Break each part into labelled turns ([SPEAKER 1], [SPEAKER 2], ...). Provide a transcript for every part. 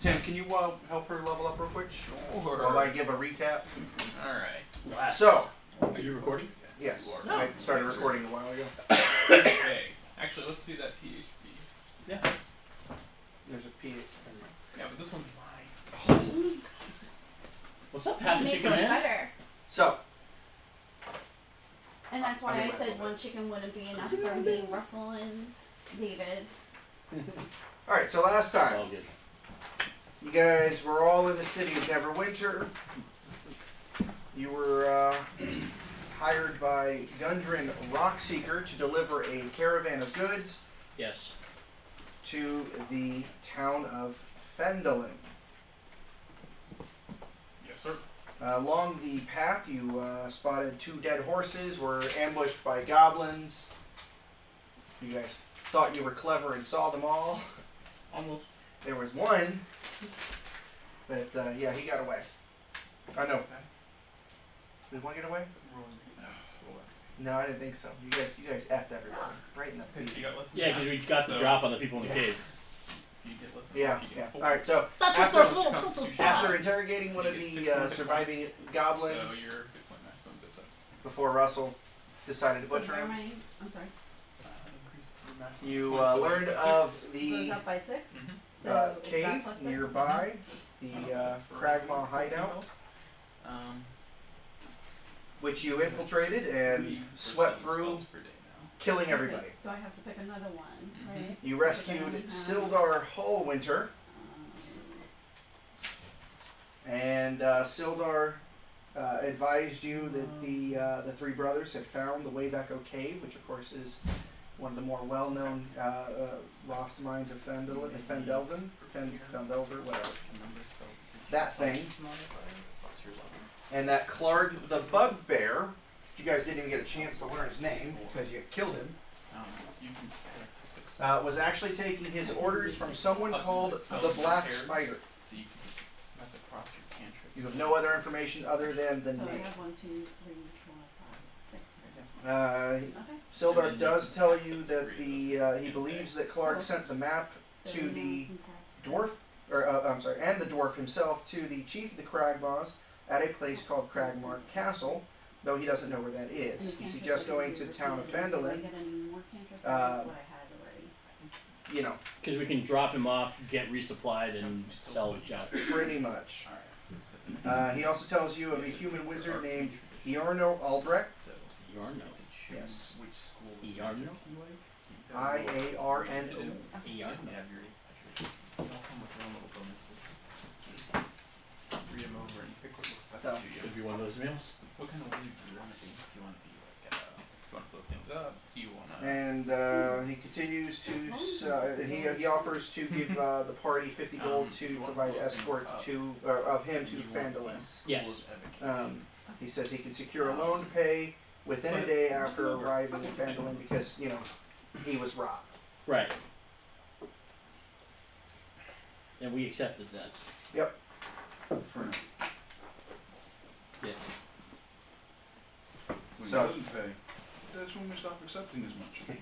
[SPEAKER 1] can you uh, help her level up real quick? Sure.
[SPEAKER 2] While I give a recap.
[SPEAKER 1] All right.
[SPEAKER 2] So,
[SPEAKER 1] Are you recording?
[SPEAKER 2] yes,
[SPEAKER 1] No.
[SPEAKER 2] I started
[SPEAKER 1] Yes, sir.
[SPEAKER 2] recording a while ago.
[SPEAKER 1] okay. Actually, let's see that PHP.
[SPEAKER 2] There's a P. never mind.
[SPEAKER 1] Yeah, but this one's mine.
[SPEAKER 3] What's up, half a
[SPEAKER 4] makes
[SPEAKER 3] chicken
[SPEAKER 4] it
[SPEAKER 3] man?
[SPEAKER 4] better.
[SPEAKER 2] So,
[SPEAKER 4] And that's
[SPEAKER 2] I'll
[SPEAKER 4] why
[SPEAKER 2] be
[SPEAKER 4] I
[SPEAKER 2] right
[SPEAKER 4] said
[SPEAKER 2] back.
[SPEAKER 4] one chicken wouldn't be enough for me, Russell and David.
[SPEAKER 2] all right. So last
[SPEAKER 3] It's
[SPEAKER 2] time,
[SPEAKER 3] all good.
[SPEAKER 2] you guys were all in the city of Neverwinter. You were uh, hired by Gundren Rockseeker to deliver a caravan of goods
[SPEAKER 3] Yes.
[SPEAKER 2] to the town of Fendelin.
[SPEAKER 1] Yes, sir.
[SPEAKER 2] Uh, along the path, you uh, spotted two dead horses, were ambushed by goblins. You guys thought you were clever and saw them all.
[SPEAKER 1] Almost.
[SPEAKER 2] There was one, but uh, yeah, he got away. I know. Did one get away? No, I didn't think so. You guys, you guys effed everyone right in the
[SPEAKER 1] You got less than
[SPEAKER 3] Yeah, because we got
[SPEAKER 1] so
[SPEAKER 3] the drop on the people in the
[SPEAKER 2] Yeah.
[SPEAKER 3] cave.
[SPEAKER 1] You get less than
[SPEAKER 2] Yeah,
[SPEAKER 1] that, you get
[SPEAKER 2] yeah. All
[SPEAKER 1] four.
[SPEAKER 2] right, so
[SPEAKER 4] That's
[SPEAKER 2] what After- those
[SPEAKER 4] what those
[SPEAKER 1] little
[SPEAKER 4] little
[SPEAKER 1] Constitution.
[SPEAKER 4] puzzles
[SPEAKER 1] puzzles are.
[SPEAKER 2] after interrogating
[SPEAKER 1] So
[SPEAKER 2] one
[SPEAKER 1] you
[SPEAKER 2] of
[SPEAKER 1] get
[SPEAKER 2] the
[SPEAKER 1] six
[SPEAKER 2] uh,
[SPEAKER 1] more hit
[SPEAKER 2] surviving
[SPEAKER 1] points.
[SPEAKER 2] goblins
[SPEAKER 1] So you're good point maximum bits up.
[SPEAKER 2] before Russell decided to butcher
[SPEAKER 4] Where am
[SPEAKER 2] him,
[SPEAKER 4] I? I'm sorry.
[SPEAKER 1] Uh, increase the maximum
[SPEAKER 2] you
[SPEAKER 1] points
[SPEAKER 2] uh,
[SPEAKER 1] to
[SPEAKER 2] learned
[SPEAKER 1] six.
[SPEAKER 2] of
[SPEAKER 4] Goes
[SPEAKER 2] the
[SPEAKER 4] up by 6
[SPEAKER 3] Mm-hmm.
[SPEAKER 1] Mhm.
[SPEAKER 4] So
[SPEAKER 2] uh,
[SPEAKER 4] it's
[SPEAKER 2] cave
[SPEAKER 4] not plus six?
[SPEAKER 2] nearby,
[SPEAKER 1] Mhm.
[SPEAKER 2] the uh, Cragmaw hideout.
[SPEAKER 1] Um,
[SPEAKER 2] which you infiltrated and
[SPEAKER 1] three
[SPEAKER 2] swept
[SPEAKER 1] percent
[SPEAKER 2] through,
[SPEAKER 1] spells per day now.
[SPEAKER 2] killing
[SPEAKER 4] Okay,
[SPEAKER 2] everybody.
[SPEAKER 4] So I have to pick another one,
[SPEAKER 3] Mm-hmm.
[SPEAKER 1] Mhm.
[SPEAKER 4] right?
[SPEAKER 2] You
[SPEAKER 4] Okay. Um,
[SPEAKER 2] rescued Sildar Hallwinter, and uh, Sildar uh, advised you
[SPEAKER 4] um,
[SPEAKER 2] that the uh, the three brothers had found the Wayback Cave, which of course is one of the more well-known uh, uh, lost mines of Fendel- Fendelven, Fen- Fendelver, whatever.
[SPEAKER 1] The number spell-
[SPEAKER 2] That thing.
[SPEAKER 1] modifier Oh, plus your level.
[SPEAKER 2] And that Clark the Bugbear, you guys didn't even get a chance to learn his name because you killed him,
[SPEAKER 1] Um, so you can connect to six
[SPEAKER 2] uh, was actually taking his orders from someone called the Black Spider.
[SPEAKER 1] So you can that's across your cantrips.
[SPEAKER 2] You have no other information other than the
[SPEAKER 4] So I
[SPEAKER 2] name.
[SPEAKER 4] have one, two, three, four, five, six.
[SPEAKER 2] Uh,
[SPEAKER 4] Okay.
[SPEAKER 2] Sildar does tell you that the uh, he believes that Clark sent the map,
[SPEAKER 4] So
[SPEAKER 2] To
[SPEAKER 4] now
[SPEAKER 2] the
[SPEAKER 4] can cast-
[SPEAKER 2] dwarf, or uh, I'm sorry, and the dwarf himself to the chief of the Cragmaws at a place called Cragmar Castle, though he doesn't know where that
[SPEAKER 4] and the
[SPEAKER 2] is. He
[SPEAKER 4] cantrips
[SPEAKER 2] suggests
[SPEAKER 4] I can
[SPEAKER 2] going
[SPEAKER 4] do
[SPEAKER 2] to the
[SPEAKER 4] with
[SPEAKER 2] town of
[SPEAKER 4] cantrips. Do I
[SPEAKER 2] Fandolin,
[SPEAKER 4] get any more cantrips?
[SPEAKER 2] Uh,
[SPEAKER 4] That's what I had already.
[SPEAKER 2] you know,
[SPEAKER 3] Because we can drop him off, get resupplied, and sell junk.
[SPEAKER 2] pretty much.
[SPEAKER 1] Alright.
[SPEAKER 2] Uh, he also tells you of a human wizard named Iorno Albrecht,
[SPEAKER 1] So
[SPEAKER 3] You are no.
[SPEAKER 2] Yes.
[SPEAKER 1] which school of
[SPEAKER 3] Iarno?
[SPEAKER 1] magic you like. So you've got
[SPEAKER 2] I
[SPEAKER 1] your little-
[SPEAKER 2] A R N O.
[SPEAKER 4] Okay.
[SPEAKER 1] You have your they all come with their own little bonuses. Read them over and pick what looks best
[SPEAKER 2] So.
[SPEAKER 1] to you.
[SPEAKER 3] Could be one of those meals.
[SPEAKER 1] What kind of wizard do you want to be? Do you want to be like uh do you want to blow things up? Do you want to
[SPEAKER 2] And uh, he continues to s- uh, he, he offers to give uh, the party fifty gold to provide escort to uh, of him to Fandolin.
[SPEAKER 3] Yes.
[SPEAKER 2] Um, He says he can secure a loan to pay within a day after arriving in Fandolin because, you know, he was robbed.
[SPEAKER 3] Right. And we accepted that. Yes.
[SPEAKER 5] When
[SPEAKER 2] So-
[SPEAKER 5] he doesn't pay, that's when we stop accepting as much.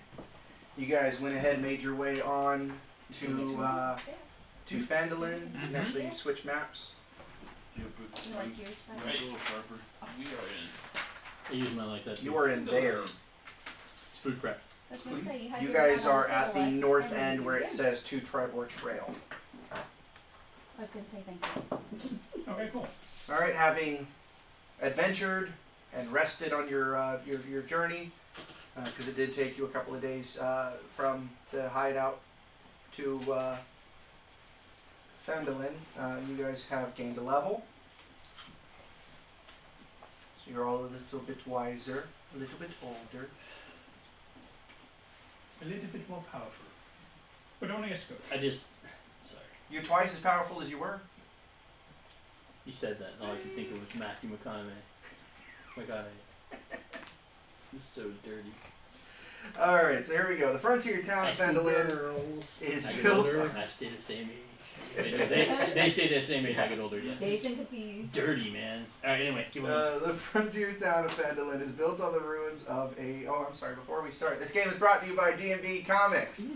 [SPEAKER 2] You guys went ahead, made your way on to uh, to Fandolin. You can actually switch maps.
[SPEAKER 5] Yeah, but
[SPEAKER 4] You like yours better?
[SPEAKER 5] mine's a little sharper.
[SPEAKER 1] we are in
[SPEAKER 3] I use mine like that.
[SPEAKER 2] You are in there.
[SPEAKER 3] It's food crap.
[SPEAKER 4] I was gonna say, you had
[SPEAKER 2] You
[SPEAKER 4] yours
[SPEAKER 2] guys
[SPEAKER 4] out on
[SPEAKER 2] are at the
[SPEAKER 4] list.
[SPEAKER 2] north
[SPEAKER 4] I
[SPEAKER 2] end where it
[SPEAKER 4] didn't.
[SPEAKER 2] says to Tribor Trail.
[SPEAKER 4] I was gonna say thank you.
[SPEAKER 1] Okay, cool.
[SPEAKER 2] All right, having adventured and rested on your uh, your, your journey, because it did take you a couple of days uh, from the hideout to uh, Fandolin, uh, you guys have gained a level. So you're all a little bit wiser, a little bit older.
[SPEAKER 6] a little bit more powerful, but only a scope.
[SPEAKER 3] I just. Sorry.
[SPEAKER 2] You're twice as powerful as you were.
[SPEAKER 3] You said that, and all I could think of was Matthew McConaughey. McConaughey. He's so dirty.
[SPEAKER 2] All right, so here we go. The frontier town
[SPEAKER 3] I
[SPEAKER 2] of
[SPEAKER 3] still
[SPEAKER 2] Fandolin.
[SPEAKER 3] girls.
[SPEAKER 2] is
[SPEAKER 3] I get
[SPEAKER 2] built
[SPEAKER 3] older
[SPEAKER 2] on-
[SPEAKER 3] and I stay the same age. Wait, no, they, they stay the same age. I get older. Yeah.
[SPEAKER 4] Dazed and confused.
[SPEAKER 3] Dirty man. All right. Anyway, keep on.
[SPEAKER 2] Uh, the frontier town of Fandolin is built on the ruins of
[SPEAKER 4] Mm.
[SPEAKER 2] a. Oh, I'm sorry. Before we start, this game is brought to you by D&B Comics.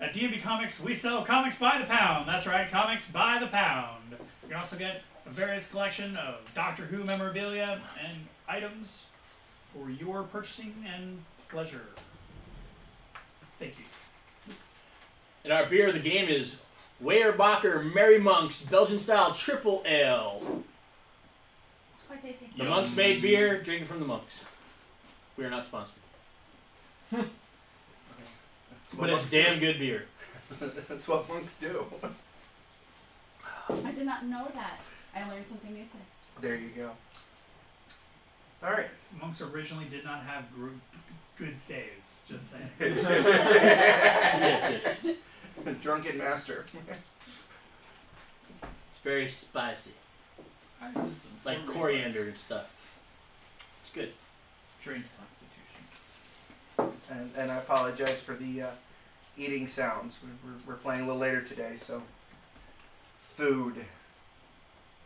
[SPEAKER 6] At D&B Comics, we sell comics by the pound. That's right, comics by the pound. You can also get a various collection of Doctor Who memorabilia and items for your purchasing and pleasure. Thank you.
[SPEAKER 3] And our beer of the game is Weyerbacher Merry Monks Belgian style triple ale.
[SPEAKER 4] It's quite tasty.
[SPEAKER 3] The monks made beer, drinking from the monks. We are not sponsored.
[SPEAKER 2] That's
[SPEAKER 3] But it's damn good beer.
[SPEAKER 2] That's what monks do.
[SPEAKER 4] I did not know that. I learned something new today.
[SPEAKER 2] There you go. All right.
[SPEAKER 6] Monks originally did not have gr- good saves, just saying.
[SPEAKER 3] Yes, yes.
[SPEAKER 2] Drunken master.
[SPEAKER 3] It's very spicy.
[SPEAKER 1] High wisdom.
[SPEAKER 3] Like
[SPEAKER 1] four
[SPEAKER 3] coriander
[SPEAKER 1] reflex,
[SPEAKER 3] and stuff. It's good.
[SPEAKER 1] Trained constitution.
[SPEAKER 2] And, and I apologize for the uh, eating sounds. We're, we're, we're playing a little later today, so food.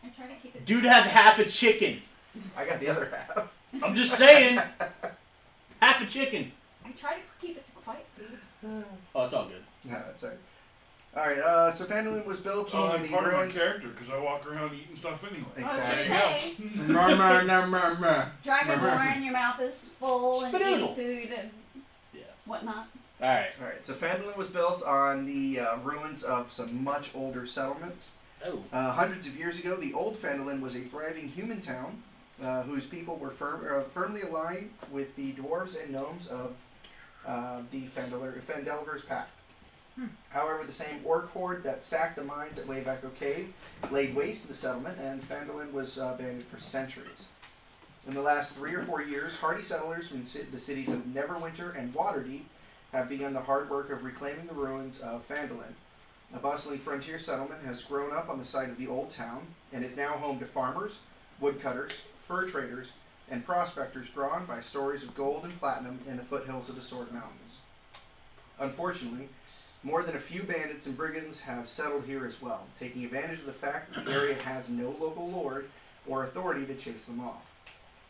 [SPEAKER 4] I try to keep it.
[SPEAKER 3] Dude has half a chicken.
[SPEAKER 2] I got the other half.
[SPEAKER 3] I'm just saying. half a chicken.
[SPEAKER 4] I try to keep it to quiet foods.
[SPEAKER 3] Oh, it's all good.
[SPEAKER 2] No, it's all right. All right. Uh, so Phandalin was built
[SPEAKER 5] Oh,
[SPEAKER 2] on
[SPEAKER 5] I'm
[SPEAKER 2] the
[SPEAKER 5] part of my
[SPEAKER 2] ruins.
[SPEAKER 5] character because I walk around eating stuff anyway.
[SPEAKER 2] Exactly.
[SPEAKER 4] I was gonna say, dragonborn, your mouth is full and eating
[SPEAKER 3] Spadoodle.
[SPEAKER 4] food and
[SPEAKER 3] Yeah.
[SPEAKER 4] whatnot.
[SPEAKER 3] All right.
[SPEAKER 2] All right. So Phandalin was built on the uh, ruins of some much older settlements.
[SPEAKER 3] Oh.
[SPEAKER 2] Uh, hundreds of years ago, the old Phandalin was a thriving human town uh, whose people were firm, uh, firmly aligned with the dwarves and gnomes of uh, the Phandalur, Phandelver's Pact. However, the same orc horde that sacked the mines at Waybaco Cave laid waste to the settlement, and Phandalin was uh, abandoned for centuries. In the last three or four years, hardy settlers from ci- the cities of Neverwinter and Waterdeep have begun the hard work of reclaiming the ruins of Phandalin. A bustling frontier settlement has grown up on the site of the old town and is now home to farmers, woodcutters, fur traders, and prospectors drawn by stories of gold and platinum in the foothills of the Sword Mountains. Unfortunately, more than a few bandits and brigands have settled here as well, taking advantage of the fact that the area has no local lord or authority to chase them off.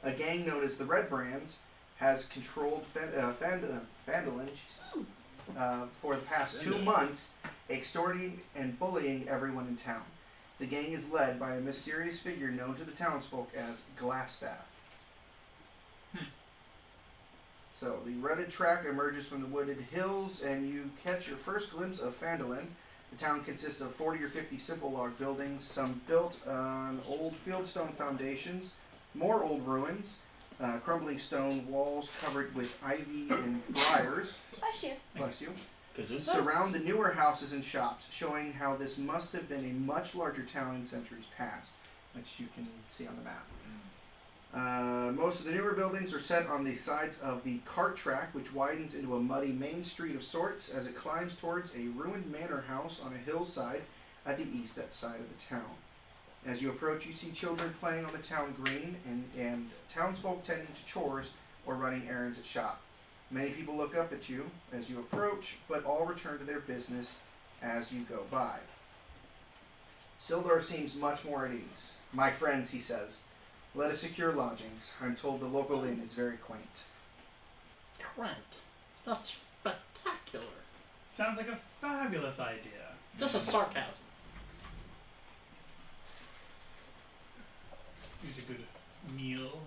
[SPEAKER 2] A gang known as the Red Brands has controlled Fan- uh, Fandolin, Fandolin Jesus, uh, for the past two
[SPEAKER 3] Fandolin.
[SPEAKER 2] months, extorting and bullying everyone in town. The gang is led by a mysterious figure known to the townsfolk as Glassstaff. So the rutted track emerges from the wooded hills, and you catch your first glimpse of Fandolin. The town consists of 40 or 50 simple log buildings, some built on old fieldstone foundations, more old ruins, uh, crumbling stone walls covered with ivy and briars.
[SPEAKER 4] Bless you.
[SPEAKER 2] Bless you
[SPEAKER 3] Kazoo.
[SPEAKER 2] surround the newer houses and shops, showing how this must have been a much larger town in centuries past, which you can see on the map. Uh, most of the newer buildings are set on the sides of the cart track, which widens into a muddy main street of sorts as it climbs towards a ruined manor house on a hillside at the east side of the town. As you approach, you see children playing on the town green and, and townsfolk tending to chores or running errands at shop. Many people look up at you as you approach, but all return to their business as you go by. Sildar seems much more at ease. My friends, he says, let us secure lodgings. I'm told the local inn is very quaint.
[SPEAKER 3] Crant. That's spectacular.
[SPEAKER 6] Sounds like a fabulous idea.
[SPEAKER 3] That's a sarcasm.
[SPEAKER 6] Here's a good meal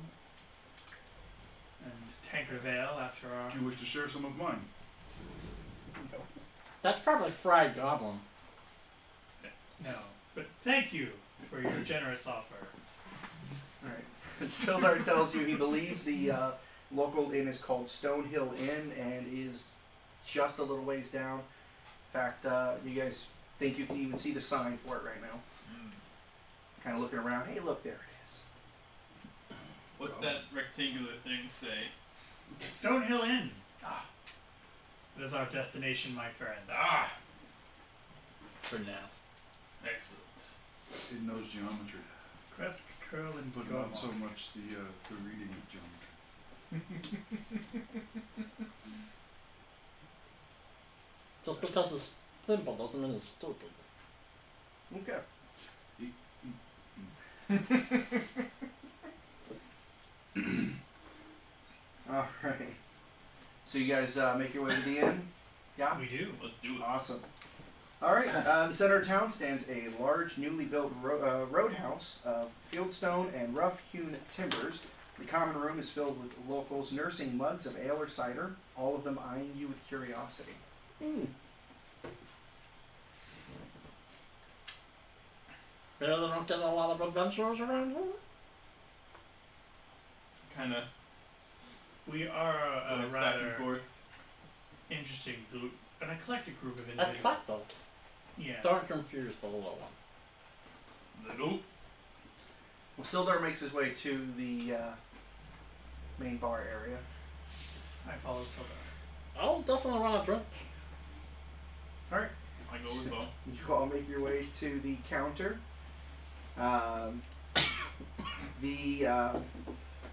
[SPEAKER 6] and tankard of ale after our.
[SPEAKER 5] Do you wish to share some of mine?
[SPEAKER 3] That's probably fried goblin.
[SPEAKER 6] No, but thank you for your generous offer.
[SPEAKER 2] All right. Sildar tells you he believes the uh, local inn is called Stonehill Inn and is just a little ways down. In fact, uh, you guys think you can even see the sign for it right now.
[SPEAKER 1] Hmm.
[SPEAKER 2] Kind of looking around. Hey, look, there it is.
[SPEAKER 1] What
[SPEAKER 2] Go.
[SPEAKER 1] did that rectangular thing say?
[SPEAKER 6] Stonehill Inn. Ah, it is our destination, my friend.
[SPEAKER 1] Ah,
[SPEAKER 3] For now.
[SPEAKER 1] excellent.
[SPEAKER 5] It knows geometry,
[SPEAKER 6] Crest, curl, and
[SPEAKER 5] but
[SPEAKER 6] go.
[SPEAKER 5] not so much the uh, the reading of geometry.
[SPEAKER 3] Just because it's simple doesn't mean it's stupid.
[SPEAKER 2] Okay. All right. So you guys uh, make your way to the inn. Yeah.
[SPEAKER 6] Ah, We do.
[SPEAKER 1] Let's do it.
[SPEAKER 2] Awesome. All right. Uh, the center of town stands a large, newly built ro- uh, roadhouse of fieldstone and rough-hewn timbers. The common room is filled with locals nursing mugs of ale or cider, all of them eyeing you with curiosity. Mm.
[SPEAKER 3] They don't get a lot of adventurers around here.
[SPEAKER 1] Kind of
[SPEAKER 6] We are a, a
[SPEAKER 1] goes back and
[SPEAKER 6] rather
[SPEAKER 1] forth.
[SPEAKER 6] interesting group, an eclectic group of individuals.
[SPEAKER 3] Eclectic.
[SPEAKER 6] Yes.
[SPEAKER 3] Don't confuse the little one.
[SPEAKER 1] Little.
[SPEAKER 2] Well, Sildar makes his way to the uh, main bar area.
[SPEAKER 6] I follow Sildar.
[SPEAKER 3] I'll definitely want a drink.
[SPEAKER 2] All right.
[SPEAKER 1] I go with Bo.
[SPEAKER 2] You all make your way to the counter. Um, the uh,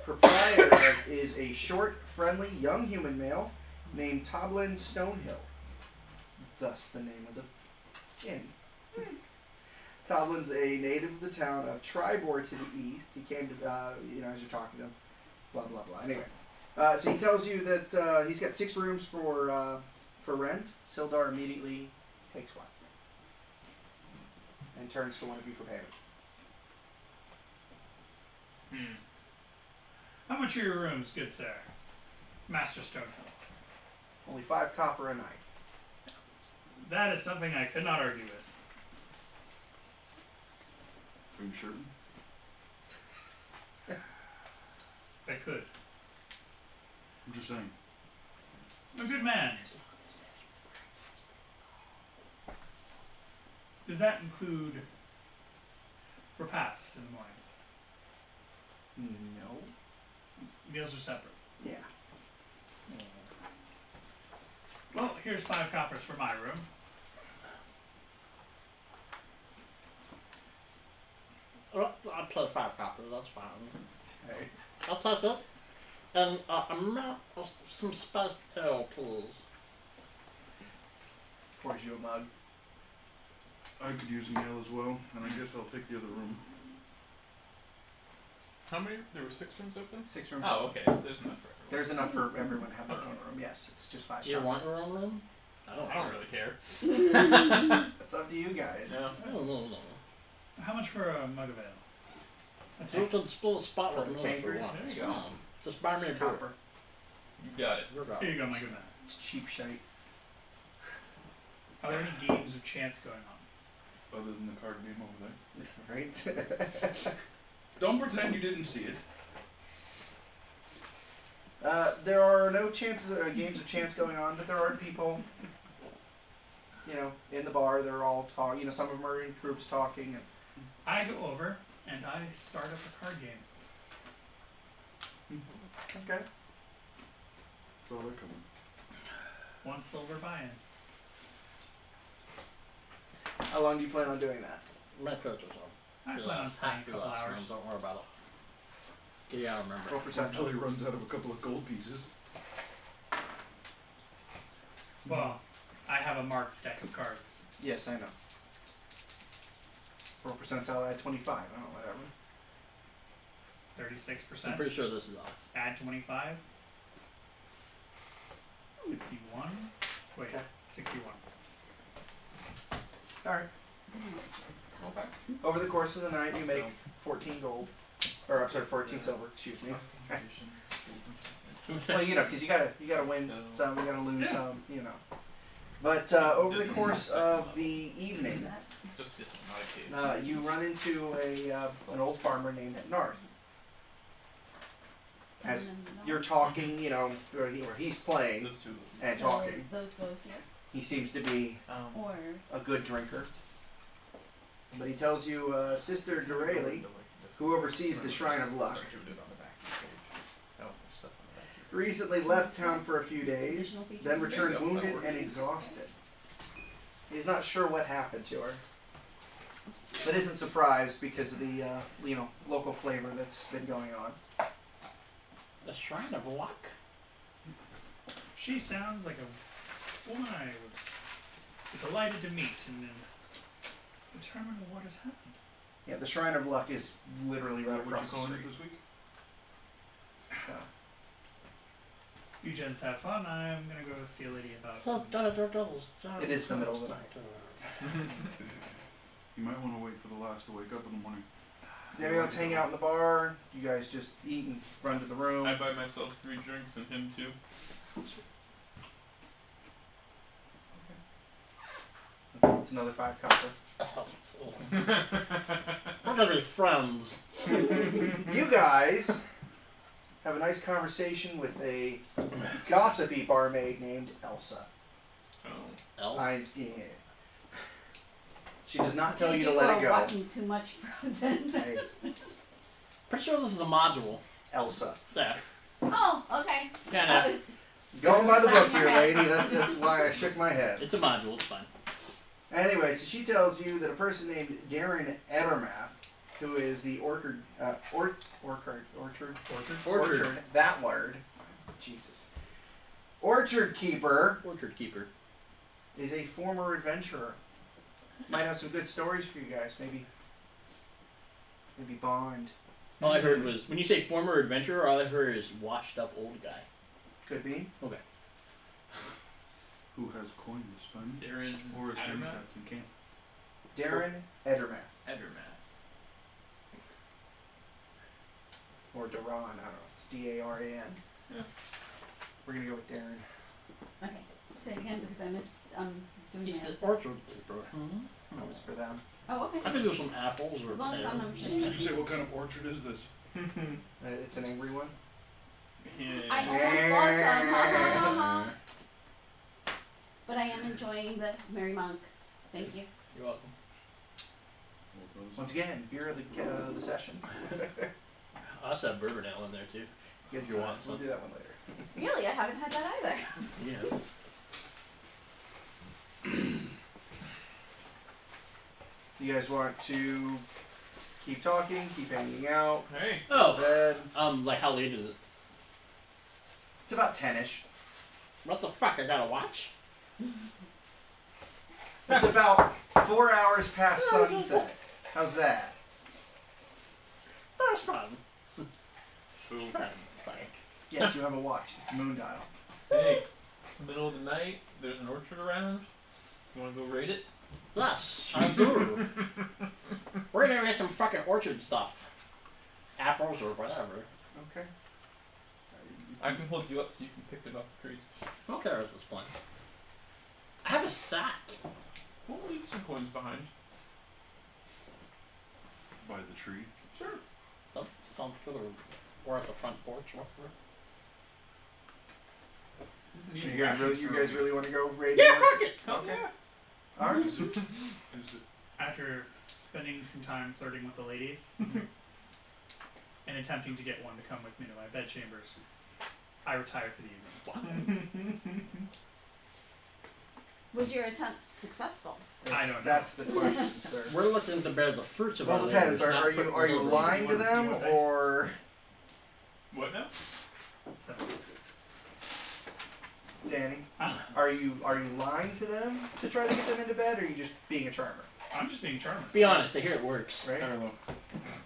[SPEAKER 2] proprietor is a short, friendly, young human male named Toblin Stonehill. Thus, the name of the inn. Toblin's a native of the town of Tribor to the east. He came to, uh, you know, as you're talking to him, blah, blah, blah. Anyway, uh, so he tells you that uh, he's got six rooms for, uh, for rent. Sildar immediately takes one and turns to one of you for payment.
[SPEAKER 1] Hmm.
[SPEAKER 6] How much are your rooms, good sir? Master Stonehill.
[SPEAKER 2] Only five copper a night.
[SPEAKER 6] That is something I could not argue with.
[SPEAKER 5] Are you certain?
[SPEAKER 6] I could.
[SPEAKER 5] I'm just saying.
[SPEAKER 6] I'm a good man. Does that include repast in the morning?
[SPEAKER 2] No.
[SPEAKER 6] Meals are separate.
[SPEAKER 2] Yeah.
[SPEAKER 6] Well, here's five coppers for my room.
[SPEAKER 3] Well, I'll play five copper, that's fine.
[SPEAKER 2] Alright.
[SPEAKER 3] I'll take it. And uh, amount of some spiced ale, please.
[SPEAKER 2] Pours you a mug.
[SPEAKER 5] I could use an ale as well, and I guess I'll take the other room.
[SPEAKER 1] How many? There were six rooms open.
[SPEAKER 2] Six rooms.
[SPEAKER 1] Oh, okay. So there's enough for everyone.
[SPEAKER 2] There's enough for everyone to have their own room. Yes, it's just five.
[SPEAKER 3] Do you
[SPEAKER 2] copper.
[SPEAKER 3] want your own room?
[SPEAKER 1] I don't really care.
[SPEAKER 2] That's up to you guys.
[SPEAKER 1] No.
[SPEAKER 3] No, no, no.
[SPEAKER 6] How much for a mug of ale? A
[SPEAKER 3] You
[SPEAKER 6] tank.
[SPEAKER 3] can split a spot
[SPEAKER 2] For
[SPEAKER 3] with me if
[SPEAKER 2] Tancred?
[SPEAKER 3] you want.
[SPEAKER 1] There you
[SPEAKER 3] It's
[SPEAKER 1] go.
[SPEAKER 3] fine. Just buy me a
[SPEAKER 2] It's
[SPEAKER 3] beer.
[SPEAKER 2] copper.
[SPEAKER 1] You got it.
[SPEAKER 3] You're right.
[SPEAKER 6] Here you go, my good man.
[SPEAKER 2] It's cheap shite.
[SPEAKER 6] Are there any games of chance going on?
[SPEAKER 5] Other than the card game over there.
[SPEAKER 2] Right?
[SPEAKER 5] Don't pretend you didn't see it.
[SPEAKER 2] uh, there are no chances, uh, games of chance going on, but there are people, you know, in the bar. They're all talking. You know, some of them are in groups talking. And
[SPEAKER 6] I go over and I start up a card game.
[SPEAKER 2] okay.
[SPEAKER 5] Saw that coming.
[SPEAKER 6] One silver buy-in.
[SPEAKER 2] How long do you plan on doing that?
[SPEAKER 3] Make it yourself.
[SPEAKER 6] I
[SPEAKER 3] Your
[SPEAKER 6] plan on
[SPEAKER 3] last-
[SPEAKER 6] playing a
[SPEAKER 3] your
[SPEAKER 6] couple
[SPEAKER 3] last
[SPEAKER 6] hours.
[SPEAKER 3] room, Don't worry about it. Yeah, I remember.
[SPEAKER 2] Roll perception.
[SPEAKER 5] Until he runs out of a couple of gold pieces.
[SPEAKER 6] Well, I have a marked deck of cards.
[SPEAKER 2] Yes, I know. Roll percentile at 25. I don't know, whatever.
[SPEAKER 6] Thirty-six
[SPEAKER 3] I'm
[SPEAKER 6] percent.
[SPEAKER 3] pretty sure this is off.
[SPEAKER 6] Add twenty-five. Fifty-one. Wait,
[SPEAKER 2] Okay.
[SPEAKER 6] sixty-one.
[SPEAKER 2] All right. Over the course of the night, you make 14 gold, or I'm sorry, 14 silver. Excuse me. Well, you know, because you gotta you gotta win
[SPEAKER 1] So-
[SPEAKER 2] some, you gotta lose
[SPEAKER 6] Yeah.
[SPEAKER 2] some, you know. But uh, over the course of the evening,
[SPEAKER 4] That-
[SPEAKER 1] Just this one, not a case.
[SPEAKER 2] uh, you run into a uh, an old farmer named Narth. As
[SPEAKER 4] and then-
[SPEAKER 2] you're talking, you know, or, he, or he's playing
[SPEAKER 1] Those two.
[SPEAKER 2] and
[SPEAKER 4] So
[SPEAKER 2] talking.
[SPEAKER 4] Those go here,
[SPEAKER 2] He seems to be
[SPEAKER 1] Um,
[SPEAKER 4] or
[SPEAKER 2] a good drinker. But he tells you, uh, Sister Gareli, who oversees the Shrine of Luck.
[SPEAKER 1] Sorry, do it on the back page. Oh, there's stuff on the back here.
[SPEAKER 2] recently left town for a few days,
[SPEAKER 4] Additional features.
[SPEAKER 2] then returned
[SPEAKER 1] There you go.
[SPEAKER 2] wounded and exhausted. He's not sure what happened to her, but isn't surprised because of the uh, you know local flavor that's been going on.
[SPEAKER 3] The Shrine of Luck?
[SPEAKER 6] She sounds like a woman I would be delighted to meet and then determine what has happened.
[SPEAKER 2] Yeah, the Shrine of Luck is literally
[SPEAKER 5] Is that
[SPEAKER 2] right
[SPEAKER 5] what you're
[SPEAKER 2] across the
[SPEAKER 5] calling
[SPEAKER 2] street.
[SPEAKER 5] it this week?
[SPEAKER 2] So.
[SPEAKER 6] You gents have fun. I'm gonna go see a lady about.
[SPEAKER 3] Dou-
[SPEAKER 6] some-
[SPEAKER 3] dou- dou- doubles, dou-
[SPEAKER 2] It is the middle of the
[SPEAKER 3] doubles,
[SPEAKER 2] night.
[SPEAKER 3] dou-
[SPEAKER 5] You might want to wait for the last to wake up in the morning.
[SPEAKER 2] Then we all hang out in the bar. You guys just eat and run to the room.
[SPEAKER 1] I buy myself three drinks and him two.
[SPEAKER 2] It's another five copper.
[SPEAKER 3] doubles. uh, We're gonna be friends.
[SPEAKER 2] You guys have a nice conversation with a gossipy barmaid named Elsa.
[SPEAKER 1] Oh.
[SPEAKER 3] Elf.
[SPEAKER 2] I yeah. She does not tell you to
[SPEAKER 4] Taking
[SPEAKER 2] let
[SPEAKER 4] or
[SPEAKER 2] it go.
[SPEAKER 4] Watching too much Frozen.
[SPEAKER 2] Hey,
[SPEAKER 3] Pretty sure this is a module.
[SPEAKER 2] Elsa.
[SPEAKER 3] Yeah,
[SPEAKER 4] oh, okay.
[SPEAKER 3] kinda.
[SPEAKER 4] I was-
[SPEAKER 2] Going by the book here, lady. That, that's why I shook my head.
[SPEAKER 3] It's a module. It's fine.
[SPEAKER 2] Anyway, so she tells you that a person named Darren Edermath, who is the orchard, uh, or, orchard, orchard,
[SPEAKER 6] Orchard.
[SPEAKER 3] Orchard.
[SPEAKER 2] that word, Jesus, orchard keeper
[SPEAKER 3] Orchard keeper.
[SPEAKER 2] is a former adventurer. Might have some good stories for you guys. Maybe, maybe Bond
[SPEAKER 3] All I heard was when you say former adventurer, all I heard is washed up old guy.
[SPEAKER 2] could be.
[SPEAKER 5] Who has coin to spend?
[SPEAKER 1] Darren
[SPEAKER 5] Or is named
[SPEAKER 1] Addermath?
[SPEAKER 5] Captain Camp?
[SPEAKER 2] Darren Edermath
[SPEAKER 1] Addermath.
[SPEAKER 2] or Daron. I don't know. It's D A R A N.
[SPEAKER 1] Yeah.
[SPEAKER 2] We're gonna go with Darren.
[SPEAKER 4] Okay. Say it again because I missed um, doing
[SPEAKER 3] He's
[SPEAKER 4] that.
[SPEAKER 3] the orchard keeper.
[SPEAKER 2] That was for them.
[SPEAKER 4] Oh, okay.
[SPEAKER 3] I could do some apples or
[SPEAKER 4] As long as I'm not
[SPEAKER 3] pears.
[SPEAKER 4] sitting-
[SPEAKER 5] Did you say what kind of orchard is this?
[SPEAKER 2] Uh, It's an angry one.
[SPEAKER 4] I
[SPEAKER 1] Yeah.
[SPEAKER 4] almost bought some. Ha, ha, ha,
[SPEAKER 3] Uh-huh.
[SPEAKER 4] ha. But I am enjoying the Merry Monk. Thank you.
[SPEAKER 3] You're welcome.
[SPEAKER 5] Well, those-
[SPEAKER 2] Once again, beer of the, uh, the session.
[SPEAKER 3] I also have bourbon ale in there too.
[SPEAKER 2] Good
[SPEAKER 3] You want
[SPEAKER 2] times.
[SPEAKER 3] some?
[SPEAKER 2] We'll do that one later.
[SPEAKER 4] Really, I haven't had that either.
[SPEAKER 3] Yeah.
[SPEAKER 2] You guys want to keep talking, keep hanging out,
[SPEAKER 1] Hey.
[SPEAKER 3] Oh,
[SPEAKER 2] bed?
[SPEAKER 3] um, like how late is it?
[SPEAKER 2] It's about 10 ish.
[SPEAKER 3] What the fuck? I gotta watch.
[SPEAKER 2] It's about four hours past
[SPEAKER 3] Oh,
[SPEAKER 2] sunset. How's that?
[SPEAKER 3] That's fun.
[SPEAKER 1] So.
[SPEAKER 3] Fun. Fun.
[SPEAKER 2] Yes, you have a watch. It's moon dial.
[SPEAKER 1] Hey. It's the middle of the night. There's an orchard around. You want to go raid it?
[SPEAKER 3] Yes, I do. We're gonna get some fucking orchard stuff, apples or whatever.
[SPEAKER 2] Okay.
[SPEAKER 1] I can hold you up so you can pick it off the trees.
[SPEAKER 3] I don't care at this point. I have a sack.
[SPEAKER 1] We'll leave some coins behind.
[SPEAKER 5] By the tree.
[SPEAKER 1] Sure.
[SPEAKER 3] Some some sort of- or at the front porch, or whatever.
[SPEAKER 2] You
[SPEAKER 1] You can
[SPEAKER 2] guys
[SPEAKER 5] Ashes
[SPEAKER 2] really, you
[SPEAKER 5] for
[SPEAKER 2] guys
[SPEAKER 5] a week.
[SPEAKER 2] really want to go raid?
[SPEAKER 3] Yeah,
[SPEAKER 2] the orchard?
[SPEAKER 3] fuck it.
[SPEAKER 1] Hell
[SPEAKER 2] Okay.
[SPEAKER 1] yeah.
[SPEAKER 2] All right.
[SPEAKER 5] Is it? Is it?
[SPEAKER 6] After spending some time flirting with the ladies and attempting to get one to come with me to my bedchambers, I retire for the evening.
[SPEAKER 4] Was your attempt successful?
[SPEAKER 6] I don't know.
[SPEAKER 2] That's the question, sir.
[SPEAKER 3] We're looking to bear the fruits of
[SPEAKER 2] Well,
[SPEAKER 3] our
[SPEAKER 2] it depends. Are,
[SPEAKER 3] labors, not
[SPEAKER 2] are you
[SPEAKER 3] putting
[SPEAKER 2] are you
[SPEAKER 3] them
[SPEAKER 2] lying to
[SPEAKER 3] over.
[SPEAKER 2] them or
[SPEAKER 1] What now?
[SPEAKER 6] So,
[SPEAKER 2] Danny?
[SPEAKER 6] I'm,
[SPEAKER 2] Are you are you lying to them to try to get them into bed, or are you just being a charmer?
[SPEAKER 6] I'm just being charming.
[SPEAKER 3] Be honest, I hear it works.
[SPEAKER 2] Right.
[SPEAKER 5] Hello.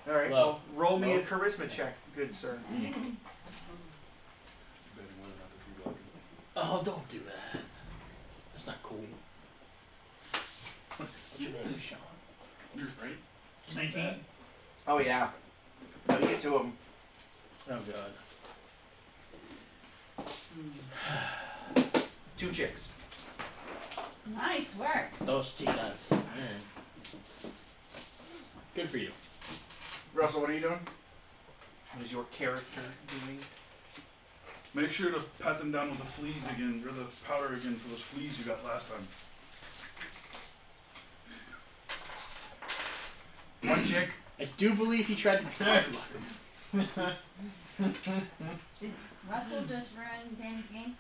[SPEAKER 2] All right.
[SPEAKER 3] Uh, Well,
[SPEAKER 2] Well, roll me a
[SPEAKER 3] well.
[SPEAKER 2] charisma check, good sir.
[SPEAKER 3] Oh, don't do that. That's not cool. What's your name, Sean?
[SPEAKER 5] You're right.
[SPEAKER 6] 19.
[SPEAKER 2] Oh yeah. No, you get to them.
[SPEAKER 3] Oh god.
[SPEAKER 2] Two chicks.
[SPEAKER 4] Nice work.
[SPEAKER 3] Those chicas. Man. Good for you.
[SPEAKER 2] Russell, what are you doing? What is your character doing?
[SPEAKER 5] Make sure to pat them down with the fleas again, or the powder again for those fleas you got last time.
[SPEAKER 2] One chick.
[SPEAKER 3] I do believe he tried to talk about
[SPEAKER 2] Hmm.
[SPEAKER 4] Russell just ruined Danny's game.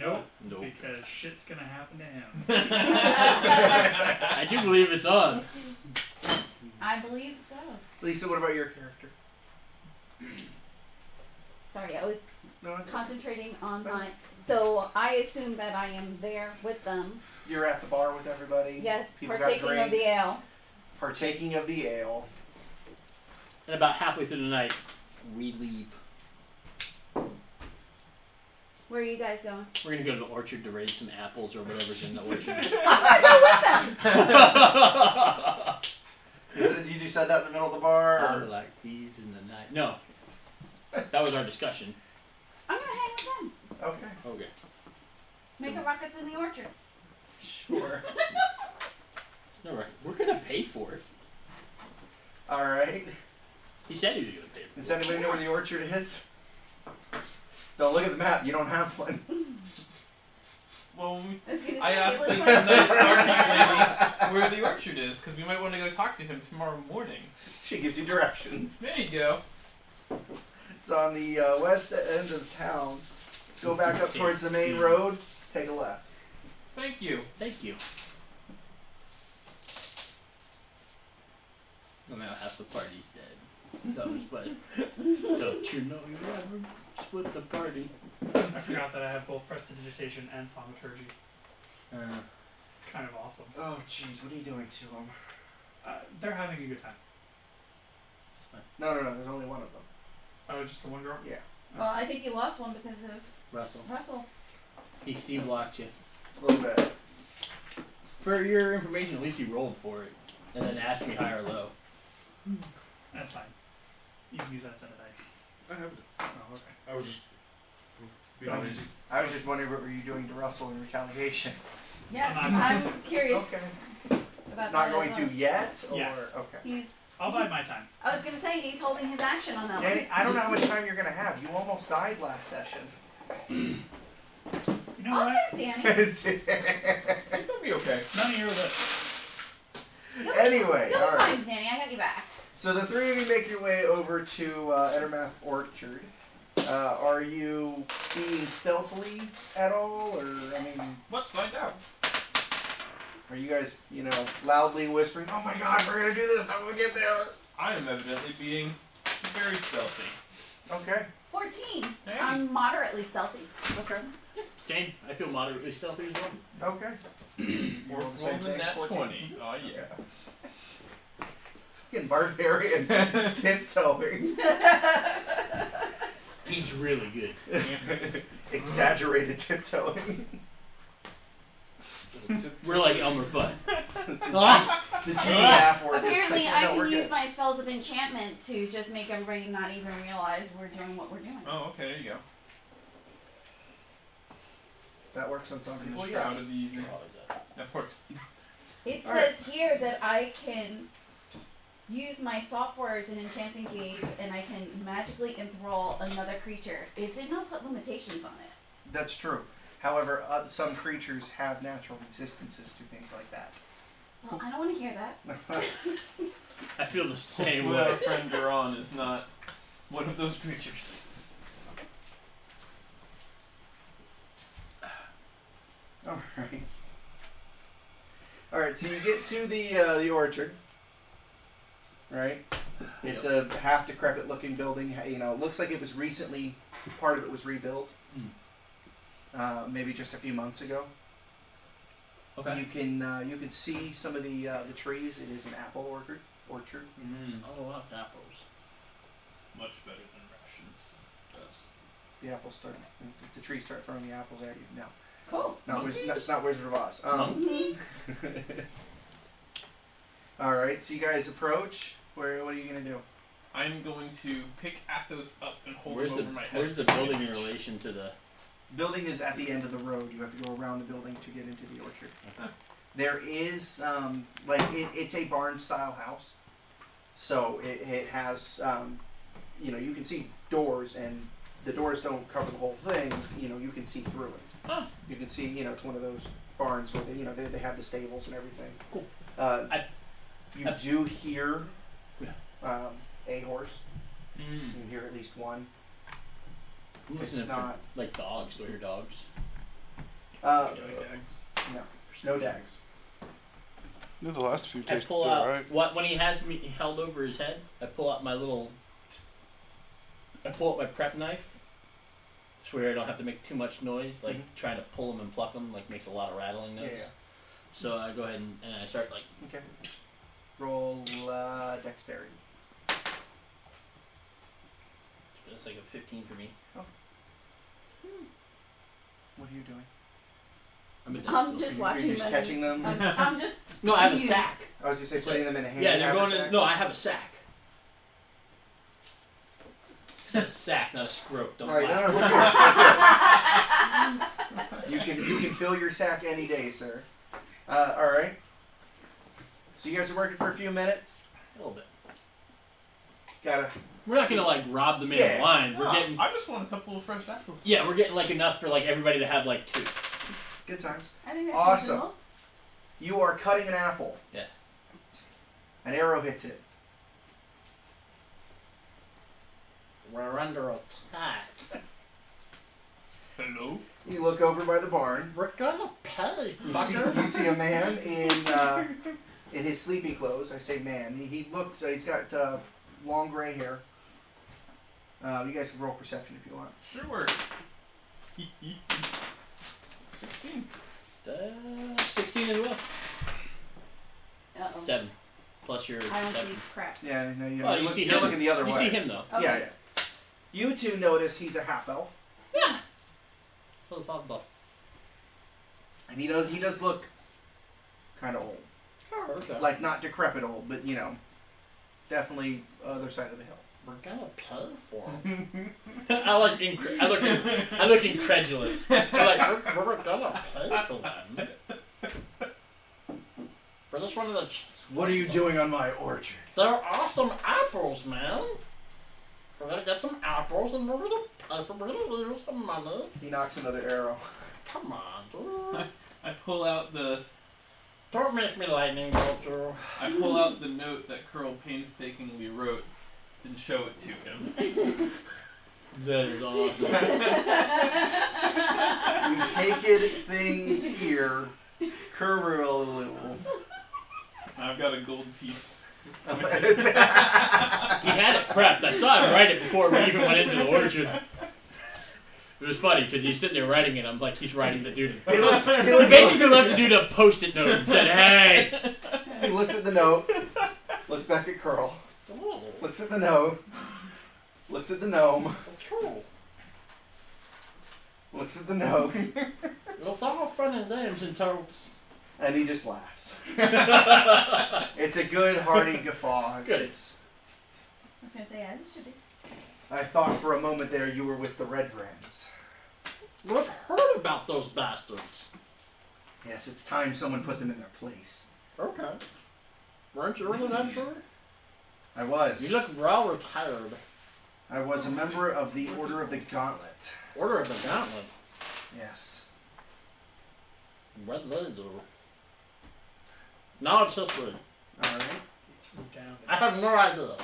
[SPEAKER 6] Nope.
[SPEAKER 3] Nope.
[SPEAKER 6] Because shit's gonna happen to him.
[SPEAKER 3] I do believe it's on.
[SPEAKER 4] I believe so.
[SPEAKER 2] Lisa, what about your character?
[SPEAKER 4] Sorry, I was
[SPEAKER 2] No,
[SPEAKER 4] concentrating on my. So I assume that I am there with them.
[SPEAKER 2] you're at the bar with everybody.
[SPEAKER 4] Yes,
[SPEAKER 2] People got
[SPEAKER 4] partaking of the
[SPEAKER 2] drinks.
[SPEAKER 4] ale.
[SPEAKER 2] Partaking of the ale.
[SPEAKER 3] And about halfway through the night, we leave.
[SPEAKER 4] Where are you guys going?
[SPEAKER 3] We're gonna go to the orchard to raid some apples or whatever's in the orchard.
[SPEAKER 2] You said- you just said that in the middle of the bar.
[SPEAKER 3] I
[SPEAKER 2] Or?
[SPEAKER 3] like these in the night. No, that was our discussion.
[SPEAKER 4] I'm gonna hang with them.
[SPEAKER 2] Okay.
[SPEAKER 3] Okay.
[SPEAKER 4] Make a
[SPEAKER 2] Hmm.
[SPEAKER 4] ruckus in the orchard.
[SPEAKER 2] Sure.
[SPEAKER 3] No, right. We're gonna pay for it.
[SPEAKER 2] All right.
[SPEAKER 3] He said he was gonna pay for it.
[SPEAKER 2] Does anybody know where the orchard is? Don't look at the map. You don't have one.
[SPEAKER 1] Well, we,
[SPEAKER 4] I was gonna
[SPEAKER 1] I
[SPEAKER 4] say,
[SPEAKER 1] asked
[SPEAKER 4] it
[SPEAKER 1] the
[SPEAKER 4] looks
[SPEAKER 1] nice
[SPEAKER 4] like
[SPEAKER 1] barkeep lady where the orchard is because we might want to go talk to him tomorrow morning.
[SPEAKER 2] She gives you directions.
[SPEAKER 1] There you go.
[SPEAKER 2] It's on the uh, west end of town. Go back up towards the main road. Take a left.
[SPEAKER 1] Thank you.
[SPEAKER 3] Thank you. Well, now half the party's dead. That was funny. Don't you know you ever split the party?
[SPEAKER 6] I forgot that I have both prestidigitation and thaumaturgy.
[SPEAKER 3] Uh,
[SPEAKER 6] It's kind of awesome.
[SPEAKER 2] Oh, jeez. What are you doing to them?
[SPEAKER 6] Uh, they're having a good time.
[SPEAKER 3] it's fine.
[SPEAKER 2] No, no, no. There's only one of them.
[SPEAKER 6] Oh, just the one girl.
[SPEAKER 4] Well, I think you lost one because of
[SPEAKER 3] Russell,
[SPEAKER 4] Russell.
[SPEAKER 3] he C blocked you.
[SPEAKER 2] A little bit.
[SPEAKER 3] For your information, at least he rolled for it, and then asked me high or low.
[SPEAKER 6] That's fine. You can use that set of dice.
[SPEAKER 5] I have it.
[SPEAKER 6] Oh, okay.
[SPEAKER 5] I was just being
[SPEAKER 2] Don't-
[SPEAKER 5] lazy.
[SPEAKER 2] I was just wondering what were you doing to Russell in retaliation.
[SPEAKER 4] Yes,
[SPEAKER 6] I'm-
[SPEAKER 4] I'm curious
[SPEAKER 2] Okay.
[SPEAKER 4] about that.
[SPEAKER 2] Not
[SPEAKER 4] as
[SPEAKER 2] going
[SPEAKER 4] well.
[SPEAKER 2] to yet. Or
[SPEAKER 6] Yes.
[SPEAKER 2] okay.
[SPEAKER 4] He's.
[SPEAKER 6] I'll bide my time.
[SPEAKER 4] I was gonna say he's holding his action on that one.
[SPEAKER 2] Danny, I don't know how much time you're gonna have. You almost died last session.
[SPEAKER 6] You know
[SPEAKER 4] I'll
[SPEAKER 6] what?
[SPEAKER 4] save Danny.
[SPEAKER 1] It'll be okay.
[SPEAKER 6] None of you are good.
[SPEAKER 2] anyway,
[SPEAKER 4] You'll
[SPEAKER 2] all
[SPEAKER 4] be
[SPEAKER 2] right.
[SPEAKER 4] fine, Danny. I got you back.
[SPEAKER 2] So the three of you make your way over to uh, Ettermath Orchard. Uh, are you being stealthily at all, or I mean,
[SPEAKER 1] Let's find out.
[SPEAKER 2] are you guys, you know, loudly whispering, "Oh my God, we're gonna do this! I'm gonna get there!"
[SPEAKER 1] I am evidently being very stealthy.
[SPEAKER 2] Okay,
[SPEAKER 4] 14.
[SPEAKER 1] Hey.
[SPEAKER 4] I'm moderately stealthy.
[SPEAKER 2] okay,
[SPEAKER 3] Same. I feel moderately stealthy as well.
[SPEAKER 2] okay.
[SPEAKER 1] We're
[SPEAKER 2] rolled the same
[SPEAKER 1] rolling
[SPEAKER 2] thing,
[SPEAKER 1] that
[SPEAKER 2] 14?
[SPEAKER 1] 20. Oh, yeah.
[SPEAKER 2] Fucking barbarian, tiptoeing,
[SPEAKER 3] He's really good.
[SPEAKER 2] exaggerated tiptoeing.
[SPEAKER 3] We're like Elmer Fudd.
[SPEAKER 2] The G half word. is-
[SPEAKER 4] Apparently, I
[SPEAKER 2] no, we're
[SPEAKER 4] can use
[SPEAKER 2] good.
[SPEAKER 4] my spells of enchantment to just make everybody not even realize we're doing what we're doing.
[SPEAKER 1] Oh, okay, there you go.
[SPEAKER 2] That works on some
[SPEAKER 1] In
[SPEAKER 2] people.
[SPEAKER 1] the
[SPEAKER 2] yes.
[SPEAKER 1] shroud of the uh, evening. Of course.
[SPEAKER 4] It
[SPEAKER 2] All right.
[SPEAKER 4] says here that I can use my soft words and enchanting gaze, and I can magically enthrall another creature. It did not put limitations on it.
[SPEAKER 2] That's true. However, uh, some creatures have natural resistances to things like that.
[SPEAKER 4] Well, I don't want to hear that.
[SPEAKER 3] I feel the same
[SPEAKER 1] Well, our
[SPEAKER 3] way.
[SPEAKER 1] friend Garon is not one of those creatures.
[SPEAKER 2] All right. All right. So you get to the uh, the orchard. Right. It's a half decrepit looking building. ha- You know, it looks like it was recently part of it was rebuilt.
[SPEAKER 3] Mm.
[SPEAKER 2] Uh, maybe just a few months ago. You can uh, you can see some of the uh, the trees. It is an apple orchard. Orchard.
[SPEAKER 1] Mm.
[SPEAKER 3] Oh, wow, apples.
[SPEAKER 1] Much better than rations.
[SPEAKER 2] The apples start. If the trees start throwing the apples at you, no,
[SPEAKER 4] Cool.
[SPEAKER 2] no, Wiz- no it's not Wizard of Oz. Um, All right, so you guys approach. Where? What are you gonna do?
[SPEAKER 1] I'm going to pick Athos up and hold
[SPEAKER 3] Where's
[SPEAKER 1] him
[SPEAKER 3] the
[SPEAKER 1] over my head.
[SPEAKER 3] Where's the building in relation to the?
[SPEAKER 2] Building is at the end of the road. You have to go around the building to get into the orchard. There is um, like it, it's a barn style house, so it, it has um, you know you can see doors and the doors don't cover the whole thing. You know you can see through it.
[SPEAKER 3] Huh.
[SPEAKER 2] You can see you know it's one of those barns where they you know they, they have the stables and everything.
[SPEAKER 3] Cool.
[SPEAKER 2] Uh,
[SPEAKER 3] I-
[SPEAKER 2] you
[SPEAKER 3] I-
[SPEAKER 2] do hear
[SPEAKER 3] Yeah. Hmm.
[SPEAKER 2] um, a horse.
[SPEAKER 1] Mm.
[SPEAKER 2] You hear at least one.
[SPEAKER 3] I'm
[SPEAKER 2] It's
[SPEAKER 3] listening for,
[SPEAKER 2] not.
[SPEAKER 3] like dogs. Do I hear dogs?
[SPEAKER 2] Uh,
[SPEAKER 1] Dags.
[SPEAKER 2] no, no dags.
[SPEAKER 5] No, the last few
[SPEAKER 3] I
[SPEAKER 5] tastes
[SPEAKER 3] pull out
[SPEAKER 5] alright.
[SPEAKER 3] what when he has me held over his head. I pull out my little. I pull out my prep knife. So where I don't have to make too much noise. Like
[SPEAKER 2] Mhm.
[SPEAKER 3] trying to pull him and pluck him like makes a lot of rattling
[SPEAKER 2] Yeah,
[SPEAKER 3] noise.
[SPEAKER 2] yeah.
[SPEAKER 3] So I go ahead and, and I start like
[SPEAKER 2] Okay. Roll uh, dexterity.
[SPEAKER 3] it's like a fifteen for me.
[SPEAKER 2] What are you doing?
[SPEAKER 3] I'm a dead
[SPEAKER 4] I'm
[SPEAKER 3] squirrel.
[SPEAKER 4] just
[SPEAKER 2] You're
[SPEAKER 4] watching
[SPEAKER 2] just
[SPEAKER 4] them. Um,
[SPEAKER 2] catching them.
[SPEAKER 4] I'm, I'm just.
[SPEAKER 3] No, I have a
[SPEAKER 4] confused.
[SPEAKER 3] sack.
[SPEAKER 2] I was gonna say putting them in a hand.
[SPEAKER 3] Yeah, they're going in.
[SPEAKER 2] haversack.
[SPEAKER 3] No, I have a sack. It's a sack, not a scrope. Don't
[SPEAKER 2] Right,
[SPEAKER 3] lie.
[SPEAKER 2] no, no, we're good. you can you can fill your sack any day, sir. Uh, all right. So you guys are working for a few minutes.
[SPEAKER 3] A little bit.
[SPEAKER 2] Gotta
[SPEAKER 3] We're not gonna like rob the man
[SPEAKER 2] Yeah.
[SPEAKER 3] blind. We're getting.
[SPEAKER 1] Ah, I just want a couple of fresh apples.
[SPEAKER 3] Yeah, we're getting like enough for like everybody to have like two.
[SPEAKER 2] good times.
[SPEAKER 4] I think that's
[SPEAKER 2] Awesome.
[SPEAKER 4] reasonable.
[SPEAKER 2] You are cutting an apple.
[SPEAKER 3] Yeah.
[SPEAKER 2] An arrow hits it.
[SPEAKER 3] We're under attack.
[SPEAKER 1] Hello?
[SPEAKER 2] You look over by the barn.
[SPEAKER 3] We're gonna pay,
[SPEAKER 2] You see, you see a man in uh, in his sleeping clothes. I say man. He, he looks. Uh, he's got uh, long gray hair. Uh, you guys can roll perception if you want.
[SPEAKER 1] Sure. 16.
[SPEAKER 3] Uh, Sixteen as well.
[SPEAKER 4] Uh-oh.
[SPEAKER 3] Seven, plus your
[SPEAKER 4] Um, I don't
[SPEAKER 3] seven.
[SPEAKER 4] see crap.
[SPEAKER 2] Yeah, no, you,
[SPEAKER 3] Well,
[SPEAKER 2] you're,
[SPEAKER 3] you
[SPEAKER 2] look-
[SPEAKER 3] see
[SPEAKER 2] you're
[SPEAKER 3] him.
[SPEAKER 2] looking the other
[SPEAKER 3] You
[SPEAKER 2] way.
[SPEAKER 3] see him though.
[SPEAKER 4] Okay.
[SPEAKER 2] Yeah, yeah. You two notice he's a half elf,
[SPEAKER 3] Yeah. Well, it's all about
[SPEAKER 2] and he does he does look kind of old, like not decrepit old, but you know, definitely other side of the hill.
[SPEAKER 3] we're gonna pay for him. I like incre- I look in- I look incredulous. I'm like we're, we're gonna pay for them. We're just one of the.
[SPEAKER 2] What are you doing on my orchard?
[SPEAKER 3] They're awesome apples, man. We're gonna get some apples and we're gonna pay for we're gonna leave some money.
[SPEAKER 2] He knocks another arrow.
[SPEAKER 3] Come on, dude.
[SPEAKER 1] I pull out the
[SPEAKER 3] Don't make me lightning bolt you.
[SPEAKER 1] I pull out the note that Curl painstakingly wrote and show it to him.
[SPEAKER 3] That is awesome.
[SPEAKER 2] You take things here, Curl.
[SPEAKER 1] I've got a gold piece.
[SPEAKER 3] He had it prepped. I saw him write it before we even went into the orchard. It was funny because he's sitting there writing it. I'm like, he's writing the dude.
[SPEAKER 2] He looks, he
[SPEAKER 3] He
[SPEAKER 2] looks-
[SPEAKER 3] basically left the dude a post-it note and said, "Hey."
[SPEAKER 2] he looks at the note, looks back at Curl, looks at the note, looks at the gnome, looks at the note,
[SPEAKER 3] Well, it's all fun and games until.
[SPEAKER 2] and he just laughs. It's a good hearty guffaw.
[SPEAKER 3] Good.
[SPEAKER 2] It's,
[SPEAKER 4] I was gonna say as it should be.
[SPEAKER 2] I thought for a moment there you were with the Red Brands.
[SPEAKER 3] We've heard about those bastards.
[SPEAKER 2] Yes, it's time someone put them in their place.
[SPEAKER 3] Okay. Weren't you really that sure?
[SPEAKER 2] I was.
[SPEAKER 3] You look well retired.
[SPEAKER 2] I was a member of the Order of the Gauntlet.
[SPEAKER 3] Order of the Gauntlet.
[SPEAKER 2] Yes.
[SPEAKER 3] What did they do? Now it's history.
[SPEAKER 2] All right.
[SPEAKER 6] Move down.
[SPEAKER 3] I have no idea.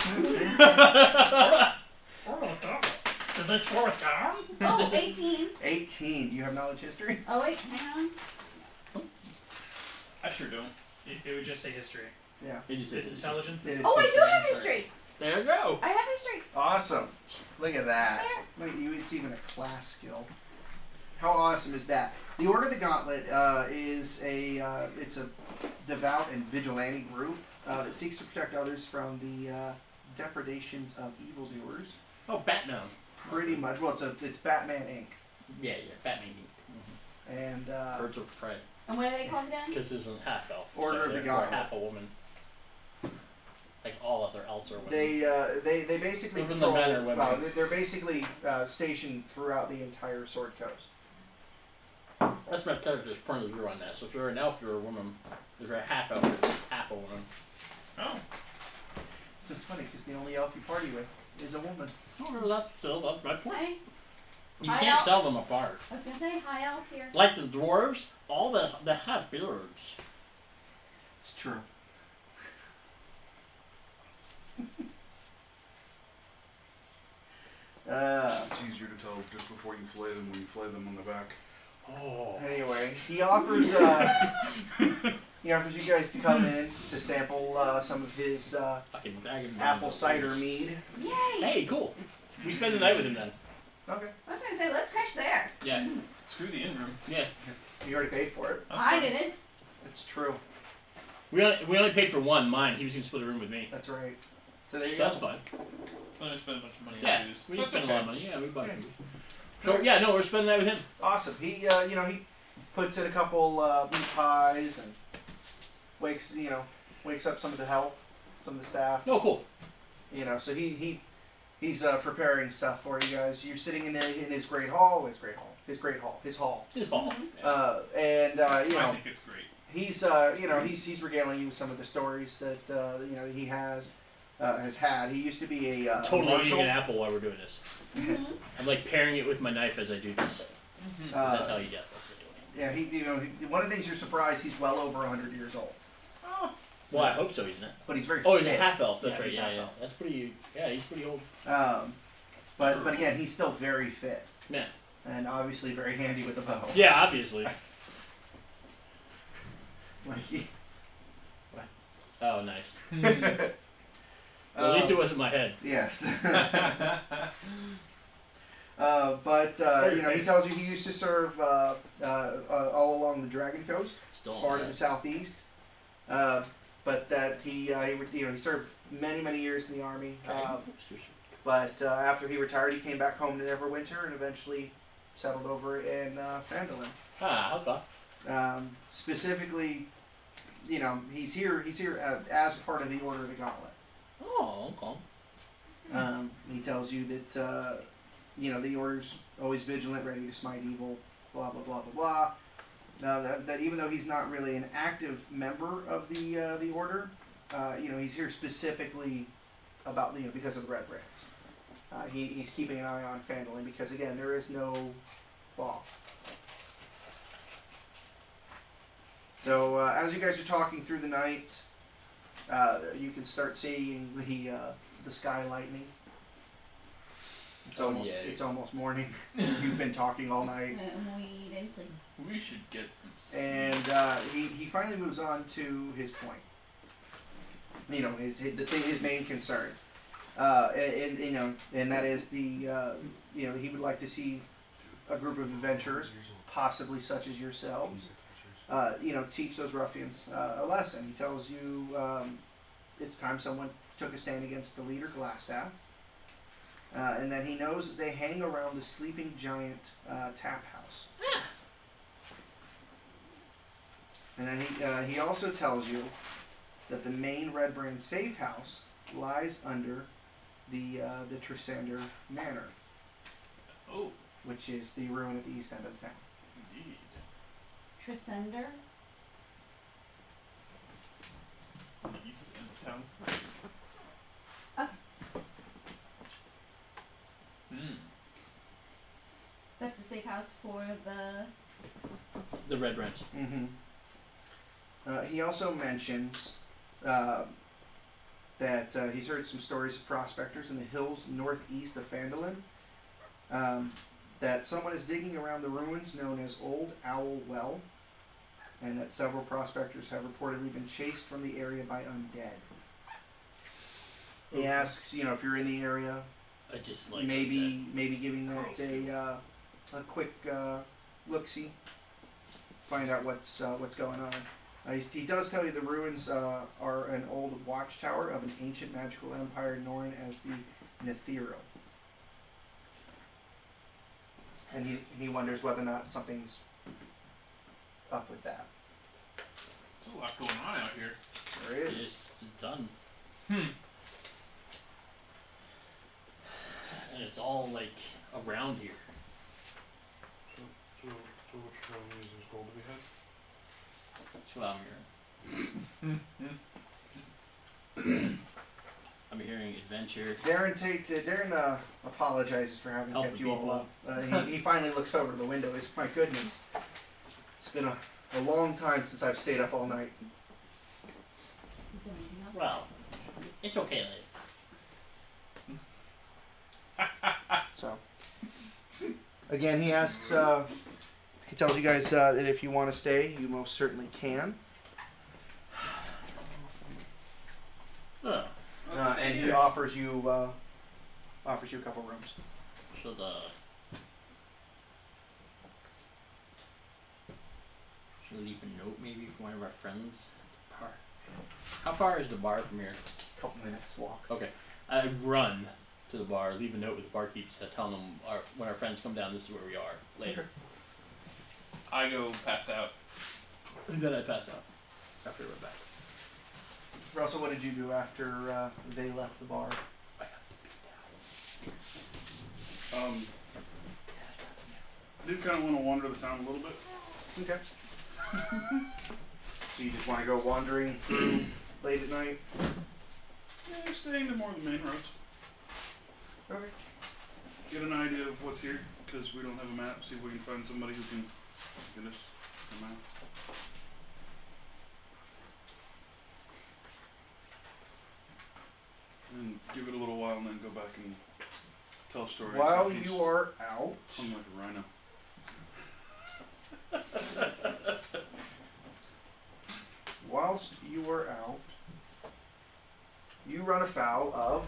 [SPEAKER 6] Did this work down?
[SPEAKER 4] Oh, 18.
[SPEAKER 2] 18. Do you have knowledge history?
[SPEAKER 4] Oh wait, hang on.
[SPEAKER 1] I sure don't.
[SPEAKER 6] It, it would just say history.
[SPEAKER 3] Did you
[SPEAKER 6] It's
[SPEAKER 3] see history?
[SPEAKER 6] intelligence.
[SPEAKER 2] It is Oh.
[SPEAKER 4] Oh, I do have
[SPEAKER 2] I'm sorry.
[SPEAKER 4] history.
[SPEAKER 3] There you go.
[SPEAKER 4] I have history.
[SPEAKER 2] Awesome. Look at that.
[SPEAKER 4] There.
[SPEAKER 2] Look, you, it's even a class skill. How awesome is that? The Order of the Gauntlet uh, is a uh, it's a devout and vigilante group uh, that seeks to protect others from the uh, depredations of evildoers.
[SPEAKER 3] Oh, Batman.
[SPEAKER 2] Pretty much. Well, it's a, it's Batman Inc.
[SPEAKER 3] Yeah, yeah, Batman.
[SPEAKER 2] and uh,
[SPEAKER 3] Mm-hmm. Birds of prey.
[SPEAKER 4] And what are they called again?
[SPEAKER 3] Because this is a half elf.
[SPEAKER 2] Order
[SPEAKER 3] so
[SPEAKER 2] of the
[SPEAKER 3] therefore
[SPEAKER 2] Gauntlet.
[SPEAKER 3] Half a woman. Like all other elves are women.
[SPEAKER 2] they uh, they they basically
[SPEAKER 3] Even the
[SPEAKER 2] control.
[SPEAKER 3] men are women.
[SPEAKER 2] well, they- they're basically uh, stationed throughout the entire Sword Coast.
[SPEAKER 3] That's my character's point of view on that. So if you're an elf, you're a woman. If you're a half elf, you're just half a woman.
[SPEAKER 1] Oh.
[SPEAKER 2] It's funny because the only elf you party with is a woman.
[SPEAKER 3] Oh, that's still that's my point.
[SPEAKER 4] Hi.
[SPEAKER 3] You
[SPEAKER 4] I
[SPEAKER 3] can't
[SPEAKER 4] elf.
[SPEAKER 3] tell them apart.
[SPEAKER 4] I was gonna say hi elf here.
[SPEAKER 3] Like the dwarves, all the they have beards.
[SPEAKER 2] It's true. uh,
[SPEAKER 5] It's easier to tell just before you flay them when you flay them on the back.
[SPEAKER 3] Oh.
[SPEAKER 2] anyway, he offers uh, he offers you guys to come in to sample uh, some of his uh,
[SPEAKER 3] Fucking dragon.
[SPEAKER 2] apple cider mead.
[SPEAKER 4] Yay!
[SPEAKER 3] Hey, cool. We spend the night with him then.
[SPEAKER 2] Okay,
[SPEAKER 4] I was gonna say let's crash there.
[SPEAKER 3] Yeah.
[SPEAKER 1] Screw the in room.
[SPEAKER 3] Yeah.
[SPEAKER 2] you already paid for it.
[SPEAKER 4] I didn't.
[SPEAKER 2] It's true.
[SPEAKER 3] We only, we only paid for one, mine. He was going to split a room with me.
[SPEAKER 2] That's right. So there
[SPEAKER 3] So
[SPEAKER 2] you go.
[SPEAKER 3] that's fun.
[SPEAKER 1] But I spent a bunch of money
[SPEAKER 3] Yeah.
[SPEAKER 1] on booze.
[SPEAKER 3] We didn't
[SPEAKER 1] That's
[SPEAKER 3] spend a
[SPEAKER 1] okay.
[SPEAKER 3] lot of money. Yeah, we bought
[SPEAKER 2] Yeah.
[SPEAKER 3] booze. So yeah, no, we're spending the night with him.
[SPEAKER 2] Awesome. He, uh, you know, he puts in a couple uh, meat pies and wakes, you know, wakes up some of the help, some of the staff.
[SPEAKER 3] No, cool.
[SPEAKER 2] You know, so he he he's uh, preparing stuff for you guys. You're sitting in the, in his great hall, his great hall, his great hall, his hall.
[SPEAKER 3] His ball.
[SPEAKER 2] Uh, and uh, you
[SPEAKER 1] I
[SPEAKER 2] know,
[SPEAKER 1] think it's great.
[SPEAKER 2] he's uh, you know he's he's regaling you with some of the stories that uh, you know that he has uh, has had. He used to be a uh,
[SPEAKER 3] Totally eating
[SPEAKER 2] marshal.
[SPEAKER 3] an apple while we're doing this.
[SPEAKER 4] Mm-hmm.
[SPEAKER 3] I'm like pairing it with my knife as I do this.
[SPEAKER 2] Uh,
[SPEAKER 3] That's how you get this anyway.
[SPEAKER 2] yeah, he you know he, one of the things you're surprised he's well over 100 years old,
[SPEAKER 3] Well, I hope so, isn't it?
[SPEAKER 2] but he's very
[SPEAKER 3] Oh, he's a
[SPEAKER 2] fit.
[SPEAKER 3] half elf. That's
[SPEAKER 2] Yeah,
[SPEAKER 3] right.
[SPEAKER 2] he's
[SPEAKER 3] Yeah, yeah.
[SPEAKER 2] half-elf.
[SPEAKER 3] That's pretty. Yeah, he's pretty old.
[SPEAKER 2] Um, but but again, he's still very fit.
[SPEAKER 3] Yeah.
[SPEAKER 2] And obviously very handy with the bow.
[SPEAKER 3] Yeah, obviously.
[SPEAKER 2] Like, he-
[SPEAKER 3] Oh, nice. Well, at least it wasn't my head.
[SPEAKER 2] um, yes. uh, but uh, you know, he tells you he used to serve uh, uh, uh, all along the Dragon Coast,
[SPEAKER 3] Still on
[SPEAKER 2] far
[SPEAKER 3] my
[SPEAKER 2] to the
[SPEAKER 3] head.
[SPEAKER 2] southeast. Uh, but that he, uh, he re- you know he served many many years in the army. Uh, but uh, after he retired, he came back home to Neverwinter and eventually settled over in uh, Phandalin.
[SPEAKER 3] Ah, okay.
[SPEAKER 2] um, specifically, you know, he's here. He's here uh, as part of the Order of the Gauntlet.
[SPEAKER 3] Oh, okay.
[SPEAKER 2] Um, he tells you that uh, you know the Order's always vigilant, ready to smite evil. Blah blah blah blah blah. Now that, that even though he's not really an active member of the uh, the Order, uh, you know, he's here specifically about you know because of the Red Brands. Uh, he, he's keeping an eye on Phandalin because again, there is no law. So uh, as you guys are talking through the night, uh, you can start seeing the uh, the sky lightning. It's
[SPEAKER 3] Oh,
[SPEAKER 2] almost
[SPEAKER 3] yay.
[SPEAKER 2] it's almost morning. You've been talking all night,
[SPEAKER 4] And we eat and sleep.
[SPEAKER 1] We should get some. sleep.
[SPEAKER 2] and uh, he he finally moves on to his point. You know his his, the thing, his main concern, uh, and, and you know, and that is the uh, you know he would like to see a group of adventurers, possibly such as
[SPEAKER 5] Um,
[SPEAKER 2] yourselves, uh, you know, teach those ruffians uh, a lesson. He tells you um, it's time someone took a stand against the leader, Glassstaff, uh, and that he knows that they hang around the sleeping giant uh, tap house. And then he, uh, he also tells you that the main Red Brand safe house lies under the uh, the Trisander Manor,
[SPEAKER 1] Oh,
[SPEAKER 2] which is the ruin at the east end of the town.
[SPEAKER 1] indeed.
[SPEAKER 4] Trisender?
[SPEAKER 1] East end of town.
[SPEAKER 4] Okay.
[SPEAKER 1] Hmm.
[SPEAKER 4] That's the safe house for the.
[SPEAKER 3] The red branch.
[SPEAKER 2] hmm Uh, he also mentions uh, that uh, he's heard some stories of prospectors in the hills northeast of Phandalin. Um, that someone is digging around the ruins known as Old Owl Well, and that several prospectors have reportedly been chased from the area by undead. He asks, you know, if you're in the area,
[SPEAKER 3] I just like
[SPEAKER 2] maybe maybe giving that
[SPEAKER 1] Cruelty.
[SPEAKER 2] a uh, a quick uh, look see, find out what's uh, what's going on. Uh, he, he does tell you the ruins uh, are an old watchtower of an ancient magical empire known as the Nethero. And he, he wonders whether or not something's up with that.
[SPEAKER 1] There's a lot going on out here.
[SPEAKER 2] There
[SPEAKER 3] that.
[SPEAKER 2] is.
[SPEAKER 3] It's done.
[SPEAKER 1] Hmm.
[SPEAKER 3] And it's all like around here.
[SPEAKER 5] So, so which one is this gold we have?
[SPEAKER 3] That's what I'm hearing. Hmm. I'm hearing adventure.
[SPEAKER 2] Darren takes uh, Darren uh, apologizes for having
[SPEAKER 3] Help
[SPEAKER 2] kept
[SPEAKER 3] the
[SPEAKER 2] you all
[SPEAKER 3] people.
[SPEAKER 2] up. Uh, he, he finally looks over the window. It's my goodness. It's been a, a long time since I've stayed up all night.
[SPEAKER 4] Is there anything else?
[SPEAKER 3] Well, it's okay. Like,
[SPEAKER 2] So again, he asks. Uh, he tells you guys uh, that if you want to stay, you most certainly can.
[SPEAKER 3] oh,
[SPEAKER 2] Uh, and he offers you uh, offers you a couple rooms.
[SPEAKER 3] so the. Should leave a note maybe for one of our friends at the bar. How far is the bar from here?
[SPEAKER 2] A couple minutes walk.
[SPEAKER 3] Okay. I run to the bar, leave a note with the barkeep uh, telling them our, when our friends come down, this is where we are later.
[SPEAKER 1] I go pass out.
[SPEAKER 3] then I pass out after we're back.
[SPEAKER 2] Russell, what did you do after uh, they left the bar?
[SPEAKER 5] Um, I did kind of want to wander the town a little bit.
[SPEAKER 2] Okay. so you just want to go wandering through late at night?
[SPEAKER 5] Yeah, staying to more of the main roads.
[SPEAKER 2] Okay.
[SPEAKER 5] Get an idea of what's here, because we don't have a map. See if we can find somebody who can get us a map. And give it a little while and then go back and tell stories.
[SPEAKER 2] While
[SPEAKER 5] like he's
[SPEAKER 2] you are out,
[SPEAKER 5] hung like a rhino.
[SPEAKER 2] whilst you are out, you run afoul of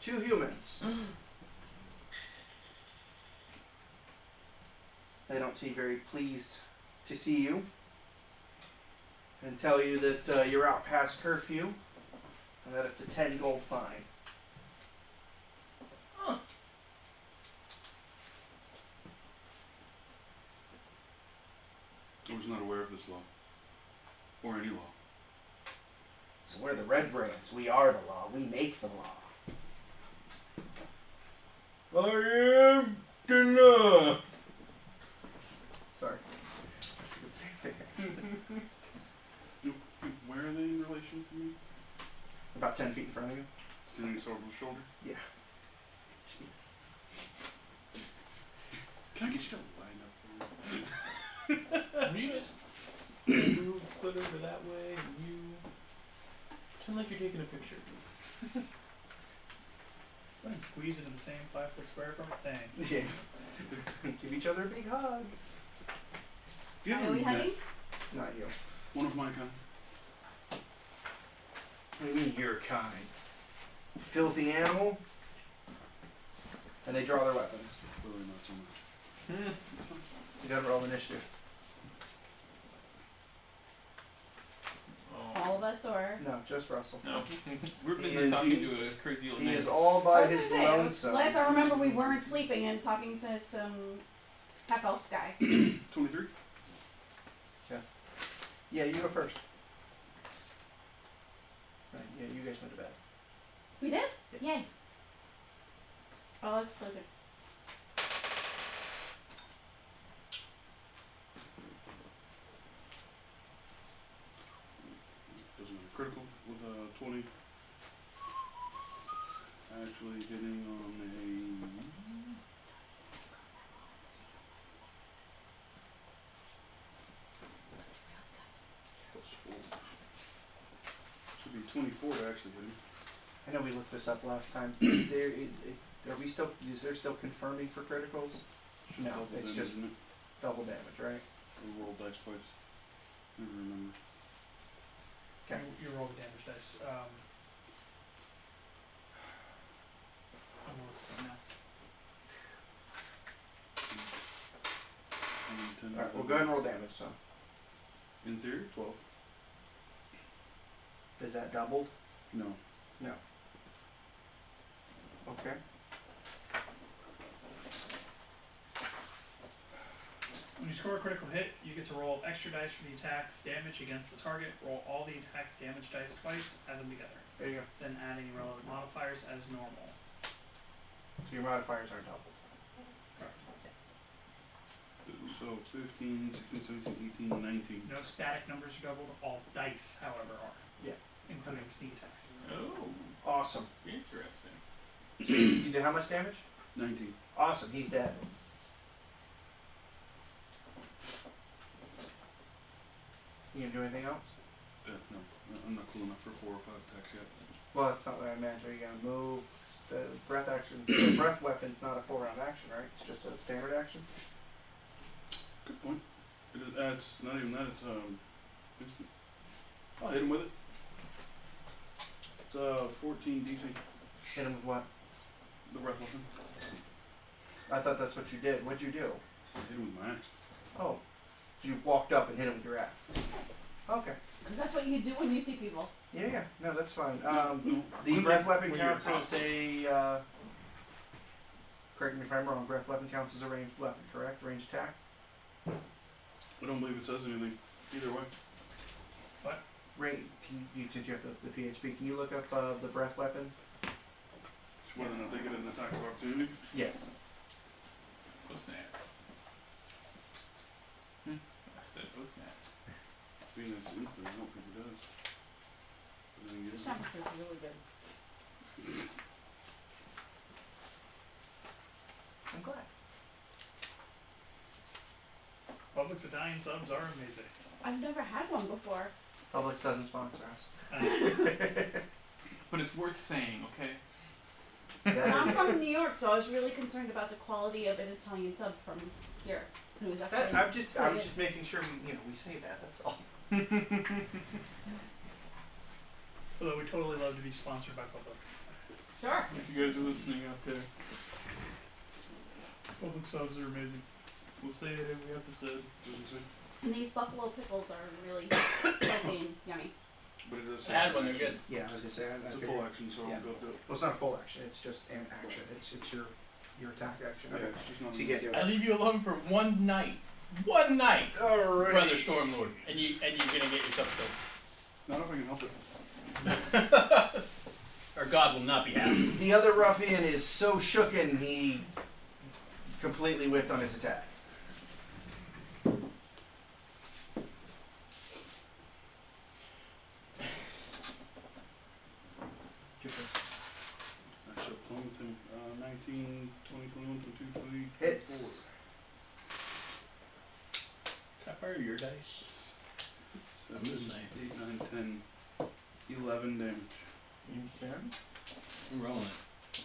[SPEAKER 2] two humans. they don't seem very pleased to see you and tell you that uh, you're out past curfew and that it's a 10 gold fine.
[SPEAKER 5] I was not aware of this law. Or any law.
[SPEAKER 2] So we're the red brands. We are the law. We make the law. I am the law. Sorry. That's the same thing.
[SPEAKER 5] Where are they in relation to me?
[SPEAKER 2] About ten feet in front of you.
[SPEAKER 5] Standing us over the shoulder.
[SPEAKER 2] Jeez.
[SPEAKER 5] Can I get you to line up?
[SPEAKER 1] Will you just move foot over that way and you
[SPEAKER 3] Sound like you're taking a picture.
[SPEAKER 6] Try and squeeze it in the same five foot square from a thing.
[SPEAKER 2] Yeah. Give each other a big hug.
[SPEAKER 5] Do you
[SPEAKER 4] Are
[SPEAKER 5] ever
[SPEAKER 4] we
[SPEAKER 5] meet that?
[SPEAKER 4] hugging?
[SPEAKER 2] Not you.
[SPEAKER 5] One of my kind.
[SPEAKER 2] What do you mean your kind? Filthy animal. And they draw their weapons. Hmm.
[SPEAKER 5] Really not so much.
[SPEAKER 2] You gotta roll initiative.
[SPEAKER 1] Oh.
[SPEAKER 4] All of us or?
[SPEAKER 2] No, just Russell.
[SPEAKER 1] No. We're
[SPEAKER 2] He
[SPEAKER 1] busy
[SPEAKER 2] is-
[SPEAKER 1] talking to a crazy old
[SPEAKER 2] He
[SPEAKER 1] man.
[SPEAKER 2] is all by
[SPEAKER 4] I was
[SPEAKER 2] his
[SPEAKER 4] gonna say,
[SPEAKER 2] lonesome.
[SPEAKER 4] Last I remember, we weren't sleeping and talking to some half elf guy.
[SPEAKER 5] 23?
[SPEAKER 2] Yeah, you go first. Right, yeah, you guys went to bed.
[SPEAKER 4] We did?
[SPEAKER 2] Yes.
[SPEAKER 4] Yay. Oh, that's so good.
[SPEAKER 5] Doesn't matter. Critical with uh, a 20. Actually hitting on a plus 4. Should be 24 to actually hit him.
[SPEAKER 2] I know we looked this up last time. there, it, it, are we still? Is there still confirming for criticals?
[SPEAKER 5] Should
[SPEAKER 2] No,
[SPEAKER 5] double
[SPEAKER 2] it's
[SPEAKER 5] damage,
[SPEAKER 2] just-
[SPEAKER 5] isn't it?
[SPEAKER 2] Double damage, right?
[SPEAKER 5] We rolled dice twice. Never remember.
[SPEAKER 2] Okay.
[SPEAKER 6] You, you roll the damage dice. Um, I'm working now.
[SPEAKER 5] 10,
[SPEAKER 2] All right, we'll go ahead and roll damage. So,
[SPEAKER 5] In theory, 12.
[SPEAKER 2] is that doubled?
[SPEAKER 5] No.
[SPEAKER 2] Okay.
[SPEAKER 6] When you score a critical hit, you get to roll extra dice for the attack's damage against the target. Roll all the attack's damage dice twice, add them together,
[SPEAKER 2] There you go.
[SPEAKER 6] then add any relevant modifiers as normal.
[SPEAKER 2] So your modifiers are doubled.
[SPEAKER 5] So 15, 16, 17, 18, 19.
[SPEAKER 6] No static numbers are doubled. All dice, however, are.
[SPEAKER 2] Yeah.
[SPEAKER 6] Including sneak attack.
[SPEAKER 1] Oh,
[SPEAKER 2] Awesome.
[SPEAKER 1] interesting.
[SPEAKER 2] you did how much damage?
[SPEAKER 5] 19.
[SPEAKER 2] Awesome. He's dead. You gonna do anything else?
[SPEAKER 5] Uh, no, I- I'm not cool enough for four or five attacks yet.
[SPEAKER 2] Well, that's not what I meant. Are you gonna move? The breath action, the breath weapon's not a full round action, right? It's just a standard action.
[SPEAKER 5] Good point. It is, uh, it's not even that, it's um, instant. I'll hit him with it. It's uh, 14 DC,
[SPEAKER 2] Hit him with what?
[SPEAKER 5] the breath weapon.
[SPEAKER 2] I thought that's what you did. What'd you do?
[SPEAKER 5] I hit him with my axe.
[SPEAKER 2] Oh, you walked up and hit him with your axe. Okay.
[SPEAKER 4] Because that's what you do when you see people.
[SPEAKER 2] Yeah, yeah. No, that's fine. Um,
[SPEAKER 5] No,
[SPEAKER 2] the
[SPEAKER 5] when
[SPEAKER 2] breath
[SPEAKER 5] you-
[SPEAKER 2] weapon
[SPEAKER 5] when you're
[SPEAKER 2] counts as
[SPEAKER 5] out.
[SPEAKER 2] a. Uh, correct me if I'm wrong. Breath weapon counts as a ranged weapon, correct? Ranged attack.
[SPEAKER 5] I don't believe it says anything either way.
[SPEAKER 2] Range. Can you, you since you have the, the PHP, can you look up uh, the breath weapon?
[SPEAKER 5] It's whether or not they get an attack of opportunity.
[SPEAKER 2] Yes.
[SPEAKER 1] Post snap.
[SPEAKER 2] Hmm?
[SPEAKER 1] I said post snap.
[SPEAKER 5] Being it's instant, I don't think it does. But then
[SPEAKER 4] This
[SPEAKER 5] again,
[SPEAKER 4] temperature is really good.
[SPEAKER 2] I'm glad.
[SPEAKER 6] Publix Italian subs are amazing.
[SPEAKER 4] I've never had one before.
[SPEAKER 2] Publix doesn't sponsor us.
[SPEAKER 1] But it's worth saying, okay?
[SPEAKER 4] And I'm
[SPEAKER 2] That-
[SPEAKER 4] from New York, so I was really concerned about the quality of an Italian sub from here. It was
[SPEAKER 2] that-
[SPEAKER 4] actually.
[SPEAKER 2] I'm just, I'm just making sure we, you know, we say that. That's all.
[SPEAKER 6] Although we totally love to be sponsored by Publix.
[SPEAKER 4] Sure.
[SPEAKER 1] If you guys are listening out there,
[SPEAKER 6] Publix subs are amazing.
[SPEAKER 1] we'll say it every episode.
[SPEAKER 5] doesn't say.
[SPEAKER 4] And these buffalo pickles are really spicy and yummy.
[SPEAKER 5] But it does say.
[SPEAKER 3] I had
[SPEAKER 5] it's
[SPEAKER 3] one,
[SPEAKER 5] an
[SPEAKER 3] they're good.
[SPEAKER 5] action.
[SPEAKER 2] Yeah, I was gonna say. I, I
[SPEAKER 5] It's a
[SPEAKER 2] figured-
[SPEAKER 5] full action, so
[SPEAKER 2] Yeah.
[SPEAKER 5] I'll go do it.
[SPEAKER 2] Well, it's not full action. It's just an action. It's it's your your attack action.
[SPEAKER 5] Yeah, it's just not.
[SPEAKER 2] So you get
[SPEAKER 3] I
[SPEAKER 2] to
[SPEAKER 3] leave you alone for one night. One night,
[SPEAKER 2] All right.
[SPEAKER 3] brother Stormlord, and you and you're gonna get yourself killed.
[SPEAKER 5] Not if I can help it.
[SPEAKER 3] Or God will not be happy.
[SPEAKER 2] The other ruffian is so shooken he completely whiffed on his attack.
[SPEAKER 5] I shall plumb him. Uh, 19, 20, 21, 22, 23,
[SPEAKER 2] Hits.
[SPEAKER 3] Can I fire your dice?
[SPEAKER 5] 24,
[SPEAKER 3] I'm just
[SPEAKER 5] 7,
[SPEAKER 3] saying.
[SPEAKER 5] 8, 9, 10, 11 damage.
[SPEAKER 2] You can.
[SPEAKER 3] I'm rolling it.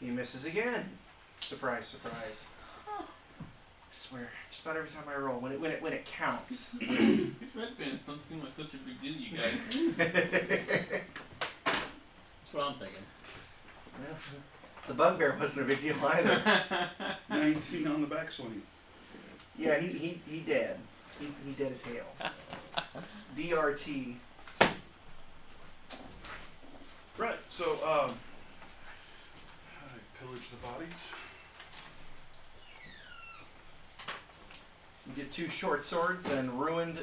[SPEAKER 2] He misses again. Surprise, surprise. I swear, just about every time I roll, when it when it when it counts.
[SPEAKER 1] These red bands don't seem like such a big deal, you guys.
[SPEAKER 3] That's what I'm thinking.
[SPEAKER 2] the bugbear wasn't a big deal either.
[SPEAKER 5] 19 on the backswing.
[SPEAKER 2] Yeah, he he he dead. He he dead as hell. DRT.
[SPEAKER 5] Right, so, um, I pillage the bodies.
[SPEAKER 2] You get two short swords and ruined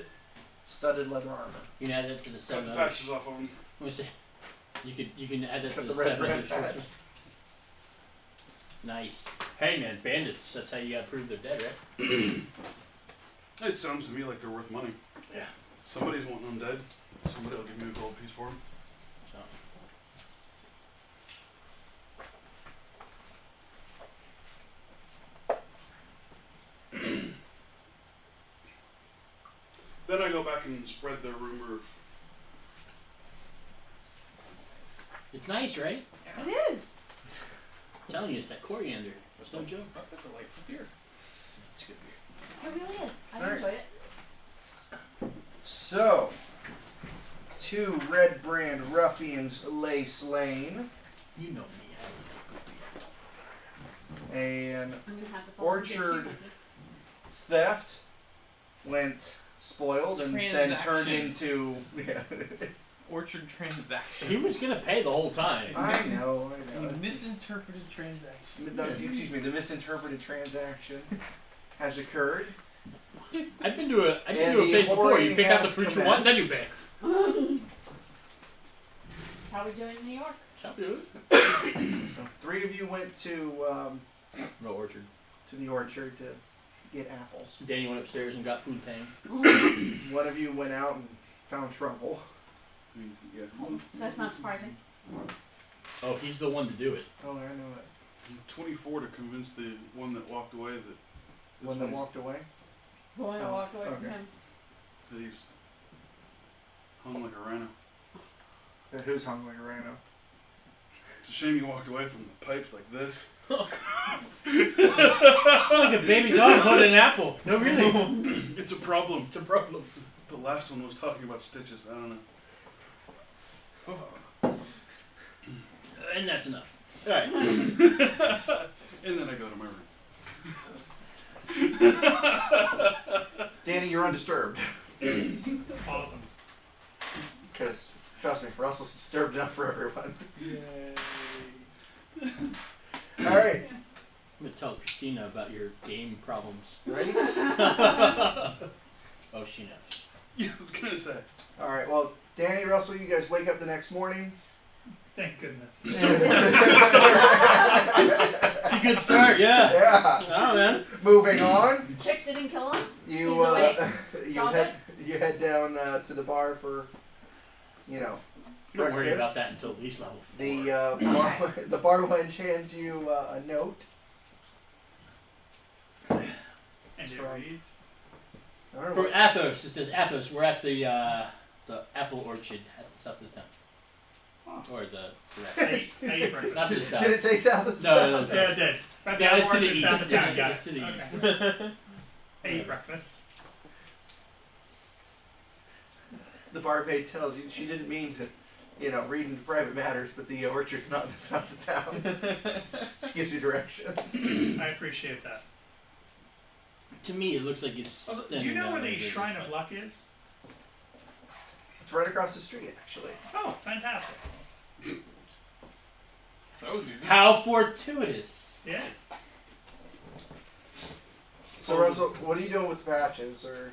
[SPEAKER 2] studded leather armor.
[SPEAKER 3] You can add that to the
[SPEAKER 5] Cut
[SPEAKER 3] seven
[SPEAKER 5] the
[SPEAKER 3] others.
[SPEAKER 5] patches off of them.
[SPEAKER 3] Let me see. You could you can add that to
[SPEAKER 2] Cut
[SPEAKER 3] the,
[SPEAKER 2] the red
[SPEAKER 3] seven
[SPEAKER 2] brand
[SPEAKER 3] other shorts.
[SPEAKER 2] patch.
[SPEAKER 3] Nice. Hey man, bandits. That's how you gotta prove they're dead, right?
[SPEAKER 5] It sounds to me like they're worth money.
[SPEAKER 3] Yeah.
[SPEAKER 5] Somebody's wanting them dead. Somebody will give me a gold piece for them.
[SPEAKER 3] So.
[SPEAKER 5] Then I go back and spread the rumor.
[SPEAKER 3] It's nice, right?
[SPEAKER 4] It is.
[SPEAKER 3] I'm telling you, it's that coriander. It's no joke.
[SPEAKER 1] That's a delightful beer.
[SPEAKER 3] It's good beer.
[SPEAKER 4] It really is. I
[SPEAKER 2] Alright.
[SPEAKER 4] enjoyed it.
[SPEAKER 2] So, two red brand ruffians lay slain.
[SPEAKER 3] You know me. I love good beer.
[SPEAKER 2] An
[SPEAKER 4] I'm gonna have to follow and get you,
[SPEAKER 2] Orchard.
[SPEAKER 4] Mikey.
[SPEAKER 2] theft went spoiled and then turned into.
[SPEAKER 1] Transaction.
[SPEAKER 2] Yeah.
[SPEAKER 1] Orchard transaction.
[SPEAKER 3] He was gonna pay the whole time.
[SPEAKER 2] I know. I know.
[SPEAKER 1] You misinterpreted transaction.
[SPEAKER 2] The- the- excuse me. The misinterpreted transaction has occurred.
[SPEAKER 3] I've been to a I've been
[SPEAKER 2] And
[SPEAKER 3] to a
[SPEAKER 2] the
[SPEAKER 3] place before. You
[SPEAKER 2] hoarding
[SPEAKER 3] pick out the
[SPEAKER 2] has
[SPEAKER 3] fruit you want, then you pay.
[SPEAKER 2] commenced.
[SPEAKER 4] How we doing in New York?
[SPEAKER 3] Shall we do it?
[SPEAKER 2] So three of you went to um,
[SPEAKER 3] No orchard.
[SPEAKER 2] to the orchard to get apples.
[SPEAKER 3] Danny went upstairs and got food tang.
[SPEAKER 2] One of you went out and found trouble.
[SPEAKER 5] I mean, yeah.
[SPEAKER 4] That's not surprising.
[SPEAKER 3] Oh, he's the one to do it.
[SPEAKER 2] Oh, I know it.
[SPEAKER 5] Hmm. 24 to convince the one that walked away that. this
[SPEAKER 2] One that
[SPEAKER 5] one's-
[SPEAKER 2] walked away.
[SPEAKER 4] Going to
[SPEAKER 2] Oh,
[SPEAKER 4] walk away from
[SPEAKER 2] okay.
[SPEAKER 4] him.
[SPEAKER 5] That he's hung like a rhino.
[SPEAKER 2] That who's hung like a rhino?
[SPEAKER 5] It's a shame you walked away from the pipes like this.
[SPEAKER 3] It's like a baby's arm holding an apple. No, really.
[SPEAKER 5] It's a problem.
[SPEAKER 3] It's a problem.
[SPEAKER 5] The last one was talking about stitches. I don't know.
[SPEAKER 3] And that's enough. All right.
[SPEAKER 5] And then I go to my room.
[SPEAKER 2] Danny, you're undisturbed.
[SPEAKER 6] Awesome.
[SPEAKER 2] Because, trust me, Russell's disturbed enough for everyone. All right.
[SPEAKER 3] I'm gonna tell Christina about your game problems.
[SPEAKER 2] Right?
[SPEAKER 3] Oh, she knows.
[SPEAKER 5] Yeah, I was gonna say.
[SPEAKER 2] All right. Well, Danny, Russell, you guys wake up the next morning.
[SPEAKER 6] Thank goodness.
[SPEAKER 3] It's a good start, yeah.
[SPEAKER 2] Yeah.
[SPEAKER 3] Oh man.
[SPEAKER 2] Moving on.
[SPEAKER 4] Chick didn't kill him.
[SPEAKER 2] You
[SPEAKER 4] He's
[SPEAKER 2] uh, you
[SPEAKER 4] Robin?
[SPEAKER 2] head you head down uh, to the bar for, you know,
[SPEAKER 3] You don't worry
[SPEAKER 2] breakfast.
[SPEAKER 3] about that until at least level four.
[SPEAKER 2] The uh, bar, the bar wench hands you uh, a note.
[SPEAKER 6] And it
[SPEAKER 2] Right.
[SPEAKER 6] reads.
[SPEAKER 2] I don't know
[SPEAKER 3] From
[SPEAKER 2] what-
[SPEAKER 3] Athos, it says Athos. We're at the uh, the apple orchard at the south of the town, or the direct.
[SPEAKER 6] I ate, I ate breakfast.
[SPEAKER 3] not to the
[SPEAKER 2] Did
[SPEAKER 3] south.
[SPEAKER 2] it say south? of the
[SPEAKER 3] No,
[SPEAKER 2] town?
[SPEAKER 3] no, no.
[SPEAKER 6] Yeah, it did. Right
[SPEAKER 3] Yeah,
[SPEAKER 6] down
[SPEAKER 3] it's to the
[SPEAKER 6] Orchard,
[SPEAKER 3] east.
[SPEAKER 6] south of town, got
[SPEAKER 3] It's
[SPEAKER 6] it.
[SPEAKER 3] to the east.
[SPEAKER 6] Okay. I ate breakfast.
[SPEAKER 2] The barmaid tells you she didn't mean to, you know, read into private matters, but the orchard's not in the south of town. she gives you directions.
[SPEAKER 6] I appreciate that.
[SPEAKER 3] To me, it looks like it's.
[SPEAKER 6] Oh, do
[SPEAKER 3] standing
[SPEAKER 6] you know
[SPEAKER 3] down
[SPEAKER 6] where
[SPEAKER 3] on
[SPEAKER 6] the
[SPEAKER 3] business,
[SPEAKER 6] Shrine
[SPEAKER 3] but-
[SPEAKER 6] of Luck is?
[SPEAKER 2] It's right across the street, actually.
[SPEAKER 6] Oh, fantastic.
[SPEAKER 5] That was easy.
[SPEAKER 3] How fortuitous!
[SPEAKER 6] Yes.
[SPEAKER 2] So Russell, what are you doing with the patches? Or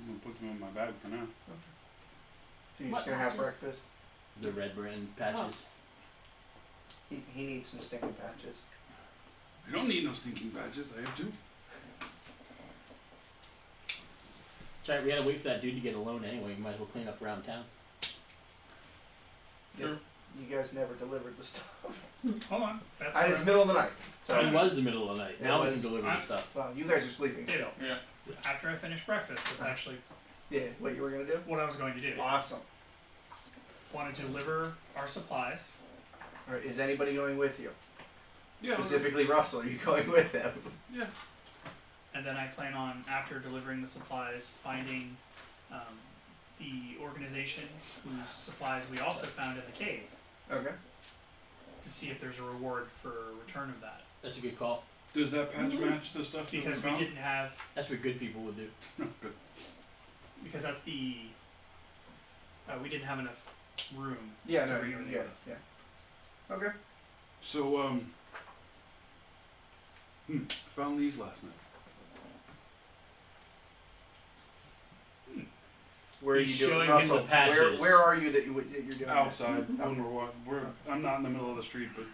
[SPEAKER 5] I'm gonna put them in my bag for now.
[SPEAKER 2] are you
[SPEAKER 4] What
[SPEAKER 2] just gonna have
[SPEAKER 4] patches?
[SPEAKER 2] breakfast?
[SPEAKER 3] The red brand patches.
[SPEAKER 2] He, he needs some stinking patches.
[SPEAKER 5] I don't need no stinking badges. I have two.
[SPEAKER 3] Sorry, we had to wait for that dude to get alone anyway. You might as well clean up around town.
[SPEAKER 5] Sure.
[SPEAKER 2] You guys never delivered the stuff.
[SPEAKER 6] Hold on. That's
[SPEAKER 2] I,
[SPEAKER 6] where
[SPEAKER 2] it's middle of the night. So
[SPEAKER 6] Uh,
[SPEAKER 3] It was the middle of the night.
[SPEAKER 2] It
[SPEAKER 3] Now we can
[SPEAKER 2] was.
[SPEAKER 3] deliver the
[SPEAKER 6] I'm-
[SPEAKER 3] stuff.
[SPEAKER 2] Well, you guys are sleeping
[SPEAKER 6] Yeah.
[SPEAKER 2] still.
[SPEAKER 5] Yeah.
[SPEAKER 6] After I finish breakfast, that's actually
[SPEAKER 2] Yeah, what you were gonna do?
[SPEAKER 6] what I was going to do.
[SPEAKER 2] Awesome.
[SPEAKER 6] Want to deliver our supplies.
[SPEAKER 2] All right, is anybody going with you?
[SPEAKER 5] Yeah.
[SPEAKER 2] Specifically, Russell, are you going with him?
[SPEAKER 5] Yeah.
[SPEAKER 6] And then I plan on, after delivering the supplies, finding um, the organization whose supplies we also found in the cave
[SPEAKER 2] Okay.
[SPEAKER 6] to see if there's a reward for return of that.
[SPEAKER 3] That's a good call.
[SPEAKER 5] Does that patch
[SPEAKER 4] Mhm.
[SPEAKER 5] match the stuff that
[SPEAKER 6] Because
[SPEAKER 5] we
[SPEAKER 6] we
[SPEAKER 5] found?
[SPEAKER 6] didn't have,
[SPEAKER 3] That's what good people would do.
[SPEAKER 5] No, good.
[SPEAKER 6] because that's the, uh, we didn't have enough room.
[SPEAKER 2] Yeah,
[SPEAKER 6] To
[SPEAKER 2] no,
[SPEAKER 6] bring
[SPEAKER 2] you,
[SPEAKER 6] everything
[SPEAKER 2] yeah,
[SPEAKER 6] with us.
[SPEAKER 2] yeah. Okay.
[SPEAKER 5] So um, hmm, I found these last night.
[SPEAKER 2] Where are
[SPEAKER 3] He's
[SPEAKER 2] you doing,
[SPEAKER 3] showing him
[SPEAKER 2] Russell?
[SPEAKER 3] the patches. Oh.
[SPEAKER 2] Where, where are you that you would- that you're doing? this?
[SPEAKER 5] Outside, when we're wa- we're I'm not in the middle of the street, but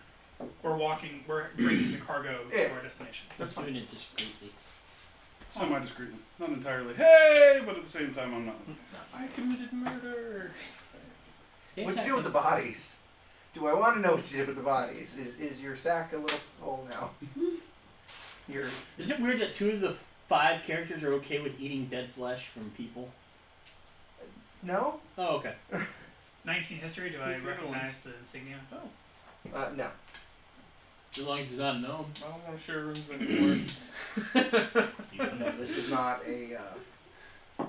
[SPEAKER 6] We're walking, we're bringing the cargo
[SPEAKER 2] Yeah.
[SPEAKER 6] to our destination.
[SPEAKER 3] Let's do it discreetly.
[SPEAKER 5] semi-discreetly, not entirely. Hey, but at the same time, I'm not. I committed murder.
[SPEAKER 2] What'd you do with the bodies? Do I want to know what you did with the bodies? Is is your sack a little full now? Your
[SPEAKER 3] Is it weird that two of the five characters are okay with eating dead flesh from people?
[SPEAKER 2] no?
[SPEAKER 3] Oh, okay.
[SPEAKER 6] 19 history, do I
[SPEAKER 5] Who's the other one?
[SPEAKER 6] recognize the insignia?
[SPEAKER 2] Uh, no.
[SPEAKER 3] As long as it's unknown.
[SPEAKER 1] Well, I'm not sure rooms anymore.
[SPEAKER 2] No, this is not a. Uh,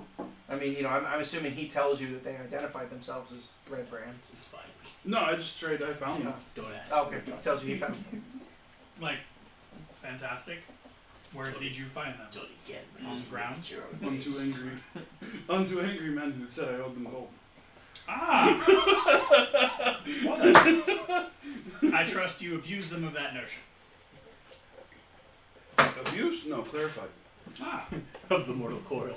[SPEAKER 2] I mean, you know, I'm, I'm assuming he tells you that they identified themselves as Red Brand.
[SPEAKER 3] It's fine.
[SPEAKER 5] No, I just tried. I found them.
[SPEAKER 3] Don't ask.
[SPEAKER 2] Oh, okay. He tells you he found.
[SPEAKER 6] Like, fantastic. Where did you find them?
[SPEAKER 3] Don't get me.
[SPEAKER 6] On the ground?
[SPEAKER 3] Zero
[SPEAKER 5] Unto
[SPEAKER 3] days.
[SPEAKER 5] angry, unto angry men who said I owed them gold.
[SPEAKER 6] Ah! Well, I trust you abuse them of that notion.
[SPEAKER 5] Abuse? No, clarified.
[SPEAKER 6] Ah,
[SPEAKER 3] Of the mortal coil.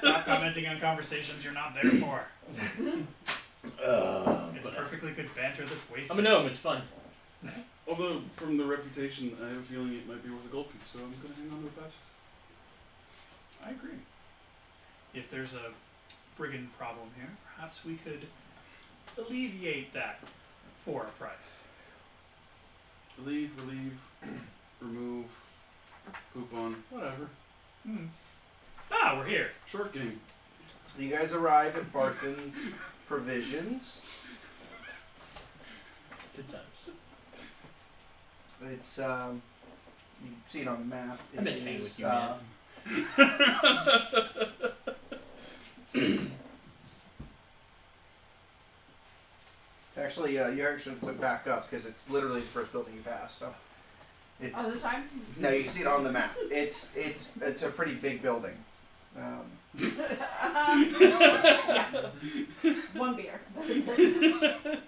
[SPEAKER 6] stop commenting on conversations you're not there for.
[SPEAKER 3] Uh,
[SPEAKER 6] It's
[SPEAKER 3] but-
[SPEAKER 6] perfectly good banter that's wasted.
[SPEAKER 3] I'm a gnome. It's fun.
[SPEAKER 5] Although from the reputation, I have a feeling it might be worth a gold piece, so I'm gonna hang on to the patch. I agree.
[SPEAKER 6] If there's a brigand problem here, perhaps we could alleviate that for a price.
[SPEAKER 5] Relieve, relieve, remove, poop on, whatever.
[SPEAKER 6] Hmm. Ah, we're here.
[SPEAKER 5] Short game.
[SPEAKER 2] you guys arrive at Barthen's Provisions.
[SPEAKER 3] Good times.
[SPEAKER 2] It's um, you see it on the map.
[SPEAKER 3] I miss
[SPEAKER 2] It
[SPEAKER 3] hanging
[SPEAKER 2] is,
[SPEAKER 3] with you,
[SPEAKER 2] uh, It's actually uh, you actually went back up because it's literally the first building you passed. So It's
[SPEAKER 4] All the Oh, time?
[SPEAKER 2] no, you can see it on the map. It's it's it's a pretty big building. Um,
[SPEAKER 4] yeah. One beer. That's it.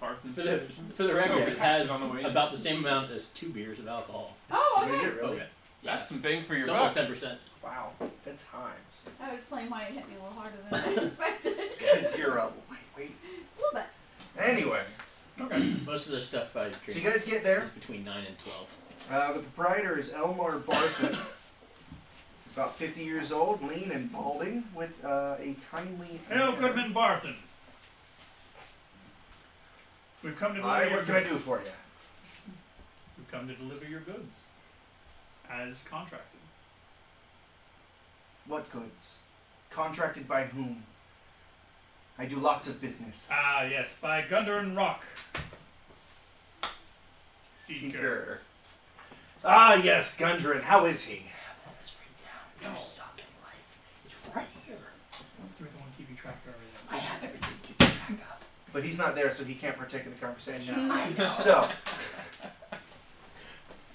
[SPEAKER 1] Parked in
[SPEAKER 3] For the,
[SPEAKER 1] Pittsburgh.
[SPEAKER 3] for the record,
[SPEAKER 2] Oh,
[SPEAKER 3] it
[SPEAKER 2] yes.
[SPEAKER 3] has
[SPEAKER 1] On the way in.
[SPEAKER 3] about the same amount as two beers of alcohol.
[SPEAKER 4] Oh,
[SPEAKER 2] Is
[SPEAKER 4] okay.
[SPEAKER 2] it really?
[SPEAKER 3] Okay.
[SPEAKER 1] That's some bang for your
[SPEAKER 3] It's
[SPEAKER 1] buck.
[SPEAKER 3] almost 10%.
[SPEAKER 2] Wow, good times.
[SPEAKER 4] That would explain why it hit me a little harder than I expected. a
[SPEAKER 2] Because you're a lightweight.
[SPEAKER 4] little bit.
[SPEAKER 2] Anyway,
[SPEAKER 6] Okay.
[SPEAKER 3] Most of the stuff I
[SPEAKER 2] so you
[SPEAKER 3] drink
[SPEAKER 2] guys get there.
[SPEAKER 3] is between 9 and 12.
[SPEAKER 2] Uh, the proprietor is Elmar Barthen, about 50 years old, lean and balding, with uh, a kindly.
[SPEAKER 6] Hello, Goodman Barton. We've come to deliver
[SPEAKER 2] Hi,
[SPEAKER 6] your
[SPEAKER 2] what can I
[SPEAKER 6] goods.
[SPEAKER 2] do for you?
[SPEAKER 6] We've come to deliver your goods, as contracted.
[SPEAKER 2] What goods? Contracted by whom? I do lots of business.
[SPEAKER 6] Ah, yes, by Gunder and Rock. Seeker.
[SPEAKER 2] Ah, yes, Gundren. How is he?
[SPEAKER 3] You
[SPEAKER 6] No.
[SPEAKER 3] suck at life. It's right here.
[SPEAKER 6] You're the one keeping track of everything.
[SPEAKER 3] I have everything to keep track of.
[SPEAKER 2] But he's not there, so he can't partake in the conversation.
[SPEAKER 4] Mm.
[SPEAKER 3] I know.
[SPEAKER 2] So,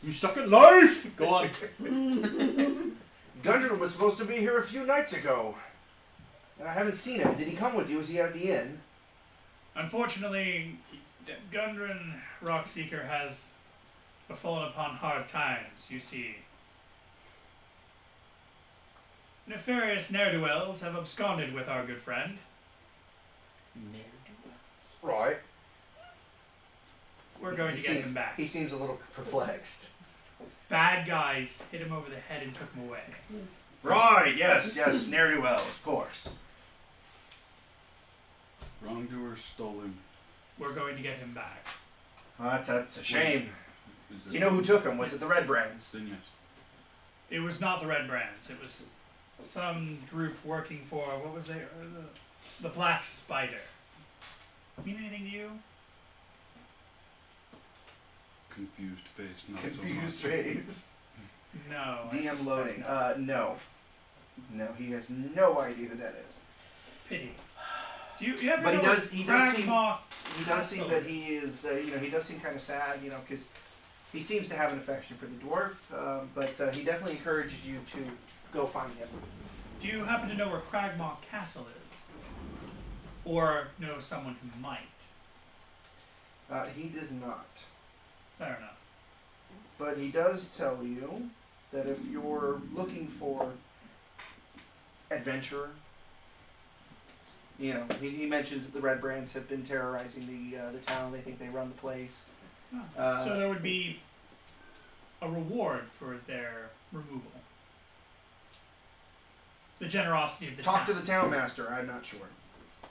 [SPEAKER 5] You suck at life!
[SPEAKER 3] Go on.
[SPEAKER 2] Gundren was supposed to be here a few nights ago. And I haven't seen him. Did he come with you? Is he at the inn?
[SPEAKER 6] Unfortunately, Gundren Rockseeker has fallen upon hard times, you see. Nefarious ne'er-do-wells have absconded with our good friend.
[SPEAKER 2] Right.
[SPEAKER 6] We're going to
[SPEAKER 2] He
[SPEAKER 6] get
[SPEAKER 2] seems-
[SPEAKER 6] him back.
[SPEAKER 2] He seems a little perplexed.
[SPEAKER 6] Bad guys hit him over the head and took him away.
[SPEAKER 2] Right, yes, yes, ne'er do well, of course.
[SPEAKER 5] Wrongdoer stole him.
[SPEAKER 6] We're going to get him back.
[SPEAKER 2] Well, that's, Ah, that's a shame.
[SPEAKER 5] Is
[SPEAKER 2] Do
[SPEAKER 5] it-
[SPEAKER 2] you know who took him? Was it the Red Brands?
[SPEAKER 5] Then yes.
[SPEAKER 6] It was not the Red Brands. It was some group working for what was they? uh, the- The Black Spider. Mean anything to you?
[SPEAKER 5] Confused face, not
[SPEAKER 2] Confused
[SPEAKER 5] so much.
[SPEAKER 2] face.
[SPEAKER 6] No. I
[SPEAKER 2] DM
[SPEAKER 6] suspect
[SPEAKER 2] loading.
[SPEAKER 6] not.
[SPEAKER 2] Uh, no. No, he has no idea who that is.
[SPEAKER 6] Pity. Do you, you ever
[SPEAKER 2] But he
[SPEAKER 6] know
[SPEAKER 2] does- he does seem-
[SPEAKER 6] Grandma?
[SPEAKER 2] He does seem that he is, uh, you know, he does seem kind of sad, you know, because he seems to have an affection for the dwarf, um, but uh, he definitely encourages you to go find him.
[SPEAKER 6] Do you happen to know where Cragmaw Castle is? Or know someone who might?
[SPEAKER 2] Uh, he does not.
[SPEAKER 6] Fair enough.
[SPEAKER 2] But he does tell you that if you're looking for adventurer, you know, he, he mentions that the Red Brands have been terrorizing the uh, the town. They think they run the place.
[SPEAKER 6] Oh.
[SPEAKER 2] Uh,
[SPEAKER 6] so there would be a reward for their removal. The generosity of the
[SPEAKER 2] talk to
[SPEAKER 6] town. Ah,
[SPEAKER 2] the town master. I'm not sure, uh,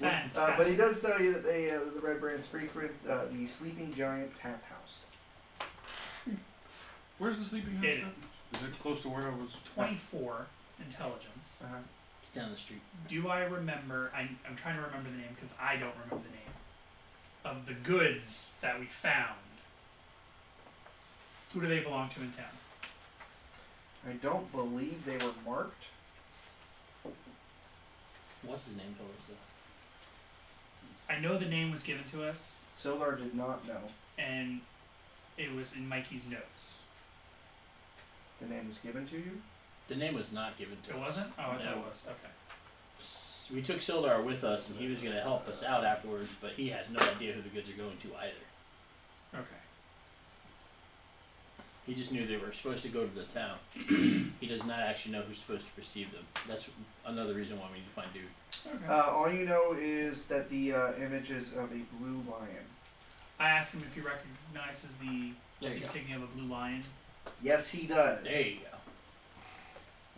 [SPEAKER 6] Fantastic.
[SPEAKER 2] but he does tell you that they uh, the Red Brands frequent uh, the Sleeping Giant Tap House.
[SPEAKER 5] Where's the sleeping house?
[SPEAKER 6] Did-
[SPEAKER 5] then? Is it close to where I was?
[SPEAKER 6] 24 intelligence.
[SPEAKER 2] Uh-huh.
[SPEAKER 3] Down the street.
[SPEAKER 6] Do I remember? I, I'm trying to remember the name because I don't remember the name of the goods that we found. Who do they belong to in town?
[SPEAKER 2] I don't believe they were marked.
[SPEAKER 3] What's his name told us that?
[SPEAKER 6] I know the name was given to us,
[SPEAKER 2] Sildar did not know
[SPEAKER 6] and it was in Mikey's notes.
[SPEAKER 2] the name was given to you.
[SPEAKER 3] The name was not given to
[SPEAKER 6] It
[SPEAKER 3] us.
[SPEAKER 6] wasn't? Oh, I thought it
[SPEAKER 3] No.
[SPEAKER 6] was. Okay.
[SPEAKER 3] S- We took Sildar with us, and he was going to help us out afterwards, but he has no idea who the goods are going to either.
[SPEAKER 6] Okay.
[SPEAKER 3] He just knew they were supposed to go to the town. he does not actually know who's supposed to receive them. That's another reason why we need to find dude.
[SPEAKER 6] Okay.
[SPEAKER 2] Uh, all you know is that the uh, image is of a blue lion.
[SPEAKER 6] I asked him if he recognizes the
[SPEAKER 3] There you go.
[SPEAKER 6] insignia of a blue lion.
[SPEAKER 2] Yes, he does.
[SPEAKER 3] There you go.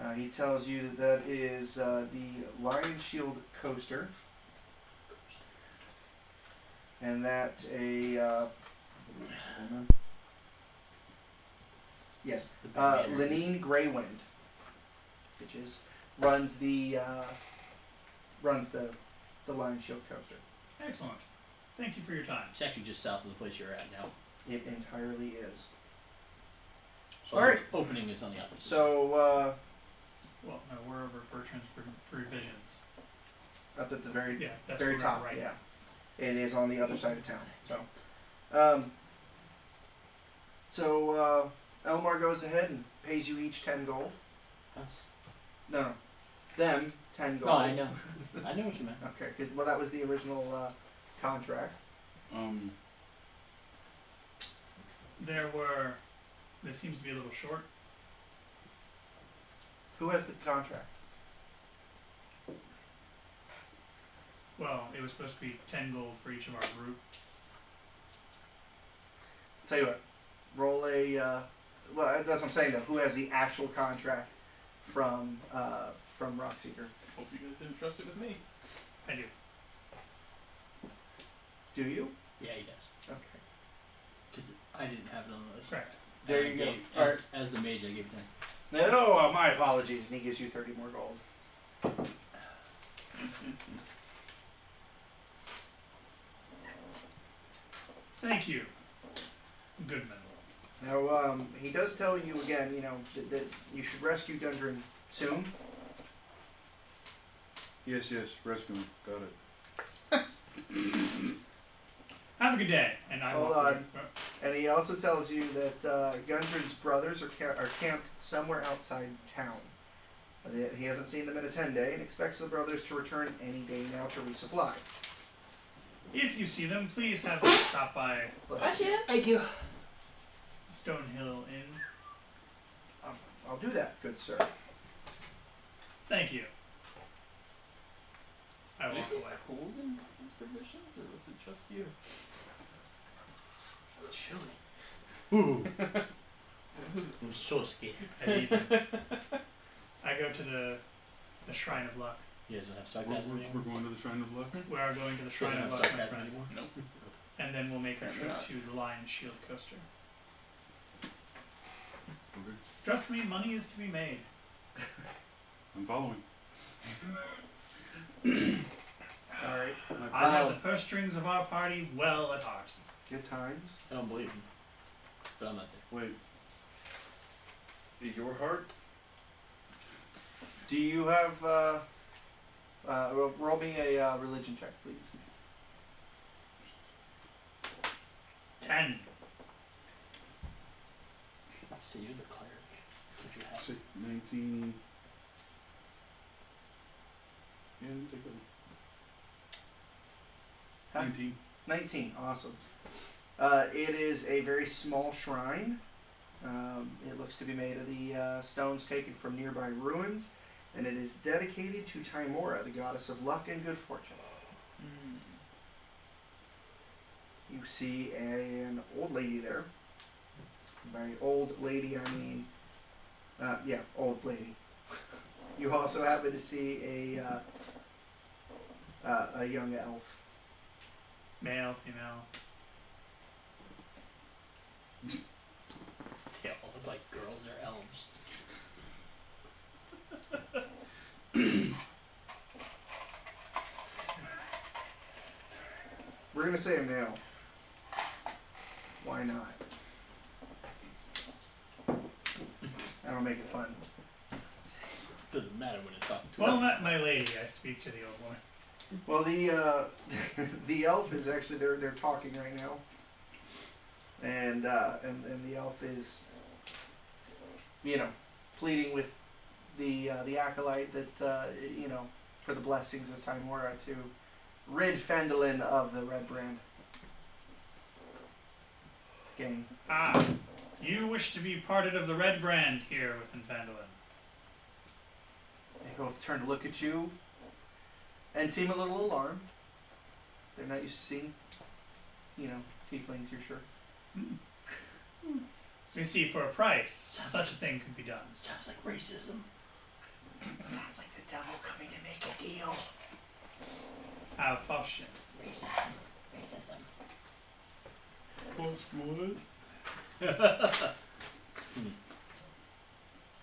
[SPEAKER 2] Uh, he tells you that that is uh, the Lion Shield coaster, and that a uh, yes,
[SPEAKER 3] The big
[SPEAKER 2] uh,
[SPEAKER 3] banner.
[SPEAKER 2] Lenine Greywind, which is runs the uh, runs the the Lion Shield coaster.
[SPEAKER 6] Excellent. Thank you for your time.
[SPEAKER 3] It's actually just south of the place you're at now.
[SPEAKER 2] It entirely is.
[SPEAKER 3] So
[SPEAKER 2] All right.
[SPEAKER 3] the Opening is on the opposite.
[SPEAKER 2] So uh,
[SPEAKER 6] Well, no, we're over Bertrand's pro- provisions.
[SPEAKER 2] up at the very
[SPEAKER 6] Yeah, that's
[SPEAKER 2] very
[SPEAKER 6] where we're at
[SPEAKER 2] top,
[SPEAKER 6] right
[SPEAKER 2] yeah. It is on the other side of town. So, um, So uh, Elmar goes ahead and pays you each ten gold.
[SPEAKER 3] Us.
[SPEAKER 2] No, no, them ten gold.
[SPEAKER 3] Oh, I know. I know what you meant.
[SPEAKER 2] Okay, because well, that was the original uh, contract.
[SPEAKER 5] Um,
[SPEAKER 6] There were. This seems to be a little short.
[SPEAKER 2] Who has the contract?
[SPEAKER 6] Well, it was supposed to be 10 gold for each of our group.
[SPEAKER 2] Tell you what, roll a. Uh, well, that's what I'm saying though. Who has the actual contract from uh, from Rockseeker?
[SPEAKER 1] Hope you guys didn't trust it with me.
[SPEAKER 6] I do.
[SPEAKER 2] Do you?
[SPEAKER 3] Yeah, he does.
[SPEAKER 2] Okay.
[SPEAKER 3] Because I didn't have it on the list.
[SPEAKER 6] Correct.
[SPEAKER 3] And
[SPEAKER 2] There
[SPEAKER 3] I
[SPEAKER 2] you go.
[SPEAKER 3] gave-
[SPEAKER 2] All
[SPEAKER 3] As,
[SPEAKER 2] right.
[SPEAKER 3] as the mage, I gave it to him.
[SPEAKER 2] No, uh, my apologies. And he gives you thirty more gold.
[SPEAKER 6] Thank you, Goodman.
[SPEAKER 2] Now, um, he does tell you again, you know, that, that you should rescue Gundren soon.
[SPEAKER 5] yes, yes, rescue me. Got it.
[SPEAKER 6] Have a good day. And I
[SPEAKER 2] Hold
[SPEAKER 6] walk away.
[SPEAKER 2] on. And he also tells you that uh, Gundren's brothers are, ca- are camped somewhere outside town. Uh, he- He hasn't seen them in a 10 day and expects the brothers to return any day now to resupply.
[SPEAKER 6] If you see them, please have them stop by
[SPEAKER 2] But
[SPEAKER 4] Bless you.
[SPEAKER 3] Thank you.
[SPEAKER 6] Stonehill Inn.
[SPEAKER 2] um, I'll do that, good sir.
[SPEAKER 6] Thank you. I
[SPEAKER 1] Did it
[SPEAKER 6] walk
[SPEAKER 1] get
[SPEAKER 6] away.
[SPEAKER 1] cold in these provisions, or was it just you?
[SPEAKER 3] So chilly. Ooh. I'm so scared.
[SPEAKER 6] I leave him. I go to the the Shrine of Luck.
[SPEAKER 3] He doesn't have
[SPEAKER 5] We're,
[SPEAKER 3] sarcasm
[SPEAKER 5] we're,
[SPEAKER 3] anymore.
[SPEAKER 5] we're going to the Shrine of Luck.
[SPEAKER 6] We are going to the
[SPEAKER 3] He doesn't
[SPEAKER 6] Shrine of
[SPEAKER 3] have
[SPEAKER 6] Luck, my
[SPEAKER 3] sarcasm
[SPEAKER 6] friend.
[SPEAKER 3] anymore.
[SPEAKER 1] Nope.
[SPEAKER 6] And then we'll make a
[SPEAKER 1] Apparently
[SPEAKER 6] trip
[SPEAKER 1] not.
[SPEAKER 6] to the Lion's Shield Coaster.
[SPEAKER 5] Okay,
[SPEAKER 6] Trust me, money is to be made.
[SPEAKER 5] I'm following.
[SPEAKER 2] All right,
[SPEAKER 5] My purse,
[SPEAKER 6] I have the purse strings of our party well at heart.
[SPEAKER 2] good times.
[SPEAKER 3] I don't believe him. But I'm not there.
[SPEAKER 5] wait. Your heart?
[SPEAKER 2] Do you have. Uh, uh, ro- roll me a uh, religion check, please.
[SPEAKER 6] Ten.
[SPEAKER 3] So you're the cleric. Don't you have
[SPEAKER 5] Say, 19. And take that one.
[SPEAKER 2] Huh?
[SPEAKER 5] 19.
[SPEAKER 2] 19, awesome. Uh, it is a very small shrine. Um, it looks to be made of the uh, stones taken from nearby ruins, and it is dedicated to Timora, the goddess of luck and good fortune.
[SPEAKER 1] Hmm.
[SPEAKER 2] You see an old lady there. By old lady, I mean, uh, yeah, old lady. You also happen to see a uh, uh, a young elf.
[SPEAKER 6] Male, female.
[SPEAKER 3] They all look like girls or elves.
[SPEAKER 2] We're gonna say a male. Why not? That'll make it fun.
[SPEAKER 3] Doesn't matter when it's talking to
[SPEAKER 6] Well
[SPEAKER 3] us.
[SPEAKER 6] met, my lady. I speak to the old woman.
[SPEAKER 2] Well, the uh, the elf is actually they're they're talking right now, and uh, and and the elf is, you know, pleading with the uh, the acolyte that uh, you know for the blessings of Timora to rid Fendelin of the Red Brand gang.
[SPEAKER 6] Ah, you wish to be parted of the red brand here within Vandalin.
[SPEAKER 2] They both turn to look at you and seem a little alarmed. They're not used to seeing, you know, tieflings, you're sure.
[SPEAKER 6] So you see, for a price, such a thing could be done.
[SPEAKER 3] Sounds like racism.
[SPEAKER 2] Sounds like the devil coming to make a deal.
[SPEAKER 6] Ah, Faustian.
[SPEAKER 3] Racism. Racism.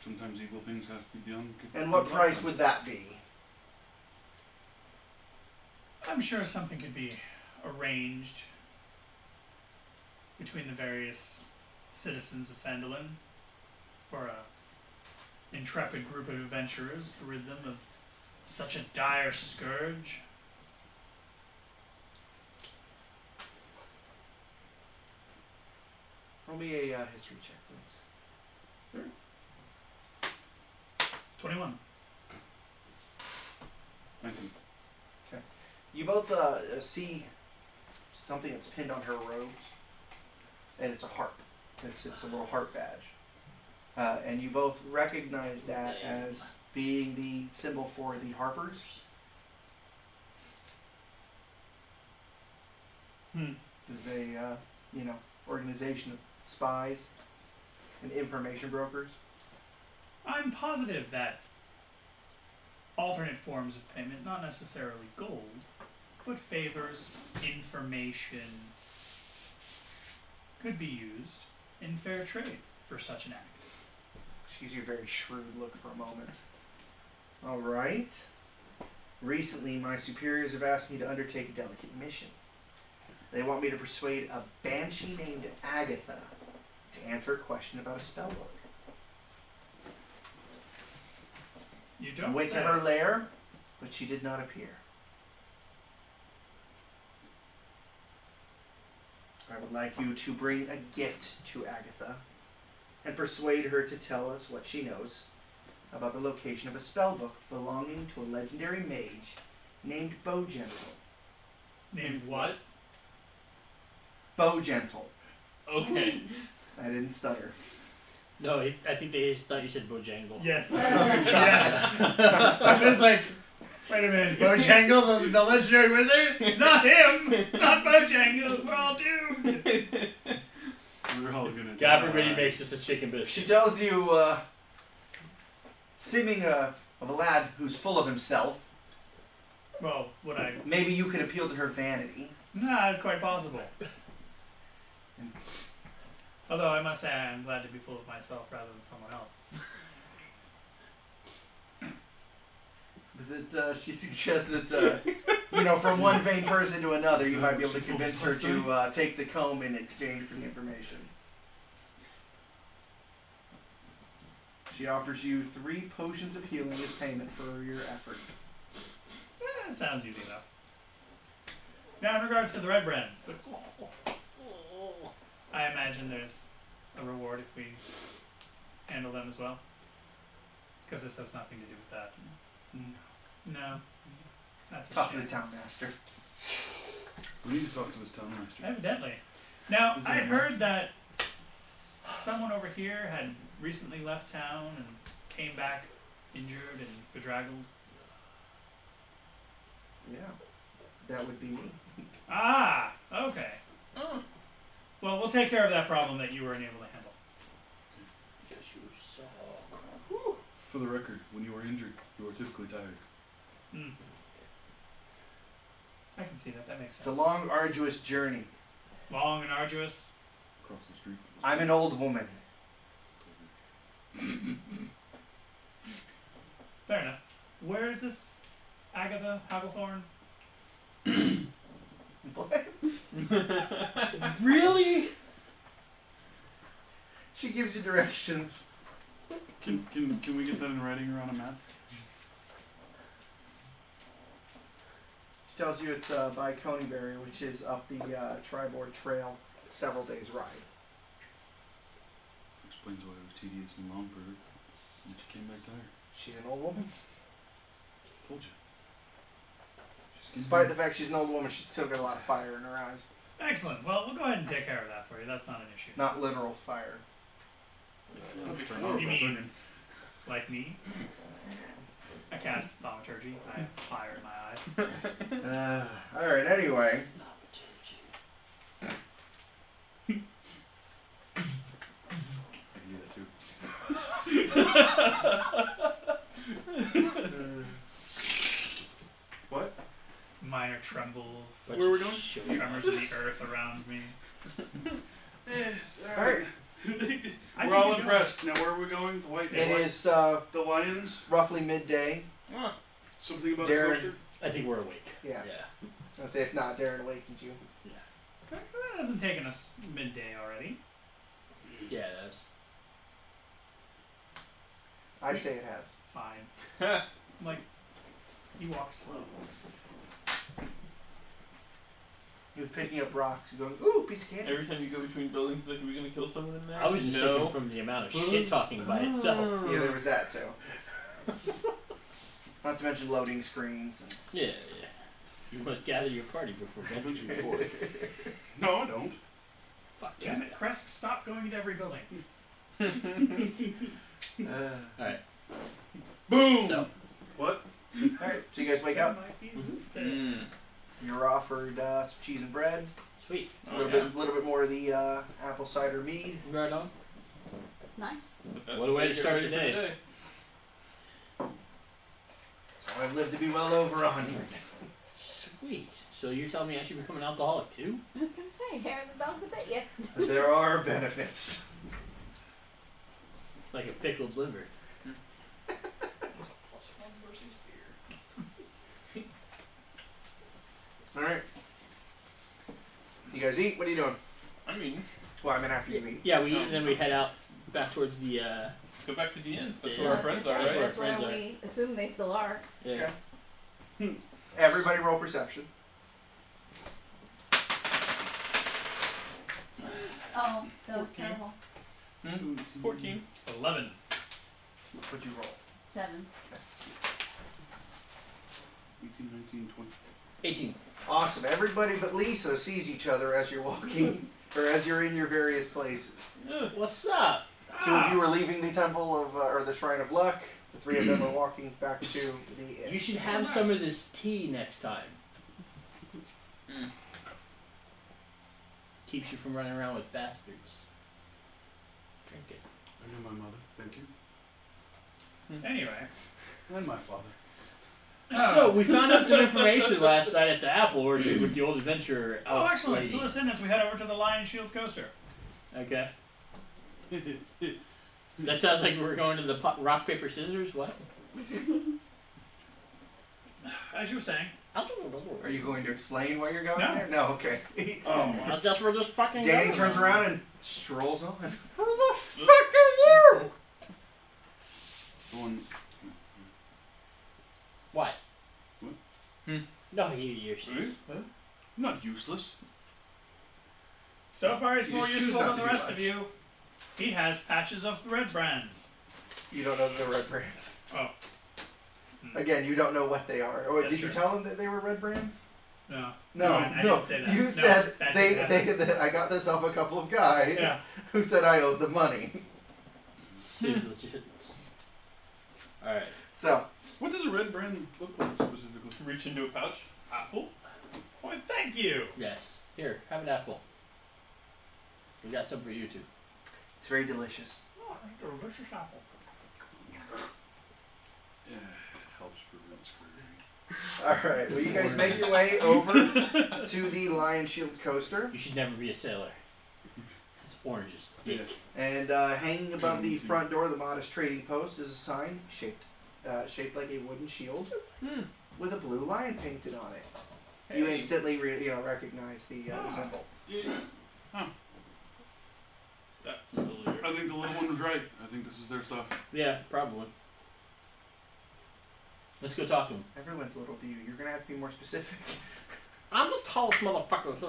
[SPEAKER 5] Sometimes evil things have to be done. Good-
[SPEAKER 2] And what
[SPEAKER 5] good luck
[SPEAKER 2] price
[SPEAKER 5] then.
[SPEAKER 2] would that be?
[SPEAKER 6] I'm sure something could be arranged between the various citizens of Fandolin for a intrepid group of adventurers to rid them of such a dire scourge.
[SPEAKER 2] Roll Roll me a uh, history check, please.
[SPEAKER 6] 21.
[SPEAKER 5] Nineteen.
[SPEAKER 2] You both uh, see something that's pinned on her robe, and it's a harp. It's, it's a little harp badge. Uh, and you both recognize that as being the symbol for the harpers.
[SPEAKER 6] Hmm.
[SPEAKER 2] This is a, uh, you know, organization of spies and information brokers.
[SPEAKER 6] I'm positive that alternate forms of payment, not necessarily gold, but favors, information, could be used in fair trade for such an act.
[SPEAKER 2] She's your very shrewd look for a moment. All right. Recently, my superiors have asked me to undertake a delicate mission. They want me to persuade a banshee named Agatha to answer a question about a spell book.
[SPEAKER 6] You
[SPEAKER 2] I
[SPEAKER 6] don't
[SPEAKER 2] went
[SPEAKER 6] say.
[SPEAKER 2] to her lair, but she did not appear. I would like you to bring a gift to Agatha and persuade her to tell us what she knows about the location of a spell book belonging to a legendary mage named Bow Gentle.
[SPEAKER 6] Named
[SPEAKER 1] Hmm.
[SPEAKER 6] what?
[SPEAKER 2] Bow Gentle.
[SPEAKER 5] Okay.
[SPEAKER 2] I didn't stutter.
[SPEAKER 3] No, it, I think they thought you said Bojangle.
[SPEAKER 6] Yes.
[SPEAKER 2] I was like,
[SPEAKER 6] Wait a minute.
[SPEAKER 2] Bojangle, the, the legendary wizard?
[SPEAKER 6] Not him! Not Bojangles! We're all doomed!
[SPEAKER 5] We're all gonna.
[SPEAKER 3] God forbid he
[SPEAKER 5] die.
[SPEAKER 3] makes us a chicken
[SPEAKER 2] She
[SPEAKER 3] biscuit.
[SPEAKER 2] tells you, uh, seeming uh, of a lad who's full of himself,
[SPEAKER 6] Well, would I?
[SPEAKER 2] maybe you could appeal to her vanity.
[SPEAKER 6] Nah, it's quite possible. Although I must say, I'm glad to be full of myself rather than someone else.
[SPEAKER 2] That uh, she suggests that, uh, you know, from one vain person to another, you might be able to convince her to uh, take the comb in exchange for the information. She offers you three potions of healing as payment for your effort.
[SPEAKER 6] Eh, it sounds easy enough. Now, in regards to the red brands, I imagine there's a reward if we handle them as well. Because this has nothing to do with that. No. That's a
[SPEAKER 2] Talk to
[SPEAKER 6] shame.
[SPEAKER 2] the town master.
[SPEAKER 5] We need to talk to this town master.
[SPEAKER 6] Evidently. Now,
[SPEAKER 5] Is
[SPEAKER 6] I
[SPEAKER 5] that-
[SPEAKER 6] heard that someone over here had recently left town and came back injured and bedraggled.
[SPEAKER 2] Yeah. That would be me.
[SPEAKER 6] Ah, okay. Well, we'll take care of that problem that you were unable to handle.
[SPEAKER 5] For the record, when you are injured, you are typically tired.
[SPEAKER 6] I can see that. That makes
[SPEAKER 2] It's a
[SPEAKER 6] sense.
[SPEAKER 2] long, arduous journey.
[SPEAKER 6] Long and arduous.
[SPEAKER 5] Across the street.
[SPEAKER 2] I'm an old woman.
[SPEAKER 6] Fair enough. Where is this Agatha Hagglethorn?
[SPEAKER 2] What?
[SPEAKER 3] really?
[SPEAKER 2] She gives you directions.
[SPEAKER 5] Can, can, can we get that in writing or on a map?
[SPEAKER 2] She tells you it's uh, by Coneyberry, which is up the uh, Tribord Trail, several days ride.
[SPEAKER 5] Explains why it was tedious and long for her. And she came back tired.
[SPEAKER 2] She's an old woman.
[SPEAKER 5] Told you.
[SPEAKER 2] Despite the fact she's an old woman, she's still got a lot of fire in her eyes.
[SPEAKER 6] Excellent. Well, we'll go ahead and take care of that for you. That's not an issue.
[SPEAKER 2] Not literal fire.
[SPEAKER 5] Oh,
[SPEAKER 6] You mean like me? I cast thaumaturgy. I have fire in my eyes.
[SPEAKER 2] Uh, all right. Anyway,
[SPEAKER 5] I can do that too. What?
[SPEAKER 6] Minor trembles,
[SPEAKER 5] Where we going?
[SPEAKER 6] tremors of the earth around me. Eh,
[SPEAKER 5] Alright.
[SPEAKER 6] I
[SPEAKER 5] We're
[SPEAKER 6] think
[SPEAKER 5] all
[SPEAKER 6] you're
[SPEAKER 5] impressed. Now, where are we going? The white.
[SPEAKER 2] it
[SPEAKER 5] the,
[SPEAKER 2] is uh,
[SPEAKER 5] the lions?
[SPEAKER 2] roughly midday.
[SPEAKER 5] Something about
[SPEAKER 2] Darren.
[SPEAKER 5] a coaster?
[SPEAKER 3] I think we're awake.
[SPEAKER 2] Yeah. I say if not, Darren awakens you.
[SPEAKER 6] Good. That hasn't taken us midday already.
[SPEAKER 3] Yeah, it is.
[SPEAKER 2] I say it has.
[SPEAKER 6] Fine. I'm like, you walk slow.
[SPEAKER 2] You're picking up rocks and going, ooh, piece of candy.
[SPEAKER 1] Every time you go between buildings, like, are we gonna kill someone in there?
[SPEAKER 3] I was just
[SPEAKER 1] no. Hmm.
[SPEAKER 3] thinking from the amount of shit talking by itself.
[SPEAKER 2] Yeah, there was that too. Not to mention loading screens and
[SPEAKER 3] Yeah, yeah. You must gather your party before venturing forth.
[SPEAKER 5] No, I don't.
[SPEAKER 3] Fuck
[SPEAKER 6] Damn it, Kresk, stop going into every building.
[SPEAKER 2] Uh,
[SPEAKER 3] Alright,
[SPEAKER 5] Boom.
[SPEAKER 3] so
[SPEAKER 5] What?
[SPEAKER 2] all right. So you guys wake up. Mm-hmm.
[SPEAKER 6] Might be
[SPEAKER 3] Hmm.
[SPEAKER 6] there.
[SPEAKER 1] Mm.
[SPEAKER 2] You're offered uh, some cheese and bread,
[SPEAKER 3] sweet.
[SPEAKER 2] a
[SPEAKER 1] Oh,
[SPEAKER 2] little
[SPEAKER 1] yeah.
[SPEAKER 2] bit, little bit more of the uh, apple cider mead.
[SPEAKER 3] Right on.
[SPEAKER 4] Nice.
[SPEAKER 1] It's the best
[SPEAKER 3] What a way to
[SPEAKER 1] get
[SPEAKER 3] start
[SPEAKER 1] ready
[SPEAKER 3] the
[SPEAKER 1] for
[SPEAKER 3] day.
[SPEAKER 2] So I've lived to be well over a hundred.
[SPEAKER 3] Sweet. So you're telling me I should become an alcoholic too?
[SPEAKER 4] I was gonna say, hair in the belt could fit you.
[SPEAKER 2] But there are benefits.
[SPEAKER 3] Like a pickled liver.
[SPEAKER 2] All right. You guys eat? What are you doing?
[SPEAKER 1] I mean,
[SPEAKER 2] Well, I mean after you eat.
[SPEAKER 3] Yeah, we eat and then we head out back towards the uh
[SPEAKER 1] go back to the inn. That's
[SPEAKER 3] Yeah.
[SPEAKER 1] where our friends are,
[SPEAKER 3] That's
[SPEAKER 1] right?
[SPEAKER 3] where our
[SPEAKER 4] That's where
[SPEAKER 3] friends are.
[SPEAKER 4] we assume they still are.
[SPEAKER 3] yeah.
[SPEAKER 2] Everybody roll perception.
[SPEAKER 4] Oh, that was
[SPEAKER 1] Okay.
[SPEAKER 4] terrible.
[SPEAKER 1] Fourteen.
[SPEAKER 6] Eleven.
[SPEAKER 2] What'd you roll?
[SPEAKER 4] Seven.
[SPEAKER 5] 18, 19, 20.
[SPEAKER 3] Eighteen.
[SPEAKER 2] Awesome. Everybody but Lisa sees each other as you're walking or as you're in your various places.
[SPEAKER 1] Ugh.
[SPEAKER 3] What's up?
[SPEAKER 6] Mm.
[SPEAKER 2] Two of you are leaving the temple of uh, or the shrine of luck. The three of them are walking back to the
[SPEAKER 3] You
[SPEAKER 2] inn.
[SPEAKER 3] should have some of this tea next time.
[SPEAKER 1] Mm.
[SPEAKER 3] Keeps you from running around with bastards. Drink it.
[SPEAKER 5] I knew my mother. Thank you.
[SPEAKER 6] Ah, Anyway.
[SPEAKER 5] And my father.
[SPEAKER 3] So we found out some information last night at the apple orchard with the old adventurer.
[SPEAKER 6] Oh,
[SPEAKER 3] elf
[SPEAKER 6] excellent.
[SPEAKER 3] lady.
[SPEAKER 6] Fill us in as we head over to the Lion Shield coaster.
[SPEAKER 3] Okay. That sounds like we're going to the po- rock paper scissors. What?
[SPEAKER 6] As you were saying,
[SPEAKER 2] Are you going to explain why you're going
[SPEAKER 6] No.
[SPEAKER 2] there? No. Okay.
[SPEAKER 6] oh,
[SPEAKER 3] I guess we're just fucking.
[SPEAKER 2] Danny
[SPEAKER 3] going.
[SPEAKER 2] turns around and strolls on.
[SPEAKER 3] Who the fuck are you?
[SPEAKER 5] One.
[SPEAKER 3] What?
[SPEAKER 5] What?
[SPEAKER 1] Hmm.
[SPEAKER 3] No, you, you're serious.
[SPEAKER 5] Not useless.
[SPEAKER 6] so far he's
[SPEAKER 2] You
[SPEAKER 6] more
[SPEAKER 2] just choose
[SPEAKER 6] useful
[SPEAKER 2] not to
[SPEAKER 6] than the
[SPEAKER 2] be
[SPEAKER 6] rest of
[SPEAKER 2] nice.
[SPEAKER 6] you. He has patches of red brands.
[SPEAKER 2] You don't know the red brands.
[SPEAKER 6] Oh. Hmm.
[SPEAKER 2] Again, you don't know what they are. Oh,
[SPEAKER 6] That's
[SPEAKER 2] did you
[SPEAKER 6] true.
[SPEAKER 2] tell them that they were red brands?
[SPEAKER 6] No.
[SPEAKER 2] No,
[SPEAKER 6] I- I
[SPEAKER 2] no.
[SPEAKER 6] didn't say that.
[SPEAKER 2] You
[SPEAKER 6] No,
[SPEAKER 2] said
[SPEAKER 6] that
[SPEAKER 2] they,
[SPEAKER 6] didn't
[SPEAKER 2] they, that I got this off a couple of guys
[SPEAKER 6] Yeah.
[SPEAKER 2] who said I owed the money.
[SPEAKER 3] Seems legit. All right.
[SPEAKER 2] So
[SPEAKER 5] What does a red brand look like specifically?
[SPEAKER 1] Reach into a pouch.
[SPEAKER 6] Apple. Why, Ah, thank you.
[SPEAKER 3] Yes. Here, have an apple. We got some for you too.
[SPEAKER 2] it's very delicious.
[SPEAKER 6] Oh, that's a delicious apple.
[SPEAKER 5] Yeah, helps prevent scurvy.
[SPEAKER 2] All right. Well, you guys make your way over to the Lion Shield coaster,
[SPEAKER 3] You should never be a sailor. It's oranges.
[SPEAKER 5] Yeah.
[SPEAKER 2] and uh, hanging above the front door of the modest trading post is a sign shaped uh, shaped like a wooden shield
[SPEAKER 1] Hmm.
[SPEAKER 2] with a blue lion painted on it. You
[SPEAKER 1] Hey.
[SPEAKER 2] instantly re- you know recognize the, uh, the
[SPEAKER 5] Ah.
[SPEAKER 2] symbol.
[SPEAKER 5] Yeah,
[SPEAKER 1] That familiar.
[SPEAKER 5] I think the little one was right. I think this is their stuff.
[SPEAKER 3] Yeah, probably. Let's go talk to him.
[SPEAKER 2] Everyone's little to you. You're gonna have to be more specific.
[SPEAKER 3] I'm the tallest motherfucker here.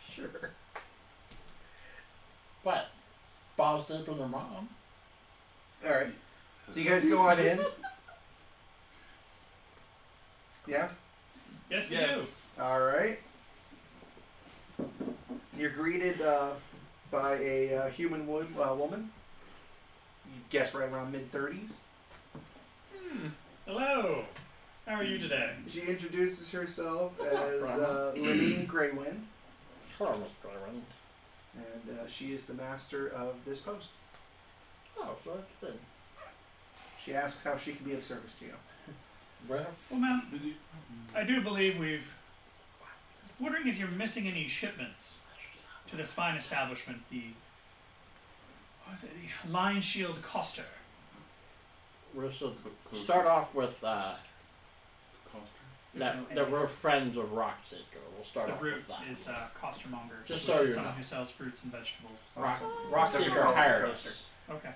[SPEAKER 2] Sure.
[SPEAKER 3] But Bob's deeper than mom.
[SPEAKER 2] All right. So you guys go on in. Yeah.
[SPEAKER 6] Yes, we
[SPEAKER 1] Yes.
[SPEAKER 2] All right. You're greeted uh, by a uh, human wo- uh, woman. You guess right around mid thirties.
[SPEAKER 6] do. Hello. How are you today?
[SPEAKER 2] She introduces herself
[SPEAKER 3] That's not
[SPEAKER 2] as
[SPEAKER 3] Brahma.
[SPEAKER 2] uh, Levine Greywind,
[SPEAKER 3] Hello, Mr. Glenn.
[SPEAKER 2] and uh, she is the master of this post.
[SPEAKER 3] Oh, so that's good.
[SPEAKER 2] She asks how she can be of service to you.
[SPEAKER 3] Well,
[SPEAKER 6] Well, ma'am,
[SPEAKER 5] Did you?
[SPEAKER 6] I do believe we've. Wondering if you're missing any shipments to this fine establishment, the. What is it? The Lion Shield Coster.
[SPEAKER 3] we should
[SPEAKER 5] Co- co-
[SPEAKER 3] start off with uh,
[SPEAKER 5] Coster?
[SPEAKER 3] that, that we're friends of Roxacre. We'll start
[SPEAKER 6] The
[SPEAKER 3] off
[SPEAKER 6] root
[SPEAKER 3] with that.
[SPEAKER 6] is uh, costermonger,
[SPEAKER 3] Just
[SPEAKER 6] which
[SPEAKER 3] so
[SPEAKER 6] is
[SPEAKER 3] you're
[SPEAKER 6] someone
[SPEAKER 3] not-
[SPEAKER 6] who sells fruits and vegetables.
[SPEAKER 3] Rock,
[SPEAKER 2] Awesome. So we
[SPEAKER 3] Rockseeker
[SPEAKER 2] call it a
[SPEAKER 3] hired
[SPEAKER 2] coaster.
[SPEAKER 3] us.
[SPEAKER 6] Okay.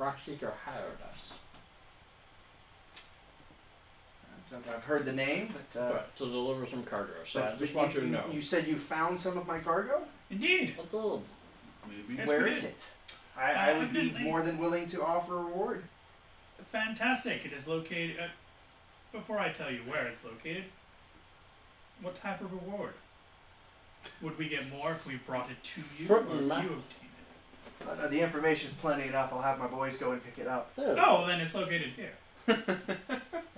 [SPEAKER 3] Rockseeker hired us.
[SPEAKER 2] I've heard the name, but. Uh,
[SPEAKER 3] Right, to deliver some cargo. So
[SPEAKER 2] but
[SPEAKER 3] I just want you to know.
[SPEAKER 2] You said you found some of my cargo.
[SPEAKER 6] Indeed.
[SPEAKER 3] What the-
[SPEAKER 5] Maybe.
[SPEAKER 6] Yes,
[SPEAKER 2] Where
[SPEAKER 6] we
[SPEAKER 2] is
[SPEAKER 6] did.
[SPEAKER 2] it? I, I
[SPEAKER 6] Uh,
[SPEAKER 2] would be
[SPEAKER 6] evidently-
[SPEAKER 2] more than willing to offer a reward.
[SPEAKER 6] Fantastic. It is located. Uh, before I tell you where it's located, what type of reward? Would we get more if we brought it to you? Or if
[SPEAKER 3] Certainly
[SPEAKER 6] you
[SPEAKER 3] not.
[SPEAKER 6] obtained
[SPEAKER 2] Uh, no, the information's plenty enough. I'll have my boys go and pick it up.
[SPEAKER 6] it?
[SPEAKER 3] There,
[SPEAKER 6] Oh, then it's located here.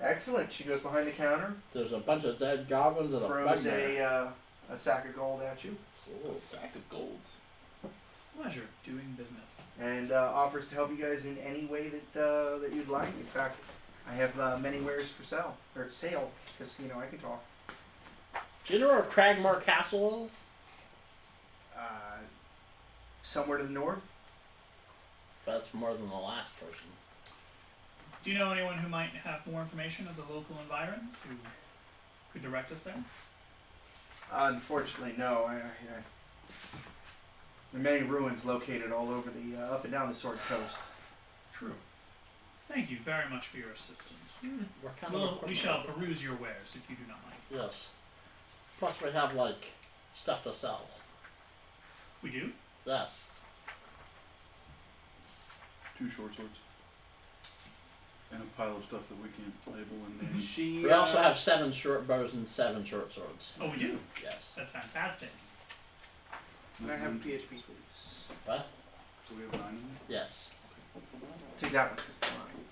[SPEAKER 2] Excellent. She goes behind the counter,
[SPEAKER 3] There's a bunch of dead goblins and a
[SPEAKER 2] throws
[SPEAKER 3] bugbear.
[SPEAKER 2] a uh, a sack of gold at you,
[SPEAKER 3] Ooh.
[SPEAKER 5] A sack of gold.
[SPEAKER 6] Pleasure doing business.
[SPEAKER 2] and uh, offers to help you guys in any way that uh, that you'd like. In fact, I have uh, many wares for sale or sale because you know I can talk.
[SPEAKER 3] Do you know where Cragmore Castle is?
[SPEAKER 2] Uh, somewhere to the north.
[SPEAKER 3] That's more than the last person.
[SPEAKER 6] Do you know anyone who might have more information of the local environs who could direct us there?
[SPEAKER 2] Unfortunately, no. I, I, I, there are many ruins located all over the uh, up and down the Sword Coast.
[SPEAKER 6] True. Thank you very much for your assistance.
[SPEAKER 3] What kind of
[SPEAKER 6] Well, we
[SPEAKER 3] equipment?
[SPEAKER 6] shall peruse your wares if you do not mind.
[SPEAKER 3] Yes. Plus, we have like stuff to sell.
[SPEAKER 6] We do?
[SPEAKER 3] Yes.
[SPEAKER 5] Two short swords. And a pile of stuff that we can't label and name.
[SPEAKER 2] She.
[SPEAKER 3] We also
[SPEAKER 2] uh,
[SPEAKER 3] have seven short bows and seven short swords.
[SPEAKER 6] Oh, we do.
[SPEAKER 3] Yes.
[SPEAKER 6] That's fantastic.
[SPEAKER 2] Can I have a
[SPEAKER 5] Mm,
[SPEAKER 2] PHP, please?
[SPEAKER 3] What?
[SPEAKER 5] So we have nine in there?
[SPEAKER 3] Yes.
[SPEAKER 2] Take that one. 'cause it's mine.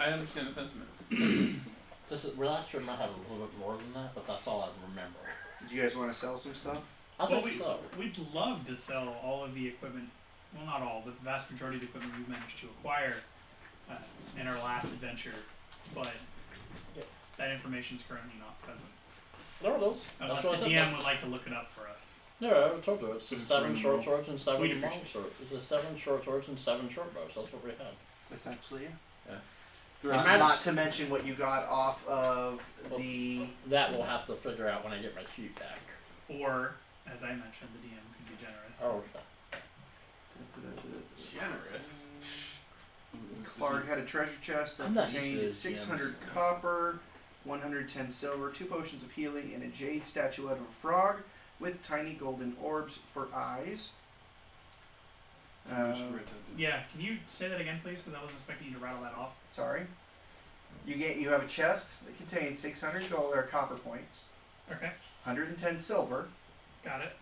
[SPEAKER 1] I, I understand the sentiment.
[SPEAKER 3] This is, we're not sure. Might have a little bit more than that, but that's all I remember.
[SPEAKER 2] Do you guys want to sell some stuff?
[SPEAKER 3] I
[SPEAKER 6] Well,
[SPEAKER 3] think
[SPEAKER 6] we-
[SPEAKER 3] so.
[SPEAKER 6] We'd love to sell all of the equipment, well, not all, but the vast majority of the equipment we've managed to acquire uh, in our last adventure, but
[SPEAKER 3] Yeah.
[SPEAKER 6] that information is currently not present.
[SPEAKER 3] There it is.
[SPEAKER 6] Unless
[SPEAKER 3] Oh, That's what I
[SPEAKER 6] the
[SPEAKER 3] said.
[SPEAKER 6] DM would like to look it up for us.
[SPEAKER 3] No, I told you it's the
[SPEAKER 5] Just
[SPEAKER 3] seven
[SPEAKER 5] bring
[SPEAKER 3] short
[SPEAKER 5] them
[SPEAKER 3] swords and seven
[SPEAKER 6] We'd
[SPEAKER 3] long
[SPEAKER 6] appreciate
[SPEAKER 3] swords. It's the seven short swords and seven short bows. That's what we had.
[SPEAKER 2] Essentially, yeah.
[SPEAKER 5] There
[SPEAKER 3] Uh,
[SPEAKER 5] is
[SPEAKER 3] Matt-
[SPEAKER 2] Not to mention what you got off of
[SPEAKER 3] Oh.
[SPEAKER 2] the.
[SPEAKER 3] That we'll have to figure out when I get my sheet back.
[SPEAKER 6] Or, as I mentioned, the DM could be generous.
[SPEAKER 3] Oh, okay.
[SPEAKER 1] Generous.
[SPEAKER 2] Clark had a treasure chest that
[SPEAKER 3] I'm not used to
[SPEAKER 2] contained
[SPEAKER 3] those
[SPEAKER 2] 600
[SPEAKER 3] gems.
[SPEAKER 2] copper, 110 silver, two potions of healing, and a jade statuette of a frog with tiny golden orbs for eyes.
[SPEAKER 5] We
[SPEAKER 2] Uh,
[SPEAKER 5] should write that down.
[SPEAKER 6] Yeah, can you say that again, please? Because I wasn't expecting you to rattle that off.
[SPEAKER 2] sorry. You get you have a chest that contains 600 gold or copper points,
[SPEAKER 6] Okay,
[SPEAKER 2] 110 silver,
[SPEAKER 6] got it.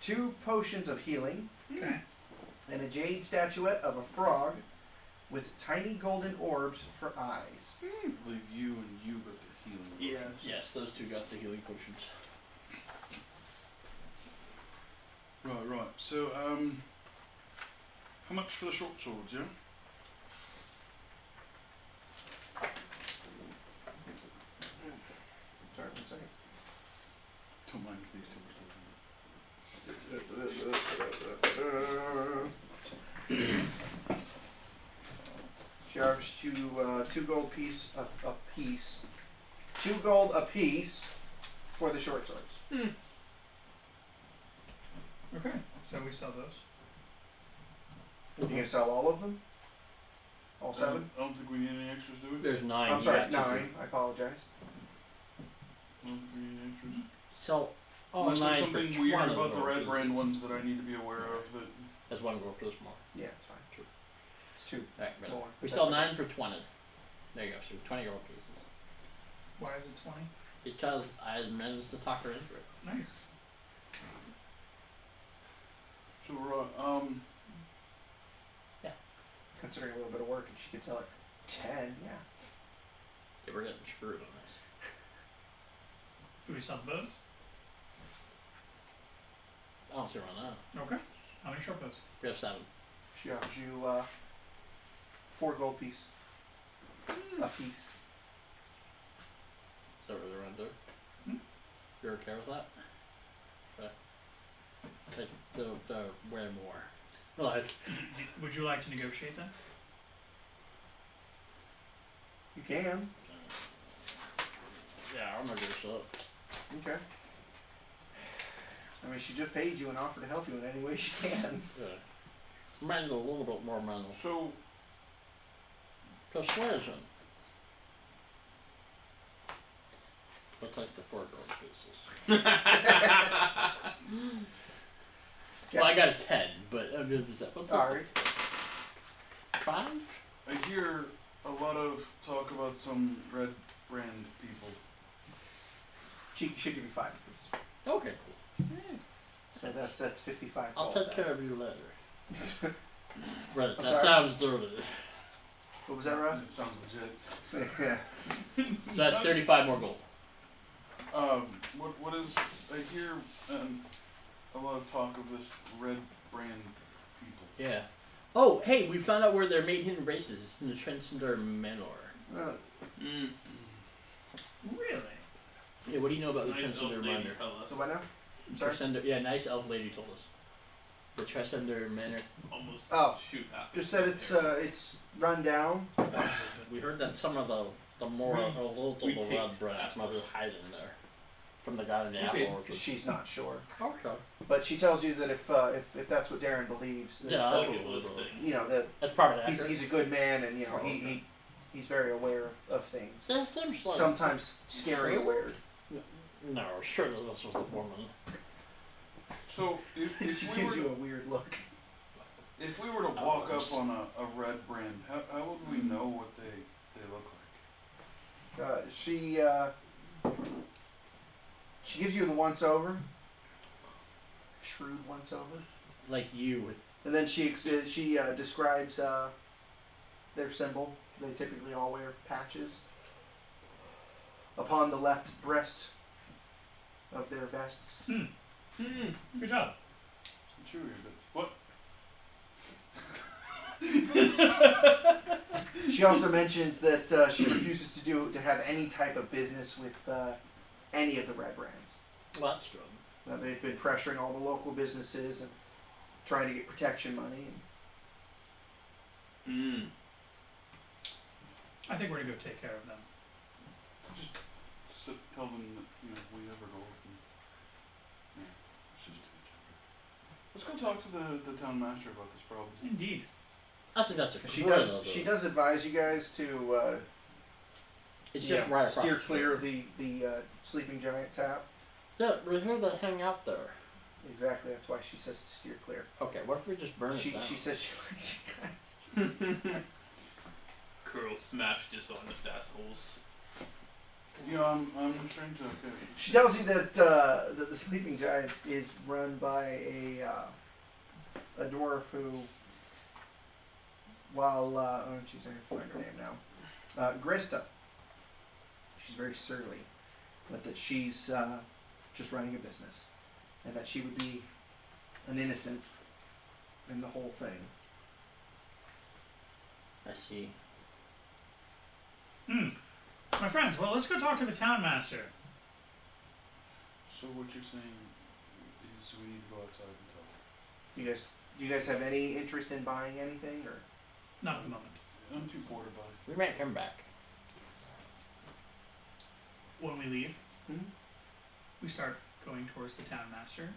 [SPEAKER 2] two potions of healing,
[SPEAKER 6] Okay.
[SPEAKER 2] and a jade statuette of a frog with tiny golden orbs for eyes.
[SPEAKER 5] I believe you and you got the healing. potion.
[SPEAKER 3] Yes, those two got the healing potions.
[SPEAKER 5] Right, right. So, um, how much for the short swords, yeah?
[SPEAKER 2] Sorry, one second.
[SPEAKER 5] Don't mind if these two are still
[SPEAKER 2] She offers two, uh, two gold piece a, a piece, two gold a piece for the short swords.
[SPEAKER 6] Okay, so we sell those.
[SPEAKER 2] You gonna sell all of them? All
[SPEAKER 5] there.
[SPEAKER 2] Oh, seven?
[SPEAKER 5] I don't think we need any extras, do we?
[SPEAKER 3] There's nine.
[SPEAKER 2] I'm
[SPEAKER 3] you
[SPEAKER 2] sorry,
[SPEAKER 3] got two,
[SPEAKER 2] nine.
[SPEAKER 3] three.
[SPEAKER 2] I apologize.
[SPEAKER 5] I don't think we need any extras.
[SPEAKER 3] So, all
[SPEAKER 5] Unless there's
[SPEAKER 3] Oh, nine for
[SPEAKER 5] something
[SPEAKER 3] 20
[SPEAKER 5] weird about the
[SPEAKER 3] of
[SPEAKER 5] red
[SPEAKER 3] those.
[SPEAKER 5] brand ones that I need to be aware of that
[SPEAKER 3] That's one gold plus more.
[SPEAKER 2] Yeah, it's fine.
[SPEAKER 3] Two.
[SPEAKER 2] It's two.
[SPEAKER 3] Alright, really.
[SPEAKER 2] More.
[SPEAKER 3] We
[SPEAKER 2] That's
[SPEAKER 3] sell
[SPEAKER 2] okay.
[SPEAKER 3] nine for twenty. There you go. So twenty gold pieces.
[SPEAKER 6] Why is it 20?
[SPEAKER 3] Because I managed to talk her into it.
[SPEAKER 6] Nice.
[SPEAKER 5] So right, um,
[SPEAKER 2] Considering a little bit of work, and she could sell it for ten. Yeah.
[SPEAKER 3] They were getting screwed on this.
[SPEAKER 6] Do we sell the bows?
[SPEAKER 3] I don't see why not.
[SPEAKER 6] Okay. How many short bows?
[SPEAKER 3] We have seven.
[SPEAKER 2] She offers you uh, four gold piece. A piece.
[SPEAKER 3] Is that what they're gonna do?
[SPEAKER 6] Hmm?
[SPEAKER 3] You okay with that? Okay. Take the, the way more. Like
[SPEAKER 6] Would you like to negotiate then?
[SPEAKER 2] You can.
[SPEAKER 3] Uh, Yeah, I'm gonna do so.
[SPEAKER 2] Okay. I mean, she just paid you and offered to help you in any way she can.
[SPEAKER 3] Yeah. Mind a little bit more mental.
[SPEAKER 5] so
[SPEAKER 3] Persuasion. Looks like the foreground cases.
[SPEAKER 2] Yeah.
[SPEAKER 3] Well, I got a ten, but I'm just what's up?
[SPEAKER 2] Sorry.
[SPEAKER 3] Five?
[SPEAKER 5] I hear a lot of talk about some red brand people.
[SPEAKER 2] She should give you five. please.
[SPEAKER 3] Okay, cool.
[SPEAKER 4] Hmm.
[SPEAKER 2] So that's that's fifty-five.
[SPEAKER 3] I'll
[SPEAKER 2] gold
[SPEAKER 3] take
[SPEAKER 2] back.
[SPEAKER 3] care of you later. right,
[SPEAKER 2] I'm
[SPEAKER 3] that
[SPEAKER 2] sorry?
[SPEAKER 3] sounds dirty.
[SPEAKER 2] What was that, Russ?
[SPEAKER 5] It sounds legit.
[SPEAKER 2] yeah.
[SPEAKER 3] So that's thirty-five more gold.
[SPEAKER 5] Um, what what is? I hear um, a lot of talk of this red brand people.
[SPEAKER 3] Yeah. Oh, hey, we found out where they're made hidden races. It's in the Transcendor Manor.
[SPEAKER 2] Uh,
[SPEAKER 1] Mm.
[SPEAKER 6] Really?
[SPEAKER 3] Yeah, what do you know about the
[SPEAKER 1] Nice old
[SPEAKER 3] Transcendor
[SPEAKER 1] lady
[SPEAKER 3] Manor?
[SPEAKER 1] tell us.
[SPEAKER 2] so what now? Sorry?
[SPEAKER 3] Transcendor, yeah, nice elf lady told us. The Transcendor Manor.
[SPEAKER 1] Almost
[SPEAKER 2] Oh.
[SPEAKER 1] shoot out.
[SPEAKER 2] Just said it's uh, it's run down.
[SPEAKER 3] We heard that some of the the more
[SPEAKER 1] We-
[SPEAKER 3] a little
[SPEAKER 1] we
[SPEAKER 3] the
[SPEAKER 1] taste
[SPEAKER 3] red brands might be
[SPEAKER 1] apples.
[SPEAKER 3] hiding there from the guy in the
[SPEAKER 1] Okay.
[SPEAKER 3] apple orchard.
[SPEAKER 2] She's not sure,
[SPEAKER 3] Okay.
[SPEAKER 2] but she tells you that if uh, if, if that's what Darren believes, that,
[SPEAKER 3] Yeah,
[SPEAKER 1] Look
[SPEAKER 3] that's
[SPEAKER 1] at
[SPEAKER 3] what
[SPEAKER 1] this
[SPEAKER 3] we're
[SPEAKER 1] thing.
[SPEAKER 2] you know that
[SPEAKER 3] That's probably
[SPEAKER 2] he's,
[SPEAKER 3] accurate.
[SPEAKER 2] he's a good man and you know he,
[SPEAKER 3] Oh, okay.
[SPEAKER 2] he he's very aware of, of things.
[SPEAKER 3] that seems like
[SPEAKER 2] Sometimes scary
[SPEAKER 3] Sure.
[SPEAKER 2] aware.
[SPEAKER 3] no. Surely this was a woman.
[SPEAKER 5] So if,
[SPEAKER 2] she
[SPEAKER 5] if we were
[SPEAKER 2] gives
[SPEAKER 5] to
[SPEAKER 2] you a weird look.
[SPEAKER 5] If we were to walk up on a, a red brand, how, how would we know what they, they look like?
[SPEAKER 2] Uh, she uh, she gives you the once over, shrewd once over,
[SPEAKER 3] Like you would.
[SPEAKER 2] and then she ex- uh, she uh, describes uh, their symbol. They typically all wear patches upon the left breast of their vests.
[SPEAKER 1] Hmm.
[SPEAKER 6] Good job.
[SPEAKER 5] Some chewy bits. What?
[SPEAKER 2] She also mentions that uh, she refuses to do to have any type of business with uh, any of the red brands.
[SPEAKER 3] Well, that's good.
[SPEAKER 2] Uh, they've been pressuring all the local businesses and trying to get protection money.
[SPEAKER 1] Mm.
[SPEAKER 6] I think we're gonna go take care of them.
[SPEAKER 5] Just s tell them that you know we ever go up and yeah, let's just do each other. Let's go talk to the, the town master about this problem.
[SPEAKER 6] Indeed.
[SPEAKER 3] I think that's a
[SPEAKER 2] She
[SPEAKER 3] great
[SPEAKER 2] does.
[SPEAKER 3] idea.
[SPEAKER 2] She does advise you guys to uh,
[SPEAKER 3] It's
[SPEAKER 2] you
[SPEAKER 3] just
[SPEAKER 2] know,
[SPEAKER 3] right across.
[SPEAKER 2] steer
[SPEAKER 3] the street.
[SPEAKER 2] clear of the the uh, sleeping giant tap.
[SPEAKER 3] Yeah, we hear that hang out there.
[SPEAKER 2] Exactly. That's why she says to steer clear.
[SPEAKER 3] Okay, what if we just burn
[SPEAKER 2] She
[SPEAKER 3] it down?
[SPEAKER 2] she says she likes you guys.
[SPEAKER 1] Curl smash dishonest assholes.
[SPEAKER 5] Yeah, I'm I'm a stranger. Okay.
[SPEAKER 2] She tells you that uh, that the sleeping giant is run by a uh, a dwarf who, while uh, oh she's I have to find her name now, uh, Grista. She's very surly, but that she's uh, just running a business, and that she would be an innocent in the whole thing.
[SPEAKER 3] I see.
[SPEAKER 6] Hmm. My friends, well, let's go talk to the town master.
[SPEAKER 5] So what you're saying is we need to go outside and talk.
[SPEAKER 2] You guys, do you guys have any interest in buying anything or?
[SPEAKER 6] Not at the moment.
[SPEAKER 5] I'm too bored about it.
[SPEAKER 3] We might come back.
[SPEAKER 6] When we leave,
[SPEAKER 2] Mhm.
[SPEAKER 6] we start going towards the town master.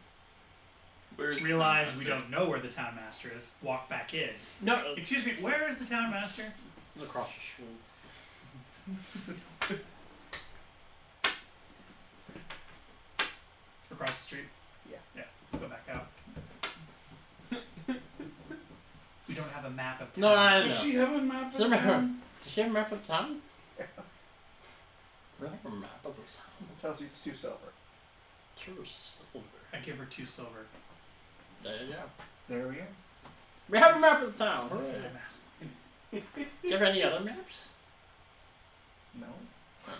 [SPEAKER 1] Where's the
[SPEAKER 6] Realize we
[SPEAKER 1] master?
[SPEAKER 6] don't know where the town master is. Walk back in.
[SPEAKER 3] No, uh,
[SPEAKER 6] Excuse me, where is the town master?
[SPEAKER 3] across the street.
[SPEAKER 6] Across the street?
[SPEAKER 2] Yeah.
[SPEAKER 6] Yeah, go back out. we don't have a map of
[SPEAKER 3] No,
[SPEAKER 6] town.
[SPEAKER 3] I know.
[SPEAKER 5] Does she have a map? of
[SPEAKER 3] Some-
[SPEAKER 5] town?
[SPEAKER 3] Does she have a map of the town? We have a map of the town.
[SPEAKER 2] Tells you it's two silver.
[SPEAKER 3] Two silver.
[SPEAKER 6] I give her two silver.
[SPEAKER 3] There you go.
[SPEAKER 2] There we go.
[SPEAKER 3] We have a map of the town.
[SPEAKER 6] That's
[SPEAKER 3] hooray.
[SPEAKER 6] not a map.
[SPEAKER 3] Do you have any other maps?
[SPEAKER 2] No. Oh.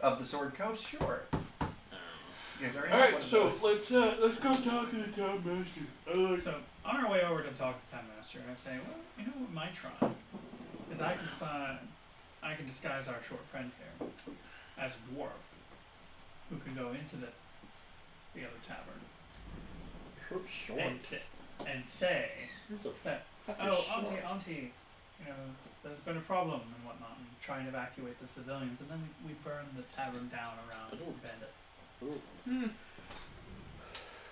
[SPEAKER 2] Of the Sword Coast, sure. You guys already
[SPEAKER 5] All
[SPEAKER 2] have one
[SPEAKER 5] right,
[SPEAKER 2] of
[SPEAKER 5] so
[SPEAKER 2] those.
[SPEAKER 5] let's uh, let's go talk to the town master. Uh, I like
[SPEAKER 6] So on our way over to talk to the town master, I say, well, you know what my try is I can sign, I can disguise our short friend here as a dwarf who can go into the the other tavern
[SPEAKER 3] Short. short.
[SPEAKER 6] and, say, and say,
[SPEAKER 3] Who's the
[SPEAKER 6] that,
[SPEAKER 3] fuck is
[SPEAKER 6] oh,
[SPEAKER 3] short?
[SPEAKER 6] auntie, auntie, you know, there's been a problem and whatnot, and try and evacuate the civilians, and then we, we burn the tavern down around
[SPEAKER 3] Ooh.
[SPEAKER 6] bandits.
[SPEAKER 3] Ooh.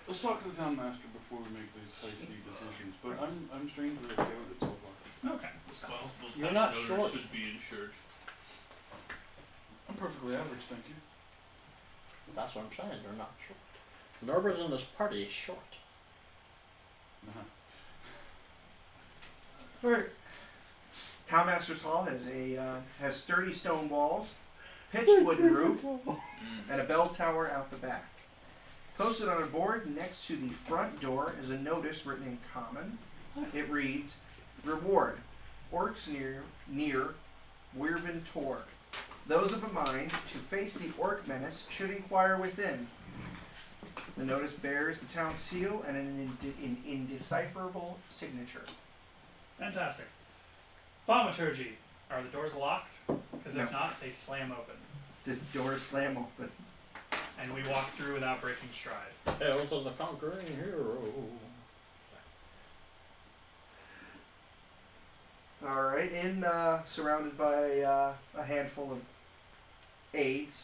[SPEAKER 5] Let's talk to the town master before we make these hasty decisions. But I'm I'm strangely okay with it so far.
[SPEAKER 6] Okay.
[SPEAKER 1] Responsible
[SPEAKER 3] You're
[SPEAKER 1] tax
[SPEAKER 3] not
[SPEAKER 1] voters
[SPEAKER 3] short.
[SPEAKER 1] should be insured.
[SPEAKER 5] I'm perfectly average, thank you.
[SPEAKER 3] That's what I'm saying. They're not short. Norbert in this party is short.
[SPEAKER 5] Uh-huh.
[SPEAKER 2] Alright. Town Master's Hall has a uh, has sturdy stone walls, pitched wooden roof,
[SPEAKER 1] Hmm.
[SPEAKER 2] and a bell tower out the back. Posted on a board next to the front door is a notice written in common. It reads, "Reward: Orcs near near Weirvin Tor. Those of a mind to face the orc menace should inquire within." The notice bears the town seal and an, inde- an indecipherable signature.
[SPEAKER 6] Fantastic. Thaumaturgy. Are the doors locked? Because if not, they slam open.
[SPEAKER 2] The doors slam open.
[SPEAKER 6] And we walk through without breaking stride.
[SPEAKER 3] Hail to the conquering hero.
[SPEAKER 2] All right, in uh, surrounded by uh, a handful of aides.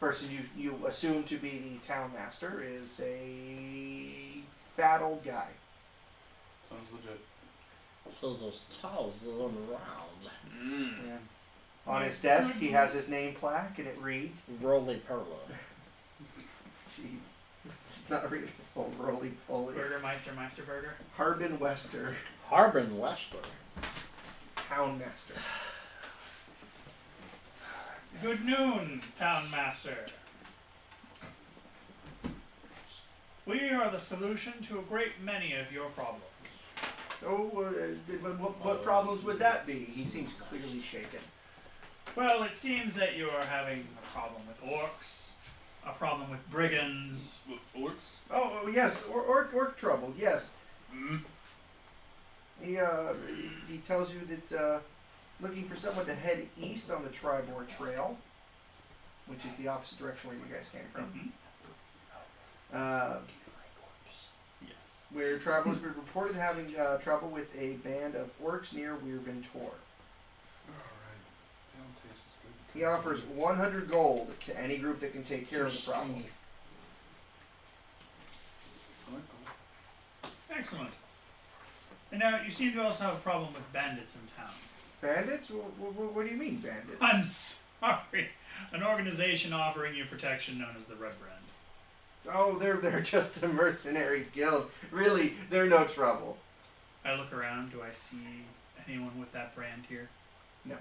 [SPEAKER 2] Person you you assume to be the town master is a fat old guy.
[SPEAKER 5] Sounds legit.
[SPEAKER 3] So those towels that are round.
[SPEAKER 1] Mm.
[SPEAKER 2] And on his desk, he has his name plaque, and it reads,
[SPEAKER 3] Roly Perlo.
[SPEAKER 2] "Jeez, it's not readable. Roly poly.
[SPEAKER 6] Burger Meister, Meister Burger.
[SPEAKER 2] Harbin Wester,
[SPEAKER 3] Harbin Wester.
[SPEAKER 2] town master."
[SPEAKER 6] Good noon, Town Master. We are the solution to a great many of your problems.
[SPEAKER 2] Oh, uh, did- what, what problems would that be? Uh, He seems clearly shaken.
[SPEAKER 6] Well, it seems that you are having a problem with orcs, a problem with brigands.
[SPEAKER 5] Look, Orcs?
[SPEAKER 2] Oh, oh, yes, or orc, orc trouble. Yes,
[SPEAKER 1] Hmm.
[SPEAKER 5] Mm.
[SPEAKER 2] He uh, he tells you that uh, looking for someone to head east on the Tribor Trail, which is the opposite direction where you guys came from,
[SPEAKER 6] Mhm.
[SPEAKER 2] uh,
[SPEAKER 5] Yes.
[SPEAKER 2] where travelers were reported having uh, trouble with a band of orcs near Weirvin Tor.
[SPEAKER 5] Alright. Town tastes as good.
[SPEAKER 2] He offers 100 gold to any group that can take care of the problem.
[SPEAKER 5] I like gold.
[SPEAKER 6] Excellent. And now you seem to also have a problem with bandits in town.
[SPEAKER 2] Bandits? What, what, do you mean, bandits?
[SPEAKER 6] I'm sorry. An organization offering you protection known as the Red Brand.
[SPEAKER 2] Oh, they're they're just a mercenary guild. Really, they're no trouble.
[SPEAKER 6] I look around. Do I see anyone with that brand here?
[SPEAKER 2] No.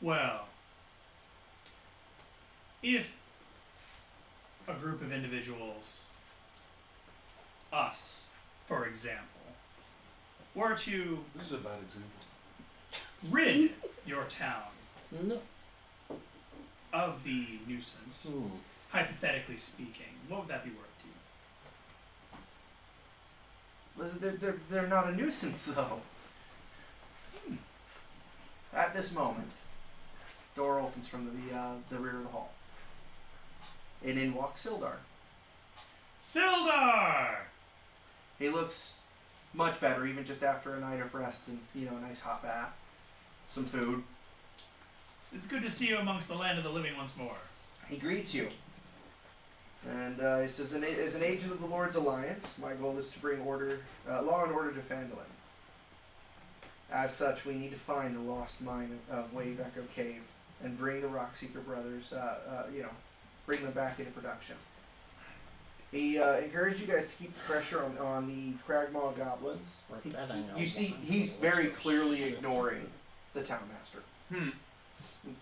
[SPEAKER 6] Well, if a group of individuals, us, for example, were to
[SPEAKER 5] This is a bad example.
[SPEAKER 6] rid your town
[SPEAKER 3] No.
[SPEAKER 6] of the nuisance,
[SPEAKER 3] Hmm.
[SPEAKER 6] hypothetically speaking, what would that be worth to you?
[SPEAKER 2] Well, They're, they're, they're not a nuisance, though. Hmm. At this moment, door opens from the, uh, the rear of the hall. And in walks Sildar.
[SPEAKER 6] Sildar!
[SPEAKER 2] He looks much better, even just after a night of rest and, you know, a nice hot bath, some food.
[SPEAKER 6] It's good to see you amongst the land of the living once more.
[SPEAKER 2] He greets you. And uh, he says, "An a- as an agent of the Lord's Alliance, my goal is to bring order, uh, law and order to Phandalin. As such, we need to find the lost mine of Wave Echo Cave and bring the Rockseeker brothers, uh, uh, you know, bring them back into production. He uh, encouraged you guys to keep pressure on, on the Cragmaw goblins.
[SPEAKER 3] Worth
[SPEAKER 2] He-
[SPEAKER 3] that angle.
[SPEAKER 2] you see, he's very clearly ignoring the town master.
[SPEAKER 1] Hmm.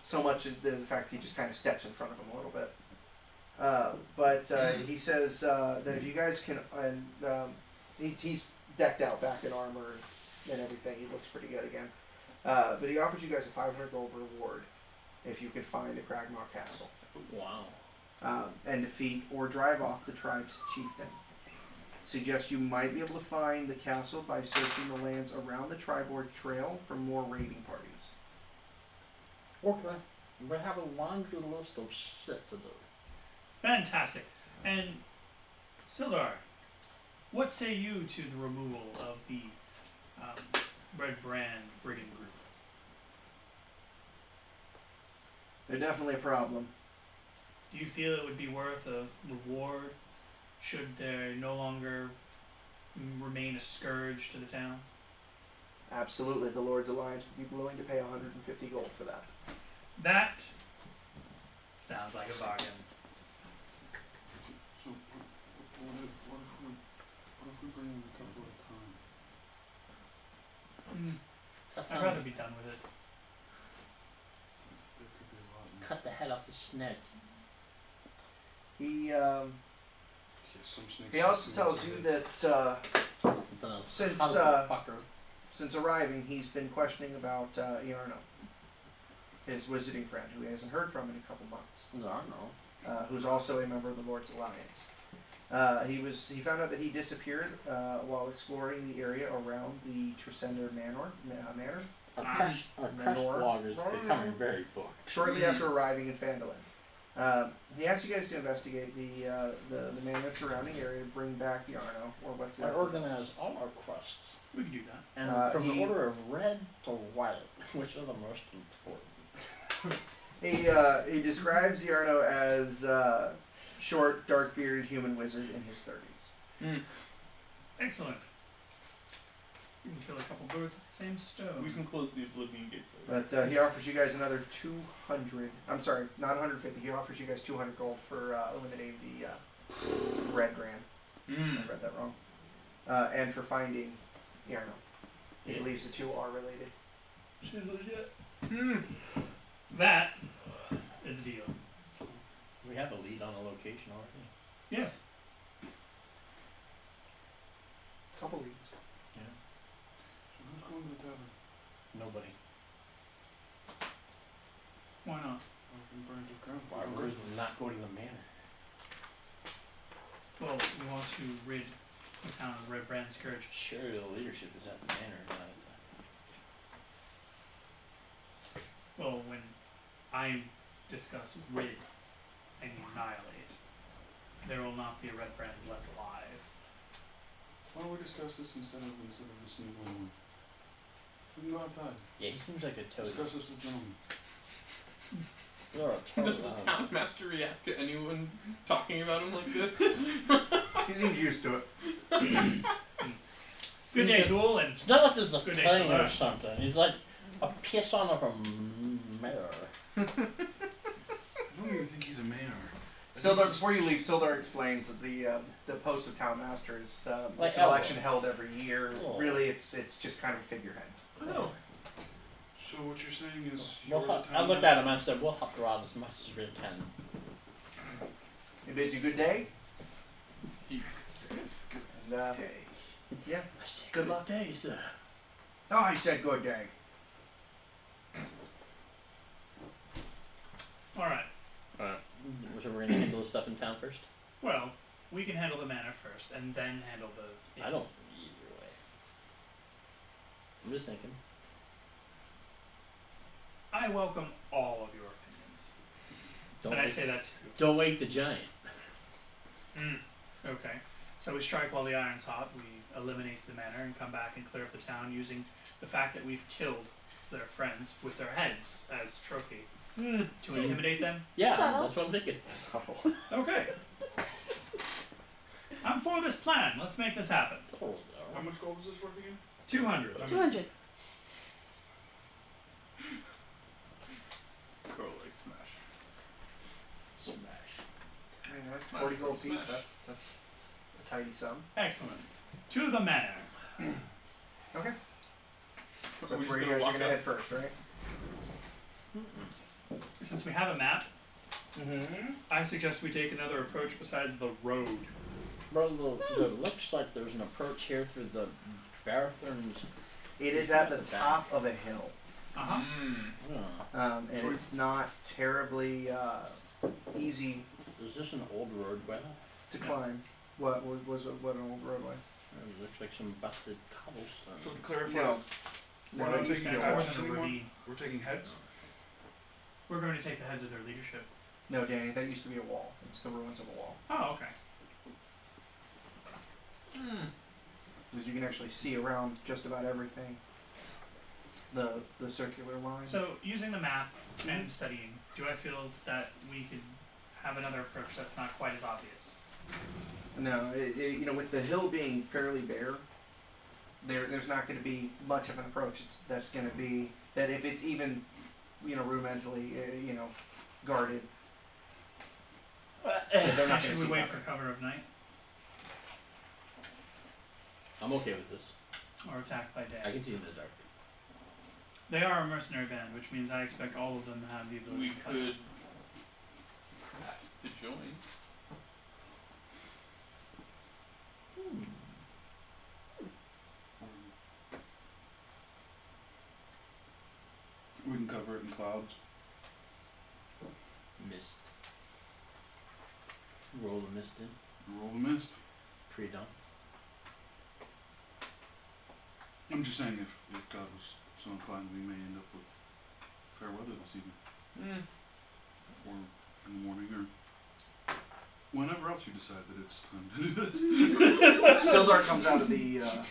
[SPEAKER 2] So much as the fact he just kind of steps in front of him a little bit. Uh, but uh, he says uh, that if you guys can, and um, he, he's decked out back in armor and everything. He looks pretty good again. Uh, but he offers you guys a 500 gold reward if you could find the Cragmaw Castle
[SPEAKER 3] Wow.
[SPEAKER 2] um, and defeat or drive off the tribe's chieftain. Suggests you might be able to find the castle by searching the lands around the Tribord Trail for more raiding parties.
[SPEAKER 3] Okay. We have a laundry list of shit to do.
[SPEAKER 6] Fantastic. And Sildar, what say you to the removal of the um, Red Brand Brigand Group?
[SPEAKER 2] They're definitely a problem.
[SPEAKER 6] Do you feel it would be worth a reward should they no longer m- remain a scourge to the town?
[SPEAKER 2] Absolutely, the Lord's Alliance would be willing to pay 150 gold for that.
[SPEAKER 6] That sounds like a bargain.
[SPEAKER 5] playing a couple at a time.
[SPEAKER 6] Mm,
[SPEAKER 3] Cut,
[SPEAKER 6] I'd
[SPEAKER 3] on-
[SPEAKER 6] rather be done with it.
[SPEAKER 5] There could be a lot. in
[SPEAKER 3] cut the head off the snake.
[SPEAKER 2] He um,
[SPEAKER 5] Yeah, some snakes
[SPEAKER 2] he
[SPEAKER 5] have
[SPEAKER 2] also
[SPEAKER 5] some
[SPEAKER 2] tells you
[SPEAKER 5] weird-
[SPEAKER 2] that uh,
[SPEAKER 3] The
[SPEAKER 2] Since,
[SPEAKER 3] other
[SPEAKER 2] uh,
[SPEAKER 3] fucker.
[SPEAKER 2] since arriving, he's been questioning about uh, Iarno, his wizarding friend, who he hasn't heard from in a couple months.
[SPEAKER 3] I don't know.
[SPEAKER 2] uh, who's also a member of the Lord's Alliance. Uh, he was he found out that he disappeared uh, while exploring the area around the Tresender Manor. Uh, Manor
[SPEAKER 3] Our
[SPEAKER 6] Ah,
[SPEAKER 3] crush, our crush
[SPEAKER 2] Menor.
[SPEAKER 3] blog is becoming very booked.
[SPEAKER 2] shortly
[SPEAKER 1] Mhm.
[SPEAKER 2] after arriving in Phandalin. Um, he asked you guys to investigate the uh, the, the manor surrounding area and bring back Yarno or what's
[SPEAKER 3] I
[SPEAKER 2] left. of it.
[SPEAKER 3] organize all our quests.
[SPEAKER 6] We can do that.
[SPEAKER 3] And
[SPEAKER 2] Uh,
[SPEAKER 3] from the
[SPEAKER 2] he-
[SPEAKER 3] order of red to white, which are the most important.
[SPEAKER 2] He uh, he describes Yarno as uh, short, dark bearded human wizard in his thirties.
[SPEAKER 6] Excellent. You can kill a couple birds with the same stone.
[SPEAKER 1] We can close the Oblivion Gates later.
[SPEAKER 2] But uh, he offers you guys another two hundred. I'm sorry, not one hundred fifty. He offers you guys two hundred gold for uh, eliminating the uh, red brand. I
[SPEAKER 1] Mm.
[SPEAKER 2] read that wrong. Uh, and for finding Yarno. He
[SPEAKER 3] Yeah.
[SPEAKER 2] believes the two are related.
[SPEAKER 3] She's legit.
[SPEAKER 1] Mm.
[SPEAKER 6] That is a deal.
[SPEAKER 3] We have a lead on a location already.
[SPEAKER 6] Yes.
[SPEAKER 2] Couple leads.
[SPEAKER 5] So who's going to the tavern?
[SPEAKER 3] Nobody.
[SPEAKER 6] Why not?
[SPEAKER 5] I can burn to the ground.
[SPEAKER 3] Why
[SPEAKER 5] Or-
[SPEAKER 3] we're not going to the manor?
[SPEAKER 6] Well, we want to rid the town of Red Brand's scourge.
[SPEAKER 3] Sure, the leadership is at the manor, not at
[SPEAKER 6] Well, when I discuss rid, I mean annihilate. There will not be a Red Brand left alive.
[SPEAKER 5] Why don't we discuss this instead of instead of this new one? We can go outside.
[SPEAKER 3] the. Yeah, he seems like a toad.
[SPEAKER 5] Discuss this with gentlemen.
[SPEAKER 3] You're a
[SPEAKER 1] Does
[SPEAKER 3] toad.
[SPEAKER 1] the
[SPEAKER 3] lover.
[SPEAKER 1] town master react to anyone talking about him like this?
[SPEAKER 2] He seems used to it.
[SPEAKER 6] Good day,
[SPEAKER 3] Yeah.
[SPEAKER 6] Jewel, and
[SPEAKER 3] It's not like this is a
[SPEAKER 6] Good day,
[SPEAKER 3] thing or
[SPEAKER 6] Solar.
[SPEAKER 3] something. He's like a piss on of a mirror.
[SPEAKER 5] I don't even think he's a man.
[SPEAKER 2] Sildar, before you leave, Sildar explains that the uh, the post of town master is um,
[SPEAKER 3] Like
[SPEAKER 2] it's an
[SPEAKER 3] Elrond.
[SPEAKER 2] election held every year.
[SPEAKER 3] Cool.
[SPEAKER 2] Really, it's it's just kind of a figurehead.
[SPEAKER 1] Oh.
[SPEAKER 5] So what you're saying is you're
[SPEAKER 3] We'll
[SPEAKER 5] the
[SPEAKER 3] hu- I
[SPEAKER 5] town
[SPEAKER 3] looked at him. I said, "We'll help her out as much as we can."
[SPEAKER 2] He bids you good day,
[SPEAKER 1] He says good
[SPEAKER 2] and uh,
[SPEAKER 1] day.
[SPEAKER 2] yeah.
[SPEAKER 3] I said,
[SPEAKER 2] Good luck.
[SPEAKER 3] day, sir."
[SPEAKER 2] Oh, he said good day.
[SPEAKER 6] all right.
[SPEAKER 3] Alright. So we're gonna handle the stuff in town first.
[SPEAKER 6] Well, we can handle the manor first, and then handle the.
[SPEAKER 3] I don't either way. I'm just thinking.
[SPEAKER 6] I welcome all of your opinions,
[SPEAKER 3] Don't
[SPEAKER 6] and I
[SPEAKER 3] wake,
[SPEAKER 6] say that too. Mm,
[SPEAKER 3] don't wake the giant.
[SPEAKER 6] Okay. So we strike while the iron's hot, we eliminate the manor, and come back and clear up the town using the fact that we've killed their friends with their heads as trophy to intimidate them.
[SPEAKER 3] Yeah,
[SPEAKER 4] Subtle.
[SPEAKER 3] that's what I'm thinking.
[SPEAKER 6] Okay. I'm for this plan. Let's make this happen.
[SPEAKER 3] Oh,
[SPEAKER 5] How much gold is this worth again?
[SPEAKER 6] 200. I mean,
[SPEAKER 4] Two hundred.
[SPEAKER 1] Girl like smash.
[SPEAKER 3] Smash.
[SPEAKER 2] I mean, that's
[SPEAKER 1] Smash,
[SPEAKER 2] forty gold
[SPEAKER 1] smash.
[SPEAKER 2] piece. That's that's a tiny sum.
[SPEAKER 6] Excellent. To the manor.
[SPEAKER 2] Okay. So
[SPEAKER 1] Are we
[SPEAKER 2] that's where you
[SPEAKER 1] just
[SPEAKER 2] guys
[SPEAKER 1] gonna
[SPEAKER 2] are
[SPEAKER 1] walk
[SPEAKER 2] gonna
[SPEAKER 1] up?
[SPEAKER 2] head first, right?
[SPEAKER 6] Since we have a map,
[SPEAKER 2] Mm-hmm.
[SPEAKER 6] I suggest we take another approach besides the road.
[SPEAKER 3] Bro, the, the, looks like there's an approach here through the Barathorn's.
[SPEAKER 2] It is at the top of a hill.
[SPEAKER 6] Uh huh.
[SPEAKER 1] Mm.
[SPEAKER 3] Uh,
[SPEAKER 2] Um, and
[SPEAKER 5] Sure.
[SPEAKER 2] it's not terribly uh, easy
[SPEAKER 3] is this an old roadway?
[SPEAKER 2] to
[SPEAKER 6] No.
[SPEAKER 2] climb. What was was it, what an old roadway?
[SPEAKER 3] It looks like some busted cobblestone.
[SPEAKER 5] So to clarify,
[SPEAKER 2] No,
[SPEAKER 5] We're
[SPEAKER 2] no,
[SPEAKER 5] not
[SPEAKER 2] you
[SPEAKER 5] taking
[SPEAKER 2] can
[SPEAKER 6] Guys,
[SPEAKER 2] go
[SPEAKER 6] we're
[SPEAKER 5] action
[SPEAKER 2] up.
[SPEAKER 6] gonna
[SPEAKER 5] anymore?
[SPEAKER 6] ravine.
[SPEAKER 5] we're taking heads.
[SPEAKER 6] We're going to take the heads of their leadership.
[SPEAKER 2] No, Danny, that used to be a wall. It's the ruins of a wall
[SPEAKER 6] Oh, okay.
[SPEAKER 1] Mm.
[SPEAKER 2] because you can actually see around just about everything. The the circular line.
[SPEAKER 6] So, using the map and studying, do I feel that we could have another approach that's not quite as obvious?
[SPEAKER 2] no, it, it, you know, with the hill being fairly bare, there there's not going to be much of an approach. It's, that's going to be that if it's even, you know, rudimentally, uh, you know, guarded.
[SPEAKER 3] Uh,
[SPEAKER 2] They're not going
[SPEAKER 6] Should
[SPEAKER 2] to
[SPEAKER 6] Uh, we
[SPEAKER 2] see
[SPEAKER 6] wait
[SPEAKER 2] that.
[SPEAKER 6] for cover of night?
[SPEAKER 3] I'm okay with this.
[SPEAKER 6] or attacked by day.
[SPEAKER 3] I can see in the dark.
[SPEAKER 6] They are a mercenary band, which means I expect all of them to have the ability
[SPEAKER 5] We
[SPEAKER 6] to fight.
[SPEAKER 5] could ask to join. We can cover it in clouds.
[SPEAKER 3] Mist. Roll the mist in.
[SPEAKER 5] Roll the mist.
[SPEAKER 3] Pre dawn.
[SPEAKER 5] I'm just saying, if, if God was so inclined, we may end up with fair weather this evening,
[SPEAKER 1] Mm.
[SPEAKER 5] or in the morning, or whenever else you decide that it's time to do this.
[SPEAKER 2] Sildar comes out of the, uh,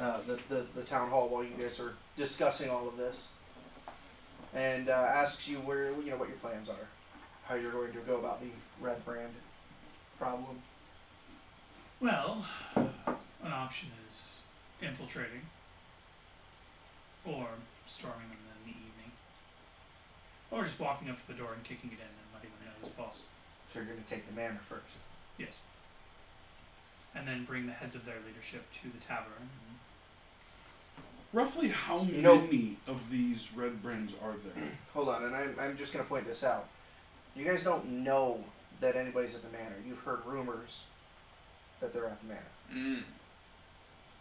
[SPEAKER 2] uh, the, the the town hall while you guys are discussing all of this, and uh, asks you where you know what your plans are, how you're going to go about the red brand problem.
[SPEAKER 6] Well, an option is infiltrating or storming them in the evening, or just walking up to the door and kicking it in and letting them know it's possible.
[SPEAKER 2] So you're going to take the manor first.
[SPEAKER 6] Yes. And then bring the heads of their leadership to the tavern.
[SPEAKER 5] Roughly how
[SPEAKER 2] You know-
[SPEAKER 5] many of these red brands are there?
[SPEAKER 2] Hold on, and I'm, I'm just going to point this out. You guys don't know that anybody's at the manor. You've heard rumors that they're at the manor.
[SPEAKER 1] Mm.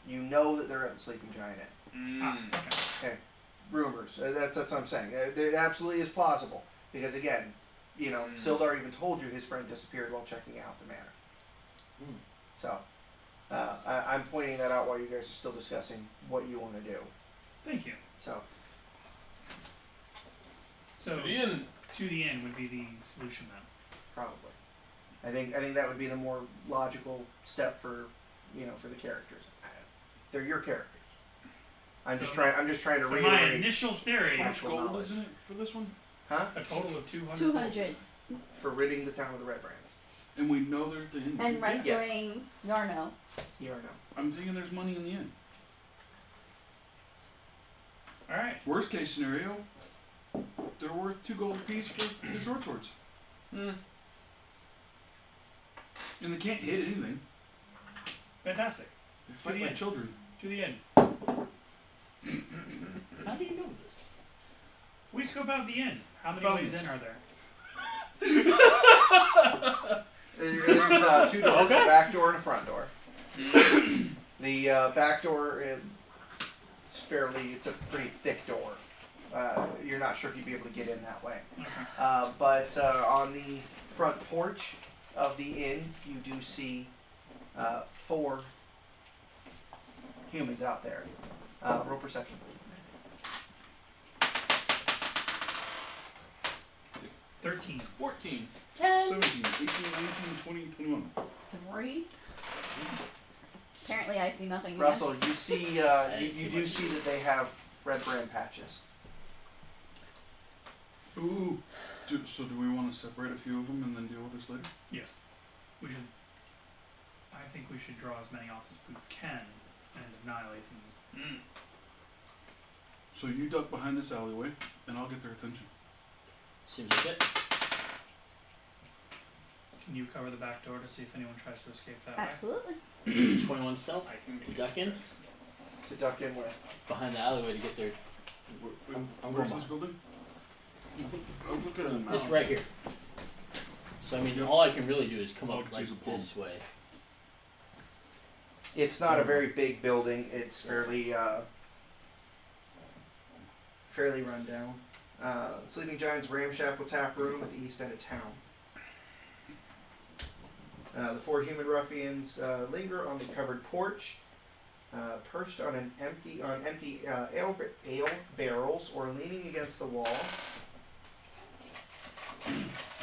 [SPEAKER 2] You know that they're at the Sleeping Giant Inn.
[SPEAKER 6] Ah,
[SPEAKER 1] Mm.
[SPEAKER 6] okay.
[SPEAKER 2] rumors. Uh, that's, that's what I'm saying. Uh, It absolutely is plausible because again, you know,
[SPEAKER 1] Mm.
[SPEAKER 2] Sildar even told you his friend disappeared while checking out the manor.
[SPEAKER 3] Mm.
[SPEAKER 2] So, uh, I, I'm pointing that out while you guys are still discussing what you want to do.
[SPEAKER 6] Thank you.
[SPEAKER 2] So,
[SPEAKER 6] So
[SPEAKER 1] Ian.
[SPEAKER 6] to the end would be the solution then.
[SPEAKER 2] probably, I think I think that would be the more logical step for, you know, for the characters. I- They're your characters. I'm just
[SPEAKER 6] So-
[SPEAKER 2] trying. I'm just trying to
[SPEAKER 6] So my
[SPEAKER 2] reiterate.
[SPEAKER 6] initial theory,
[SPEAKER 5] How much
[SPEAKER 2] Actual
[SPEAKER 5] gold
[SPEAKER 2] knowledge.
[SPEAKER 5] is in it for this one?
[SPEAKER 2] huh?
[SPEAKER 6] a total of 200.
[SPEAKER 4] Two hundred
[SPEAKER 2] For ridding the town of the Red Brands.
[SPEAKER 5] And we know they're at the inn.
[SPEAKER 4] and
[SPEAKER 5] Yeah.
[SPEAKER 4] rescuing Yarno.
[SPEAKER 2] You are now.
[SPEAKER 5] I'm thinking there's money in the inn.
[SPEAKER 6] All right.
[SPEAKER 5] Worst case scenario, they're worth two gold apiece for the short swords.
[SPEAKER 3] Hmm.
[SPEAKER 1] Mm.
[SPEAKER 5] And they can't hit anything.
[SPEAKER 6] Fantastic.
[SPEAKER 5] They fight like
[SPEAKER 6] Yeah.
[SPEAKER 5] children.
[SPEAKER 6] To the end.
[SPEAKER 3] How do you know this?
[SPEAKER 6] We scope out the inn. How many
[SPEAKER 5] Phones.
[SPEAKER 6] ways in are there?
[SPEAKER 2] There's uh, two doors: a back door and a front door.
[SPEAKER 3] Hmm.
[SPEAKER 2] the uh, back door is it's fairly, it's a pretty thick door. Uh, you're not sure if you'd be able to get in that way.
[SPEAKER 6] Okay.
[SPEAKER 2] Uh, but uh, on the front porch of the inn, you do see uh, four humans out there. Uh, roll perception, please.
[SPEAKER 6] 13.
[SPEAKER 1] 14.
[SPEAKER 4] 10,
[SPEAKER 5] 17, 18, 19, 20, 21.
[SPEAKER 4] 3. Apparently, I see nothing. there.
[SPEAKER 2] Russell, you see, uh,
[SPEAKER 3] I
[SPEAKER 2] you,
[SPEAKER 3] didn't see
[SPEAKER 2] you do
[SPEAKER 3] much.
[SPEAKER 2] see that they have red brand patches.
[SPEAKER 5] Ooh. Do, so do we want to separate a few of them and then deal with this later?
[SPEAKER 6] Yes. We should. I think we should draw as many off as we can and annihilate them.
[SPEAKER 1] Mm.
[SPEAKER 5] So you duck behind this alleyway, and I'll get their attention.
[SPEAKER 3] Seems like it.
[SPEAKER 6] Can you cover the back door to see if anyone tries to escape that way?
[SPEAKER 4] Absolutely.
[SPEAKER 3] 21 stealth
[SPEAKER 1] I think
[SPEAKER 3] to duck in.
[SPEAKER 2] To duck in where?
[SPEAKER 3] Behind the alleyway to get there.
[SPEAKER 5] Where,
[SPEAKER 3] I'm- I'm
[SPEAKER 5] where's
[SPEAKER 3] going
[SPEAKER 5] this building? I was looking at the map.
[SPEAKER 3] It's right here. So I mean, all I can really do is come
[SPEAKER 5] Oh,
[SPEAKER 3] up
[SPEAKER 5] it's
[SPEAKER 3] like
[SPEAKER 5] a pole.
[SPEAKER 3] this way.
[SPEAKER 2] It's not a very big building. It's fairly uh, fairly run down. Uh, Sleeping Giant's ramshackle tap room at the east end of town. Uh, the four human ruffians uh, linger on the covered porch, uh, perched on an empty on empty uh, ale, ba- ale barrels or leaning against the wall.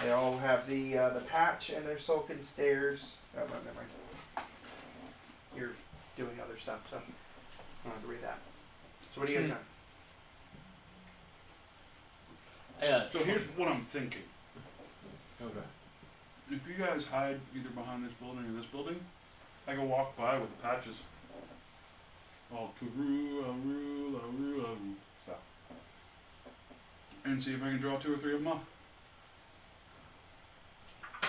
[SPEAKER 2] They all have the uh, the patch and their sulking stares. Oh, no, never mind you're doing other stuff, so I don't have to read that. So what do you guys
[SPEAKER 1] Hmm.
[SPEAKER 2] done?
[SPEAKER 3] Yeah.
[SPEAKER 5] So here's what I'm thinking.
[SPEAKER 3] Okay.
[SPEAKER 5] If you guys hide either behind this building or this building, I can walk by with the patches. All to um, stuff. And see if I can draw two or three of them off.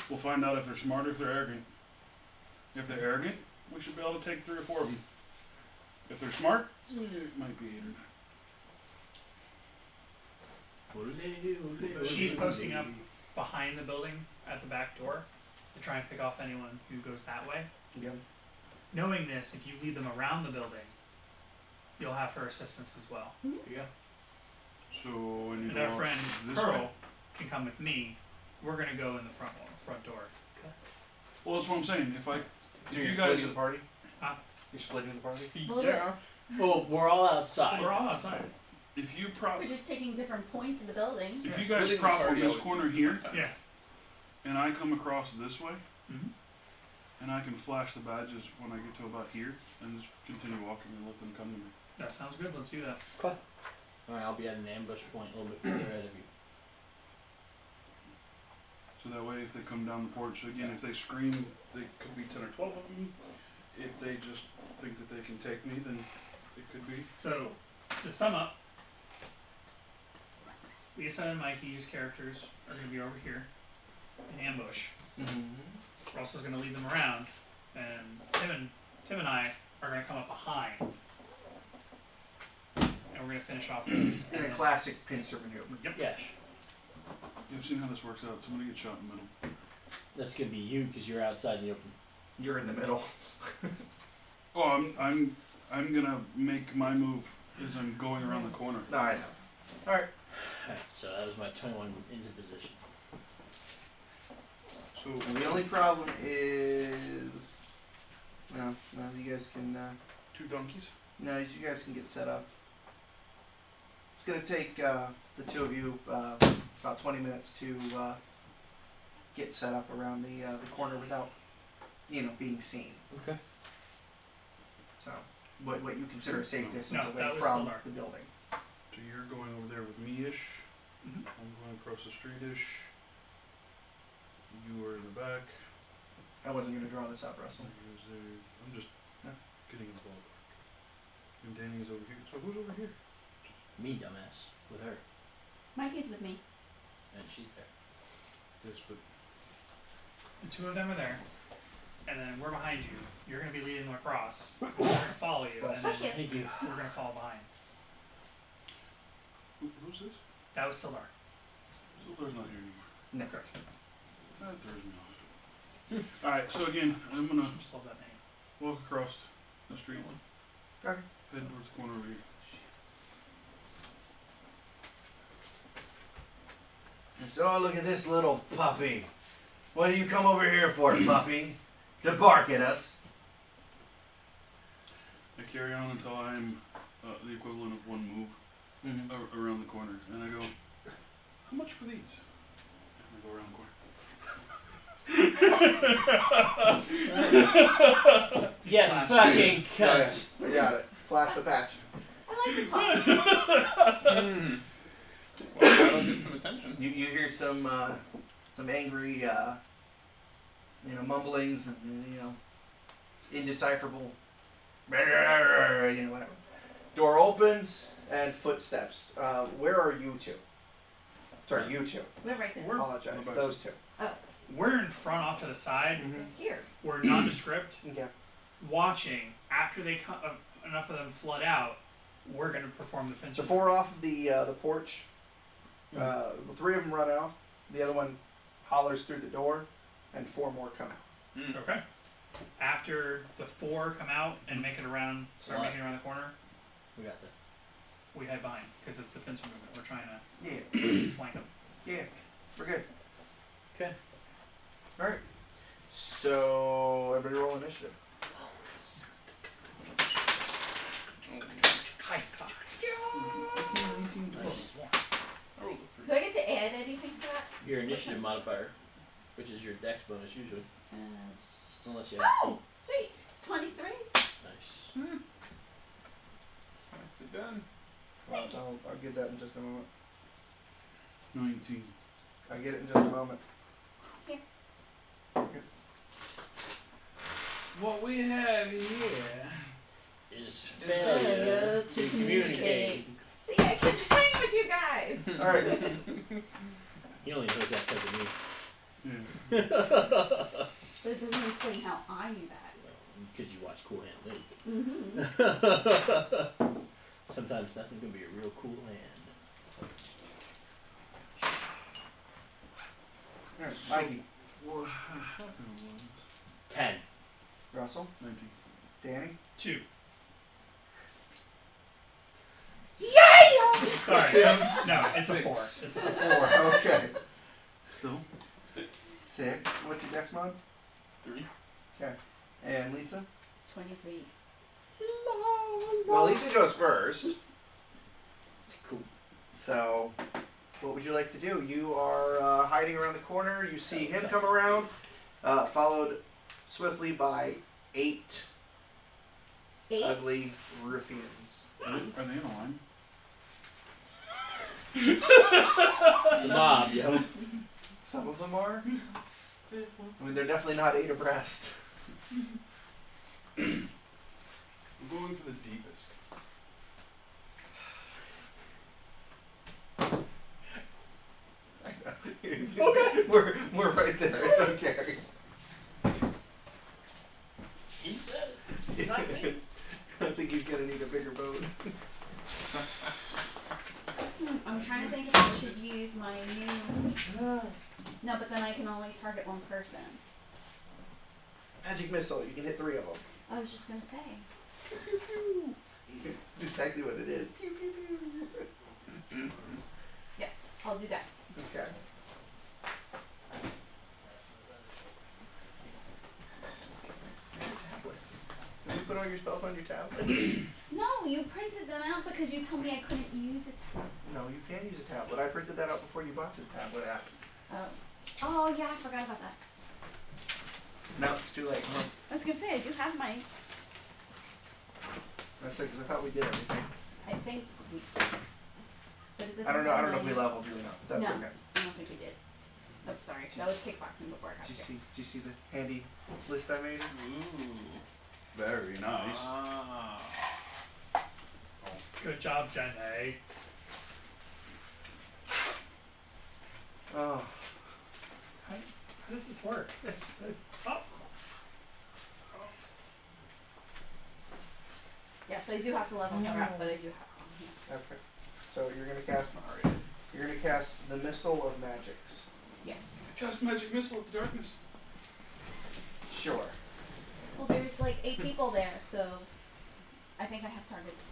[SPEAKER 5] We'll find out if they're smart or if they're arrogant. If they're arrogant, we should be able to take three or four of them. If they're smart, it might be eight or nine.
[SPEAKER 6] She's posting up behind the building at the back door to try and pick off anyone who goes that way.
[SPEAKER 2] Yeah.
[SPEAKER 6] Knowing this, if you lead them around the building, you'll have her assistance as well.
[SPEAKER 5] So I need
[SPEAKER 6] And
[SPEAKER 5] to
[SPEAKER 6] our
[SPEAKER 5] walk
[SPEAKER 6] friend
[SPEAKER 5] this
[SPEAKER 6] Pearl
[SPEAKER 5] way.
[SPEAKER 6] can come with me. We're gonna go in the front front door.
[SPEAKER 5] Well, that's what I'm saying. If I, if
[SPEAKER 2] So
[SPEAKER 5] you
[SPEAKER 2] you're
[SPEAKER 5] guys,
[SPEAKER 2] splitting the party?
[SPEAKER 6] Huh?
[SPEAKER 2] You're splitting the party?
[SPEAKER 4] Well,
[SPEAKER 3] Well, we're all outside.
[SPEAKER 6] We're all outside.
[SPEAKER 5] if you prop,
[SPEAKER 4] We're just taking different points of the building.
[SPEAKER 5] if you guys prop on this corner here,
[SPEAKER 6] Yeah.
[SPEAKER 5] and I come across this way,
[SPEAKER 2] Mm-hmm.
[SPEAKER 6] Mhm.
[SPEAKER 5] and I can flash the badges when I get to about here, and just continue walking and let them come to me.
[SPEAKER 6] That sounds good. Let's do that.
[SPEAKER 3] All right, I'll be at an ambush point a little bit further ahead of you.
[SPEAKER 5] So that way, if they come down the porch again, if they scream, they could be ten or twelve of them. If they just think that they can take me, then it could be.
[SPEAKER 6] So, to sum up, Lisa and Mikey's characters are going to be over here in ambush.
[SPEAKER 2] Mm-hmm.
[SPEAKER 6] Russell's going to lead them around, and Tim and Tim and I are going to come up behind, and we're going to finish off. with these.
[SPEAKER 2] In a classic pincer maneuver.
[SPEAKER 6] Yep.
[SPEAKER 3] Yes,
[SPEAKER 5] You've seen how this works out. Somebody gets shot in the middle.
[SPEAKER 3] that's gonna be you because you're outside in the open.
[SPEAKER 2] You're in the middle.
[SPEAKER 5] Oh, I'm I'm I'm gonna make my move as I'm going around the corner.
[SPEAKER 2] No, I know.
[SPEAKER 3] All right, so that was my 21 into position.
[SPEAKER 5] So
[SPEAKER 2] And the only problem is, no, no, you guys can, uh,
[SPEAKER 5] two donkeys.
[SPEAKER 2] no, you guys can get set up. It's gonna take uh, the two of you uh, about 20 minutes to uh, get set up around the uh, the corner without, you know, being seen.
[SPEAKER 3] Okay.
[SPEAKER 2] So, what what you consider a safe distance
[SPEAKER 6] No,
[SPEAKER 2] away
[SPEAKER 6] that was
[SPEAKER 2] from
[SPEAKER 6] Sildar.
[SPEAKER 2] the building.
[SPEAKER 5] So you're going over there with me ish.
[SPEAKER 6] Mhm.
[SPEAKER 5] I'm going across the street ish. You are in the back.
[SPEAKER 2] I wasn't gonna draw this up,
[SPEAKER 5] So
[SPEAKER 2] Russell.
[SPEAKER 5] he was there. I'm just
[SPEAKER 2] Yeah.
[SPEAKER 5] getting involved. And Danny's over here. So who's over here?
[SPEAKER 3] Me, dumbass, with her,
[SPEAKER 4] Mikey's with me.
[SPEAKER 3] and she's there.
[SPEAKER 5] This, but
[SPEAKER 6] The two of them are there, and then we're behind you. You're going to be leading them across. We're going to follow you, and then
[SPEAKER 4] Fuck you.
[SPEAKER 3] Thank you.
[SPEAKER 6] we're going to fall behind.
[SPEAKER 5] who, who's this?
[SPEAKER 6] That was Sildar.
[SPEAKER 5] Silver's not here anymore.
[SPEAKER 2] No.
[SPEAKER 5] That throws me off. All right. So again, I'm gonna
[SPEAKER 6] Just love that name.
[SPEAKER 5] walk across the street.
[SPEAKER 2] Okay.
[SPEAKER 5] Head towards the corner over here.
[SPEAKER 2] And so oh, look at this little puppy. What do you come over here for, puppy? To bark at us?
[SPEAKER 5] I carry on until I'm uh, the equivalent of one move
[SPEAKER 2] Mm-hmm.
[SPEAKER 5] a- around the corner, and I go, "How much for these?" And I go around the corner.
[SPEAKER 3] Yeah, fucking cunt.
[SPEAKER 2] We got it. Flash the patch.
[SPEAKER 4] I like to talk.
[SPEAKER 1] Well, that'll get some attention.
[SPEAKER 2] You, you hear some uh, some angry uh, you know mumblings and you know indecipherable you know whatever. Door opens and footsteps. Uh, where are you two? Sorry, you two.
[SPEAKER 4] We're right there.
[SPEAKER 6] We're,
[SPEAKER 2] Apologize. Those 2
[SPEAKER 6] we're in front off to the side.
[SPEAKER 2] Mm-hmm.
[SPEAKER 4] Here.
[SPEAKER 6] We're nondescript.
[SPEAKER 2] Yeah.
[SPEAKER 6] watching after they come, uh, enough of them flood out, we're gonna perform the pincer.
[SPEAKER 2] So four off the uh, the porch. Uh, three of them run off. The other one hollers through the door, and four more come out.
[SPEAKER 6] Okay. After the four come out and make it around, start
[SPEAKER 3] Why?
[SPEAKER 6] making it around the corner,
[SPEAKER 3] We got this.
[SPEAKER 6] we head behind because it's the pincer movement. We're trying
[SPEAKER 2] Yeah.
[SPEAKER 6] to flank them.
[SPEAKER 2] Yeah, we're good.
[SPEAKER 3] 'Kay.
[SPEAKER 2] All right. So everybody roll initiative.
[SPEAKER 6] High five.
[SPEAKER 3] Nice.
[SPEAKER 1] I rolled a three.
[SPEAKER 4] Do I get to add anything to that?
[SPEAKER 3] Your initiative modifier, which is your dex bonus usually,
[SPEAKER 4] Uh,
[SPEAKER 3] unless you have.
[SPEAKER 4] oh, sweet. 23.
[SPEAKER 3] Nice.
[SPEAKER 1] Nicely done.
[SPEAKER 2] I'll, I'll, I'll get that in just a moment.
[SPEAKER 5] Nineteen.
[SPEAKER 2] I'll get it in just a moment.
[SPEAKER 5] What we have here.
[SPEAKER 3] Is
[SPEAKER 4] failure
[SPEAKER 3] failure
[SPEAKER 4] to
[SPEAKER 3] to communicate.
[SPEAKER 4] See, I can hang with you guys.
[SPEAKER 2] All right.
[SPEAKER 3] He only knows that because of me.
[SPEAKER 5] Yeah.
[SPEAKER 4] But it doesn't explain how I knew that.
[SPEAKER 3] because you watch Cool Hand Luke.
[SPEAKER 4] Mm-hmm.
[SPEAKER 3] Sometimes nothing can be a real cool hand.
[SPEAKER 2] All right, Mikey,
[SPEAKER 5] What happened was
[SPEAKER 3] Ten.
[SPEAKER 2] Russell,
[SPEAKER 5] 19.
[SPEAKER 2] Danny.
[SPEAKER 6] Two.
[SPEAKER 4] Yay!
[SPEAKER 6] Sorry. um, no, it's a
[SPEAKER 1] Six.
[SPEAKER 6] four. It's a
[SPEAKER 2] Four. Okay.
[SPEAKER 5] Still?
[SPEAKER 1] Six.
[SPEAKER 2] Six. What's your dex mod?
[SPEAKER 1] Three.
[SPEAKER 2] And Lisa.
[SPEAKER 4] Twenty-three.
[SPEAKER 2] Well, Lisa goes first.
[SPEAKER 3] It's cool.
[SPEAKER 2] So, what would you like to do? You are uh, hiding around the corner. You see him come around, uh, followed swiftly by eight
[SPEAKER 4] Eight.
[SPEAKER 2] ugly ruffians.
[SPEAKER 5] Are they in a line?
[SPEAKER 3] It's a mob, yo.
[SPEAKER 2] Some of them are. I mean, they're definitely not eight abreast.
[SPEAKER 1] We're going for the deepest.
[SPEAKER 2] okay. We're, we're right there. It's okay.
[SPEAKER 3] He said it. Not me.
[SPEAKER 2] I think he's gonna need a bigger boat.
[SPEAKER 4] Hmm, I'm trying to think if I should use my new. No, but then I can only target one person.
[SPEAKER 2] Magic missile. You can hit three of them.
[SPEAKER 4] I was just gonna say.
[SPEAKER 2] That's exactly what it is. Pew, pew, pew.
[SPEAKER 4] Yes, I'll do that.
[SPEAKER 2] Okay. Did you put all your spells on your tablet?
[SPEAKER 4] No, you printed them out because you told me I couldn't use it.
[SPEAKER 2] no, you can use a tablet. I printed that out before you bought the tablet app.
[SPEAKER 4] Oh. Oh yeah, I forgot about that.
[SPEAKER 2] No, it's too late. Huh?
[SPEAKER 4] I was gonna say I do have my.
[SPEAKER 2] I said because I thought we did everything.
[SPEAKER 4] I think. We, but it doesn't
[SPEAKER 2] I don't know. I
[SPEAKER 4] have
[SPEAKER 2] don't know if
[SPEAKER 4] my-
[SPEAKER 2] we leveled you or not. But that's
[SPEAKER 4] No.
[SPEAKER 2] okay.
[SPEAKER 4] I don't think we did. Oh, sorry. That was kickboxing before I got
[SPEAKER 2] Did you
[SPEAKER 4] here.
[SPEAKER 2] see? Did you see the handy list I made?
[SPEAKER 1] Ooh.
[SPEAKER 5] Very nice.
[SPEAKER 1] Ah.
[SPEAKER 6] Good job, Jenny.
[SPEAKER 2] Oh,
[SPEAKER 6] How, how does this work? It's- it's- oh,
[SPEAKER 4] Yes, I do have to level her up, but I do have. Oh, yeah.
[SPEAKER 2] okay. So you're gonna cast. You're gonna cast the missile of magics.
[SPEAKER 4] Yes.
[SPEAKER 5] Cast magic missile at the darkness.
[SPEAKER 2] Sure.
[SPEAKER 4] Well, there's like eight people there, so I think I have targets.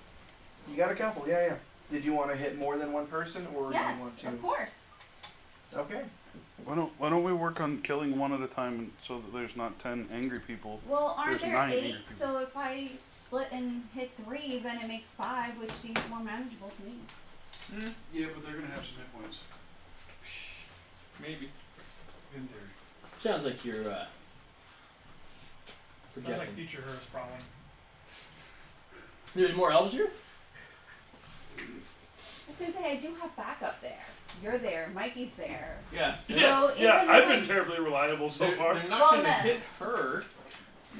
[SPEAKER 2] You got a couple, yeah, yeah. Did you want to hit more than one person, or do
[SPEAKER 4] yes,
[SPEAKER 2] you want to?
[SPEAKER 4] of course.
[SPEAKER 2] Okay.
[SPEAKER 5] Why don't Why don't we work on killing one at a time, and so that there's not ten angry people?
[SPEAKER 4] Well, aren't
[SPEAKER 5] There's
[SPEAKER 4] there
[SPEAKER 5] nine
[SPEAKER 4] eight?
[SPEAKER 5] here, people.
[SPEAKER 4] So if I split and hit three, then it makes five, which seems more manageable to me.
[SPEAKER 5] Yeah, but they're gonna have some hit points.
[SPEAKER 1] Maybe.
[SPEAKER 5] In theory.
[SPEAKER 3] Sounds like you're uh,
[SPEAKER 6] Sounds like
[SPEAKER 3] projecting.
[SPEAKER 6] future hers problem.
[SPEAKER 3] There's more elves here.
[SPEAKER 4] I was gonna say I do have backup there. You're there. Mikey's there.
[SPEAKER 1] Yeah.
[SPEAKER 4] So even
[SPEAKER 5] yeah, I've
[SPEAKER 4] if
[SPEAKER 5] been
[SPEAKER 4] I-
[SPEAKER 5] terribly reliable so
[SPEAKER 1] they're,
[SPEAKER 5] far.
[SPEAKER 1] they're not
[SPEAKER 4] Well,
[SPEAKER 1] gonna
[SPEAKER 4] then.
[SPEAKER 1] hit her.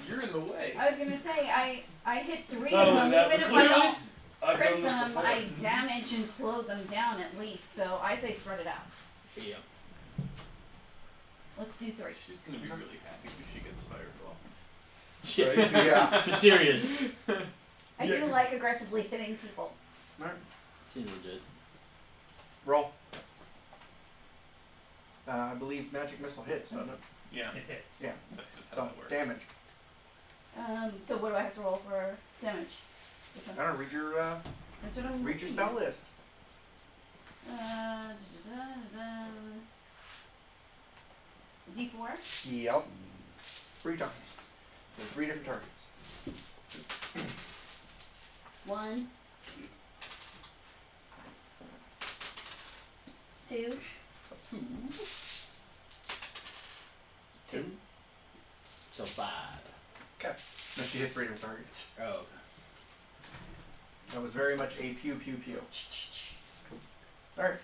[SPEAKER 1] You're in the way.
[SPEAKER 4] I was gonna say I I hit three
[SPEAKER 5] Not
[SPEAKER 4] of them.
[SPEAKER 5] only
[SPEAKER 4] even
[SPEAKER 5] that, but
[SPEAKER 4] if I
[SPEAKER 5] clearly-
[SPEAKER 4] don't
[SPEAKER 5] I've done
[SPEAKER 4] crit
[SPEAKER 5] this
[SPEAKER 4] them,
[SPEAKER 5] before.
[SPEAKER 4] I damage and slow them down at least. So I say spread it out.
[SPEAKER 3] Yeah.
[SPEAKER 4] Let's do three.
[SPEAKER 1] She's gonna be really happy if she gets fireball.
[SPEAKER 2] Yeah.
[SPEAKER 3] For serious.
[SPEAKER 4] I do like aggressively hitting people.
[SPEAKER 3] Seems legit.
[SPEAKER 2] Roll. Uh, I believe magic missile hits, doesn't it?
[SPEAKER 1] Yeah.
[SPEAKER 6] It hits.
[SPEAKER 2] Yeah.
[SPEAKER 1] That's just how
[SPEAKER 2] So
[SPEAKER 1] it works.
[SPEAKER 2] damage.
[SPEAKER 4] Um, so what do I have to roll for damage? Which one?
[SPEAKER 2] I don't know, read your uh,
[SPEAKER 4] That's what I'm
[SPEAKER 2] read your
[SPEAKER 4] looking
[SPEAKER 2] spell list.
[SPEAKER 4] at. Uh, da, da, da, da. D4?
[SPEAKER 2] Yep. Three times. With three different targets.
[SPEAKER 4] One. Two.
[SPEAKER 1] Two.
[SPEAKER 3] Two. So five.
[SPEAKER 2] No, she hit three different targets.
[SPEAKER 3] Oh.
[SPEAKER 2] That was very much a pew pew pew. All right.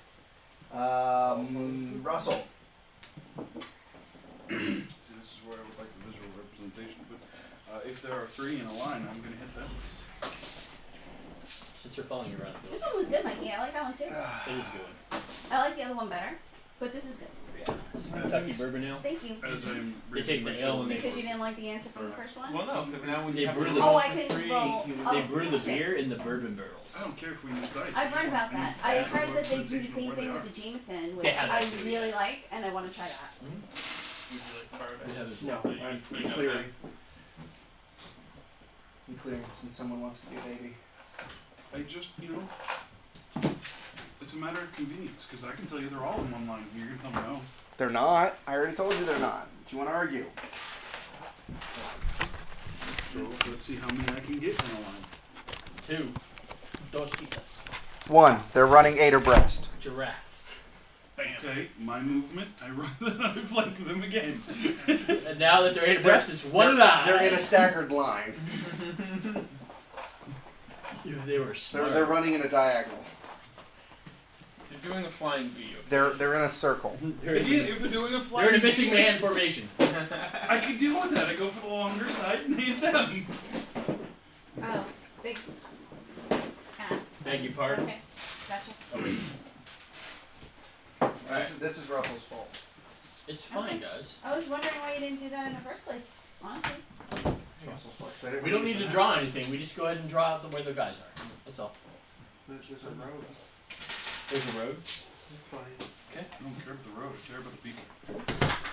[SPEAKER 2] Um, Russell.
[SPEAKER 5] See, this is where I would like a visual representation, but uh, if there are three in a line, I'm gonna hit them.
[SPEAKER 3] Since you're following you around, it
[SPEAKER 4] This one was good, Mikey. I like that one too.
[SPEAKER 3] is good.
[SPEAKER 4] I like the other one better, but this is good.
[SPEAKER 3] Yeah. It's a Kentucky bourbon ale.
[SPEAKER 4] Thank you.
[SPEAKER 5] As I'm
[SPEAKER 3] They take the
[SPEAKER 5] researching-
[SPEAKER 3] L and they
[SPEAKER 4] Because you didn't like the answer from the first one?
[SPEAKER 1] Well, no, because now when
[SPEAKER 3] They
[SPEAKER 1] you have
[SPEAKER 3] brew
[SPEAKER 1] to
[SPEAKER 3] the-
[SPEAKER 1] roll
[SPEAKER 4] Oh, I
[SPEAKER 1] for
[SPEAKER 4] can
[SPEAKER 1] three,
[SPEAKER 4] roll-
[SPEAKER 1] you-
[SPEAKER 4] oh.
[SPEAKER 3] They brew the
[SPEAKER 4] okay.
[SPEAKER 3] beer in the bourbon barrels.
[SPEAKER 5] I don't care if we use dice.
[SPEAKER 4] I've read about that. I
[SPEAKER 5] have
[SPEAKER 4] heard that they do the same thing with the Jameson, which
[SPEAKER 3] have that
[SPEAKER 4] I
[SPEAKER 3] too,
[SPEAKER 4] really like, and I want to try that.
[SPEAKER 1] Would you like
[SPEAKER 3] They
[SPEAKER 1] paradise?
[SPEAKER 3] have this-
[SPEAKER 2] No,
[SPEAKER 5] But you
[SPEAKER 2] I'm
[SPEAKER 5] just bring up
[SPEAKER 2] clearing.
[SPEAKER 5] that.
[SPEAKER 2] I'm clearing since someone wants to do baby.
[SPEAKER 5] I just, you know, it's a matter of convenience because I can tell you they're all in one line. You're gonna tell me "Oh, no.
[SPEAKER 2] They're not. I already told you they're not. Do you want to argue?
[SPEAKER 5] So let's see how many I can get in a line.
[SPEAKER 3] Two. Dos Chicas.
[SPEAKER 2] One. They're running eight abreast.
[SPEAKER 3] Giraffe.
[SPEAKER 6] Bam.
[SPEAKER 5] Okay, my movement. I run another flank of them again.
[SPEAKER 3] And now that they're in breast, it's one line.
[SPEAKER 2] They're in a staggered line.
[SPEAKER 3] If they were
[SPEAKER 2] They're,
[SPEAKER 3] smart.
[SPEAKER 2] they're running in a diagonal.
[SPEAKER 1] You're doing a flying bee.
[SPEAKER 2] They're they're in a circle.
[SPEAKER 3] They're in-
[SPEAKER 5] again, if they're doing a flank,
[SPEAKER 3] they're in a missing man formation.
[SPEAKER 5] I can deal with that. I go for the longer side and hit them.
[SPEAKER 4] Oh, big ass.
[SPEAKER 3] Beg your pardon.
[SPEAKER 4] Okay, gotcha.
[SPEAKER 2] This, is, this is Russell's fault.
[SPEAKER 3] It's fine, guys.
[SPEAKER 4] I was wondering why you didn't do that in the first place, honestly.
[SPEAKER 2] It's Russell's fault. 'cause I didn't
[SPEAKER 3] We don't
[SPEAKER 2] use
[SPEAKER 3] need
[SPEAKER 2] the
[SPEAKER 3] to
[SPEAKER 2] map.
[SPEAKER 3] draw anything. We just go ahead and draw out the where the guys are. That's all.
[SPEAKER 2] There's there's a road.
[SPEAKER 3] There's a road.
[SPEAKER 2] It's fine.
[SPEAKER 5] I don't care about the road. I care about the people.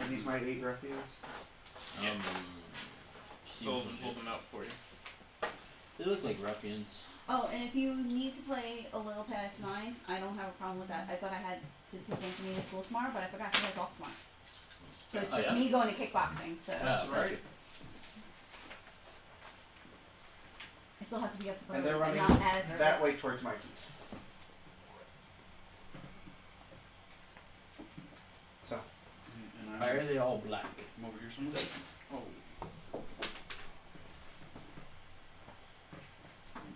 [SPEAKER 2] Are these my eight ruffians?
[SPEAKER 1] Yes.
[SPEAKER 3] Um, seems
[SPEAKER 1] Sold and
[SPEAKER 3] legit.
[SPEAKER 1] pulled them out for you.
[SPEAKER 3] They look like ruffians.
[SPEAKER 4] Oh, and if you need to play a little past nine, I don't have a problem with that. I thought I had to take Anthony to school tomorrow, but I forgot he has off tomorrow. So it's
[SPEAKER 3] Oh,
[SPEAKER 4] just
[SPEAKER 3] yeah?
[SPEAKER 4] me going to kickboxing, so
[SPEAKER 3] Yeah.
[SPEAKER 2] right.
[SPEAKER 4] I still have to be up early,
[SPEAKER 2] And they're
[SPEAKER 4] but
[SPEAKER 2] running
[SPEAKER 4] not as early.
[SPEAKER 2] That way towards Mikey. So
[SPEAKER 5] And
[SPEAKER 3] Why
[SPEAKER 5] I'm,
[SPEAKER 3] are they all black?
[SPEAKER 5] I'm over here somewhere. Oh.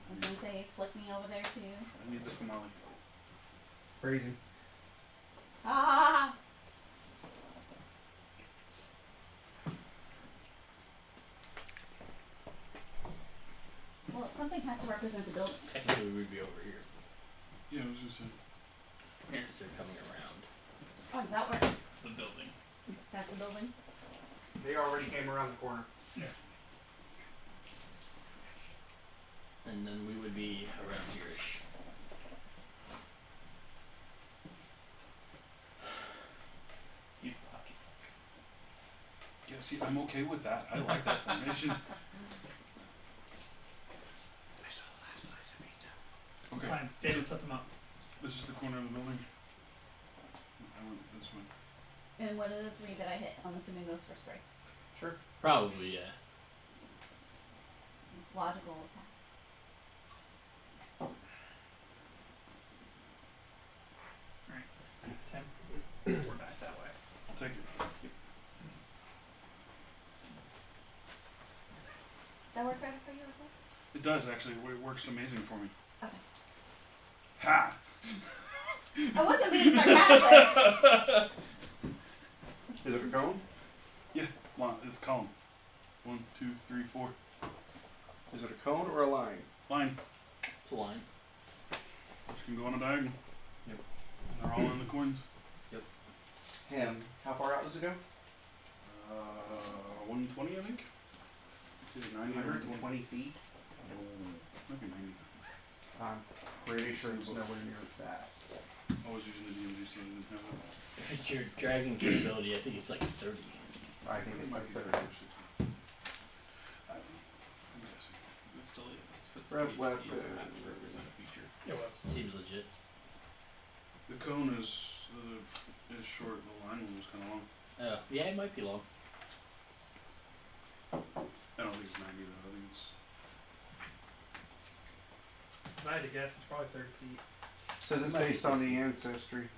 [SPEAKER 4] I was gonna say, flick me over there too.
[SPEAKER 5] I need the finale.
[SPEAKER 2] crazy.
[SPEAKER 4] Ah! Well, something has to represent the building.
[SPEAKER 3] Technically, we'd be over here.
[SPEAKER 5] Yeah, I was gonna say.
[SPEAKER 3] Here. They're coming around.
[SPEAKER 4] Oh, that works.
[SPEAKER 1] The building.
[SPEAKER 4] That's the building.
[SPEAKER 2] They already came around the corner.
[SPEAKER 3] And then we would be around here-ish.
[SPEAKER 1] He's lucky.
[SPEAKER 5] Yeah, see, I'm okay with that. I like that formation. Okay,
[SPEAKER 6] Fine. David set them up.
[SPEAKER 5] this is the corner of the building. I went this way.
[SPEAKER 4] And what are the three that I hit? I'm assuming those first three.
[SPEAKER 2] Sure.
[SPEAKER 3] Probably, yeah.
[SPEAKER 4] Logical attack.
[SPEAKER 6] Ten. We're back that way.
[SPEAKER 5] I'll take it.
[SPEAKER 4] Does that work better for you, Russell?
[SPEAKER 5] It does actually. It it works amazing for me.
[SPEAKER 4] Okay.
[SPEAKER 5] Ha!
[SPEAKER 4] I wasn't being sarcastic.
[SPEAKER 2] Is it a cone?
[SPEAKER 5] Well, it's column. One, two, three, four.
[SPEAKER 2] Is it a cone or a line?
[SPEAKER 5] Line.
[SPEAKER 3] It's a line.
[SPEAKER 5] Which can go on a diagonal.
[SPEAKER 3] Yep.
[SPEAKER 5] And they're all in the coins.
[SPEAKER 2] Him. How far out does it go?
[SPEAKER 5] Uh, 120, I think. Is it 90 or 120?
[SPEAKER 2] feet.
[SPEAKER 5] Might be 90.
[SPEAKER 2] I'm pretty sure it's nowhere near that.
[SPEAKER 5] I was using the DMG, so I didn't have that.
[SPEAKER 3] If it's your dragon capability, I think it's like 30.
[SPEAKER 2] I think it's like
[SPEAKER 5] Might
[SPEAKER 2] 30.
[SPEAKER 5] be 50 or 60. I don't know. I'm guessing.
[SPEAKER 1] It's still used, but
[SPEAKER 2] Rev
[SPEAKER 1] the
[SPEAKER 2] weapon.
[SPEAKER 1] DT map represent a feature.
[SPEAKER 6] It was.
[SPEAKER 3] Seems legit.
[SPEAKER 5] The cone is uh, is short. The line was kind of long.
[SPEAKER 3] Oh, yeah, it might be long.
[SPEAKER 5] I don't think it's 90 though. I think it's
[SPEAKER 6] If I had to guess, it's probably 30 feet.
[SPEAKER 2] Says it's based on the ancestry.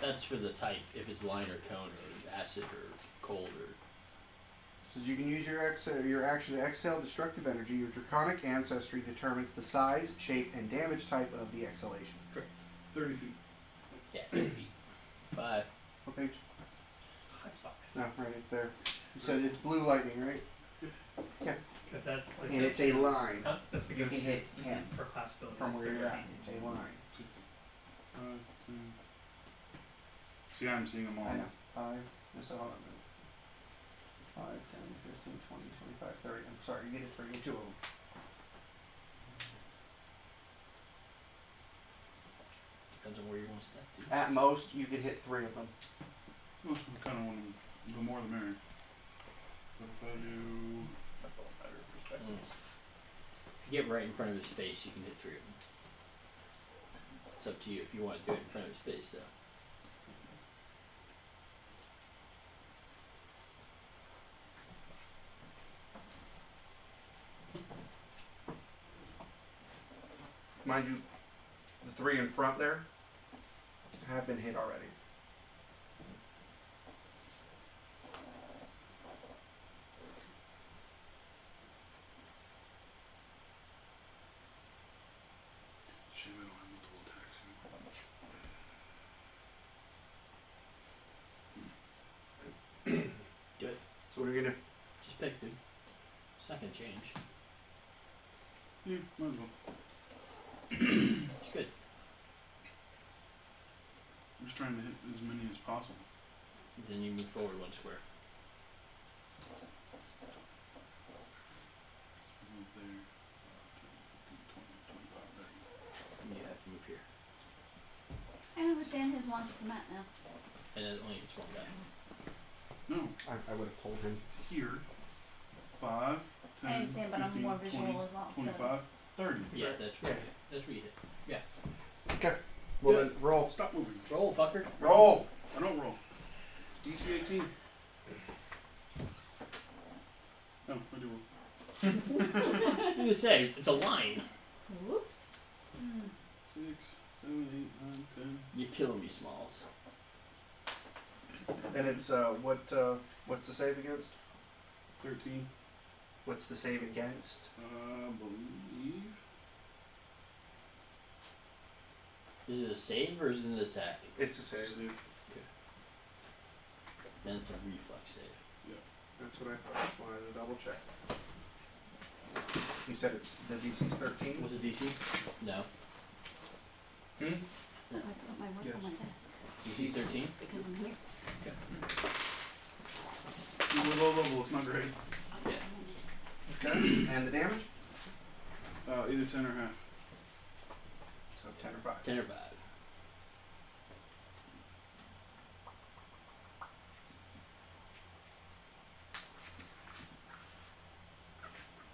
[SPEAKER 3] That's for the type, if it's line or cone or acid or cold or.
[SPEAKER 2] Says you can use your exhale, your action to exhale destructive energy. Your draconic ancestry determines the size, shape, and damage type of the exhalation.
[SPEAKER 5] 30 feet.
[SPEAKER 3] Yeah, 30 feet. Five.
[SPEAKER 2] What page?
[SPEAKER 6] High five.
[SPEAKER 2] No, right, it's there. You said it's blue lightning, right?
[SPEAKER 6] Because that's like.
[SPEAKER 2] And it's a line.
[SPEAKER 6] Huh? That's the
[SPEAKER 2] You
[SPEAKER 6] good
[SPEAKER 2] can hit him
[SPEAKER 6] for class buildings.
[SPEAKER 2] from
[SPEAKER 6] it's
[SPEAKER 2] where you're
[SPEAKER 6] 30
[SPEAKER 2] at.
[SPEAKER 6] feet.
[SPEAKER 2] It's a line.
[SPEAKER 5] Five, ten, See, I'm seeing them all.
[SPEAKER 2] I know. Five. That's all. I'm doing. Five, 10, 15, 20, 25, 30. I'm sorry, you needed three. Two of them.
[SPEAKER 3] Depends on where you want to step.
[SPEAKER 2] At most, you could hit three of them.
[SPEAKER 5] Well, I kind of want to. The more, the merrier. But if I do,
[SPEAKER 1] That's all a matter of perspective.
[SPEAKER 3] Mm. If you get right in front of his face, you can hit three of them. It's up to you if you want to do it in front of his face, though.
[SPEAKER 2] Mind you, the three in front there have been hit already.
[SPEAKER 5] shit, we don't have multiple attacks. here.
[SPEAKER 2] So what are you gonna do?
[SPEAKER 3] Just pick, dude. It's not gonna change.
[SPEAKER 5] Yeah, might as well.
[SPEAKER 3] It's good.
[SPEAKER 5] I'm just trying to hit as many as possible.
[SPEAKER 3] Then you move forward one square.
[SPEAKER 5] Move there. uh, 10,
[SPEAKER 3] And
[SPEAKER 5] 15, 20, 25, 30.
[SPEAKER 3] you have to move here.
[SPEAKER 4] I understand his wants from that now.
[SPEAKER 3] And it only hits one guy.
[SPEAKER 5] No,
[SPEAKER 2] I, I would have told him.
[SPEAKER 5] here. 5,
[SPEAKER 4] I
[SPEAKER 5] 10,
[SPEAKER 4] understand, but
[SPEAKER 5] 15,
[SPEAKER 4] I'm more
[SPEAKER 5] 20,
[SPEAKER 4] visual as well. So
[SPEAKER 5] 25, 30.
[SPEAKER 3] Yeah, that's where
[SPEAKER 2] Yeah.
[SPEAKER 3] you hit. That's where you hit.
[SPEAKER 2] Okay. Well
[SPEAKER 5] Yeah.
[SPEAKER 2] then, roll.
[SPEAKER 5] Oh, Stop moving.
[SPEAKER 3] Roll, fucker.
[SPEAKER 2] Roll.
[SPEAKER 5] I don't roll. DC 18. No, I do roll.
[SPEAKER 3] What do you say? It's a line.
[SPEAKER 4] whoops. Hmm.
[SPEAKER 5] 6, 7, 8, 9, 10.
[SPEAKER 3] You're killing me, Smalls.
[SPEAKER 2] And it's uh, what uh, what's the save against?
[SPEAKER 5] 13,
[SPEAKER 2] What's the save against?
[SPEAKER 5] I believe.
[SPEAKER 3] Is it a save or is it an attack?
[SPEAKER 2] It's a save.
[SPEAKER 5] Save.
[SPEAKER 3] Then it's a reflex save.
[SPEAKER 2] That's what I thought. Just wanted to double check. You said it's the DC's thirteen.
[SPEAKER 3] What's the DC? No.
[SPEAKER 4] Look, I put my work
[SPEAKER 2] Yes.
[SPEAKER 4] on my desk
[SPEAKER 3] DC's 13?
[SPEAKER 4] because I'm here.
[SPEAKER 5] We're low level, it's not great.
[SPEAKER 3] Yeah.
[SPEAKER 5] Okay.
[SPEAKER 2] And the damage?
[SPEAKER 5] Uh, either 10 or half.
[SPEAKER 2] So ten or five.
[SPEAKER 3] 10 or 5.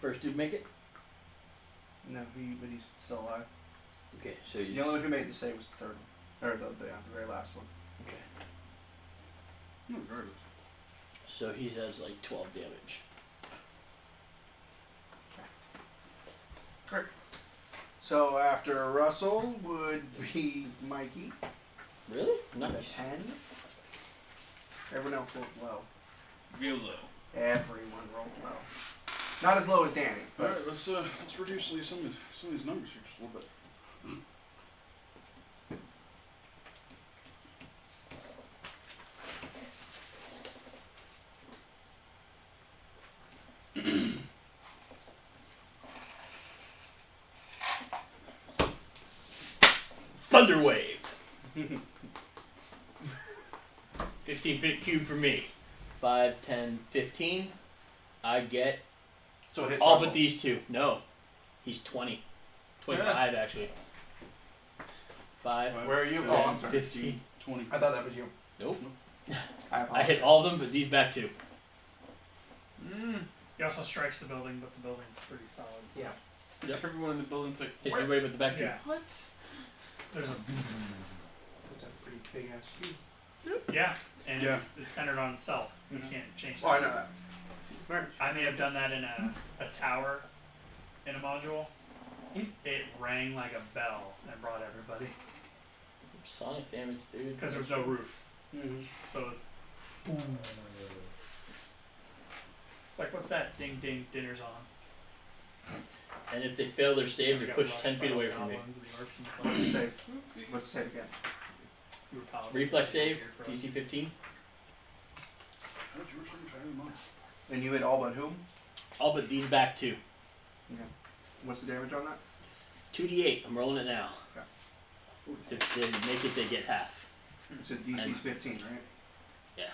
[SPEAKER 3] First dude make it?
[SPEAKER 2] No, he but he's still alive.
[SPEAKER 3] Okay, so you
[SPEAKER 2] The only
[SPEAKER 3] just-
[SPEAKER 2] one who made the save was the third one, or the the, yeah, the very last one.
[SPEAKER 3] Okay.
[SPEAKER 5] No, regardless.
[SPEAKER 3] So he has like 12 damage.
[SPEAKER 2] So after Russell would be Mikey
[SPEAKER 3] Really?
[SPEAKER 2] with a
[SPEAKER 3] Nice.
[SPEAKER 2] ten. Everyone else rolled low.
[SPEAKER 1] Mm. Real low.
[SPEAKER 2] Everyone rolled low. Not as low as Danny,
[SPEAKER 5] All
[SPEAKER 2] but
[SPEAKER 5] right, let's uh, let's reduce these- some of these, some of these numbers here just a little bit.
[SPEAKER 3] Thunderwave! 15 foot cube for me. 5, 10, 15. I get
[SPEAKER 2] so it
[SPEAKER 5] Oh,
[SPEAKER 2] hits
[SPEAKER 3] All
[SPEAKER 2] Russell.
[SPEAKER 3] but these two. No. He's 20. 25, actually. 5.
[SPEAKER 2] Where are you?
[SPEAKER 5] Ten,
[SPEAKER 2] Oh, I'm sorry.
[SPEAKER 3] 15.
[SPEAKER 5] 20.
[SPEAKER 2] I thought that was you.
[SPEAKER 3] Nope.
[SPEAKER 2] I,
[SPEAKER 3] I
[SPEAKER 2] apologize.
[SPEAKER 3] hit all of them, but these back two.
[SPEAKER 1] Mm.
[SPEAKER 6] He also strikes the building, but the building's pretty solid. so-
[SPEAKER 2] Yeah.
[SPEAKER 1] Yeah, everyone in the building's like,
[SPEAKER 3] Hit
[SPEAKER 1] "Where-
[SPEAKER 3] everybody but the back two.
[SPEAKER 6] Yeah.
[SPEAKER 1] what?
[SPEAKER 6] There's a
[SPEAKER 2] That's a pretty big ass cube.
[SPEAKER 6] yeah, and It's, it's centered on itself. You
[SPEAKER 5] Mhm.
[SPEAKER 6] can't change.
[SPEAKER 2] Oh, I
[SPEAKER 6] that.
[SPEAKER 2] know that. Alright.
[SPEAKER 6] I may have done that in a, a tower, in a module. It rang like a bell and brought everybody
[SPEAKER 3] Sonic damage, dude.
[SPEAKER 6] because there was no roof,
[SPEAKER 2] Mm-hmm.
[SPEAKER 6] so it was. It's like what's that? Ding ding, dinner's on.
[SPEAKER 3] And if they fail their save,
[SPEAKER 6] We
[SPEAKER 3] they're
[SPEAKER 6] got
[SPEAKER 3] pushed
[SPEAKER 6] rushed
[SPEAKER 3] 10 feet
[SPEAKER 6] by
[SPEAKER 3] away
[SPEAKER 6] the
[SPEAKER 3] from me.
[SPEAKER 6] goblins and the orcs and the
[SPEAKER 2] What's the
[SPEAKER 6] clones.
[SPEAKER 2] save? What's the save again?
[SPEAKER 6] We were probably
[SPEAKER 3] Reflex save,
[SPEAKER 6] easier for us.
[SPEAKER 3] DC 15.
[SPEAKER 5] How did yours turn entirely mine?
[SPEAKER 2] And you hit all but whom?
[SPEAKER 3] All but these back two.
[SPEAKER 2] What's the damage on that?
[SPEAKER 3] 2d8. I'm rolling it now.
[SPEAKER 2] Okay.
[SPEAKER 3] If they make it, they get half.
[SPEAKER 2] So DC's 15, right?
[SPEAKER 3] Yeah.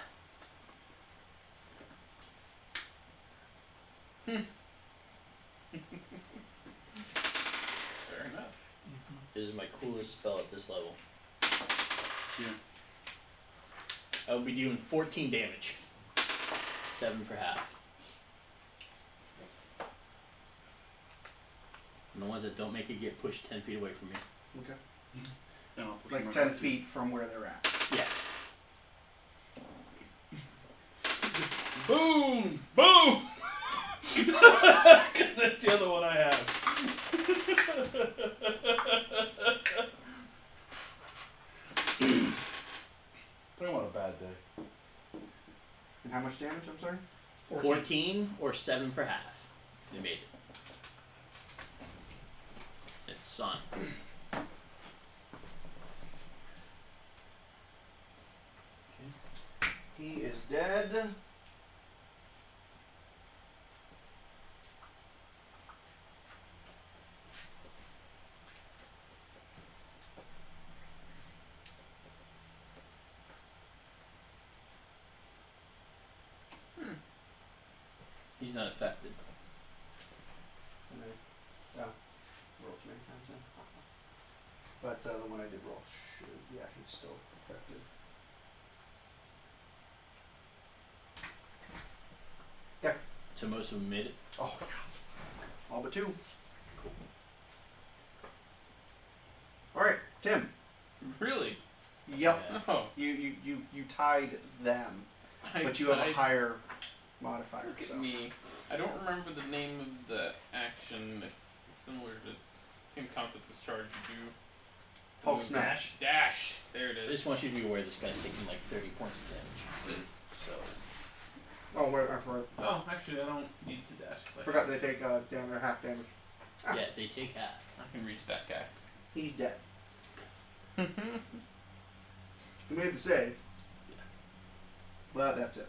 [SPEAKER 1] Fair enough.
[SPEAKER 3] It is my coolest spell at this level.
[SPEAKER 5] Yeah.
[SPEAKER 3] I will be doing 14 damage. 7 for half. And the ones that don't make it get pushed 10 feet away from me.
[SPEAKER 2] Okay.
[SPEAKER 5] And I'll push
[SPEAKER 2] Like
[SPEAKER 5] them
[SPEAKER 2] 10
[SPEAKER 5] back to-
[SPEAKER 2] feet from where they're at.
[SPEAKER 3] Yeah.
[SPEAKER 5] Boom! Boom! Because that's the other one I have. Put him on a bad day.
[SPEAKER 2] And how much damage, I'm sorry?
[SPEAKER 3] 14, or 7 for half. They made it. It's sun.
[SPEAKER 2] He is dead.
[SPEAKER 3] He's not affected.
[SPEAKER 2] And I oh, rolled too many times then. But uh, the one I did roll, should, yeah, he's still affected.
[SPEAKER 3] So most of them made it.
[SPEAKER 2] Oh, yeah. All but two.
[SPEAKER 3] Cool.
[SPEAKER 2] All right, Tim.
[SPEAKER 1] Really?
[SPEAKER 2] Yep.
[SPEAKER 3] Yeah.
[SPEAKER 1] Oh.
[SPEAKER 2] You, you, you, you tied them,
[SPEAKER 1] I
[SPEAKER 2] but you have a
[SPEAKER 1] died.
[SPEAKER 2] higher modifier.
[SPEAKER 1] Look
[SPEAKER 2] so.
[SPEAKER 1] at me. I don't remember the name of the action. It's similar to same concept as charge. You do the
[SPEAKER 2] Hulk
[SPEAKER 1] move
[SPEAKER 2] smash.
[SPEAKER 1] Dash. There it
[SPEAKER 3] I
[SPEAKER 1] is.
[SPEAKER 3] just want you to be aware this guy's taking like 30 points of damage. So.
[SPEAKER 2] Oh, wait, I forgot,
[SPEAKER 1] Oh, actually, I don't need to dash. 'cause I-
[SPEAKER 2] forgot they take uh, damage or half damage. Ah.
[SPEAKER 3] Yeah, they take half.
[SPEAKER 1] I can reach that guy.
[SPEAKER 2] He's dead. He made the save.
[SPEAKER 3] Yeah.
[SPEAKER 2] But that's it.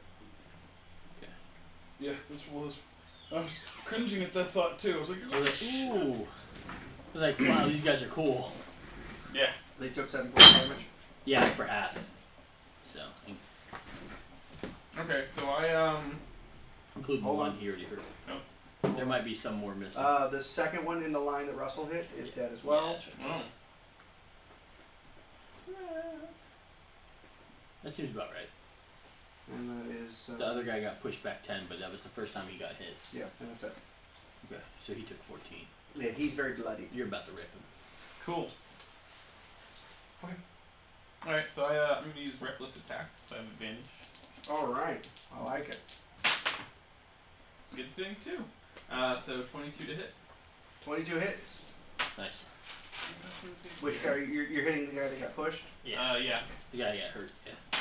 [SPEAKER 5] Yeah, this was. I was cringing at that thought too. I was like, oh,
[SPEAKER 3] I was like, ooh. I was like, wow, these guys are cool.
[SPEAKER 1] Yeah.
[SPEAKER 2] They took seven points of damage.
[SPEAKER 3] Yeah, for half. So, in-
[SPEAKER 1] Okay, so I um.
[SPEAKER 3] including the
[SPEAKER 2] Hold
[SPEAKER 3] one
[SPEAKER 2] on.
[SPEAKER 3] he already hurt.
[SPEAKER 1] No.
[SPEAKER 3] There might be some more missing.
[SPEAKER 2] Uh, the second one in the line that Russell hit is
[SPEAKER 3] Yeah.
[SPEAKER 2] dead as well.
[SPEAKER 3] Yeah, that's right.
[SPEAKER 1] Oh.
[SPEAKER 3] That seems about right.
[SPEAKER 2] And that is. Uh,
[SPEAKER 3] The other guy got pushed back 10, but that was the first time he got hit.
[SPEAKER 2] Yeah, and that's it.
[SPEAKER 3] Okay. So he took 14.
[SPEAKER 2] Yeah, he's very bloody.
[SPEAKER 3] You're about to rip him.
[SPEAKER 1] Cool.
[SPEAKER 2] Okay.
[SPEAKER 1] All right, so I, uh, I'm gonna use reckless attack, so I have advantage.
[SPEAKER 2] All right, I like it.
[SPEAKER 1] Good thing too. Uh, so 22 to hit.
[SPEAKER 2] Twenty-two hits.
[SPEAKER 3] Nice.
[SPEAKER 2] Which guy? You're, you're hitting the guy that got pushed.
[SPEAKER 3] Yeah.
[SPEAKER 1] Uh, yeah.
[SPEAKER 3] The guy got hurt. Yeah.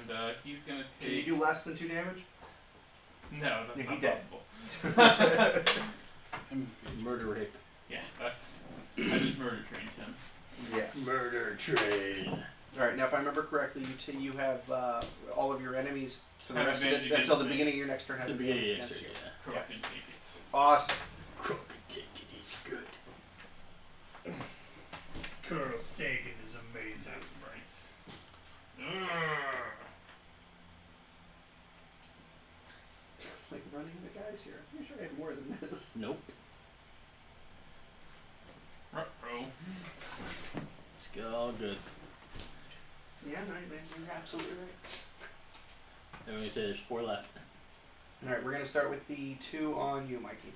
[SPEAKER 1] And uh, he's gonna
[SPEAKER 2] Can you
[SPEAKER 1] take.
[SPEAKER 2] do less than two damage?
[SPEAKER 1] No, that's
[SPEAKER 2] Yeah, he
[SPEAKER 1] not
[SPEAKER 2] dead.
[SPEAKER 1] possible.
[SPEAKER 3] Murder rape.
[SPEAKER 1] Yeah, that's. I just murder trained him.
[SPEAKER 2] yes.
[SPEAKER 3] Murder train.
[SPEAKER 2] All right. Now, if I remember correctly, you t- you have uh, all of your enemies to the
[SPEAKER 1] Have
[SPEAKER 2] rest of
[SPEAKER 1] advantage
[SPEAKER 2] this, until
[SPEAKER 1] against
[SPEAKER 2] the
[SPEAKER 1] me.
[SPEAKER 2] beginning of your next turn.
[SPEAKER 3] At
[SPEAKER 2] Have
[SPEAKER 3] the
[SPEAKER 2] advantage
[SPEAKER 3] beginning of
[SPEAKER 2] against
[SPEAKER 3] the
[SPEAKER 2] you.
[SPEAKER 3] yeah.
[SPEAKER 1] Correct and idiots.
[SPEAKER 2] Awesome.
[SPEAKER 3] Crook ticket is good.
[SPEAKER 6] Carl Sagan is amazing.
[SPEAKER 1] That's right. Ugh.
[SPEAKER 2] Like running the guys here. I'm pretty sure I have more than this.
[SPEAKER 3] Nope.
[SPEAKER 1] Ruh-roh.
[SPEAKER 3] It's good, all good.
[SPEAKER 2] Yeah, no, you're you're absolutely right.
[SPEAKER 3] I'm going to say there's four left.
[SPEAKER 2] All right, we're gonna start with the two on you, Mikey.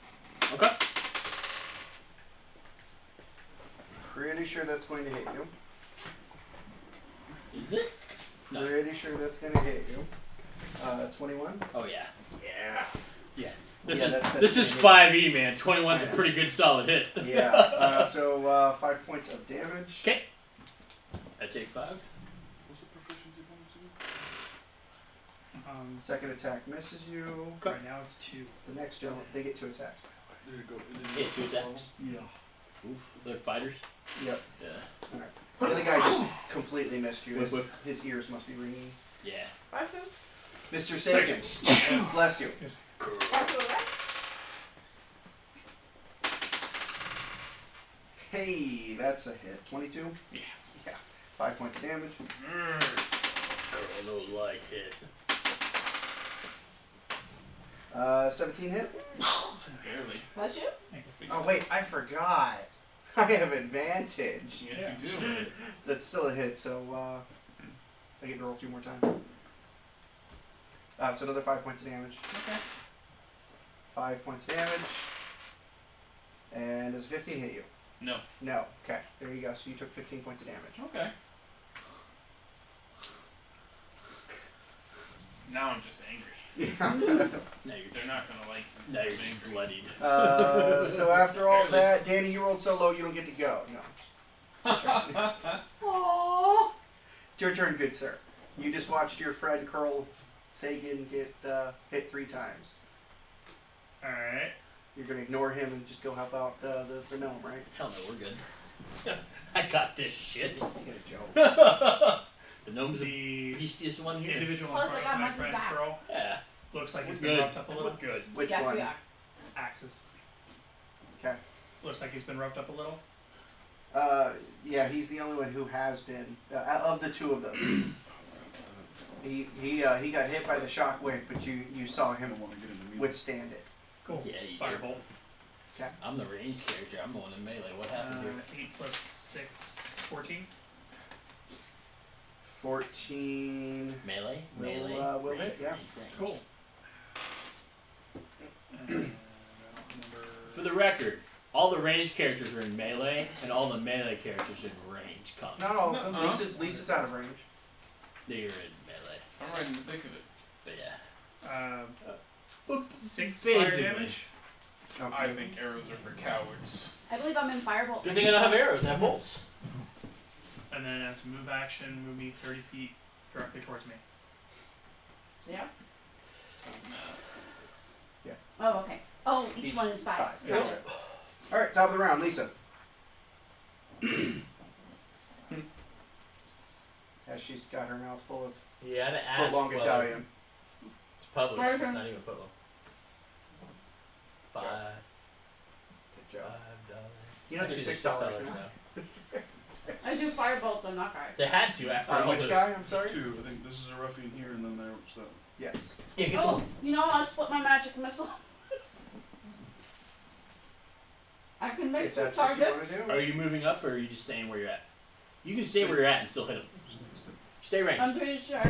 [SPEAKER 3] Okay.
[SPEAKER 2] Pretty sure that's going to hit you.
[SPEAKER 3] Is it? No.
[SPEAKER 2] Pretty sure that's gonna hit you. Uh, 21.
[SPEAKER 3] Oh, yeah.
[SPEAKER 2] Yeah.
[SPEAKER 3] This
[SPEAKER 2] Yeah,
[SPEAKER 3] is
[SPEAKER 2] that's-
[SPEAKER 3] this
[SPEAKER 2] that's
[SPEAKER 3] is
[SPEAKER 2] pretty
[SPEAKER 3] five E man. Twenty one's a
[SPEAKER 2] Yeah.
[SPEAKER 3] pretty good solid hit.
[SPEAKER 2] Yeah. Uh, so uh, five points of damage.
[SPEAKER 3] Okay. I take five.
[SPEAKER 5] What's the proficiency bonus again?
[SPEAKER 6] Um,
[SPEAKER 2] Second attack misses you.
[SPEAKER 6] right now it's two.
[SPEAKER 2] The next gentleman, they get two attacks.
[SPEAKER 5] There you go. It didn't
[SPEAKER 3] Yeah,
[SPEAKER 5] go
[SPEAKER 3] two
[SPEAKER 5] to the
[SPEAKER 3] attacks.
[SPEAKER 6] Yeah.
[SPEAKER 3] Oof. They're fighters.
[SPEAKER 2] Yep.
[SPEAKER 3] Yeah.
[SPEAKER 2] The other guy just completely missed you.
[SPEAKER 3] Whip,
[SPEAKER 2] His,
[SPEAKER 3] whip.
[SPEAKER 2] his ears must be ringing.
[SPEAKER 3] Yeah.
[SPEAKER 1] Five hits?
[SPEAKER 2] Mr. Sagan, uh, bless you.
[SPEAKER 4] That's all right.
[SPEAKER 2] Hey, that's a hit. 22?
[SPEAKER 1] Yeah.
[SPEAKER 2] Yeah. Five points of damage.
[SPEAKER 1] Ugh.
[SPEAKER 3] I don't like it.
[SPEAKER 2] Uh, 17 hit.
[SPEAKER 1] Barely.
[SPEAKER 4] Bless you.
[SPEAKER 2] Oh wait, I forgot. I have advantage.
[SPEAKER 1] Yes,
[SPEAKER 6] Yeah.
[SPEAKER 1] you do.
[SPEAKER 2] That's still a hit, so uh, I get to roll two more times. Uh, so another five points of damage.
[SPEAKER 4] Okay.
[SPEAKER 2] Five points of damage. And does 15 hit you?
[SPEAKER 1] No.
[SPEAKER 2] No. Okay. There you go. So you took 15 points of damage.
[SPEAKER 1] Okay. Now I'm just angry.
[SPEAKER 3] Now you're,
[SPEAKER 1] They're not gonna like me.
[SPEAKER 3] now you're
[SPEAKER 1] I'm
[SPEAKER 3] just
[SPEAKER 1] angry.
[SPEAKER 3] bloodied.
[SPEAKER 2] uh, so after all that, Danny, you rolled so low you don't get to go. No.
[SPEAKER 4] Aww.
[SPEAKER 2] It's your turn, good sir. You just watched your friend Carl Sagan get uh, hit three times.
[SPEAKER 6] All right.
[SPEAKER 2] You're gonna ignore him and just go help out uh, the, the gnome, right?
[SPEAKER 3] Hell no, we're good. I got this shit.
[SPEAKER 2] Get a joke.
[SPEAKER 3] the gnome's the
[SPEAKER 6] The
[SPEAKER 3] beastiest one here.
[SPEAKER 6] individual in
[SPEAKER 4] Plus,
[SPEAKER 6] front
[SPEAKER 4] I got
[SPEAKER 6] of my
[SPEAKER 4] mine
[SPEAKER 6] friend
[SPEAKER 4] back.
[SPEAKER 6] Pearl
[SPEAKER 3] Yeah.
[SPEAKER 6] looks like he's
[SPEAKER 3] We're
[SPEAKER 6] been
[SPEAKER 3] good.
[SPEAKER 6] roughed up a little.
[SPEAKER 3] Good.
[SPEAKER 2] Which
[SPEAKER 4] yes,
[SPEAKER 2] one?
[SPEAKER 4] we are.
[SPEAKER 6] Axes.
[SPEAKER 2] Okay.
[SPEAKER 6] Looks like he's been roughed up a little.
[SPEAKER 2] Uh, yeah, he's the only one who has been uh, of the two of them. he he uh, he got hit by the shockwave, but you you saw
[SPEAKER 5] I
[SPEAKER 2] him
[SPEAKER 5] don't want to get into music.
[SPEAKER 2] withstand it.
[SPEAKER 6] Cool.
[SPEAKER 3] Yeah, you do.
[SPEAKER 6] Firebolt.
[SPEAKER 3] I'm the ranged character. I'm the one in melee. What
[SPEAKER 6] Uh,
[SPEAKER 3] happened here?
[SPEAKER 6] 8 plus 6, 14.
[SPEAKER 2] Fourteen.
[SPEAKER 3] Melee?
[SPEAKER 2] Will,
[SPEAKER 3] melee?
[SPEAKER 2] uh, will hit, yeah.
[SPEAKER 3] ranged.
[SPEAKER 6] Cool. And
[SPEAKER 3] For the record, all the ranged characters are in melee, and all the melee characters in range come.
[SPEAKER 2] No,
[SPEAKER 1] Nuh-uh.
[SPEAKER 2] Lisa's Lisa's out of range.
[SPEAKER 3] They're in melee.
[SPEAKER 1] I'm right in the thick of it.
[SPEAKER 3] But yeah.
[SPEAKER 6] I don't remember. Uh, 6 fire
[SPEAKER 3] Basically.
[SPEAKER 6] damage.
[SPEAKER 2] Okay.
[SPEAKER 1] I think arrows are for cowards.
[SPEAKER 4] I believe I'm in firebolt.
[SPEAKER 3] Good thing I don't have arrows, I have bolts.
[SPEAKER 6] And then as a move action, move me 30 feet directly towards me.
[SPEAKER 4] Yeah.
[SPEAKER 1] Nah, six.
[SPEAKER 4] Oh, okay. Oh, each,
[SPEAKER 2] Each
[SPEAKER 4] one is five.
[SPEAKER 2] Five.
[SPEAKER 4] Gotcha.
[SPEAKER 2] Gotcha. All right, top of the round, Lisa. As she's got her mouth full of
[SPEAKER 3] Yeah, I had to ask.
[SPEAKER 2] footlong
[SPEAKER 3] well,
[SPEAKER 2] Italian.
[SPEAKER 3] It's public, so it's
[SPEAKER 4] Okay.
[SPEAKER 3] not even footlong. Five,
[SPEAKER 2] Good
[SPEAKER 3] five
[SPEAKER 2] job.
[SPEAKER 3] dollars.
[SPEAKER 2] Uh, You know,
[SPEAKER 3] Actually,
[SPEAKER 2] it's
[SPEAKER 3] they're
[SPEAKER 2] six dollars
[SPEAKER 3] $6
[SPEAKER 2] now.
[SPEAKER 4] I do firebolt on that guy.
[SPEAKER 3] They had to after
[SPEAKER 2] Uh,
[SPEAKER 3] all
[SPEAKER 2] which
[SPEAKER 3] those.
[SPEAKER 2] guy? I'm sorry.
[SPEAKER 5] Two. I think this is a ruffian here, and then there. So.
[SPEAKER 2] Yes.
[SPEAKER 3] Yeah, get
[SPEAKER 4] Oh,
[SPEAKER 3] the,
[SPEAKER 4] you know, I'll split my magic missile. I can make
[SPEAKER 2] If
[SPEAKER 4] two
[SPEAKER 2] that's what you
[SPEAKER 4] targets.
[SPEAKER 2] want to do.
[SPEAKER 3] Are you moving up, or are you just staying where you're at? You can stay where you're at and still hit them. Stay
[SPEAKER 4] I'm
[SPEAKER 3] ranged.
[SPEAKER 4] pretty sure.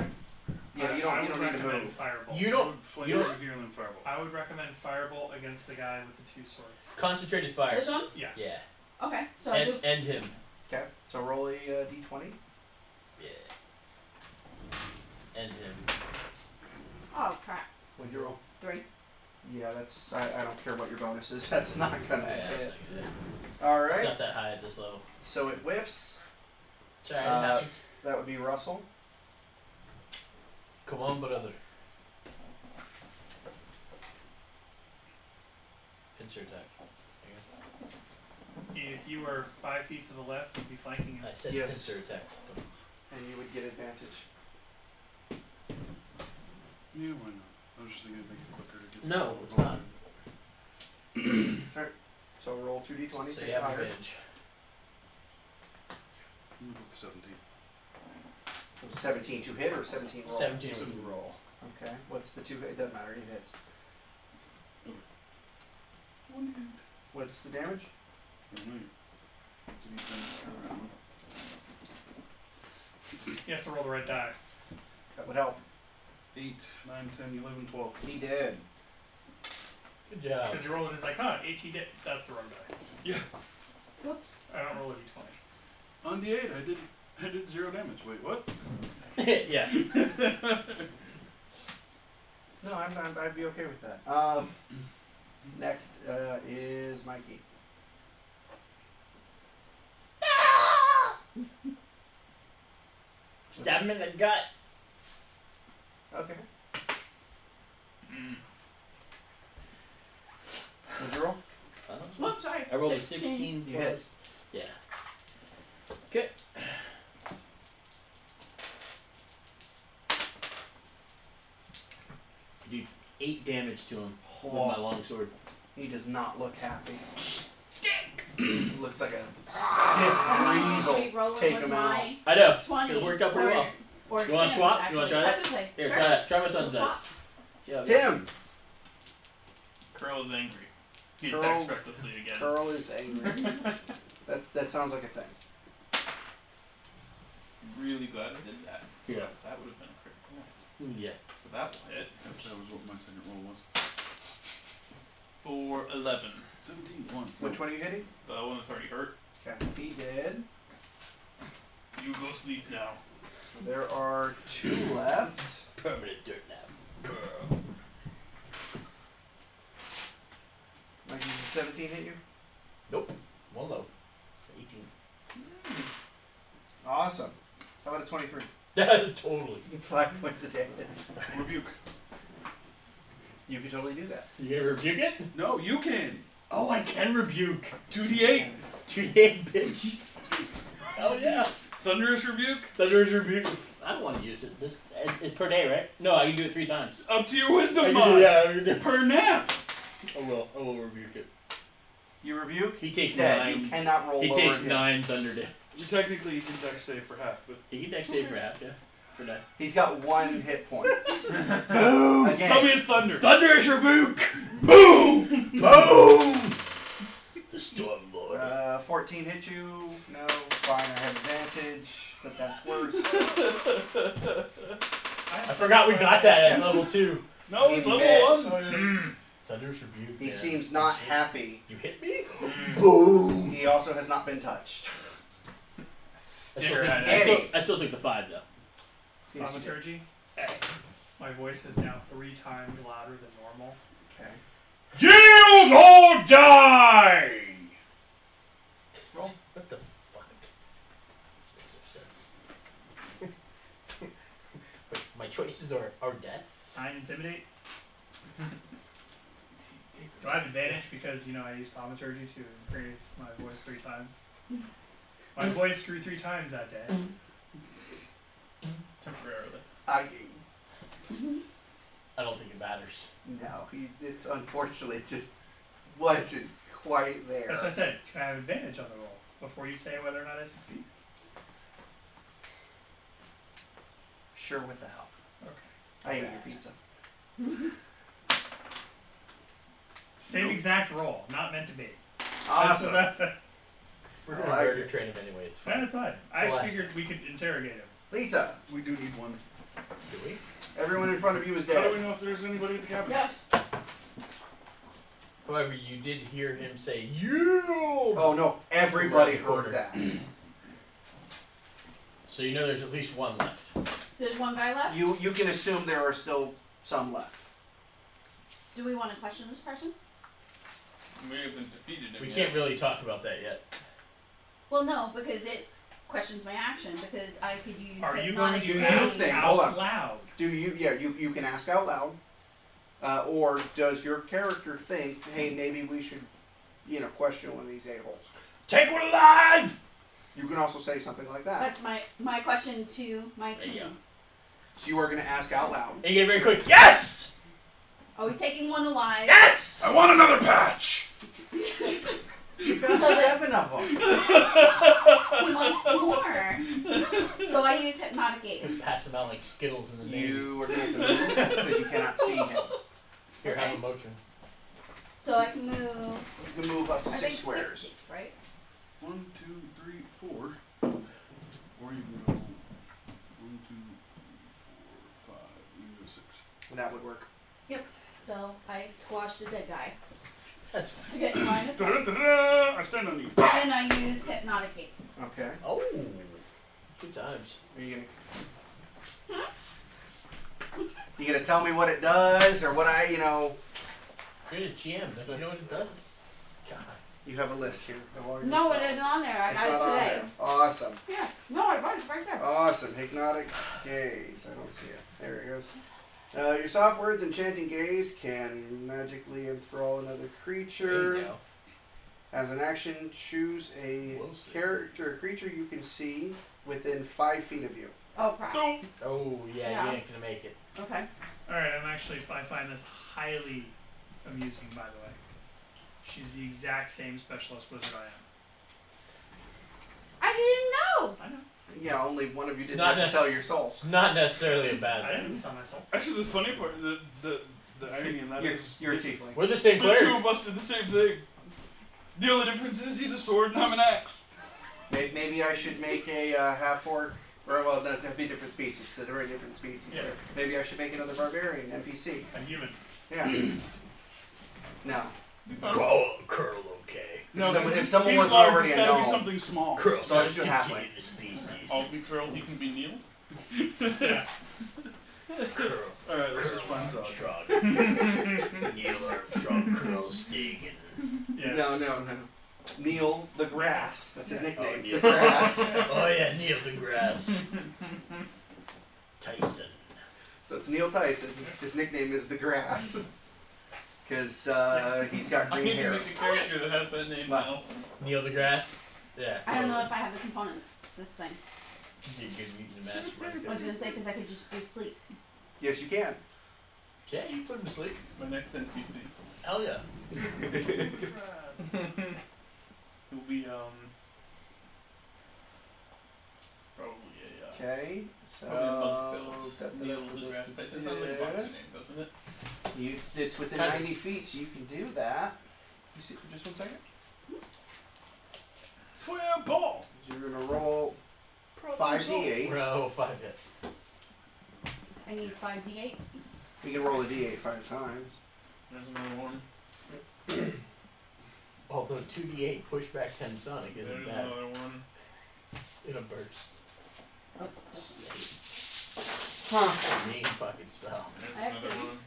[SPEAKER 2] Yeah,
[SPEAKER 6] I-
[SPEAKER 2] you don't,
[SPEAKER 6] I
[SPEAKER 2] you don't
[SPEAKER 6] would
[SPEAKER 2] need to
[SPEAKER 6] recommend
[SPEAKER 2] move.
[SPEAKER 6] Firebolt.
[SPEAKER 3] You don't.
[SPEAKER 5] Flame
[SPEAKER 3] you don't-
[SPEAKER 5] over here, and then fireball.
[SPEAKER 6] I would recommend Firebolt against the guy with the two swords.
[SPEAKER 3] Concentrated fire.
[SPEAKER 4] This one?
[SPEAKER 3] Yeah.
[SPEAKER 4] Okay. So I do.
[SPEAKER 3] End, end him.
[SPEAKER 2] Okay, so roll a uh, d20.
[SPEAKER 3] Yeah. End him.
[SPEAKER 4] Oh, crap.
[SPEAKER 2] When you roll.
[SPEAKER 4] Three.
[SPEAKER 2] Yeah, that's. I, I don't care what your bonus is. That's not gonna
[SPEAKER 3] Yeah, that's
[SPEAKER 2] hit.
[SPEAKER 3] not good.
[SPEAKER 2] All
[SPEAKER 3] It's
[SPEAKER 2] right.
[SPEAKER 3] not that high at this level.
[SPEAKER 2] So it whiffs.
[SPEAKER 3] Sorry,
[SPEAKER 2] Uh,
[SPEAKER 3] Hutchins.
[SPEAKER 2] That would be Russell.
[SPEAKER 3] Come on, brother. Pincer attack.
[SPEAKER 6] If you were five feet to the left, you'd be flanking him.
[SPEAKER 3] I said
[SPEAKER 2] Yes.
[SPEAKER 3] pincer attack.
[SPEAKER 2] And you would get advantage.
[SPEAKER 5] Yeah, why not? I was just thinking it'd make it quicker to get.
[SPEAKER 3] No, it's not.
[SPEAKER 2] So roll two d20.
[SPEAKER 3] So you have
[SPEAKER 2] higher.
[SPEAKER 3] advantage.
[SPEAKER 5] I'm gonna go with Seventeen.
[SPEAKER 2] 17 to hit or 17 roll?
[SPEAKER 3] 17 was
[SPEAKER 5] Seven.
[SPEAKER 3] roll.
[SPEAKER 2] Okay. What's the two hit? It doesn't matter. It hits. What's the damage?
[SPEAKER 6] Mm-hmm.
[SPEAKER 5] Alright. It's an even turnaround.
[SPEAKER 6] He has to roll the red die.
[SPEAKER 2] That would help.
[SPEAKER 5] Eight, nine, ten, eleven, twelve.
[SPEAKER 2] He did.
[SPEAKER 3] Good job.
[SPEAKER 6] Because you roll it, it's like, huh, 18 did. That's the wrong die.
[SPEAKER 4] Whoops.
[SPEAKER 6] I don't roll a d20.
[SPEAKER 5] On the eight, I did. I did zero damage. Wait, what?
[SPEAKER 3] yeah.
[SPEAKER 2] No, I'm, I'm, I'd be okay with that. Um, next uh, is Mikey.
[SPEAKER 3] Stab him in the gut.
[SPEAKER 2] Okay.
[SPEAKER 1] Mm.
[SPEAKER 2] Would you roll?
[SPEAKER 3] I don't know.
[SPEAKER 4] Whoops, sorry.
[SPEAKER 3] I rolled a 16.
[SPEAKER 2] You hit.
[SPEAKER 3] Yeah. You do 8 damage to him with my
[SPEAKER 2] Oh,
[SPEAKER 3] longsword.
[SPEAKER 2] he does not look happy. He looks like a stiff
[SPEAKER 4] I might just
[SPEAKER 2] weasel.
[SPEAKER 4] be rolling
[SPEAKER 2] Take
[SPEAKER 4] with
[SPEAKER 2] him out.
[SPEAKER 4] my
[SPEAKER 3] I know.
[SPEAKER 4] 20.
[SPEAKER 3] It worked out pretty
[SPEAKER 4] or
[SPEAKER 3] well.
[SPEAKER 4] Or
[SPEAKER 3] You wanna
[SPEAKER 4] Tim's,
[SPEAKER 3] swap?
[SPEAKER 4] Actually.
[SPEAKER 3] You wanna try that?
[SPEAKER 4] Technically.
[SPEAKER 3] Here,
[SPEAKER 4] sure.
[SPEAKER 3] try that. Try my son's
[SPEAKER 4] Swap.
[SPEAKER 3] dice. See how it goes.
[SPEAKER 2] Tim.
[SPEAKER 6] Curl is angry. He
[SPEAKER 2] Curl-
[SPEAKER 6] attacks recklessly again.
[SPEAKER 2] Curl is angry. that that sounds like a thing.
[SPEAKER 1] Really glad I did that.
[SPEAKER 3] Yeah.
[SPEAKER 1] That would have been a critical.
[SPEAKER 3] Yeah.
[SPEAKER 1] So that will hit
[SPEAKER 5] That was what my second roll was.
[SPEAKER 1] for 11.
[SPEAKER 5] 17, 1.
[SPEAKER 2] Which one are you hitting?
[SPEAKER 1] The one that's already hurt.
[SPEAKER 2] Okay, he did.
[SPEAKER 1] You go sleep now.
[SPEAKER 2] There are two left.
[SPEAKER 3] Permanent dirt nap.
[SPEAKER 2] Like, does a 17 hit you?
[SPEAKER 3] One low. 18.
[SPEAKER 2] Awesome. How about a 23?
[SPEAKER 3] totally.
[SPEAKER 2] Five points of damage.
[SPEAKER 5] Rebuke.
[SPEAKER 2] You can totally do that.
[SPEAKER 3] You gonna rebuke it?
[SPEAKER 5] No, you can!
[SPEAKER 3] Oh, I can rebuke.
[SPEAKER 5] 2d8!
[SPEAKER 3] Two day bitch. Oh yeah.
[SPEAKER 5] Thunderous rebuke?
[SPEAKER 3] Thunderous rebuke. I don't want to use it. This it, it, per day, right? No, I can do it three times.
[SPEAKER 5] Up to your
[SPEAKER 3] I
[SPEAKER 5] wisdom
[SPEAKER 3] can do,
[SPEAKER 5] mod!
[SPEAKER 3] yeah, I can do-
[SPEAKER 5] Per nap!
[SPEAKER 3] I will. I will rebuke it.
[SPEAKER 2] You rebuke?
[SPEAKER 3] He takes
[SPEAKER 2] Dead. You
[SPEAKER 3] nine.
[SPEAKER 2] cannot roll
[SPEAKER 3] He
[SPEAKER 2] lower
[SPEAKER 3] takes
[SPEAKER 2] again.
[SPEAKER 3] nine thunder damage.
[SPEAKER 5] Technically, you can dex save for half, but.
[SPEAKER 3] He can actually save for half. Yeah. For nine.
[SPEAKER 2] He's got one hit point.
[SPEAKER 3] Boom.
[SPEAKER 2] Again.
[SPEAKER 5] Tell me it's thunder!
[SPEAKER 3] Thunderous rebuke.
[SPEAKER 5] Boom!
[SPEAKER 3] Boom. The storm lord.
[SPEAKER 2] Uh, 14 hit you. No. Fine, I have advantage, but that's worse.
[SPEAKER 3] I forgot we got that at level two.
[SPEAKER 5] No, it's
[SPEAKER 2] He
[SPEAKER 5] level
[SPEAKER 2] missed.
[SPEAKER 5] 1!
[SPEAKER 3] Thunderous rebuke.
[SPEAKER 2] He
[SPEAKER 3] yeah.
[SPEAKER 2] seems not happy.
[SPEAKER 3] You hit me.
[SPEAKER 1] Mm.
[SPEAKER 3] Boom.
[SPEAKER 2] He also has not been touched.
[SPEAKER 3] I still,
[SPEAKER 1] Stare
[SPEAKER 3] took,
[SPEAKER 1] at
[SPEAKER 3] I,
[SPEAKER 1] it.
[SPEAKER 3] still, I still took the five though.
[SPEAKER 2] Yes, you did.
[SPEAKER 6] Thaumaturgy. My voice is now three times louder than normal.
[SPEAKER 2] Okay.
[SPEAKER 5] Yield or die!
[SPEAKER 3] What the fuck? This makes no sense. Wait, my choices are are death.
[SPEAKER 6] Nine intimidate. Do I have advantage because you know I used thaumaturgy to increase my voice three times? My voice grew three times that day.
[SPEAKER 1] Temporarily.
[SPEAKER 2] I,
[SPEAKER 3] I don't think it matters.
[SPEAKER 2] no, he, it unfortunately just wasn't quite there.
[SPEAKER 6] That's what I said. Can I have advantage on the roll before you say whether or not I succeed?
[SPEAKER 2] Sure, with the help.
[SPEAKER 6] Okay.
[SPEAKER 2] I ate your pizza.
[SPEAKER 6] Same exact roll, not meant to be.
[SPEAKER 2] Awesome.
[SPEAKER 6] That's, that's,
[SPEAKER 3] We're
[SPEAKER 2] I
[SPEAKER 3] gonna
[SPEAKER 2] like
[SPEAKER 3] murder
[SPEAKER 2] it.
[SPEAKER 3] train him anyway. It's fine.
[SPEAKER 6] that's fine. I
[SPEAKER 3] Blast.
[SPEAKER 6] figured we could interrogate him.
[SPEAKER 2] Lisa,
[SPEAKER 5] We do need one.
[SPEAKER 3] Do we?
[SPEAKER 2] everyone in front of you is
[SPEAKER 5] How do we
[SPEAKER 2] dead.
[SPEAKER 5] know if there's anybody at the cabin?
[SPEAKER 4] Yes.
[SPEAKER 3] However, you did hear him say you.
[SPEAKER 2] Oh no, everybody
[SPEAKER 3] Everybody
[SPEAKER 2] heard that.
[SPEAKER 3] So you know there's at least one left.
[SPEAKER 4] There's one guy left.
[SPEAKER 2] You you can assume there are still some left.
[SPEAKER 4] Do we want to question this person?
[SPEAKER 1] We haven't defeated him
[SPEAKER 3] We
[SPEAKER 1] yet.
[SPEAKER 3] can't really talk about that yet.
[SPEAKER 4] Well, no, because it questions my action because I could use.
[SPEAKER 6] Are you going
[SPEAKER 4] hypnotic
[SPEAKER 2] Do
[SPEAKER 6] to
[SPEAKER 4] aid.
[SPEAKER 2] you
[SPEAKER 6] ask
[SPEAKER 2] think- hold
[SPEAKER 6] out
[SPEAKER 2] on.
[SPEAKER 6] loud?
[SPEAKER 2] Do you? Yeah, you you can ask out loud, uh, or does your character think, hey, maybe we should, you know, question one of these a holes?
[SPEAKER 3] Take one alive.
[SPEAKER 2] You can also say something like that.
[SPEAKER 4] That's my my question to my team.
[SPEAKER 3] Yeah.
[SPEAKER 2] So you are going to ask out loud.
[SPEAKER 3] And you get it very quick. Yes.
[SPEAKER 4] Are we taking one alive?
[SPEAKER 3] Yes.
[SPEAKER 5] I want another patch!
[SPEAKER 2] You found seven of them.
[SPEAKER 4] He wants more. so I use hypnotic aid.
[SPEAKER 3] Pass them out like Skittles in the Navy.
[SPEAKER 2] You are going to move because you cannot see him.
[SPEAKER 3] Here, have
[SPEAKER 4] Okay.
[SPEAKER 3] a motion.
[SPEAKER 4] So I can move.
[SPEAKER 2] You can move up to
[SPEAKER 4] I
[SPEAKER 2] six
[SPEAKER 4] think
[SPEAKER 2] squares.
[SPEAKER 4] six, right?
[SPEAKER 5] One, two, three, four. Or you can go one, two, three, four, five. You can go six.
[SPEAKER 2] That would work.
[SPEAKER 4] So I squashed the dead guy
[SPEAKER 3] That's fine.
[SPEAKER 4] to get minus. one.
[SPEAKER 5] Da-da-da-da! I stand on you.
[SPEAKER 4] and I use hypnotic aids.
[SPEAKER 2] Okay.
[SPEAKER 3] Oh. Good times.
[SPEAKER 2] Are you gonna? You gonna tell me what it does or what I, you know?
[SPEAKER 3] You're the GM. Don't you know what it does? God.
[SPEAKER 2] You have a list here. of all your
[SPEAKER 4] No, it
[SPEAKER 2] spells.
[SPEAKER 4] isn't on there. I
[SPEAKER 2] It's
[SPEAKER 4] got
[SPEAKER 2] not on
[SPEAKER 4] it today.
[SPEAKER 2] there. Oh. Awesome.
[SPEAKER 4] Yeah. No, I bought it right there.
[SPEAKER 2] Awesome. Hypnotic gaze. I don't see it. There it goes. Uh, your soft words, enchanting gaze, can magically enthrall another
[SPEAKER 3] There
[SPEAKER 2] creature.
[SPEAKER 3] you go.
[SPEAKER 2] As an action, choose a
[SPEAKER 3] We'll see.
[SPEAKER 2] character or creature you can see within five feet of you.
[SPEAKER 4] Oh crap.
[SPEAKER 5] Don't.
[SPEAKER 3] Oh yeah,
[SPEAKER 4] Yeah.
[SPEAKER 3] you ain't gonna make it.
[SPEAKER 4] Okay.
[SPEAKER 6] All right, I'm actually I find this highly amusing. By the way, she's the exact same specialist wizard I am.
[SPEAKER 4] I didn't know.
[SPEAKER 6] I know.
[SPEAKER 2] yeah, only one of you
[SPEAKER 3] It's
[SPEAKER 2] didn't
[SPEAKER 3] not
[SPEAKER 2] have to
[SPEAKER 3] nec-
[SPEAKER 2] sell your soul.
[SPEAKER 3] It's not necessarily a
[SPEAKER 6] I
[SPEAKER 3] bad thing.
[SPEAKER 6] didn't sell myself.
[SPEAKER 5] Actually, the funny part, the the, the irony in that
[SPEAKER 2] You're,
[SPEAKER 5] is
[SPEAKER 2] you're a
[SPEAKER 5] the,
[SPEAKER 2] tiefling.
[SPEAKER 3] We're the same
[SPEAKER 5] the two
[SPEAKER 3] cleric.
[SPEAKER 5] of us did the same thing. The only difference is he's a sword and I'm an axe.
[SPEAKER 2] May- Maybe I should make a uh, half orc. Or well, no, that'd be different species. Because there are different species.
[SPEAKER 6] Yes.
[SPEAKER 2] Maybe I should make another barbarian NPC.
[SPEAKER 6] A human.
[SPEAKER 2] Yeah. no.
[SPEAKER 3] Curl, curl, okay.
[SPEAKER 5] No,
[SPEAKER 2] If someone-
[SPEAKER 5] because
[SPEAKER 2] if someone
[SPEAKER 5] he's
[SPEAKER 2] was
[SPEAKER 5] large,
[SPEAKER 2] already
[SPEAKER 5] it's
[SPEAKER 2] a
[SPEAKER 5] gotta be
[SPEAKER 2] gnome.
[SPEAKER 5] something small.
[SPEAKER 3] Curl,
[SPEAKER 2] So I'll just do halfway.
[SPEAKER 3] the species.
[SPEAKER 1] I'll be curled, you can be Neil.
[SPEAKER 3] Curl,
[SPEAKER 5] All right, let's just find out.
[SPEAKER 3] Neil Armstrong, Curl Stegan.
[SPEAKER 6] Yes.
[SPEAKER 2] No, no, no. Neil the Grass. That's his
[SPEAKER 1] Oh,
[SPEAKER 2] nickname.
[SPEAKER 3] Neil.
[SPEAKER 2] the Grass.
[SPEAKER 3] Oh yeah, Neil deGrasse Tyson.
[SPEAKER 2] so it's Neil Tyson. His nickname is the Grass. Because uh, he's got
[SPEAKER 1] I
[SPEAKER 2] green
[SPEAKER 1] need to
[SPEAKER 2] hair.
[SPEAKER 1] make a character that has that name now.
[SPEAKER 2] Wow.
[SPEAKER 3] Neil deGrasse. Yeah.
[SPEAKER 4] I don't know
[SPEAKER 3] totally.
[SPEAKER 4] if I have the components. This thing.
[SPEAKER 3] Did good mutant mastermind.
[SPEAKER 4] I was gonna say because I could just do sleep.
[SPEAKER 2] Yes, you can.
[SPEAKER 3] Yeah, you put him to sleep.
[SPEAKER 1] My next NPC.
[SPEAKER 3] Hell yeah.
[SPEAKER 1] He'll be, um. Probably a, uh.
[SPEAKER 2] Okay. So.
[SPEAKER 1] Probably a
[SPEAKER 2] Oh,
[SPEAKER 1] monk
[SPEAKER 2] da-
[SPEAKER 1] build.
[SPEAKER 2] da-
[SPEAKER 1] Neil
[SPEAKER 2] da-
[SPEAKER 1] the
[SPEAKER 2] da-
[SPEAKER 1] Grass Tyson.
[SPEAKER 2] da-
[SPEAKER 1] Sounds like a
[SPEAKER 2] da-
[SPEAKER 1] boxer name, doesn't it?
[SPEAKER 2] You, it's within
[SPEAKER 3] Kind of.
[SPEAKER 2] 90 feet, so you can do that. You see for just one second?
[SPEAKER 5] Fireball!
[SPEAKER 2] You're going to roll 5d8.
[SPEAKER 3] Bro, five hit.
[SPEAKER 4] I need five d8.
[SPEAKER 2] You can roll a d8 five times.
[SPEAKER 1] There's another one.
[SPEAKER 3] Although two D eight pushback ten sonic
[SPEAKER 1] There's
[SPEAKER 3] isn't bad
[SPEAKER 1] another one.
[SPEAKER 3] in a burst.
[SPEAKER 4] Oh,
[SPEAKER 3] Just
[SPEAKER 2] Huh.
[SPEAKER 3] a mean fucking spell.
[SPEAKER 1] There's
[SPEAKER 4] I have
[SPEAKER 1] another
[SPEAKER 4] three.
[SPEAKER 1] one.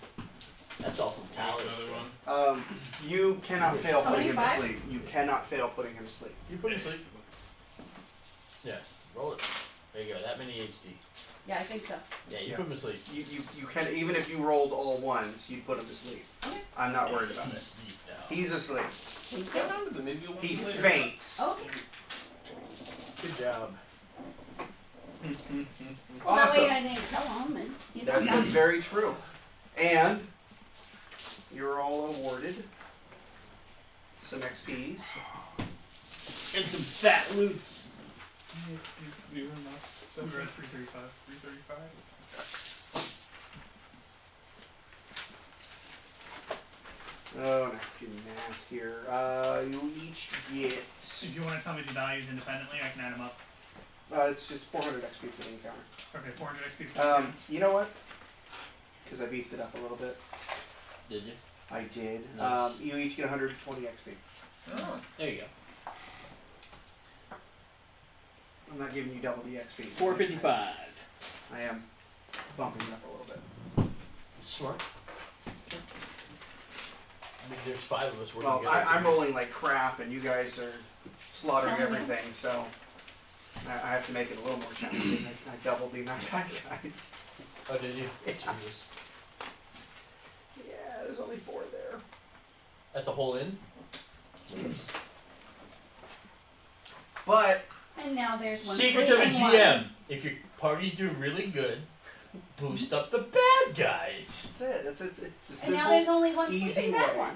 [SPEAKER 3] That's all from
[SPEAKER 1] There's
[SPEAKER 3] Towers.
[SPEAKER 1] another
[SPEAKER 3] though.
[SPEAKER 1] one.
[SPEAKER 2] Um, you cannot fail
[SPEAKER 4] How
[SPEAKER 2] putting
[SPEAKER 4] many
[SPEAKER 2] him to
[SPEAKER 4] five?
[SPEAKER 2] sleep. You cannot fail putting him to sleep.
[SPEAKER 3] You put him to
[SPEAKER 1] Yeah,
[SPEAKER 3] sleep. Yeah. Roll it. There you go. That many HD.
[SPEAKER 4] Yeah, I think so.
[SPEAKER 3] Yeah, you
[SPEAKER 2] Yeah.
[SPEAKER 3] put him to sleep.
[SPEAKER 2] You, you, you can even if you rolled all ones, you'd put him to sleep.
[SPEAKER 4] Okay.
[SPEAKER 2] I'm not worried about
[SPEAKER 3] He's
[SPEAKER 2] it.
[SPEAKER 3] asleep now.
[SPEAKER 2] He's asleep.
[SPEAKER 4] Thank
[SPEAKER 1] What
[SPEAKER 4] you.
[SPEAKER 1] happens? Maybe you'll
[SPEAKER 2] He
[SPEAKER 4] Oh,
[SPEAKER 1] win later.
[SPEAKER 2] faints.
[SPEAKER 4] Okay.
[SPEAKER 3] Good job.
[SPEAKER 4] Well, that way
[SPEAKER 2] Awesome.
[SPEAKER 4] I didn't kill him and he's not
[SPEAKER 2] That's
[SPEAKER 4] done.
[SPEAKER 2] very true. And you're all awarded some XPs.
[SPEAKER 3] And some fat loots.
[SPEAKER 1] He's doing that.
[SPEAKER 6] So we're at 335.
[SPEAKER 1] 335?
[SPEAKER 2] Oh, now do math here. Uh, you each get.
[SPEAKER 6] If you want to tell me the values independently, I can add them up.
[SPEAKER 2] Uh, it's just 400 XP for the encounter.
[SPEAKER 6] Okay, 400 XP. for
[SPEAKER 2] Um, you know what? Because I beefed it up a little bit.
[SPEAKER 3] Did you?
[SPEAKER 2] I did.
[SPEAKER 3] Nice.
[SPEAKER 2] Um, you each get 120 XP.
[SPEAKER 1] Oh.
[SPEAKER 3] There you go.
[SPEAKER 2] I'm not giving you double the XP.
[SPEAKER 3] Four fifty five.
[SPEAKER 2] I am bumping it up a little bit.
[SPEAKER 3] Smart. I mean, there's five of us working
[SPEAKER 2] Well,
[SPEAKER 3] together.
[SPEAKER 2] I, I'm rolling like crap, and you guys are slaughtering
[SPEAKER 4] Tell me.
[SPEAKER 2] everything, so I, I have to make it a little more challenging. I, I doubled the amount of bad guys.
[SPEAKER 3] Oh, did you?
[SPEAKER 2] Yeah.
[SPEAKER 3] Jesus.
[SPEAKER 2] Yeah, there's only four there.
[SPEAKER 3] At the whole inn?
[SPEAKER 2] But
[SPEAKER 4] And now there's one.
[SPEAKER 3] Secrets of a
[SPEAKER 4] sleeping one.
[SPEAKER 3] GM. If your parties do really good, boost up the bad guys.
[SPEAKER 2] that's it. That's it. It's a
[SPEAKER 4] And now there's
[SPEAKER 2] simple,
[SPEAKER 4] only one
[SPEAKER 2] easy
[SPEAKER 4] sleeping bad
[SPEAKER 2] way.
[SPEAKER 4] one.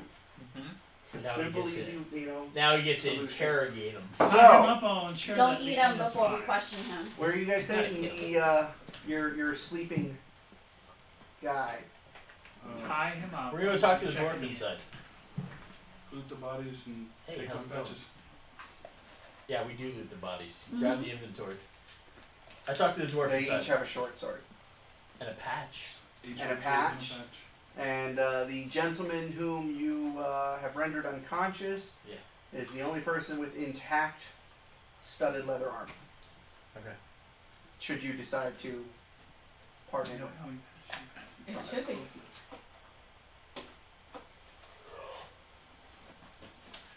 [SPEAKER 1] Mm-hmm.
[SPEAKER 2] it's a
[SPEAKER 3] Now we
[SPEAKER 2] simple,
[SPEAKER 3] get to-
[SPEAKER 2] easy, you know.
[SPEAKER 3] Now you get to
[SPEAKER 2] Solution.
[SPEAKER 3] interrogate them.
[SPEAKER 6] Sign him
[SPEAKER 2] So,
[SPEAKER 6] up on share
[SPEAKER 4] Don't
[SPEAKER 6] that we
[SPEAKER 4] eat
[SPEAKER 6] can
[SPEAKER 4] him before we
[SPEAKER 6] decide.
[SPEAKER 4] question him.
[SPEAKER 2] where are you guys
[SPEAKER 3] Gotta
[SPEAKER 2] taking
[SPEAKER 3] kill
[SPEAKER 2] the uh, your your sleeping guy?
[SPEAKER 5] Uh,
[SPEAKER 6] Tie him up.
[SPEAKER 3] We're going to talk to the
[SPEAKER 6] Check
[SPEAKER 3] dwarf
[SPEAKER 6] him in.
[SPEAKER 3] inside.
[SPEAKER 5] loot the bodies and
[SPEAKER 3] Hey,
[SPEAKER 5] take
[SPEAKER 3] how's
[SPEAKER 5] my
[SPEAKER 3] it going?
[SPEAKER 5] patches.
[SPEAKER 3] Yeah, we do loot the bodies. Grab the inventory. I talked to the dwarf
[SPEAKER 2] They
[SPEAKER 3] inside.
[SPEAKER 2] each have a short sword.
[SPEAKER 3] and a patch.
[SPEAKER 5] Each
[SPEAKER 2] And a
[SPEAKER 5] rotating
[SPEAKER 2] patch. And uh, the gentleman whom you uh, have rendered unconscious
[SPEAKER 3] Yeah.
[SPEAKER 2] is the only person with intact studded leather armor.
[SPEAKER 3] Okay.
[SPEAKER 2] Should you decide to pardon him?
[SPEAKER 4] It should be.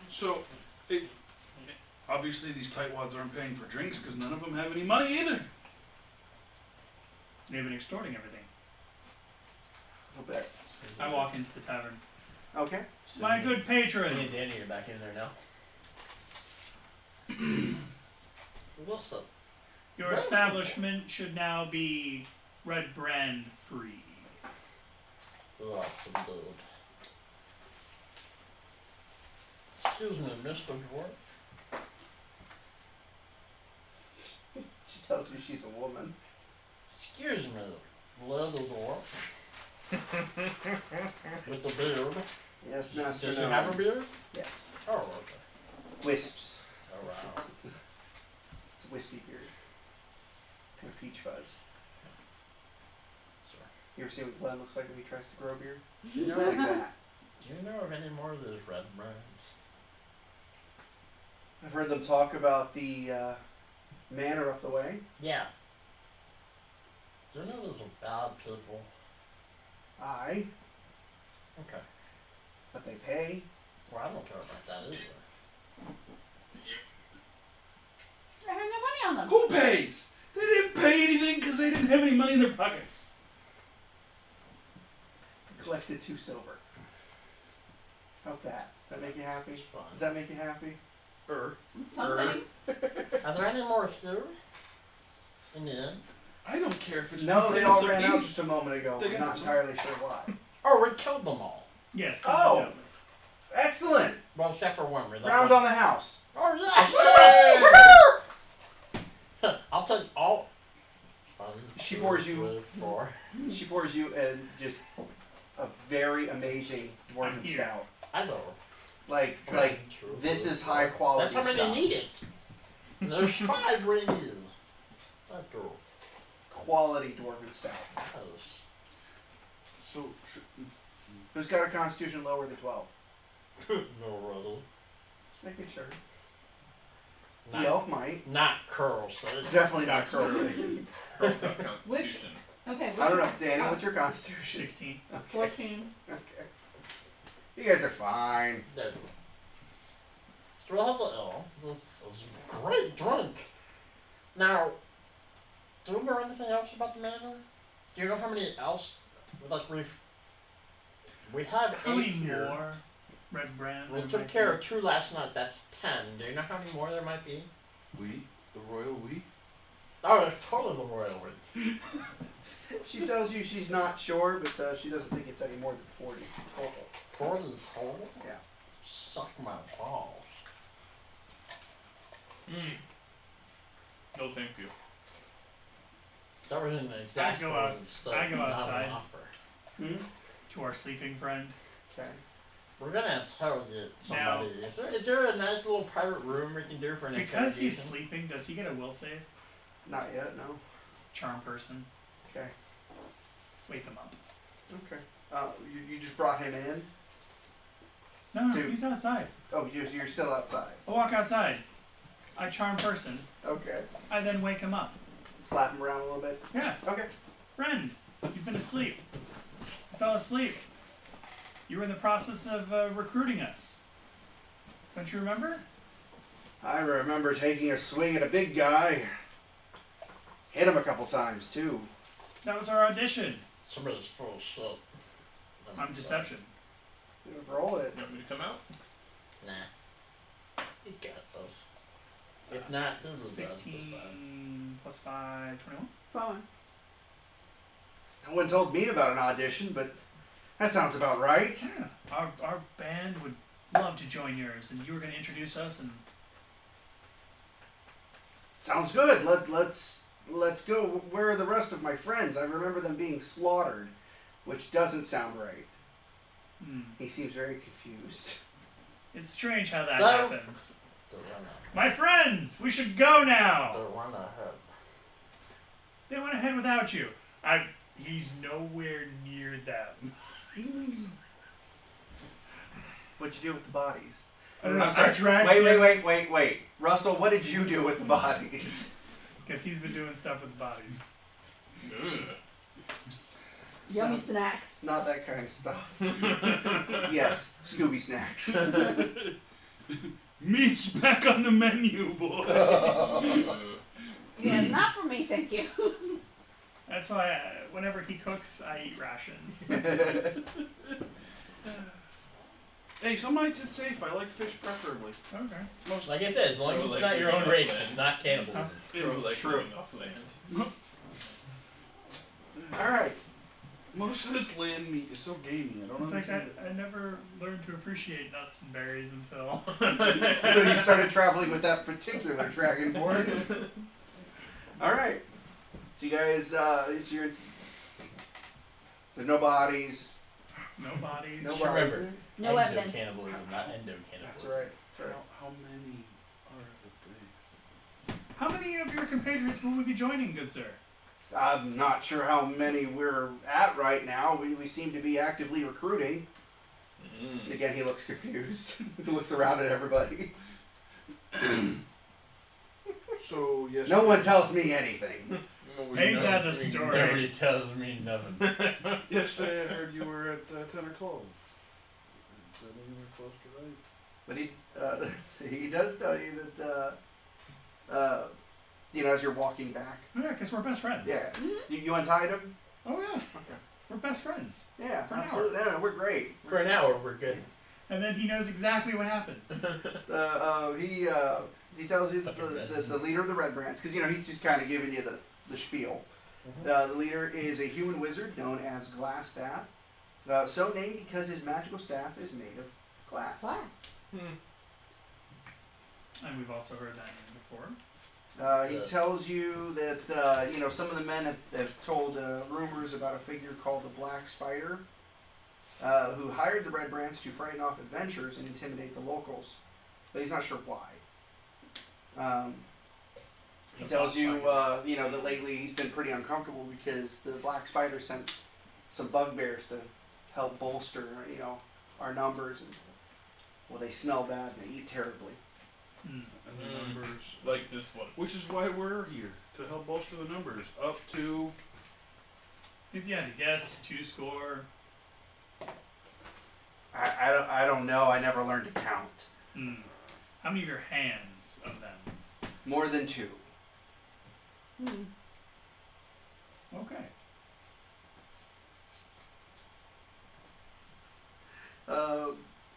[SPEAKER 5] So, it, obviously these tightwads aren't paying for drinks because none of them have any money either.
[SPEAKER 6] They've been extorting everything.
[SPEAKER 2] A little bit.
[SPEAKER 6] I walk into the tavern.
[SPEAKER 2] Okay.
[SPEAKER 3] So
[SPEAKER 6] My
[SPEAKER 3] you-
[SPEAKER 6] good patron.
[SPEAKER 3] Me and Danny are back in there now. What's up?
[SPEAKER 6] Your establishment should now be red brand free.
[SPEAKER 3] Awesome, dude. Excuse me, Mr. Dwarf.
[SPEAKER 2] She tells you she's a woman.
[SPEAKER 3] Excuse me, Leatherdoor. With the beard.
[SPEAKER 2] Yes, Master.
[SPEAKER 3] Does he
[SPEAKER 2] Gnome.
[SPEAKER 3] have a beard?
[SPEAKER 2] Yes.
[SPEAKER 3] Oh, okay.
[SPEAKER 2] Wisps.
[SPEAKER 3] Oh, wow.
[SPEAKER 2] It's a wispy beard. Kind of peach fuzz.
[SPEAKER 3] So,
[SPEAKER 2] You ever see what Glenn looks like when he tries to grow a beard? You know, like that.
[SPEAKER 3] do you know of any more of those red brands?
[SPEAKER 2] I've heard them talk about the uh, manor up the way.
[SPEAKER 3] Yeah. Do you know there's a bad people?
[SPEAKER 2] Aye,
[SPEAKER 3] Okay.
[SPEAKER 2] but they pay.
[SPEAKER 3] Well, I don't care about that either.
[SPEAKER 4] I have no money on them.
[SPEAKER 5] Who pays? They didn't pay anything because they didn't have any money in their pockets.
[SPEAKER 2] Collected two silver. How's that? That make you
[SPEAKER 3] It's
[SPEAKER 2] happy? Does
[SPEAKER 3] fun.
[SPEAKER 2] that make you happy?
[SPEAKER 5] Er,
[SPEAKER 4] Something.
[SPEAKER 3] Are there any more here? In the inn?
[SPEAKER 5] I don't care if it's
[SPEAKER 2] No,
[SPEAKER 5] two
[SPEAKER 2] they
[SPEAKER 5] brands
[SPEAKER 2] all
[SPEAKER 5] of
[SPEAKER 2] ran out
[SPEAKER 5] each.
[SPEAKER 2] just a moment ago.
[SPEAKER 5] They
[SPEAKER 2] I'm
[SPEAKER 5] got-
[SPEAKER 2] not entirely sure why.
[SPEAKER 3] Oh, we killed them all.
[SPEAKER 6] Yes.
[SPEAKER 2] Oh! Excellent.
[SPEAKER 3] Well, except for one. Round
[SPEAKER 2] Round on the house.
[SPEAKER 3] Oh yes! I'll take all. One,
[SPEAKER 2] She
[SPEAKER 3] two,
[SPEAKER 2] bores you.
[SPEAKER 3] three, four.
[SPEAKER 2] She pours you and just a very amazing
[SPEAKER 6] I'm
[SPEAKER 2] dwarven
[SPEAKER 6] here.
[SPEAKER 2] stout.
[SPEAKER 3] I know.
[SPEAKER 2] Like,
[SPEAKER 3] One,
[SPEAKER 2] like
[SPEAKER 3] two,
[SPEAKER 2] this
[SPEAKER 3] three,
[SPEAKER 2] is
[SPEAKER 3] four.
[SPEAKER 2] high quality
[SPEAKER 3] That's how many
[SPEAKER 2] stuff.
[SPEAKER 3] need it. There's five we need. That girl.
[SPEAKER 2] quality dwarven stout.
[SPEAKER 3] Yes.
[SPEAKER 5] So, sh-
[SPEAKER 2] Who's got a constitution lower than twelve?
[SPEAKER 3] No riddle.
[SPEAKER 2] Just making sure.
[SPEAKER 3] Not,
[SPEAKER 2] The elf might.
[SPEAKER 3] not curl, so it's-
[SPEAKER 2] Definitely not curl.
[SPEAKER 1] Curse not Constitution.
[SPEAKER 4] Okay.
[SPEAKER 2] I don't know,
[SPEAKER 4] what's-
[SPEAKER 2] Danny. What's your constitution?
[SPEAKER 6] Sixteen.
[SPEAKER 2] Okay.
[SPEAKER 4] Fourteen.
[SPEAKER 2] Okay. You guys are fine.
[SPEAKER 3] no. So we'll have the L. This is a great drink. Now, do you remember anything else about the manor? Do you know how many else? Like we've we have
[SPEAKER 6] How
[SPEAKER 3] eight
[SPEAKER 6] many
[SPEAKER 3] here.
[SPEAKER 6] more? Red brand.
[SPEAKER 3] We
[SPEAKER 6] there
[SPEAKER 3] took
[SPEAKER 6] might
[SPEAKER 3] care
[SPEAKER 6] be?
[SPEAKER 3] of two last night. That's ten. Do you know how many more there might be?
[SPEAKER 5] we, the royal we.
[SPEAKER 3] Oh, there's totally the royal one.
[SPEAKER 2] She tells you she's not sure, but uh, she doesn't think it's any more than forty total.
[SPEAKER 3] Forty total.
[SPEAKER 2] Yeah.
[SPEAKER 3] Suck my balls.
[SPEAKER 1] Mm. No, thank you.
[SPEAKER 3] That was an exasperating
[SPEAKER 6] out-
[SPEAKER 3] statement,
[SPEAKER 6] I go
[SPEAKER 3] not an
[SPEAKER 6] outside.
[SPEAKER 3] offer.
[SPEAKER 2] Hmm.
[SPEAKER 6] To our sleeping friend.
[SPEAKER 2] Okay.
[SPEAKER 3] We're gonna interrogate
[SPEAKER 6] Now-
[SPEAKER 3] somebody. Is there, is there a nice little private room we can do for an
[SPEAKER 6] Because he's
[SPEAKER 3] interrogation?
[SPEAKER 6] sleeping, does he get a will save?
[SPEAKER 2] Not yet. No.
[SPEAKER 6] Charm person.
[SPEAKER 2] Okay.
[SPEAKER 6] Wake him up.
[SPEAKER 2] Okay. Uh, you, you just brought him in.
[SPEAKER 6] No, no,
[SPEAKER 2] Dude.
[SPEAKER 6] he's outside.
[SPEAKER 2] Oh, you're, you're still outside.
[SPEAKER 6] I walk outside. I charm person.
[SPEAKER 2] Okay.
[SPEAKER 6] I then wake him up.
[SPEAKER 2] Slap him around a little bit.
[SPEAKER 6] Yeah,
[SPEAKER 2] Okay.
[SPEAKER 6] friend, you've been asleep. You fell asleep. You were in the process of uh, recruiting us. Don't you remember?
[SPEAKER 2] I remember taking a swing at a big guy. Hit him a couple times too.
[SPEAKER 6] That was our audition.
[SPEAKER 3] Somebody's full of shit. Let me
[SPEAKER 6] I'm
[SPEAKER 3] try.
[SPEAKER 6] deception.
[SPEAKER 2] Roll it.
[SPEAKER 1] You want me to come out?
[SPEAKER 3] Nah. He's got those. If not, who would that be?
[SPEAKER 6] 16 plus 5, 21.
[SPEAKER 4] Phone.
[SPEAKER 2] No one told me about an audition, but that sounds about right.
[SPEAKER 6] Yeah. Our, our band would love to join yours, and you were going to introduce us, and
[SPEAKER 2] Sounds good. Let let's let's go. Where are the rest of my friends? I remember them being slaughtered, which doesn't sound right.
[SPEAKER 6] hmm,
[SPEAKER 2] He seems very confused.
[SPEAKER 6] it's strange how that
[SPEAKER 3] Hello?
[SPEAKER 6] happens.
[SPEAKER 3] The runner.
[SPEAKER 6] My friends, we should go now.
[SPEAKER 3] The runner head.
[SPEAKER 6] They went ahead without you. I. He's nowhere near them.
[SPEAKER 2] What'd you do with the bodies?
[SPEAKER 6] I don't know.
[SPEAKER 2] I'm sorry.
[SPEAKER 6] I dragged
[SPEAKER 2] Wait, wait,
[SPEAKER 6] him
[SPEAKER 2] wait, wait, wait. Russell, what did you do with the bodies?
[SPEAKER 6] because he's been doing stuff with bodies.
[SPEAKER 1] Ugh.
[SPEAKER 4] Yummy snacks.
[SPEAKER 2] Not that kind of stuff. yes, Scooby snacks.
[SPEAKER 5] Meat's back on the menu, boy.
[SPEAKER 1] Ugh.
[SPEAKER 4] Yeah, not for me, thank you.
[SPEAKER 6] That's why I, whenever he cooks, I eat rations.
[SPEAKER 5] hey, some nights it's safe. I like fish preferably.
[SPEAKER 6] okay.
[SPEAKER 5] Most
[SPEAKER 3] Like I said, as long as
[SPEAKER 1] Oh,
[SPEAKER 3] it's
[SPEAKER 1] like
[SPEAKER 3] not your own
[SPEAKER 1] the
[SPEAKER 3] race,
[SPEAKER 1] Northlands.
[SPEAKER 3] it's not cannibalism.
[SPEAKER 1] It
[SPEAKER 5] It's
[SPEAKER 1] was like
[SPEAKER 5] true.
[SPEAKER 1] going off land.
[SPEAKER 2] All right.
[SPEAKER 5] most of this land meat is so gamey. I don't
[SPEAKER 6] It's like I,
[SPEAKER 5] understand
[SPEAKER 6] I never learned to appreciate nuts and berries until
[SPEAKER 2] So you started traveling with that particular dragonborn. All right. So you guys, uh, is your there's no bodies.
[SPEAKER 6] No bodies.
[SPEAKER 2] No
[SPEAKER 6] No.
[SPEAKER 2] bodies.
[SPEAKER 7] Remember.
[SPEAKER 4] No
[SPEAKER 7] Exo
[SPEAKER 4] evidence.
[SPEAKER 7] Cannibalism, not endo
[SPEAKER 2] That's
[SPEAKER 7] cannibalism.
[SPEAKER 2] right. That's right.
[SPEAKER 5] How, how many are at the place?
[SPEAKER 6] How many of your compatriots will we be joining, good sir?
[SPEAKER 2] I'm not sure how many we're at right now. We, we seem to be actively recruiting.
[SPEAKER 3] Mm-hmm.
[SPEAKER 1] Mm.
[SPEAKER 2] Again, he looks confused. he looks around at everybody.
[SPEAKER 5] So yes.
[SPEAKER 2] No one tells me anything.
[SPEAKER 1] Well, we
[SPEAKER 6] Ain't
[SPEAKER 1] know
[SPEAKER 6] that a
[SPEAKER 1] three
[SPEAKER 6] story?
[SPEAKER 1] very-
[SPEAKER 7] Nobody tells me nothing.
[SPEAKER 5] Yesterday I heard you were at uh, ten or twelve. Is that anywhere close to right?
[SPEAKER 2] But he uh, he does tell you that uh, uh, you know as you're walking back.
[SPEAKER 6] Oh, Yeah, because we're best friends.
[SPEAKER 2] Yeah. You, you untied him.
[SPEAKER 6] Oh, yeah. We're best friends.
[SPEAKER 2] Yeah.
[SPEAKER 6] For an hour.
[SPEAKER 2] absolutely. No, no, we're great.
[SPEAKER 7] For an hour, we're good.
[SPEAKER 6] And then he knows exactly what happened.
[SPEAKER 2] uh, uh, he uh, he tells you that
[SPEAKER 7] Fucking
[SPEAKER 2] the, the,
[SPEAKER 7] resident.
[SPEAKER 2] the leader of the Red Brands, because you know he's just kind of giving you the the spiel.
[SPEAKER 6] Mm-hmm.
[SPEAKER 7] Mhm.
[SPEAKER 2] Uh, the leader is a human wizard known as Glass Staff, uh, so named because his magical staff is made of glass.
[SPEAKER 4] Class.
[SPEAKER 1] Hmm.
[SPEAKER 6] And we've also heard that name before.
[SPEAKER 2] Uh, he
[SPEAKER 7] Yeah.
[SPEAKER 2] tells you that uh, you know some of the men have, have told uh, rumors about a figure called the Black Spider, uh, who hired the Red Brands to frighten off adventurers and intimidate the locals, but he's not sure why. Um, he
[SPEAKER 3] The
[SPEAKER 2] tells
[SPEAKER 3] Black
[SPEAKER 2] you
[SPEAKER 3] Spider.
[SPEAKER 2] uh, you know that lately he's been pretty uncomfortable because the Black Spider sent some bugbears to help bolster you know our numbers and well they smell bad and they eat terribly.
[SPEAKER 6] Hmm.
[SPEAKER 5] And the
[SPEAKER 1] Mm.
[SPEAKER 5] numbers.
[SPEAKER 1] Like this one.
[SPEAKER 5] Which is why we're here to help bolster the numbers up to
[SPEAKER 6] If you had to guess, two score.
[SPEAKER 2] I, I, don't, I don't know. I never learned to count.
[SPEAKER 6] Hmm. How many of your hands of them?
[SPEAKER 2] More than two.
[SPEAKER 4] Hmm.
[SPEAKER 6] Okay.
[SPEAKER 2] Uh,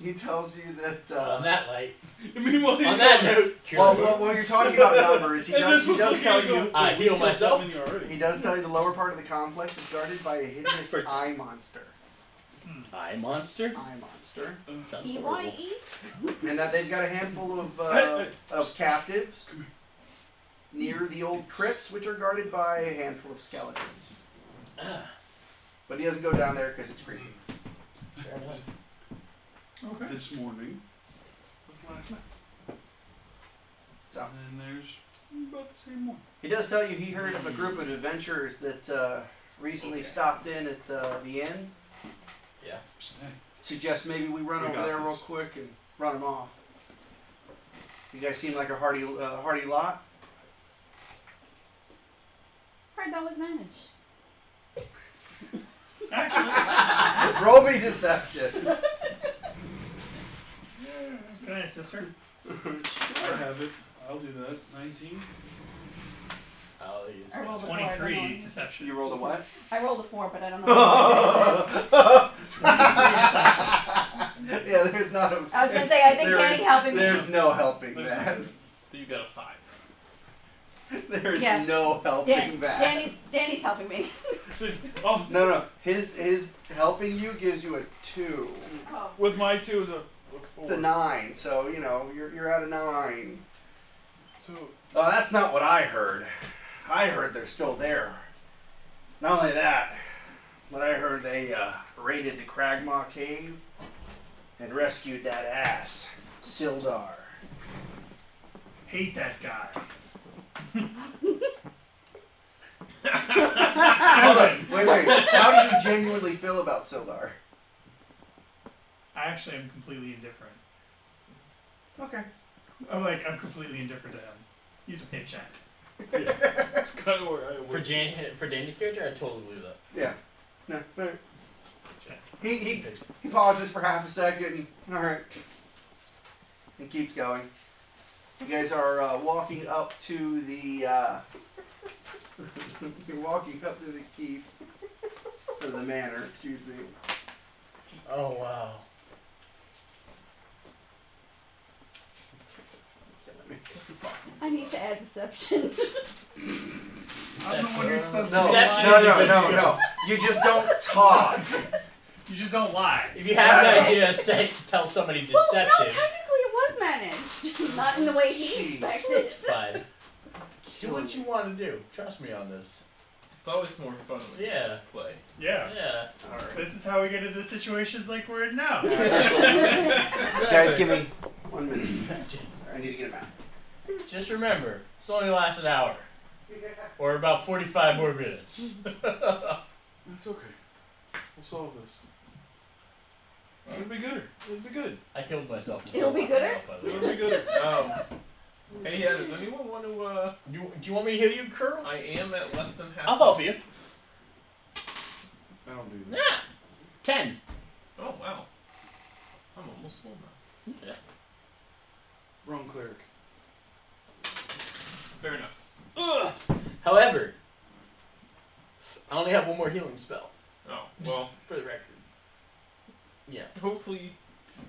[SPEAKER 2] he tells you that.
[SPEAKER 7] on
[SPEAKER 2] Uh,
[SPEAKER 7] that light.
[SPEAKER 5] Meanwhile, he's
[SPEAKER 7] On that
[SPEAKER 5] going,
[SPEAKER 7] note,
[SPEAKER 2] well,
[SPEAKER 7] Kira,
[SPEAKER 2] well, while you're talking about numbers, Oh, he
[SPEAKER 5] "And
[SPEAKER 2] does,
[SPEAKER 5] this
[SPEAKER 2] he
[SPEAKER 5] was
[SPEAKER 2] does
[SPEAKER 5] looking
[SPEAKER 2] tell
[SPEAKER 5] at you,
[SPEAKER 2] you.
[SPEAKER 7] I
[SPEAKER 5] "We
[SPEAKER 7] heal
[SPEAKER 5] killed that
[SPEAKER 7] myself."
[SPEAKER 5] many already."
[SPEAKER 2] He does tell you the lower part of the complex is guarded by a hideous
[SPEAKER 7] Perfect.
[SPEAKER 2] eye monster.
[SPEAKER 3] Hi, monster.
[SPEAKER 2] Eye monster.
[SPEAKER 3] Sounds
[SPEAKER 4] E Y
[SPEAKER 3] horrible.
[SPEAKER 4] E.
[SPEAKER 2] And that they've got a handful of uh, of captives near the old crypts, which are guarded by a handful of skeletons. But he doesn't go down there because it's creepy.
[SPEAKER 7] Fair enough.
[SPEAKER 6] Okay.
[SPEAKER 5] This morning. was Last night.
[SPEAKER 2] So.
[SPEAKER 5] And then there's about the same one.
[SPEAKER 2] He does tell you he heard of a group of adventurers that uh, recently
[SPEAKER 1] Okay.
[SPEAKER 2] stopped in at uh, the inn.
[SPEAKER 7] Yeah.
[SPEAKER 5] Snack.
[SPEAKER 2] Suggest maybe we run
[SPEAKER 5] We
[SPEAKER 2] over
[SPEAKER 5] got
[SPEAKER 2] there real
[SPEAKER 5] this.
[SPEAKER 2] quick and run them off. You guys seem like a hardy, uh, hardy lot.
[SPEAKER 4] Heard that was managed.
[SPEAKER 6] Actually,
[SPEAKER 2] Roll me deception.
[SPEAKER 6] can I assist her?
[SPEAKER 5] I have it. I'll do that. 19.
[SPEAKER 7] I'll use
[SPEAKER 4] I rolled a four. I, don't know.
[SPEAKER 6] 23 deception.
[SPEAKER 2] You rolled a what?
[SPEAKER 4] I rolled a four, but I don't know. what it is.
[SPEAKER 2] yeah, there's not a.
[SPEAKER 4] I was gonna say I think
[SPEAKER 2] There
[SPEAKER 4] Danny's
[SPEAKER 2] is-
[SPEAKER 4] helping me.
[SPEAKER 2] There's no helping that.
[SPEAKER 1] So you got a five.
[SPEAKER 2] There's
[SPEAKER 4] Yeah.
[SPEAKER 2] no helping
[SPEAKER 4] Dan-
[SPEAKER 2] that.
[SPEAKER 4] Danny's Danny's helping me.
[SPEAKER 5] See, oh,
[SPEAKER 2] No, no. His his helping you gives you a two.
[SPEAKER 4] Oh.
[SPEAKER 5] with my two is a, a
[SPEAKER 2] It's
[SPEAKER 5] four.
[SPEAKER 2] a nine, so you know you're you're at a nine.
[SPEAKER 5] So,
[SPEAKER 2] Oh, that's not what I heard. I heard they're still there. Not only that, but I heard they uh, raided the Kragma cave and rescued that ass, Sildar.
[SPEAKER 6] Hate that guy.
[SPEAKER 2] Hold on, wait, wait. How do you genuinely feel about Sildar?
[SPEAKER 6] I actually am completely indifferent.
[SPEAKER 2] Okay.
[SPEAKER 6] I'm like, I'm completely indifferent to him. He's a paycheck.
[SPEAKER 5] that's kind of where I
[SPEAKER 7] For
[SPEAKER 5] was.
[SPEAKER 7] Jan, for Danny's character, I totally blew that.
[SPEAKER 2] Yeah. No. all right. He, he he pauses for half a second. And, all right. And keeps going. You guys are uh, walking up to the. Uh, you're walking up to the keep. To the manor, excuse me.
[SPEAKER 7] Oh wow.
[SPEAKER 4] I need to add deception.
[SPEAKER 6] I'm the one you're supposed to
[SPEAKER 2] No,
[SPEAKER 7] Deception
[SPEAKER 2] no,
[SPEAKER 7] is
[SPEAKER 2] no,
[SPEAKER 7] a
[SPEAKER 2] no,
[SPEAKER 7] good
[SPEAKER 2] no. You just don't talk.
[SPEAKER 6] You just don't lie.
[SPEAKER 7] If you have
[SPEAKER 2] Yeah.
[SPEAKER 7] an idea, say tell somebody
[SPEAKER 4] well, no,
[SPEAKER 7] deceptive.
[SPEAKER 4] technically it was managed, not in the way he
[SPEAKER 2] Jeez.
[SPEAKER 4] expected.
[SPEAKER 7] Fine.
[SPEAKER 3] Do
[SPEAKER 2] killing
[SPEAKER 3] what you
[SPEAKER 2] me.
[SPEAKER 3] want to do. Trust me on this.
[SPEAKER 1] It's always more fun when you
[SPEAKER 3] Yeah.
[SPEAKER 1] just play.
[SPEAKER 6] Yeah.
[SPEAKER 3] Yeah.
[SPEAKER 6] This is how we get into the situations like we're in now.
[SPEAKER 2] Guys, give me one minute. I need to get a map.
[SPEAKER 3] Just remember, it's only lasts an hour. Or about 45 more minutes.
[SPEAKER 5] It's okay. We'll solve this. It'll be good. It'll be good.
[SPEAKER 3] I killed myself.
[SPEAKER 4] It'll be gooder?
[SPEAKER 3] By the way.
[SPEAKER 5] It'll be good.
[SPEAKER 1] Um, hey, yeah, does anyone want to, uh,
[SPEAKER 3] Do, do you want me to heal you, Curl?
[SPEAKER 1] I am at less than half.
[SPEAKER 3] Oh.
[SPEAKER 8] I'll help you.
[SPEAKER 5] I don't do
[SPEAKER 8] Yeah. Ten.
[SPEAKER 1] Oh, wow. I'm almost full now.
[SPEAKER 5] Wrong cleric.
[SPEAKER 1] Fair enough.
[SPEAKER 3] Ugh. However, I only have one more healing spell,
[SPEAKER 1] Oh, well,
[SPEAKER 3] for the record. Yeah.
[SPEAKER 1] hopefully,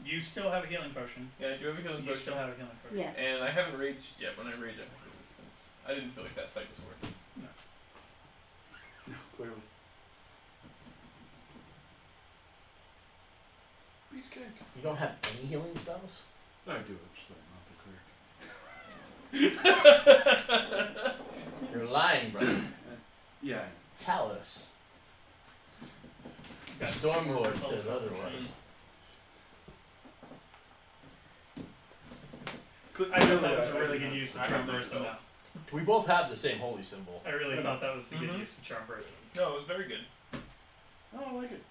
[SPEAKER 6] You still have a healing potion.
[SPEAKER 1] yeah, I do have a healing
[SPEAKER 6] You
[SPEAKER 1] potion.
[SPEAKER 6] still have a healing potion.
[SPEAKER 4] yes.
[SPEAKER 1] And I haven't raged yet. When I rage, I have resistance. I didn't feel like that fight was worth it.
[SPEAKER 5] No, clearly. Piece of cake.
[SPEAKER 3] You don't have any healing spells?
[SPEAKER 5] I do it, just like not the cleric.
[SPEAKER 3] You're lying, brother.
[SPEAKER 5] Yeah.
[SPEAKER 3] Talos.
[SPEAKER 6] Got
[SPEAKER 3] Stormlord says otherwise.
[SPEAKER 5] Cl-
[SPEAKER 6] I thought
[SPEAKER 5] clearly
[SPEAKER 6] that was a
[SPEAKER 5] I-
[SPEAKER 6] really
[SPEAKER 5] I-
[SPEAKER 6] good use of
[SPEAKER 1] I
[SPEAKER 6] charm
[SPEAKER 1] have no
[SPEAKER 6] person. though.
[SPEAKER 1] spells.
[SPEAKER 3] We both have the same holy symbol.
[SPEAKER 6] I really Mm-hmm. thought that was a good
[SPEAKER 1] Mhm.
[SPEAKER 6] use of charm person.
[SPEAKER 1] No, it was very good.
[SPEAKER 5] Oh, I don't like it.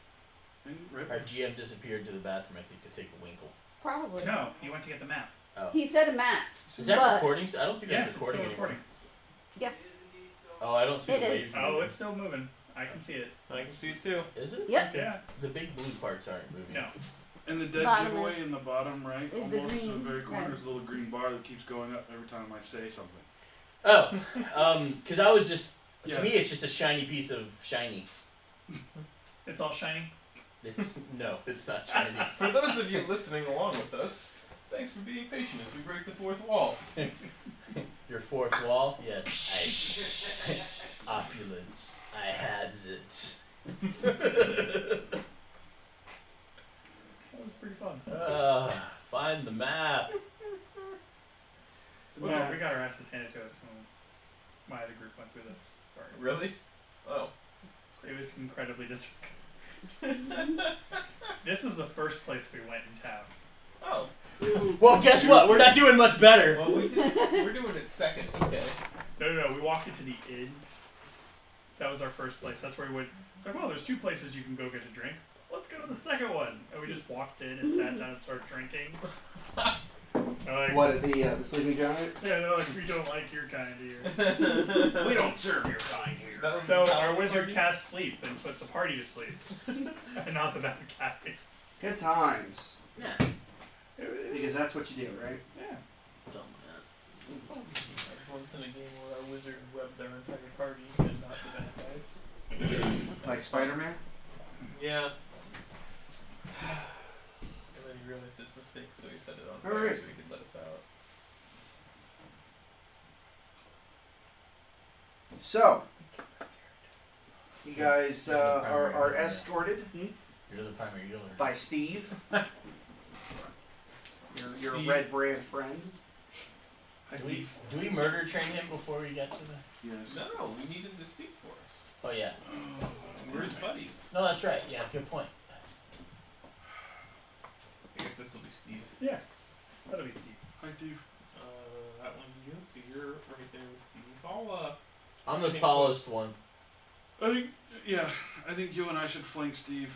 [SPEAKER 5] And right.
[SPEAKER 3] Our GM disappeared to the bathroom, I think, to take a winkle.
[SPEAKER 4] Probably.
[SPEAKER 6] No, he went to get the map.
[SPEAKER 4] He said a map.
[SPEAKER 3] Is that
[SPEAKER 4] But-
[SPEAKER 3] recording? I don't think that's
[SPEAKER 6] Yes, it's still
[SPEAKER 3] recording anymore.
[SPEAKER 6] recording.
[SPEAKER 4] Yes.
[SPEAKER 3] Oh, I don't see
[SPEAKER 4] It
[SPEAKER 3] the
[SPEAKER 4] is.
[SPEAKER 3] wave.
[SPEAKER 6] Oh, it's still moving. I can see it.
[SPEAKER 1] I can see it too.
[SPEAKER 3] Is it?
[SPEAKER 4] Yep.
[SPEAKER 6] Yeah.
[SPEAKER 3] The big blue parts aren't moving.
[SPEAKER 6] No.
[SPEAKER 5] And the dead
[SPEAKER 4] Bottom
[SPEAKER 5] giveaway
[SPEAKER 4] is-
[SPEAKER 5] in the bottom right,
[SPEAKER 4] is
[SPEAKER 5] almost
[SPEAKER 4] the
[SPEAKER 5] to the
[SPEAKER 4] green
[SPEAKER 5] very corner,
[SPEAKER 4] red.
[SPEAKER 5] is a little green bar that keeps going up every time I say something.
[SPEAKER 3] Oh, um, because I was just.
[SPEAKER 5] Yeah.
[SPEAKER 3] To me, it's just a shiny piece of shiny.
[SPEAKER 6] It's all shiny.
[SPEAKER 3] It's no, it's not shiny.
[SPEAKER 1] For those of you listening along with us, thanks for being patient as we break the fourth wall.
[SPEAKER 3] Your fourth wall? Yes. I, opulence. I has it.
[SPEAKER 6] That was pretty fun.
[SPEAKER 3] uh, find the map.
[SPEAKER 6] Well,
[SPEAKER 5] Nah.
[SPEAKER 6] no, we got our asses handed to us when my other group went through this. part.
[SPEAKER 1] Really? Oh.
[SPEAKER 6] It was incredibly disappointing. this was the first place we went in town.
[SPEAKER 1] Oh.
[SPEAKER 3] Well, guess what? We're not doing much better.
[SPEAKER 1] Well, we did, we're doing it second, okay?
[SPEAKER 6] No, no, no. We walked into the inn. That was our first place. That's where we went. It's like, well, there's two places you can go get a drink. Let's go to the second one. And we just walked in and sat down and started drinking. They're like,
[SPEAKER 2] What, the, uh, the sleeping giant?
[SPEAKER 6] Yeah, they're like, we don't like your kind here.
[SPEAKER 1] that
[SPEAKER 6] we don't serve your kind here.
[SPEAKER 1] That was
[SPEAKER 6] So
[SPEAKER 1] the
[SPEAKER 6] our
[SPEAKER 1] Ballad
[SPEAKER 6] wizard
[SPEAKER 1] Party?
[SPEAKER 6] cast sleep and put the party to sleep, and not the bad guy.
[SPEAKER 2] Good times.
[SPEAKER 3] Yeah.
[SPEAKER 2] Because that's what you do, right?
[SPEAKER 6] Yeah.
[SPEAKER 1] was once in a game where a wizard webbed our entire party and not the bad guys.
[SPEAKER 2] Like Spider Man?
[SPEAKER 1] Yeah. And then he realized his mistake, so he set it on
[SPEAKER 2] All
[SPEAKER 1] fire
[SPEAKER 2] right.
[SPEAKER 1] so he could let us out.
[SPEAKER 2] So, you guys uh, are, are escorted
[SPEAKER 3] You're the primary healer.
[SPEAKER 2] by Steve, your, your
[SPEAKER 1] Steve.
[SPEAKER 2] red brand friend.
[SPEAKER 5] I
[SPEAKER 3] Do we
[SPEAKER 5] leave.
[SPEAKER 3] do we murder train him before we get to the?
[SPEAKER 5] Yes.
[SPEAKER 1] No, we need him to speak for us.
[SPEAKER 3] Oh yeah.
[SPEAKER 1] We're his buddies.
[SPEAKER 3] No, that's right. Yeah, good point.
[SPEAKER 1] I guess this will be Steve.
[SPEAKER 6] That'll be Steve.
[SPEAKER 5] Hi, Steve.
[SPEAKER 1] Uh, that one's you, so you're right there with Steve. I'll, uh,
[SPEAKER 3] I'm the tallest one.
[SPEAKER 5] I think, yeah, I think you and I should flank Steve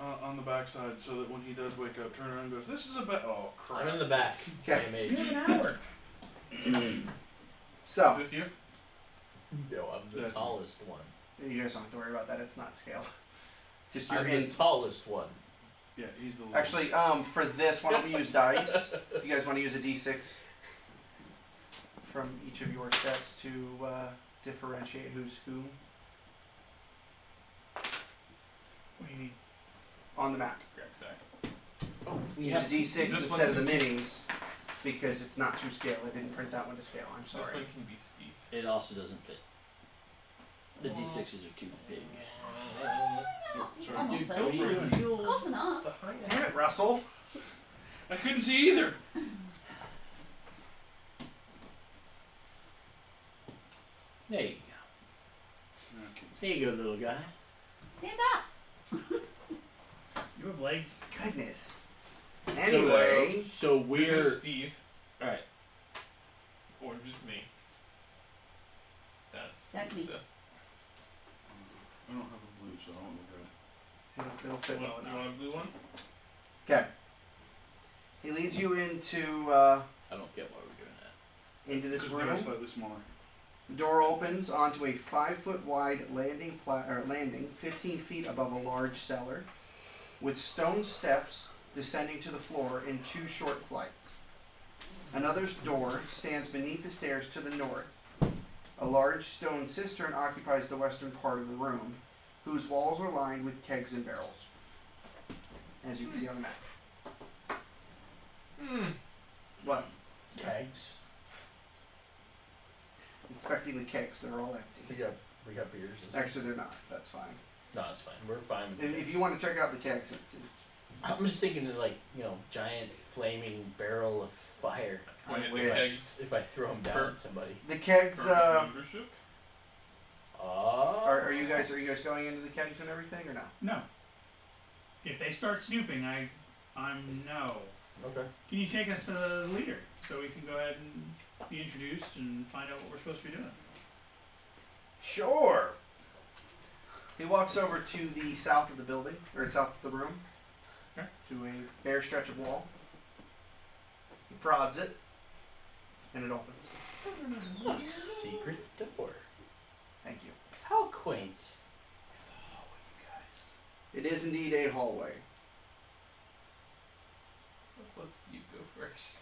[SPEAKER 5] uh, on the backside so that when he does wake up, turn around and goes, "This is a bad." Oh
[SPEAKER 3] I'm in
[SPEAKER 5] crap!
[SPEAKER 3] the back.
[SPEAKER 2] Okay.
[SPEAKER 3] I am a-
[SPEAKER 6] have an hour.
[SPEAKER 2] So,
[SPEAKER 1] is this you?
[SPEAKER 3] No, I'm the
[SPEAKER 5] That's-
[SPEAKER 3] tallest one.
[SPEAKER 2] you guys don't have to worry about that, it's not scaled. Just your
[SPEAKER 3] I'm the
[SPEAKER 2] in.
[SPEAKER 3] tallest one.
[SPEAKER 5] Yeah, he's the. little-
[SPEAKER 2] Actually, um, for this, why don't we use dice? If you guys want to use a d6 from each of your sets to uh, differentiate who's who
[SPEAKER 6] What do you need?
[SPEAKER 2] on the map.
[SPEAKER 1] Grab back.
[SPEAKER 3] Oh,
[SPEAKER 2] Use a d6
[SPEAKER 1] This
[SPEAKER 2] instead of the
[SPEAKER 1] one-
[SPEAKER 2] minis because it's not to scale. I didn't print that one to scale. I'm
[SPEAKER 1] This
[SPEAKER 2] sorry.
[SPEAKER 1] one can be Steve.
[SPEAKER 8] It also doesn't fit. The D6s are too big.
[SPEAKER 5] Sorry.
[SPEAKER 4] Almost
[SPEAKER 5] Go
[SPEAKER 4] so.
[SPEAKER 5] for it.
[SPEAKER 4] It's close enough.
[SPEAKER 2] Damn it, Russell.
[SPEAKER 5] I couldn't see either.
[SPEAKER 3] There you go.
[SPEAKER 5] Okay.
[SPEAKER 3] There you go, little guy.
[SPEAKER 4] Stand up.
[SPEAKER 6] You have legs.
[SPEAKER 2] Goodness.
[SPEAKER 1] uh,
[SPEAKER 2] Anyway,
[SPEAKER 3] So, uh, so
[SPEAKER 1] This
[SPEAKER 3] we're.
[SPEAKER 1] is Steve,
[SPEAKER 3] Alright.
[SPEAKER 1] or just me. That's
[SPEAKER 4] That's me.
[SPEAKER 1] Lisa.
[SPEAKER 5] I don't have a blue, so I don't look at it.
[SPEAKER 2] it'll, it'll fit well
[SPEAKER 1] Want- you
[SPEAKER 2] enough.
[SPEAKER 1] want a blue one?
[SPEAKER 2] He leads you into uh,
[SPEAKER 3] I don't get why we're doing that.
[SPEAKER 2] into this
[SPEAKER 5] Because they are
[SPEAKER 2] room.
[SPEAKER 5] slightly smaller.
[SPEAKER 2] The door opens onto a five foot wide landing, pla- or landing 15 feet above a large cellar, with stone steps descending to the floor in two short flights. Another door stands beneath the stairs to the north. A large stone cistern occupies the western part of the room, whose walls are lined with kegs and barrels, as you can see on the map.
[SPEAKER 1] Hmm.
[SPEAKER 2] What?
[SPEAKER 7] Kegs.
[SPEAKER 2] Expecting the kegs, they're all empty.
[SPEAKER 7] We got we got beers. And stuff.
[SPEAKER 2] Actually, they're not. That's fine.
[SPEAKER 3] No, it's fine. We're fine with
[SPEAKER 2] If,
[SPEAKER 3] it.
[SPEAKER 2] if you want to check out the kegs, it-
[SPEAKER 7] I'm just thinking of like you know giant flaming barrel of fire.
[SPEAKER 1] Point at the
[SPEAKER 7] If I-
[SPEAKER 1] kegs.
[SPEAKER 7] If I throw them down
[SPEAKER 1] Per-
[SPEAKER 7] at somebody.
[SPEAKER 2] the kegs.
[SPEAKER 1] For
[SPEAKER 2] Uh,
[SPEAKER 1] membership?
[SPEAKER 7] Oh.
[SPEAKER 2] Are, are you guys are you guys going into the kegs and everything or no?
[SPEAKER 6] No. If they start snooping, I, I'm no.
[SPEAKER 7] Okay.
[SPEAKER 6] Can you take us to the leader so we can go ahead and be introduced and find out what we're supposed to be doing?
[SPEAKER 2] Sure. He walks over to the south of the building or south of the room,
[SPEAKER 6] Okay.
[SPEAKER 2] to a bare stretch of wall. He prods it, and it opens.
[SPEAKER 7] A secret door.
[SPEAKER 2] Thank you.
[SPEAKER 7] How quaint.
[SPEAKER 3] It's a hallway, you guys.
[SPEAKER 2] It is indeed a hallway.
[SPEAKER 1] Let's let Steve go first.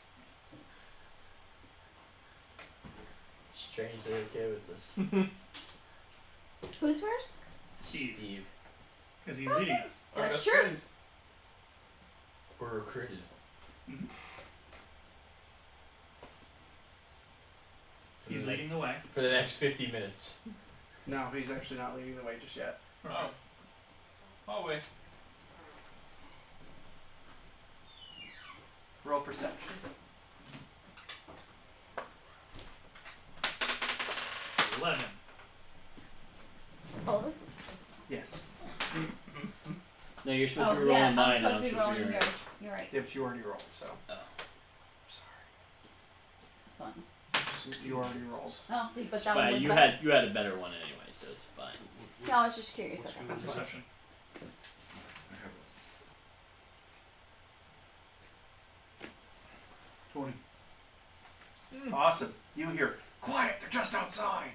[SPEAKER 7] Strange they're okay with this.
[SPEAKER 4] Who's first?
[SPEAKER 6] Steve. Because he's leading us.
[SPEAKER 1] Our
[SPEAKER 4] That's
[SPEAKER 1] best
[SPEAKER 4] true.
[SPEAKER 1] friend.
[SPEAKER 7] We're recruited.
[SPEAKER 2] Mm-hmm.
[SPEAKER 7] For
[SPEAKER 6] He's
[SPEAKER 7] the-
[SPEAKER 6] leading the way.
[SPEAKER 7] For the next 50 minutes.
[SPEAKER 2] No, he's actually not leading the way just yet.
[SPEAKER 1] Oh. Hallway.
[SPEAKER 2] Roll perception.
[SPEAKER 6] Eleven.
[SPEAKER 4] All of us?
[SPEAKER 2] Yes.
[SPEAKER 3] No, you're supposed to
[SPEAKER 4] Oh,
[SPEAKER 3] be rolling
[SPEAKER 4] yeah, I'm
[SPEAKER 3] mine.
[SPEAKER 4] supposed to
[SPEAKER 3] I'm
[SPEAKER 4] be rolling yours.
[SPEAKER 3] yours.
[SPEAKER 4] You're right.
[SPEAKER 2] Yeah, but you already rolled, so
[SPEAKER 4] This one.
[SPEAKER 2] you already rolled.
[SPEAKER 4] I don't see, but that one
[SPEAKER 3] But
[SPEAKER 4] was
[SPEAKER 3] you
[SPEAKER 4] better.
[SPEAKER 3] had you had a better one anyway, so it's fine.
[SPEAKER 4] No, I was just curious.
[SPEAKER 5] What's
[SPEAKER 4] Okay.
[SPEAKER 5] good?
[SPEAKER 6] Perception.
[SPEAKER 5] I have it. 20.
[SPEAKER 2] Awesome. You hear, quiet, they're just outside.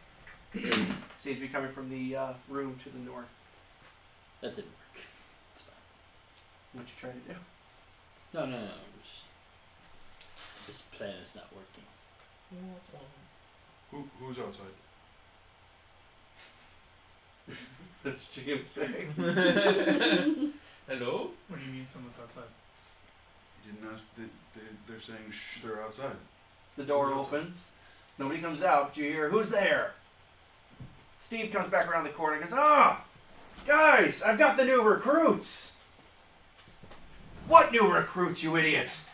[SPEAKER 2] Seems to be coming from the uh, room to the north.
[SPEAKER 3] That didn't work. It's fine.
[SPEAKER 2] What you trying to do?
[SPEAKER 3] No, no, no. we're Just, this plan is not working.
[SPEAKER 5] Who, who's outside?
[SPEAKER 2] That's what you saying.
[SPEAKER 1] Hello?
[SPEAKER 6] What do you mean someone's outside?
[SPEAKER 5] You didn't ask. They, they, they're saying shh, they're outside.
[SPEAKER 2] The door opens. Nobody comes out, but you hear, who's there? Steve comes back around the corner and goes, ah, guys, I've got the new recruits. What new recruits, you idiots?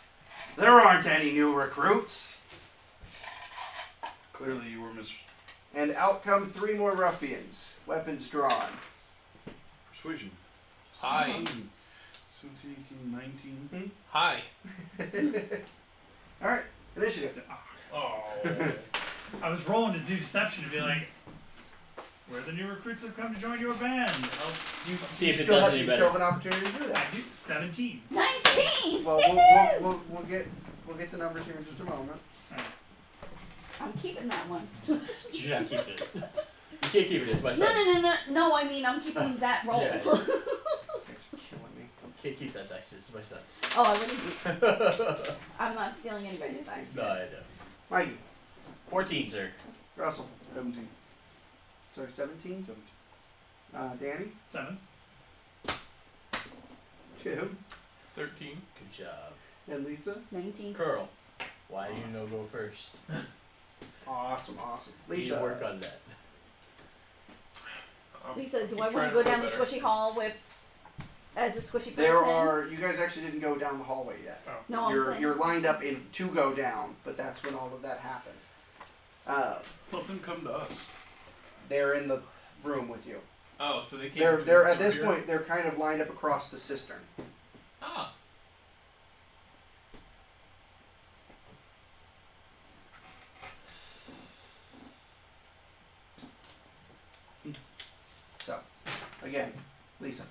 [SPEAKER 2] There aren't any new recruits.
[SPEAKER 5] Clearly, you were mis-
[SPEAKER 2] And out come three more ruffians, weapons drawn.
[SPEAKER 5] persuasion.
[SPEAKER 1] Hi.
[SPEAKER 5] 17, 18, 19.
[SPEAKER 1] Hi.
[SPEAKER 2] All right, initiative.
[SPEAKER 1] Oh.
[SPEAKER 6] ah, I was rolling to do deception to be like, we're the new recruits that have come to join your band. Oh,
[SPEAKER 3] You see if it
[SPEAKER 2] still
[SPEAKER 3] does
[SPEAKER 2] have,
[SPEAKER 3] any
[SPEAKER 2] you still
[SPEAKER 3] better.
[SPEAKER 2] have an opportunity to do that.
[SPEAKER 6] I do. 17.
[SPEAKER 4] 19!
[SPEAKER 2] Well, we'll, we'll, we'll, we'll get we'll get the numbers here in just a moment.
[SPEAKER 4] I'm keeping that one.
[SPEAKER 3] You should not keep it. You can't keep it as my
[SPEAKER 4] No, no,
[SPEAKER 3] sentence.
[SPEAKER 4] no, no. No, I mean, I'm keeping that roll.
[SPEAKER 3] Yeah.
[SPEAKER 4] oh,
[SPEAKER 2] Thanks for killing me.
[SPEAKER 3] Can't keep that dice. It's my sentence.
[SPEAKER 4] I really do.
[SPEAKER 3] no,
[SPEAKER 4] I'm not stealing anybody's time.
[SPEAKER 3] I don't.
[SPEAKER 2] Mike,
[SPEAKER 3] Fourteen, sir.
[SPEAKER 2] Russell,
[SPEAKER 5] 17.
[SPEAKER 2] sorry, 17.
[SPEAKER 5] 17.
[SPEAKER 2] Uh, Danny,
[SPEAKER 6] 7.
[SPEAKER 2] Tim,
[SPEAKER 1] 13.
[SPEAKER 3] Good job,
[SPEAKER 2] and Lisa.
[SPEAKER 4] 19.
[SPEAKER 3] Curl. Why do you no
[SPEAKER 2] Awesome.
[SPEAKER 3] go first?
[SPEAKER 2] Awesome, awesome.
[SPEAKER 3] We need
[SPEAKER 2] Lisa,
[SPEAKER 3] to work on that.
[SPEAKER 1] Um,
[SPEAKER 4] Lisa, do
[SPEAKER 1] keep
[SPEAKER 4] I want
[SPEAKER 1] trying
[SPEAKER 4] to go
[SPEAKER 1] roll
[SPEAKER 4] down the
[SPEAKER 1] better.
[SPEAKER 4] squishy hall with as a squishy person?
[SPEAKER 2] there are you guys actually didn't go down the hallway yet.
[SPEAKER 6] Oh,
[SPEAKER 4] No, I'm
[SPEAKER 2] you're
[SPEAKER 4] saying.
[SPEAKER 2] you're lined up in to go down, but that's when all of that happened. Uh,
[SPEAKER 6] But the
[SPEAKER 5] them come to us?
[SPEAKER 2] They're in the room with you.
[SPEAKER 1] Oh, so they came.
[SPEAKER 2] They're
[SPEAKER 1] from
[SPEAKER 2] they're
[SPEAKER 1] just
[SPEAKER 2] at this
[SPEAKER 1] over here?
[SPEAKER 2] point they're kind of lined up across the cistern.
[SPEAKER 1] Ah.
[SPEAKER 2] So, again, Lisa.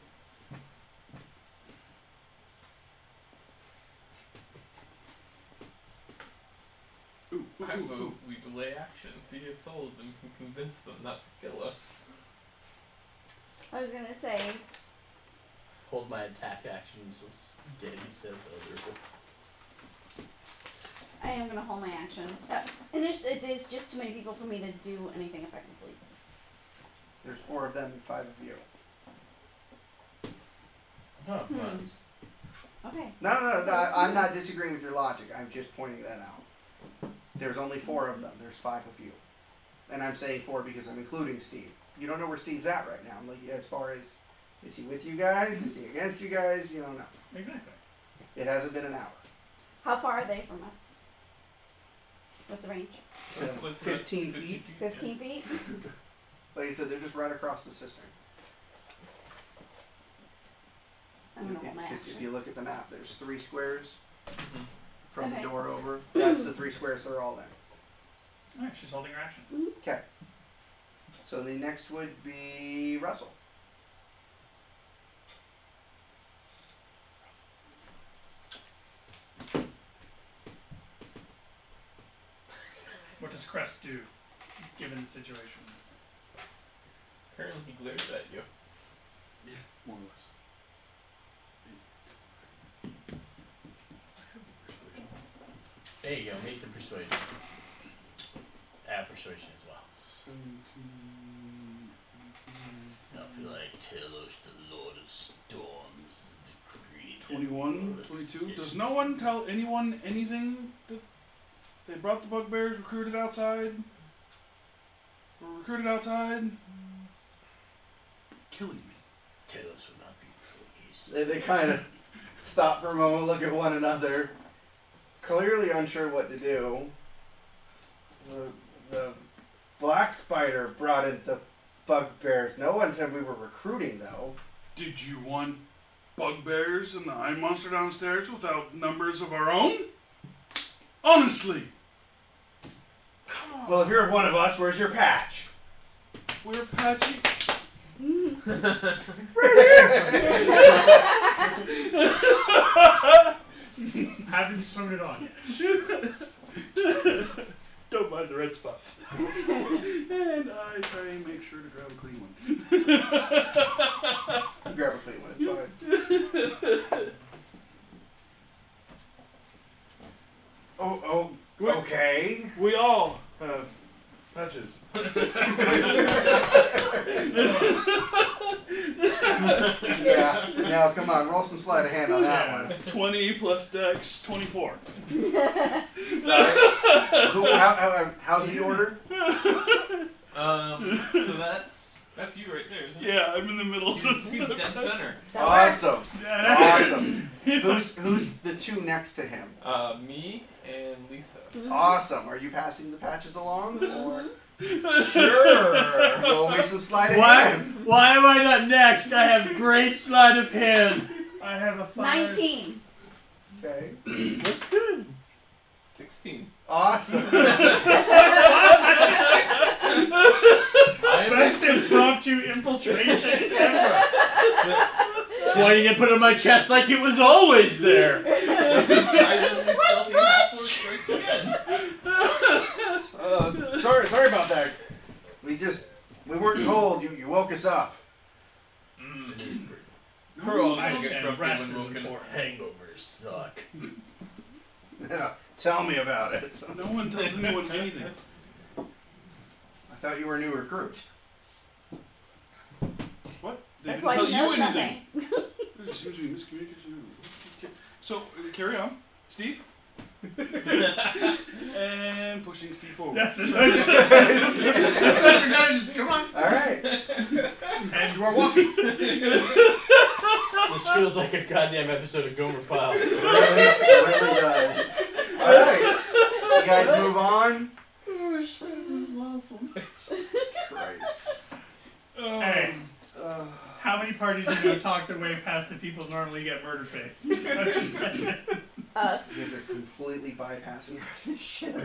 [SPEAKER 5] Ooh, ooh,
[SPEAKER 1] I
[SPEAKER 5] ooh,
[SPEAKER 1] vote
[SPEAKER 5] ooh.
[SPEAKER 1] we delay action. See if Sullivan can convince them not to kill us.
[SPEAKER 4] I was gonna say,
[SPEAKER 3] Hold my attack action until s- dead, he said earlier.
[SPEAKER 4] I am gonna hold my action. Uh, and there's, uh, there's just too many people for me to do anything effectively.
[SPEAKER 2] There's four of them and five of you.
[SPEAKER 7] Huh.
[SPEAKER 4] Hmm. Okay.
[SPEAKER 2] No, no, no. I, I'm not disagreeing with your logic. I'm just pointing that out. There's only four of them. There's five of you, and I'm saying four because I'm including Steve. You don't know where Steve's at right now. Like as far as is he with you guys? Is he against you guys? You don't know.
[SPEAKER 6] Exactly.
[SPEAKER 2] It hasn't been an hour.
[SPEAKER 4] How far are they from us? What's the range?
[SPEAKER 2] So,
[SPEAKER 1] Let's look for that
[SPEAKER 2] 15 feet.
[SPEAKER 4] 15 feet?
[SPEAKER 2] Like I said, they're just right across the cistern.
[SPEAKER 4] I'm gonna
[SPEAKER 2] If-
[SPEAKER 4] hold my
[SPEAKER 2] 'cause if
[SPEAKER 4] action.
[SPEAKER 2] you look at the map, there's three squares
[SPEAKER 1] Mhm.
[SPEAKER 2] from
[SPEAKER 4] Okay.
[SPEAKER 2] the door over. That's the three squares they're all in.
[SPEAKER 6] All right, she's holding her action.
[SPEAKER 2] Okay. So the next would be Russell.
[SPEAKER 6] What does Crest do, given the situation?
[SPEAKER 1] Apparently he glares at you.
[SPEAKER 5] More or less.
[SPEAKER 3] There you go, make the persuasion. Add persuasion as well.
[SPEAKER 5] Seventeen.
[SPEAKER 3] I'll be like, Talos, the Lord of Storms, is decreed. that
[SPEAKER 5] 21,
[SPEAKER 3] all
[SPEAKER 5] 22. Does
[SPEAKER 3] exists."
[SPEAKER 5] no one tell anyone anything that they brought the bugbears, recruited outside? Were recruited outside? Killing me.
[SPEAKER 3] Talos will not be pleased.
[SPEAKER 2] They, they kind of stop for a moment, look at one another, clearly unsure what to do. The, the black spider brought in the bugbears. No one said we were recruiting, though.
[SPEAKER 5] Did you want bugbears and the high monster downstairs without numbers of our own? Honestly,
[SPEAKER 4] Oh.
[SPEAKER 2] Well, if you're one of us, where's your patch?
[SPEAKER 5] we're patchy.
[SPEAKER 6] Haven't sewn it on yet.
[SPEAKER 5] Don't mind the red spots. and I try and make sure to grab a clean one.
[SPEAKER 2] Grab a clean one, it's fine. oh, oh,
[SPEAKER 5] Wait.
[SPEAKER 2] okay.
[SPEAKER 5] We all have patches.
[SPEAKER 2] Yeah, now come on, roll some sleight of hand on that one.
[SPEAKER 5] 20 plus dex, 24.
[SPEAKER 2] Who, how, how, how's the order?
[SPEAKER 1] Um, so that's that's you right there, isn't it?
[SPEAKER 5] Yeah, I'm in the middle of
[SPEAKER 1] He's, he's
[SPEAKER 5] this.
[SPEAKER 1] dead center.
[SPEAKER 4] That works.
[SPEAKER 2] Awesome.
[SPEAKER 6] Yeah, that's-
[SPEAKER 2] Awesome.
[SPEAKER 6] He's like,
[SPEAKER 2] Who's, who's the two next to him?
[SPEAKER 1] Uh, me and Lisa.
[SPEAKER 2] Mm-hmm.
[SPEAKER 4] Mm-hmm.
[SPEAKER 2] Awesome. Are you passing the patches along? Or?
[SPEAKER 4] Mm-hmm.
[SPEAKER 1] Sure.
[SPEAKER 2] Roll me some sleight of
[SPEAKER 3] Why?
[SPEAKER 2] hand.
[SPEAKER 3] Why am I not next? I have great sleight of hand.
[SPEAKER 6] I have a five.
[SPEAKER 4] 19.
[SPEAKER 2] Okay.
[SPEAKER 3] That's good.
[SPEAKER 1] Sixteen.
[SPEAKER 2] Awesome.
[SPEAKER 1] I am
[SPEAKER 3] Best impromptu infiltration ever.
[SPEAKER 1] sur-
[SPEAKER 3] That's why you didn't put it on my chest like it was always there.
[SPEAKER 1] surprisingly stealthy half-orc strikes again.
[SPEAKER 2] Uh, sorry, sorry about that. We just we weren't told. You you woke us up.
[SPEAKER 1] Mm. We're all
[SPEAKER 6] I
[SPEAKER 1] gonna get
[SPEAKER 6] understand.
[SPEAKER 1] grumpy
[SPEAKER 6] Rest
[SPEAKER 1] when
[SPEAKER 6] is
[SPEAKER 1] woken.
[SPEAKER 6] important.
[SPEAKER 3] Hangovers suck.
[SPEAKER 2] Yeah. Tell me about it.
[SPEAKER 5] No one tells anyone anything.
[SPEAKER 2] I thought you were a new recruit.
[SPEAKER 5] What? They
[SPEAKER 4] That's
[SPEAKER 5] didn't
[SPEAKER 4] why
[SPEAKER 5] tell
[SPEAKER 4] he
[SPEAKER 5] you
[SPEAKER 4] knows
[SPEAKER 5] anything.
[SPEAKER 4] nothing.
[SPEAKER 5] There just seems to be miscommunication. So, uh, carry on. Steve? and pushing Steve forward.
[SPEAKER 6] That's it. Guys, Come on.
[SPEAKER 2] All right.
[SPEAKER 6] And we're walking.
[SPEAKER 7] This feels like a goddamn episode of Gomer Pyle.
[SPEAKER 2] Really, really does. All right. You guys move on.
[SPEAKER 5] Um,
[SPEAKER 1] Oh shit, this is awesome.
[SPEAKER 4] this one.
[SPEAKER 2] Christ.
[SPEAKER 6] Hey,
[SPEAKER 2] Uh,
[SPEAKER 6] how many parties are going to talk their way past the people who normally get murder faced?
[SPEAKER 4] Us.
[SPEAKER 2] you guys are completely bypassing this shit. All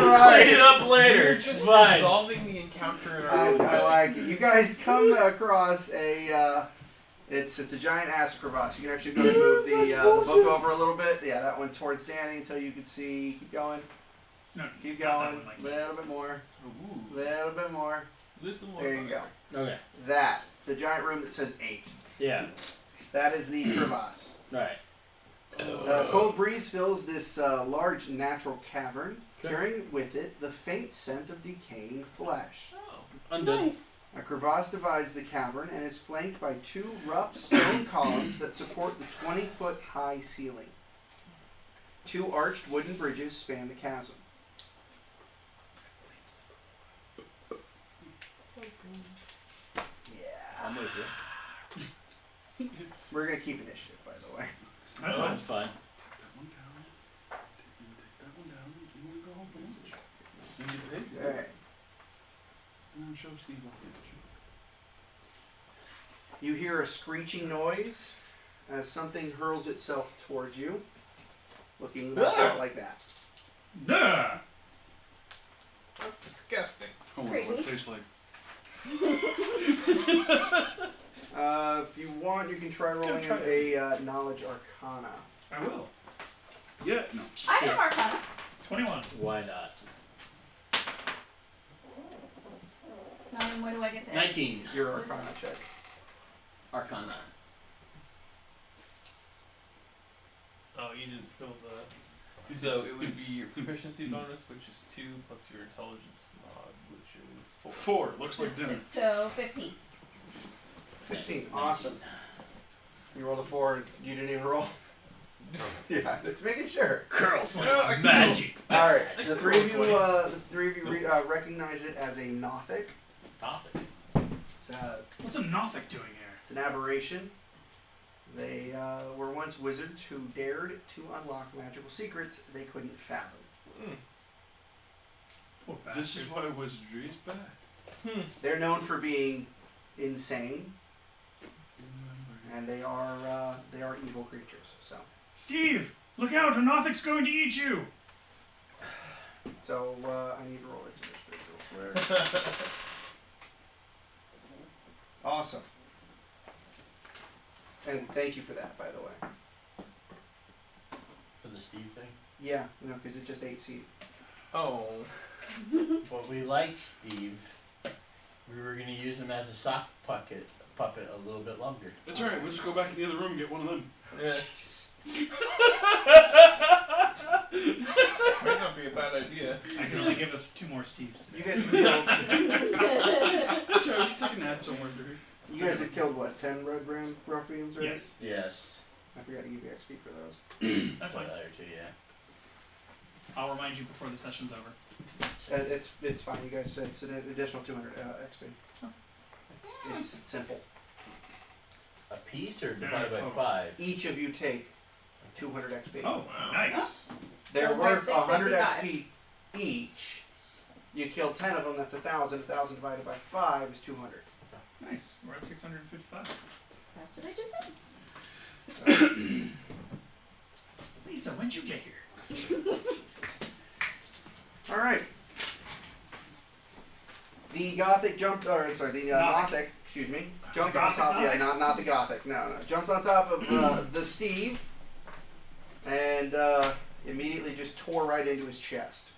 [SPEAKER 2] right.
[SPEAKER 3] up
[SPEAKER 1] We're just resolving the encounter in
[SPEAKER 2] I,
[SPEAKER 1] our own
[SPEAKER 2] I
[SPEAKER 1] way.
[SPEAKER 2] like it. You guys come across a. Uh, it's it's a giant ass crevasse. You can actually go and move the, uh, the book over a little bit. Yeah, that one towards Danny until you can see. Keep going.
[SPEAKER 6] No,
[SPEAKER 2] Keep
[SPEAKER 6] not that
[SPEAKER 2] going.
[SPEAKER 6] one, Mikey.
[SPEAKER 2] little bit more.
[SPEAKER 1] Ooh,
[SPEAKER 2] little bit more.
[SPEAKER 1] little more
[SPEAKER 2] There you go.
[SPEAKER 1] fire.
[SPEAKER 3] Okay.
[SPEAKER 2] That the giant room that says eight.
[SPEAKER 3] Yeah.
[SPEAKER 2] That is the crevasse.
[SPEAKER 3] Right.
[SPEAKER 2] A cold breeze fills this uh, large natural cavern,
[SPEAKER 3] Okay.
[SPEAKER 2] carrying with it the faint scent of decaying flesh.
[SPEAKER 1] Oh.
[SPEAKER 3] Undead.
[SPEAKER 4] Nice.
[SPEAKER 2] A crevasse divides the cavern and is flanked by two rough stone columns that support the 20 foot high ceiling. Two arched wooden bridges span the chasm. Yeah.
[SPEAKER 3] I'm with you.
[SPEAKER 2] We're going to keep initiative, by the way.
[SPEAKER 6] That's
[SPEAKER 3] Oh,
[SPEAKER 6] fine.
[SPEAKER 3] that's fine.
[SPEAKER 5] Take that one down. Take- Take that one down. You want to go home for lunch? You get paid?
[SPEAKER 2] Alright.
[SPEAKER 5] And then show Steve what they did.
[SPEAKER 2] You hear a screeching noise as something hurls itself towards you, looking about like that.
[SPEAKER 6] Duh.
[SPEAKER 1] That's disgusting.
[SPEAKER 5] I wonder Oh, what it
[SPEAKER 4] Crazy.
[SPEAKER 5] tastes like.
[SPEAKER 2] Uh, if you want, you can try rolling
[SPEAKER 6] try
[SPEAKER 2] a uh, knowledge arcana.
[SPEAKER 6] I will.
[SPEAKER 5] Yeah, no.
[SPEAKER 4] I have Arcana.
[SPEAKER 6] 21.
[SPEAKER 3] Why not?
[SPEAKER 4] Now then, what do I get to add?
[SPEAKER 3] 19.
[SPEAKER 2] Your arcana check.
[SPEAKER 3] Arcana.
[SPEAKER 1] Oh, you didn't fill the. So it would be your proficiency bonus, which is two, plus your intelligence mod, which is four.
[SPEAKER 5] Four. Looks
[SPEAKER 4] So,
[SPEAKER 5] like dinner.
[SPEAKER 4] six- so 15.
[SPEAKER 2] 15. Awesome. You rolled a four. and You didn't even roll. yeah, just making sure.
[SPEAKER 3] Curls.
[SPEAKER 1] No, I-
[SPEAKER 3] Magic.
[SPEAKER 2] All right. The three of you, uh, the three of you re- uh, recognize it as a Nothic.
[SPEAKER 3] Gothic.
[SPEAKER 2] It's, uh,
[SPEAKER 6] What's a Nothic doing here?
[SPEAKER 2] It's an aberration. They uh, were once wizards who dared to unlock magical secrets they couldn't fathom.
[SPEAKER 1] Mm.
[SPEAKER 6] Poor
[SPEAKER 5] This is
[SPEAKER 6] bastard.
[SPEAKER 5] why wizardry is bad.
[SPEAKER 1] Hmm.
[SPEAKER 2] They're known for being insane,
[SPEAKER 5] Remember.
[SPEAKER 2] and they are uh, they are evil creatures. So,
[SPEAKER 6] Steve, look out. A Nothic's going to eat you.
[SPEAKER 2] so uh, I need to roll it to this real quick. Awesome. And thank you for that, by the way.
[SPEAKER 7] For the Steve thing.
[SPEAKER 2] Yeah, you know, because it just ate seed.
[SPEAKER 1] Oh.
[SPEAKER 7] But we like Steve. We were gonna use him as a sock puppet puppet a little bit longer.
[SPEAKER 5] That's alright, we'll just go back in the other room and get one of them.
[SPEAKER 1] Yeah. Might not be a bad idea.
[SPEAKER 6] I can only give us two more Steves
[SPEAKER 2] You
[SPEAKER 6] today.
[SPEAKER 2] guys have killed,
[SPEAKER 5] Sure, we can take a nap somewhere through here.
[SPEAKER 2] you guys have killed what ten red ram ruffians, right?
[SPEAKER 6] Yes,
[SPEAKER 7] Yes.
[SPEAKER 2] I forgot to give you XP for those.
[SPEAKER 6] that's fine.
[SPEAKER 7] Or two, yeah.
[SPEAKER 6] I'll remind you before the session's over.
[SPEAKER 2] Uh, it's it's fine. You guys said it's an additional 200 uh, XP. It's, it's simple.
[SPEAKER 7] A piece or
[SPEAKER 6] Yeah,
[SPEAKER 7] divided by
[SPEAKER 6] total.
[SPEAKER 7] five?
[SPEAKER 2] Each of you take 200 XP.
[SPEAKER 6] Oh,
[SPEAKER 1] Wow.
[SPEAKER 6] nice.
[SPEAKER 2] They're
[SPEAKER 4] So
[SPEAKER 2] worth
[SPEAKER 4] that's
[SPEAKER 2] 100 XP
[SPEAKER 4] 655.
[SPEAKER 2] each. You kill 10 of them, that's 1,000. 1,000 divided by 5 is 200.
[SPEAKER 6] Nice. We're at 655.
[SPEAKER 4] That's what I just said.
[SPEAKER 6] Lisa, when'd you get here?
[SPEAKER 2] All right. The Gothic jumped, or I'm sorry, the uh,
[SPEAKER 6] Gothic.
[SPEAKER 2] Gothic, excuse me, jumped on
[SPEAKER 6] Gothic,
[SPEAKER 2] top. Yeah,
[SPEAKER 6] Gothic.
[SPEAKER 2] not not the Gothic. No, no, jumped on top of uh, the Steve, and uh, immediately just tore right into his chest.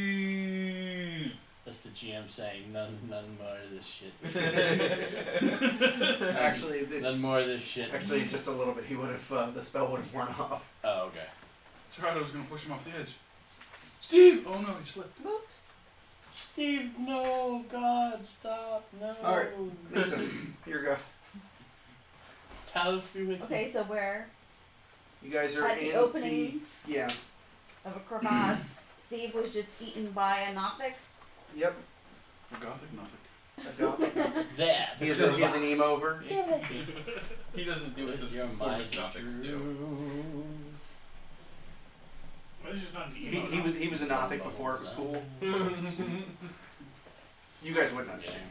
[SPEAKER 1] Steve.
[SPEAKER 7] That's the GM saying none none more of this shit.
[SPEAKER 2] Actually, the,
[SPEAKER 7] None more of this shit.
[SPEAKER 2] Actually, just a little bit. He would have uh, the spell would have worn off.
[SPEAKER 7] Oh, okay.
[SPEAKER 5] It's alright, I was gonna push him off the edge. Steve! Oh no, he slipped.
[SPEAKER 4] Oops.
[SPEAKER 7] Steve, no, God, stop, no.
[SPEAKER 2] All right. Listen, here you go.
[SPEAKER 7] Talos be with
[SPEAKER 4] Okay, so we're
[SPEAKER 2] You guys are
[SPEAKER 4] at
[SPEAKER 2] in
[SPEAKER 4] the opening
[SPEAKER 2] the- yeah.
[SPEAKER 4] of a crevasse. Steve was just eaten by a Nothic.
[SPEAKER 2] Yep.
[SPEAKER 5] For gothic, nothing.
[SPEAKER 2] a goblin.
[SPEAKER 7] you. There.
[SPEAKER 2] he has he has an emo over.
[SPEAKER 1] He doesn't do what his
[SPEAKER 7] Your
[SPEAKER 1] performance
[SPEAKER 7] mind's
[SPEAKER 1] topics do.
[SPEAKER 7] true.
[SPEAKER 6] That's just not an
[SPEAKER 2] He,
[SPEAKER 6] emo.
[SPEAKER 2] he was he was a Nothic before it was cool. You guys wouldn't understand.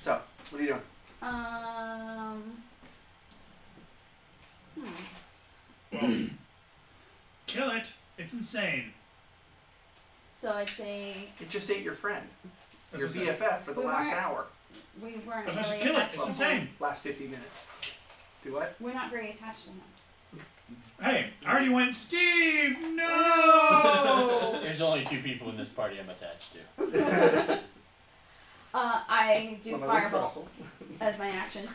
[SPEAKER 2] So, what are you doing?
[SPEAKER 4] Um. Hmm.
[SPEAKER 6] Kill it. It's insane.
[SPEAKER 4] So I'd say
[SPEAKER 2] It just ate your friend,
[SPEAKER 6] That's
[SPEAKER 2] your
[SPEAKER 6] what I said.
[SPEAKER 2] BFF, for the
[SPEAKER 4] We
[SPEAKER 2] last
[SPEAKER 4] weren't-
[SPEAKER 2] hour,
[SPEAKER 4] we weren't
[SPEAKER 6] That's what
[SPEAKER 4] really
[SPEAKER 6] I said, kill it.
[SPEAKER 4] attached to
[SPEAKER 6] It's
[SPEAKER 4] him.
[SPEAKER 6] insane.
[SPEAKER 2] last 50 minutes. Do what?
[SPEAKER 4] We're not very attached to him.
[SPEAKER 6] Hey, I already went, Steve, no!
[SPEAKER 3] There's only two people in this party I'm attached to.
[SPEAKER 4] Uh, I do
[SPEAKER 2] Well, my little
[SPEAKER 4] fireball
[SPEAKER 2] fossil.
[SPEAKER 4] as my action.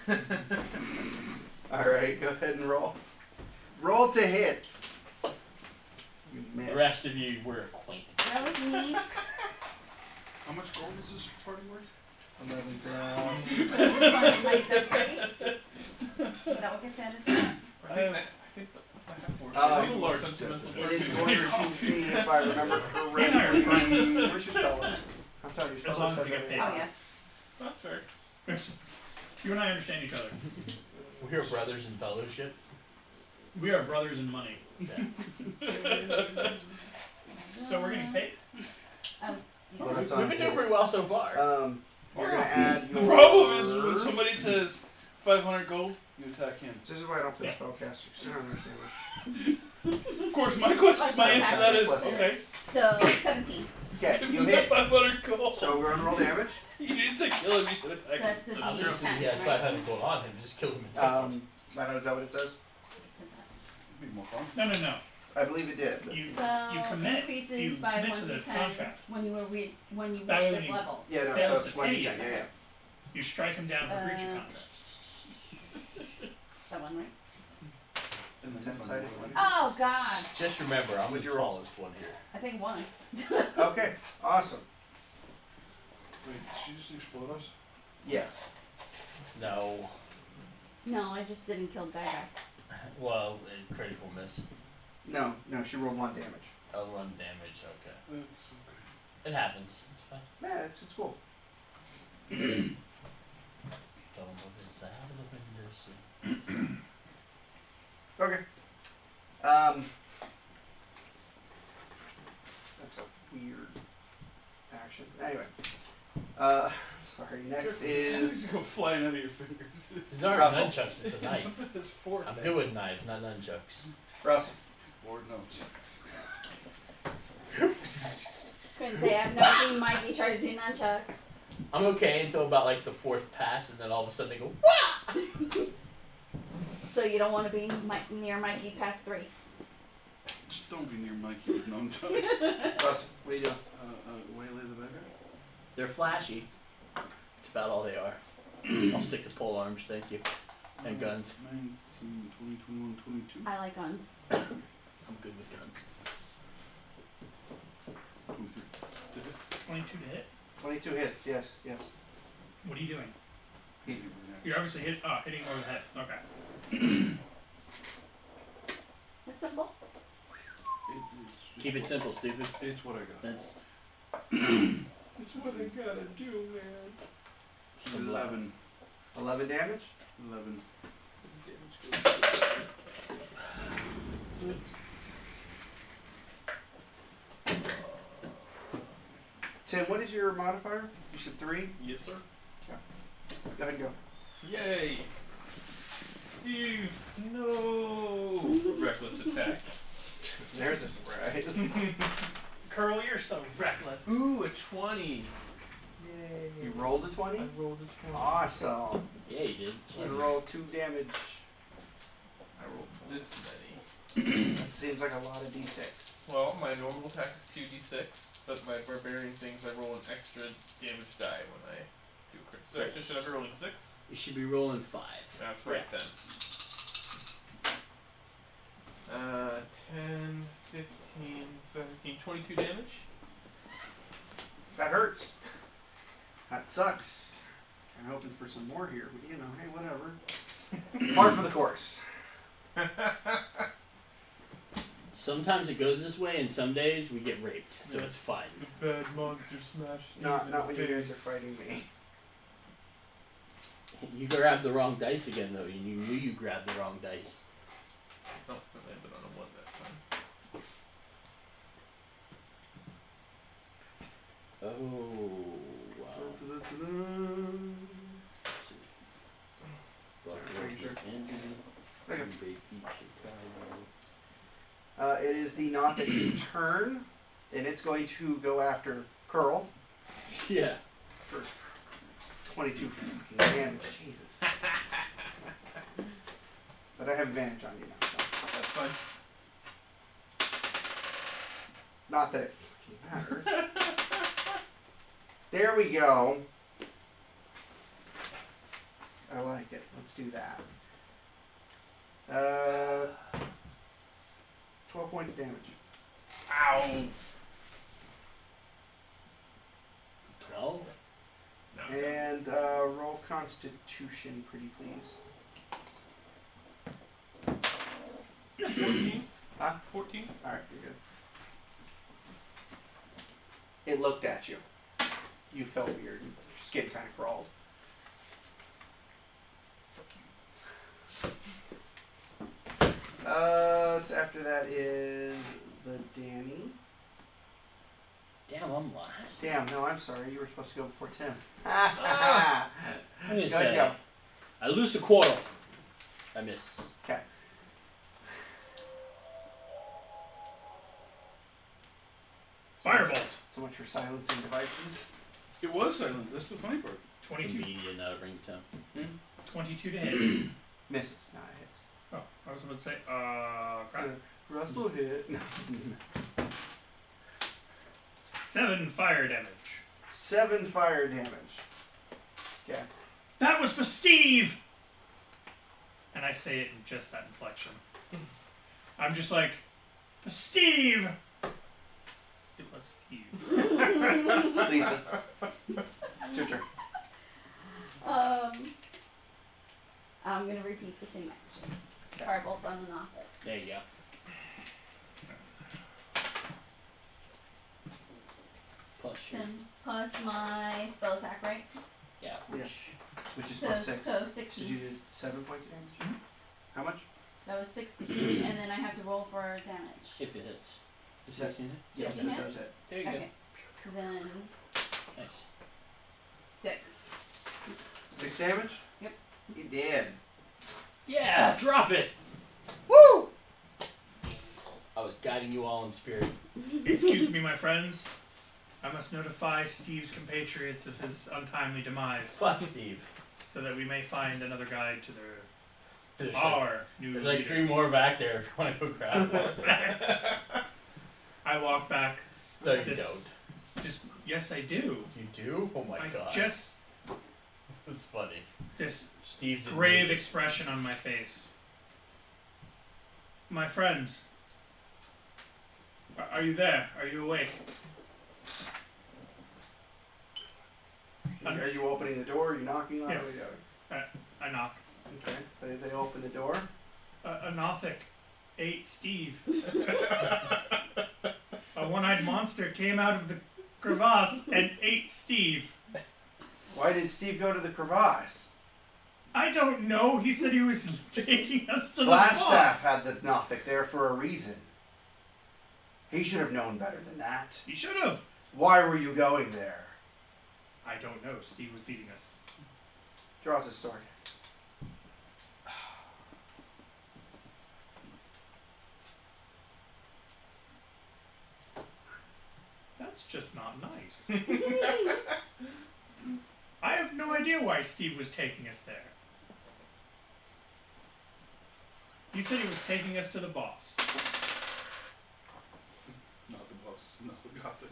[SPEAKER 2] All right, go ahead and roll. Roll to hit. You
[SPEAKER 3] The
[SPEAKER 2] missed.
[SPEAKER 3] rest of you were acquainted.
[SPEAKER 4] That was me.
[SPEAKER 5] How much gold is this party worth?
[SPEAKER 2] 11 rounds.
[SPEAKER 4] So it's on my dexterity. Is that what gets added to that?
[SPEAKER 1] I think that, I think that I have more.
[SPEAKER 2] Uh,
[SPEAKER 1] I'm a large
[SPEAKER 2] it
[SPEAKER 1] sentimental
[SPEAKER 2] It is
[SPEAKER 1] person.
[SPEAKER 2] going to be, if I remember correctly.
[SPEAKER 6] Hey there.
[SPEAKER 2] Where's your spellers? I'm talking your
[SPEAKER 6] As long
[SPEAKER 2] spellers.
[SPEAKER 6] as we get paid.
[SPEAKER 4] Oh yes.
[SPEAKER 1] That's fair.
[SPEAKER 6] you and I understand each other.
[SPEAKER 7] We are brothers in fellowship.
[SPEAKER 6] We are brothers in money. So we're getting paid?
[SPEAKER 4] Um,
[SPEAKER 2] Well,
[SPEAKER 7] We've
[SPEAKER 2] that's on
[SPEAKER 7] been doing
[SPEAKER 2] you.
[SPEAKER 7] pretty well so far.
[SPEAKER 2] Um, you're going to add your.
[SPEAKER 5] The problem is when somebody says 500 gold, you attack him.
[SPEAKER 2] This is why I don't play
[SPEAKER 6] Yeah.
[SPEAKER 2] spellcasters. I don't understand this.
[SPEAKER 5] Of course, my question, my answer to that is
[SPEAKER 2] Plus
[SPEAKER 5] okay.
[SPEAKER 4] So seventeen.
[SPEAKER 2] Okay,
[SPEAKER 5] Give
[SPEAKER 2] you
[SPEAKER 5] me that
[SPEAKER 2] hit.
[SPEAKER 5] 500 gold.
[SPEAKER 2] So we're going to roll damage.
[SPEAKER 5] you didn't say kill him, you said
[SPEAKER 4] So
[SPEAKER 5] attack him.
[SPEAKER 4] that's the
[SPEAKER 7] Obviously,
[SPEAKER 4] D10,
[SPEAKER 7] he has
[SPEAKER 4] right?
[SPEAKER 7] 500 gold on him. Just kill him and take it.
[SPEAKER 2] Um, I don't know, is that what it says?
[SPEAKER 5] Be more fun.
[SPEAKER 6] No, no, no.
[SPEAKER 2] I believe it did. but-
[SPEAKER 6] You,
[SPEAKER 4] So
[SPEAKER 6] you commit.
[SPEAKER 4] increases
[SPEAKER 6] you
[SPEAKER 4] by
[SPEAKER 6] commit
[SPEAKER 4] one
[SPEAKER 6] to the
[SPEAKER 4] D10
[SPEAKER 6] contract.
[SPEAKER 4] when you were re- when you reach
[SPEAKER 6] That way when
[SPEAKER 4] fifth
[SPEAKER 6] you-
[SPEAKER 4] level.
[SPEAKER 2] Yeah, no,
[SPEAKER 6] Fails
[SPEAKER 2] so
[SPEAKER 6] to
[SPEAKER 2] it's 1d10.
[SPEAKER 6] pay.
[SPEAKER 2] Yeah, yeah.
[SPEAKER 6] You strike him down for breach of
[SPEAKER 4] Uh,
[SPEAKER 6] contract.
[SPEAKER 4] That one, right?
[SPEAKER 5] And the
[SPEAKER 2] Ten-sided
[SPEAKER 5] one.
[SPEAKER 4] Oh God!
[SPEAKER 7] Just remember, I'm
[SPEAKER 2] Would
[SPEAKER 7] the
[SPEAKER 2] you roll?
[SPEAKER 7] tallest one here.
[SPEAKER 4] I think one.
[SPEAKER 2] Okay, awesome.
[SPEAKER 5] Wait, did she just explode us?
[SPEAKER 2] Yes.
[SPEAKER 7] No.
[SPEAKER 4] No, I just didn't kill the bad guy.
[SPEAKER 7] Well, a critical miss.
[SPEAKER 2] No, no, she rolled one damage.
[SPEAKER 7] I'll run damage, okay.
[SPEAKER 5] That's okay.
[SPEAKER 7] It happens. It's fine.
[SPEAKER 2] Yeah, it's, it's cool.
[SPEAKER 7] Don't look inside of the window soon.
[SPEAKER 2] Okay. Um, that's a weird action. Anyway. Uh, sorry, next is.
[SPEAKER 5] It's gonna go flying out of your fingers.
[SPEAKER 7] These aren't
[SPEAKER 2] Russell.
[SPEAKER 7] nunchucks, it's a knife.
[SPEAKER 5] It's four.
[SPEAKER 7] I'm good with knives, not nunchucks.
[SPEAKER 2] Russell.
[SPEAKER 5] Four notes.
[SPEAKER 4] Couldn't say I've never seen Mikey try to do nunchucks.
[SPEAKER 7] I'm okay until about like the fourth pass, and then all of a sudden they go,
[SPEAKER 4] So you don't want to be mi- near Mikey past three.
[SPEAKER 5] Just don't be near Mikey with nunchucks.
[SPEAKER 2] Russell, what are you doing?
[SPEAKER 5] uh, uh, waylay the beggar.
[SPEAKER 3] They're flashy. It's about all they are. I'll stick to pole arms, thank you. And guns.
[SPEAKER 5] 19, 20, 21, 22,
[SPEAKER 4] I like guns.
[SPEAKER 3] I'm good with guns.
[SPEAKER 5] 23.
[SPEAKER 6] 22 to hit.
[SPEAKER 2] 22 hits, yes, yes.
[SPEAKER 6] What are you doing?
[SPEAKER 5] Hit you,
[SPEAKER 6] You're obviously hit, oh, hitting over the head. Okay.
[SPEAKER 4] That's simple.
[SPEAKER 5] It, it's,
[SPEAKER 3] Keep it
[SPEAKER 5] it's,
[SPEAKER 3] simple, stupid.
[SPEAKER 5] it's what I got.
[SPEAKER 3] That's
[SPEAKER 5] It's what I gotta do, man. Eleven.
[SPEAKER 2] 11 damage?
[SPEAKER 5] Eleven.
[SPEAKER 4] Oops.
[SPEAKER 2] Tim, what is your modifier? You said 3?
[SPEAKER 1] Yes, sir.
[SPEAKER 2] Go ahead and go.
[SPEAKER 1] Yay! Steve, no! Reckless attack.
[SPEAKER 2] There's a surprise.
[SPEAKER 3] Curl, you're so reckless.
[SPEAKER 1] Ooh, a 20.
[SPEAKER 2] you rolled a 20?
[SPEAKER 1] I rolled a 20.
[SPEAKER 2] Awesome.
[SPEAKER 7] Yeah, you did.
[SPEAKER 2] You
[SPEAKER 7] Jesus.
[SPEAKER 2] roll 2 damage.
[SPEAKER 1] I rolled this many.
[SPEAKER 2] That seems like a lot of d6.
[SPEAKER 1] Well, my normal attack is 2d6, but my barbarian things, I roll an extra damage die when I do a crit. So actually, should I be rolling 6?
[SPEAKER 3] You should be rolling five.
[SPEAKER 1] That's right then. Uh, 10, 15, 17, 22 damage.
[SPEAKER 2] That hurts. That sucks. I'm hoping for some more here, but you know, hey, whatever. Par for the course.
[SPEAKER 3] Sometimes it goes this way, and some days we get raped, so
[SPEAKER 1] Yeah.
[SPEAKER 3] it's fine.
[SPEAKER 1] bad monster smash.
[SPEAKER 2] Not, not when you guys are fighting me.
[SPEAKER 3] You grabbed the wrong dice again, though, and you knew you grabbed the wrong dice.
[SPEAKER 1] Oh, I landed on a 1 that time.
[SPEAKER 3] Oh,
[SPEAKER 1] Uh,
[SPEAKER 2] Uh, it is the Nautic's turn, and it's going to go after Curl
[SPEAKER 3] Yeah.
[SPEAKER 2] for 22 fucking damage. Jesus. but I have advantage on you now, so.
[SPEAKER 1] That's fine.
[SPEAKER 2] Not that it fucking matters. there we go. I like it. Let's do that. Uh, 12 points damage.
[SPEAKER 1] Ow.
[SPEAKER 3] Twelve.
[SPEAKER 1] No,
[SPEAKER 2] And uh, roll Constitution, pretty please.
[SPEAKER 1] 14?
[SPEAKER 2] Huh?
[SPEAKER 1] 14?
[SPEAKER 2] Alright, you're good. It looked at you. You felt weird. Your skin kind of crawled. Fuck you. Uh, so after that is the Danny.
[SPEAKER 3] Damn, I'm last.
[SPEAKER 2] Sam, no, I'm sorry. You were supposed to go before Tim.
[SPEAKER 3] I'm gonna
[SPEAKER 2] Go ahead,
[SPEAKER 3] say, I lose a quarter. I miss.
[SPEAKER 2] Okay.
[SPEAKER 6] Firebolt.
[SPEAKER 2] So much for silencing devices.
[SPEAKER 5] It was silent. That's the funny part.
[SPEAKER 6] 22,
[SPEAKER 3] Comedian out of uh, ringtone.
[SPEAKER 6] 22 to hit.
[SPEAKER 2] Misses, not hits.
[SPEAKER 6] Oh, I was about to say, uh, crap.
[SPEAKER 2] Russell hit.
[SPEAKER 6] Seven fire damage.
[SPEAKER 2] Seven fire damage. Okay.
[SPEAKER 6] That was for Steve! And I say it in just that inflection. I'm just like, for Steve! It was Steve.
[SPEAKER 2] Lisa. It's your turn.
[SPEAKER 4] Um, I'm gonna repeat the same action. Firebolt on the Nautic.
[SPEAKER 3] There you go. Plus your,
[SPEAKER 4] Ten plus my spell attack, right?
[SPEAKER 3] yeah.
[SPEAKER 2] Yeah.
[SPEAKER 3] Shh.
[SPEAKER 2] Which is
[SPEAKER 4] So
[SPEAKER 2] plus six.
[SPEAKER 4] so
[SPEAKER 2] So you
[SPEAKER 4] sixteen.
[SPEAKER 2] did seven points of
[SPEAKER 6] Mm-hmm.
[SPEAKER 2] damage? How much?
[SPEAKER 4] That was sixteen, and then I have to roll for damage.
[SPEAKER 3] If it hits. Is
[SPEAKER 2] Yeah.
[SPEAKER 3] 16 hit?
[SPEAKER 4] Yeah,
[SPEAKER 2] Yes,
[SPEAKER 4] Sixteen
[SPEAKER 2] it
[SPEAKER 4] hit?
[SPEAKER 2] does hit.
[SPEAKER 3] There you
[SPEAKER 4] Okay. So then
[SPEAKER 3] go. Nice.
[SPEAKER 4] six.
[SPEAKER 2] Six damage?
[SPEAKER 4] Yep.
[SPEAKER 2] You did.
[SPEAKER 3] Yeah, drop it!
[SPEAKER 2] Woo!
[SPEAKER 3] I was guiding you all in spirit.
[SPEAKER 6] Excuse me, my friends. I must notify Steve's compatriots of his untimely demise
[SPEAKER 7] Fuck Steve.
[SPEAKER 6] so that we may find another guide to their
[SPEAKER 7] There's
[SPEAKER 3] Oh,
[SPEAKER 7] like,
[SPEAKER 6] our new
[SPEAKER 7] there's like
[SPEAKER 6] leader.
[SPEAKER 7] three more back there if you want to go grab one.
[SPEAKER 6] I walk back.
[SPEAKER 7] No, you
[SPEAKER 6] This-
[SPEAKER 7] don't.
[SPEAKER 6] Just yes, I do.
[SPEAKER 7] You do? Oh my
[SPEAKER 6] I
[SPEAKER 7] god.
[SPEAKER 6] just
[SPEAKER 7] That's funny.
[SPEAKER 6] this
[SPEAKER 7] Steve didn't
[SPEAKER 6] grave
[SPEAKER 7] make it.
[SPEAKER 6] expression on my face. My friends, are- are you there? Are you awake?
[SPEAKER 2] Are you opening the door? Are you knocking on
[SPEAKER 6] Yeah.
[SPEAKER 2] it?
[SPEAKER 6] I knock.
[SPEAKER 2] Okay. They, they open the door.
[SPEAKER 6] A, a Nothic ate Steve. a one-eyed monster came out of the crevasse and ate Steve.
[SPEAKER 2] Why did Steve go to the crevasse?
[SPEAKER 6] I don't know. He said he was taking us to the boss.
[SPEAKER 2] Blastaff had the Nothic there for a reason. He should have known better than that.
[SPEAKER 6] He should have.
[SPEAKER 2] Why were you going there?
[SPEAKER 6] I don't know. Steve was leading us.
[SPEAKER 2] Draws his sword.
[SPEAKER 6] That's just not nice. I have no idea why Steve was taking us there. He said he was taking us to the boss.
[SPEAKER 5] Not the boss. Not the gothic.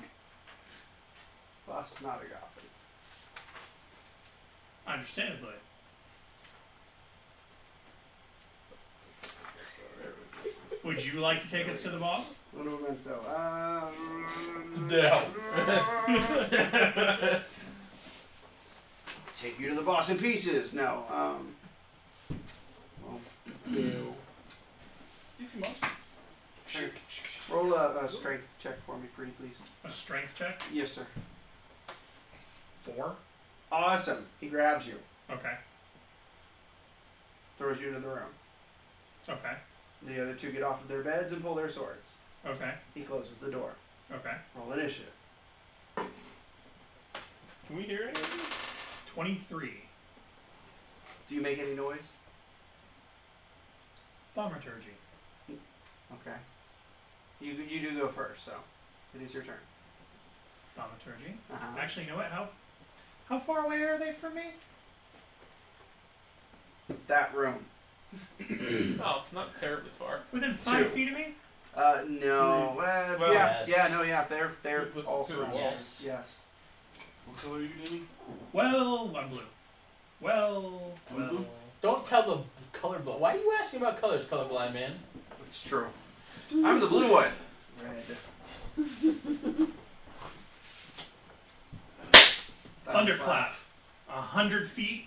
[SPEAKER 2] Boss is not a goblin.
[SPEAKER 6] Understandably. Would you like to take us to the boss?
[SPEAKER 2] Un momento. Uh, Take you to the boss in pieces. No. Um. Well, do.
[SPEAKER 5] If you must.
[SPEAKER 2] Roll a, a strength check for me, pretty please.
[SPEAKER 6] A strength check?
[SPEAKER 2] Yes, sir.
[SPEAKER 6] Four?
[SPEAKER 2] Awesome. He grabs you,
[SPEAKER 6] Okay.
[SPEAKER 2] throws you into the room.
[SPEAKER 6] Okay.
[SPEAKER 2] The other two get off of their beds and pull their swords.
[SPEAKER 6] Okay.
[SPEAKER 2] He closes the door.
[SPEAKER 6] Okay.
[SPEAKER 2] Roll initiative.
[SPEAKER 1] Can we hear anything?
[SPEAKER 6] 23.
[SPEAKER 2] Do you make any noise?
[SPEAKER 6] Bomberturgy.
[SPEAKER 2] Okay. You you do go first, so it is your turn.
[SPEAKER 6] Thaumaturgy.
[SPEAKER 2] Uh-huh.
[SPEAKER 6] Actually, you know what? How how far away are they from me?
[SPEAKER 2] That room.
[SPEAKER 1] Oh, not terribly far.
[SPEAKER 6] Within five
[SPEAKER 2] Two.
[SPEAKER 6] feet of me?
[SPEAKER 2] Uh, no. Uh,
[SPEAKER 1] Well,
[SPEAKER 2] yeah,
[SPEAKER 3] yes.
[SPEAKER 2] yeah, no, yeah. They're they're
[SPEAKER 1] It was
[SPEAKER 2] all
[SPEAKER 1] two
[SPEAKER 2] surrounded.
[SPEAKER 3] walls.
[SPEAKER 2] Yes.
[SPEAKER 5] What color are you doing?
[SPEAKER 6] Well, one blue. Well,
[SPEAKER 5] One
[SPEAKER 6] well.
[SPEAKER 5] blue?
[SPEAKER 7] Don't tell the colorblind. Why are you asking about colors, colorblind man?
[SPEAKER 2] It's true.
[SPEAKER 5] I'm the blue one.
[SPEAKER 2] Red.
[SPEAKER 6] Thunderclap. A hundred feet.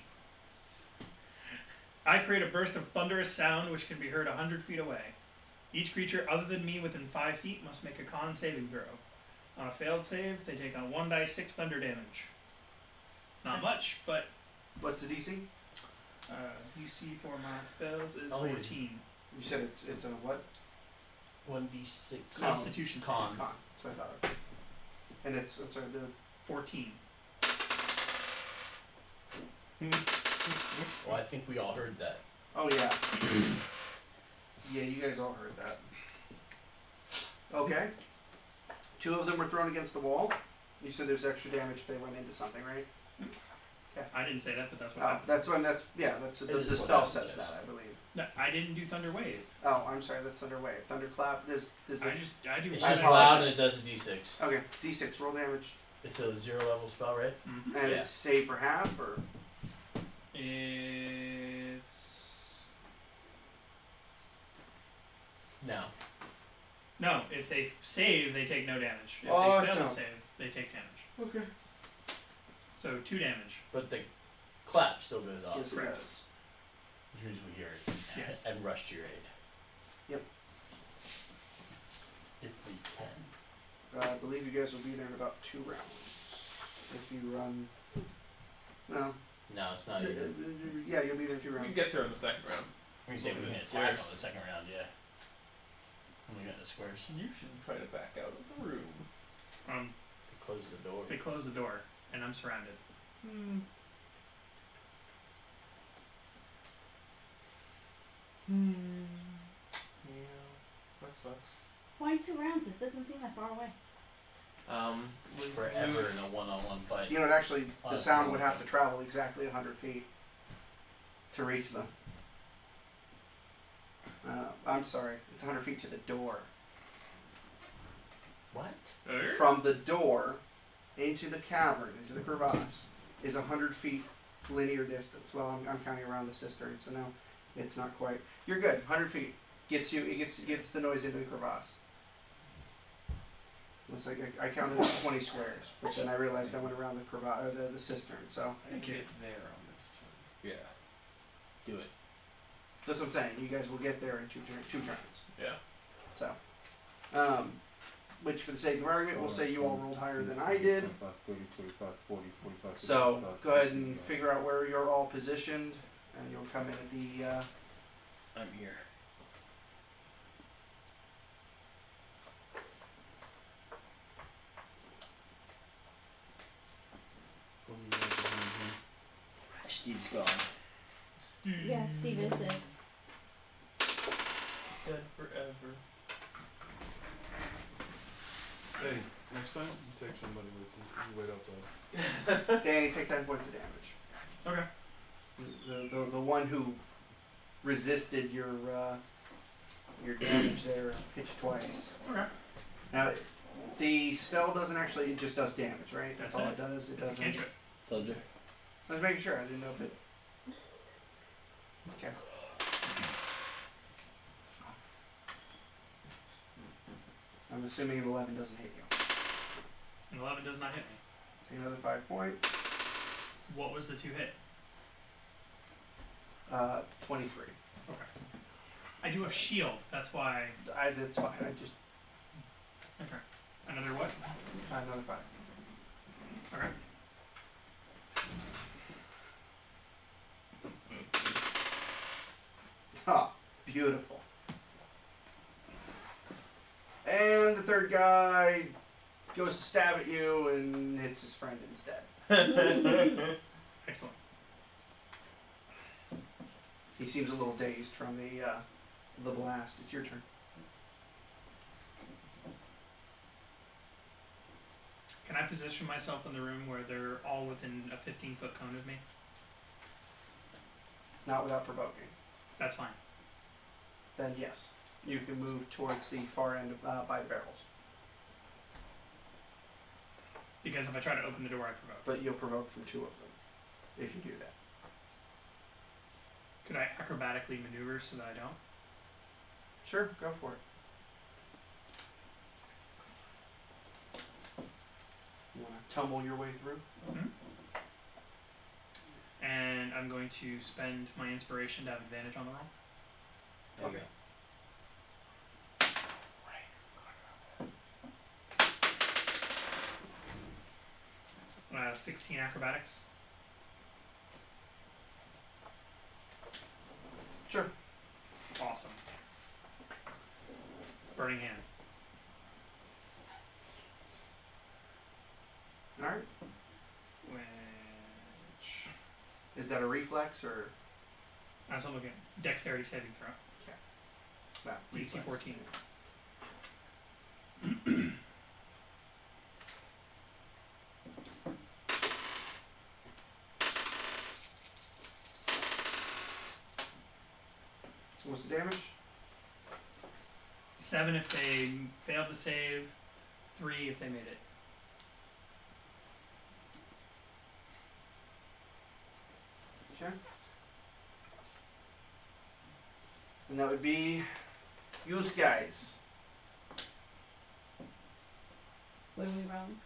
[SPEAKER 6] I create a burst of thunderous sound which can be heard a hundred feet away. Each creature other than me within five feet must make a con saving throw. On a failed save, they take on one die six thunder damage. It's not much, but
[SPEAKER 2] What's the DC? You
[SPEAKER 6] uh, DC for my spells is
[SPEAKER 7] Oh, yeah.
[SPEAKER 6] fourteen.
[SPEAKER 2] said it's it's a what?
[SPEAKER 7] One d six.
[SPEAKER 6] Constitution saving.
[SPEAKER 7] Con.
[SPEAKER 2] Con. That's what I thought. And it's I'm sorry. The,
[SPEAKER 6] fourteen.
[SPEAKER 7] Well, I think we all heard that.
[SPEAKER 2] oh yeah. yeah, you guys all heard that. Okay. Two of them were thrown against the wall. You said there's extra damage if they went into something, right?
[SPEAKER 6] I didn't say that, but that's what
[SPEAKER 2] Oh,
[SPEAKER 6] happened.
[SPEAKER 2] that's when that's yeah. That's the,
[SPEAKER 7] It is
[SPEAKER 2] the
[SPEAKER 7] what
[SPEAKER 2] spell
[SPEAKER 7] that
[SPEAKER 2] says
[SPEAKER 7] says.
[SPEAKER 2] that I believe.
[SPEAKER 6] No, I didn't do thunder wave.
[SPEAKER 2] Oh, I'm sorry. That's Thunderwave. Thunderclap. There's there's
[SPEAKER 6] I
[SPEAKER 2] the,
[SPEAKER 6] just I do.
[SPEAKER 7] It's
[SPEAKER 2] I
[SPEAKER 7] just
[SPEAKER 2] apologize.
[SPEAKER 7] loud and it does a d six.
[SPEAKER 2] okay. D6 roll damage,
[SPEAKER 7] It's a zero level spell, right?
[SPEAKER 6] Mhm.
[SPEAKER 2] and
[SPEAKER 7] Yeah.
[SPEAKER 2] it's save for half or
[SPEAKER 6] It's
[SPEAKER 7] No.
[SPEAKER 6] no. If they save, they take no damage. If they fail to
[SPEAKER 2] Awesome.
[SPEAKER 6] save, they take damage.
[SPEAKER 2] okay.
[SPEAKER 6] So two damage.
[SPEAKER 7] But the clap still goes off,
[SPEAKER 2] Yes, it
[SPEAKER 6] correct.
[SPEAKER 2] does.
[SPEAKER 7] which means we hear it
[SPEAKER 6] Yes.
[SPEAKER 7] and rush to your aid.
[SPEAKER 2] Yep.
[SPEAKER 7] If we can.
[SPEAKER 2] Uh, I believe you guys will be there in about two rounds if you run. Well,
[SPEAKER 7] No, it's not
[SPEAKER 2] uh,
[SPEAKER 7] even.
[SPEAKER 2] yeah, you'll be there in two
[SPEAKER 1] We
[SPEAKER 2] rounds.
[SPEAKER 1] get there in the second round.
[SPEAKER 7] We say we can attack
[SPEAKER 1] Squares.
[SPEAKER 7] on the second round, yeah. And we got the squares.
[SPEAKER 1] You should try to back out of the room.
[SPEAKER 6] Um,
[SPEAKER 7] We close the door.
[SPEAKER 6] they close the door, and I'm surrounded.
[SPEAKER 1] Hmm. Hmm. Yeah, that sucks.
[SPEAKER 4] Why two rounds? It doesn't seem that far away.
[SPEAKER 1] Um, we-
[SPEAKER 7] Forever in a one on one fight.
[SPEAKER 2] You know, actually, the
[SPEAKER 7] Oh,
[SPEAKER 2] sound
[SPEAKER 7] cool.
[SPEAKER 2] would have to travel exactly 100 feet to reach them. Uh, I'm sorry, it's 100 feet to the door.
[SPEAKER 7] What?
[SPEAKER 6] Er?
[SPEAKER 2] From the door into the cavern, into the crevasse, is 100 feet linear distance. Well, I'm, I'm counting around the cistern, so no, it's not quite. You're good. 100 feet gets you. It gets gets the noise into the crevasse. Looks like I, I counted 20 squares, but then I realized I went around the crevasse or the, the cistern. So
[SPEAKER 1] I can get there on this turn.
[SPEAKER 7] Yeah. Do it.
[SPEAKER 2] that's what I'm saying. You guys will get there in two turn, two turns.
[SPEAKER 1] Yeah.
[SPEAKER 2] So, um, which for the sake of argument, we'll say you all rolled higher than I did. So go ahead and figure out where you're all positioned, and you'll come in at the. Uh,
[SPEAKER 7] I'm here. Steve's gone.
[SPEAKER 2] Hmm.
[SPEAKER 4] Yeah, Steve is the
[SPEAKER 1] Dead forever.
[SPEAKER 5] Hey, next time you take somebody with you. You wait outside.
[SPEAKER 2] Danny, uh, take 10 points of damage.
[SPEAKER 6] Okay.
[SPEAKER 2] The, the, the one who resisted your uh, your damage there hit you twice.
[SPEAKER 6] Okay.
[SPEAKER 2] Now, the spell doesn't actually, it just does damage, right?
[SPEAKER 6] That's
[SPEAKER 2] all
[SPEAKER 6] it.
[SPEAKER 2] it does. It
[SPEAKER 6] It's a
[SPEAKER 2] doesn't.
[SPEAKER 6] cantrip.
[SPEAKER 3] Thunder.
[SPEAKER 2] I was making sure. I didn't know if it. Okay. I'm assuming an 11 doesn't hit you.
[SPEAKER 6] An eleven does not hit me.
[SPEAKER 2] Take another 5 points.
[SPEAKER 6] What was the two hit?
[SPEAKER 2] Uh, 23.
[SPEAKER 6] I do have shield. That's why.
[SPEAKER 2] I, that's fine. I just.
[SPEAKER 6] Okay. Another what?
[SPEAKER 2] Uh, Another 5.
[SPEAKER 6] Okay.
[SPEAKER 2] Ah, beautiful. And the third guy goes to stab at you and hits his friend instead.
[SPEAKER 6] Excellent.
[SPEAKER 2] He seems a little dazed from the uh, the blast. It's your turn.
[SPEAKER 6] I position myself in the room where they're all within a 15 foot cone of me.
[SPEAKER 2] Not without provoking.
[SPEAKER 6] That's fine.
[SPEAKER 2] Then yes, you can move towards the far end uh, by the barrels,
[SPEAKER 6] Because if I try to open the door, I provoke.
[SPEAKER 2] but you'll provoke from two of them if you do that.
[SPEAKER 6] Could I acrobatically maneuver so that I don't?
[SPEAKER 2] Sure, go for it. You want to tumble your way through?
[SPEAKER 6] And I'm going to spend my inspiration to have advantage on the roll.
[SPEAKER 7] There you
[SPEAKER 2] Okay.
[SPEAKER 6] Uh, 16 acrobatics.
[SPEAKER 2] Sure.
[SPEAKER 6] Awesome. Burning hands.
[SPEAKER 2] All right.
[SPEAKER 6] Which.
[SPEAKER 2] Is that a reflex or?
[SPEAKER 6] I was looking at dexterity saving throw.
[SPEAKER 2] Well,
[SPEAKER 6] DC
[SPEAKER 2] reflex.
[SPEAKER 6] 14.
[SPEAKER 2] What's the damage?
[SPEAKER 6] Seven if they failed to save. Three if they made it.
[SPEAKER 2] Okay. And that would be use guys.
[SPEAKER 4] When we wrong?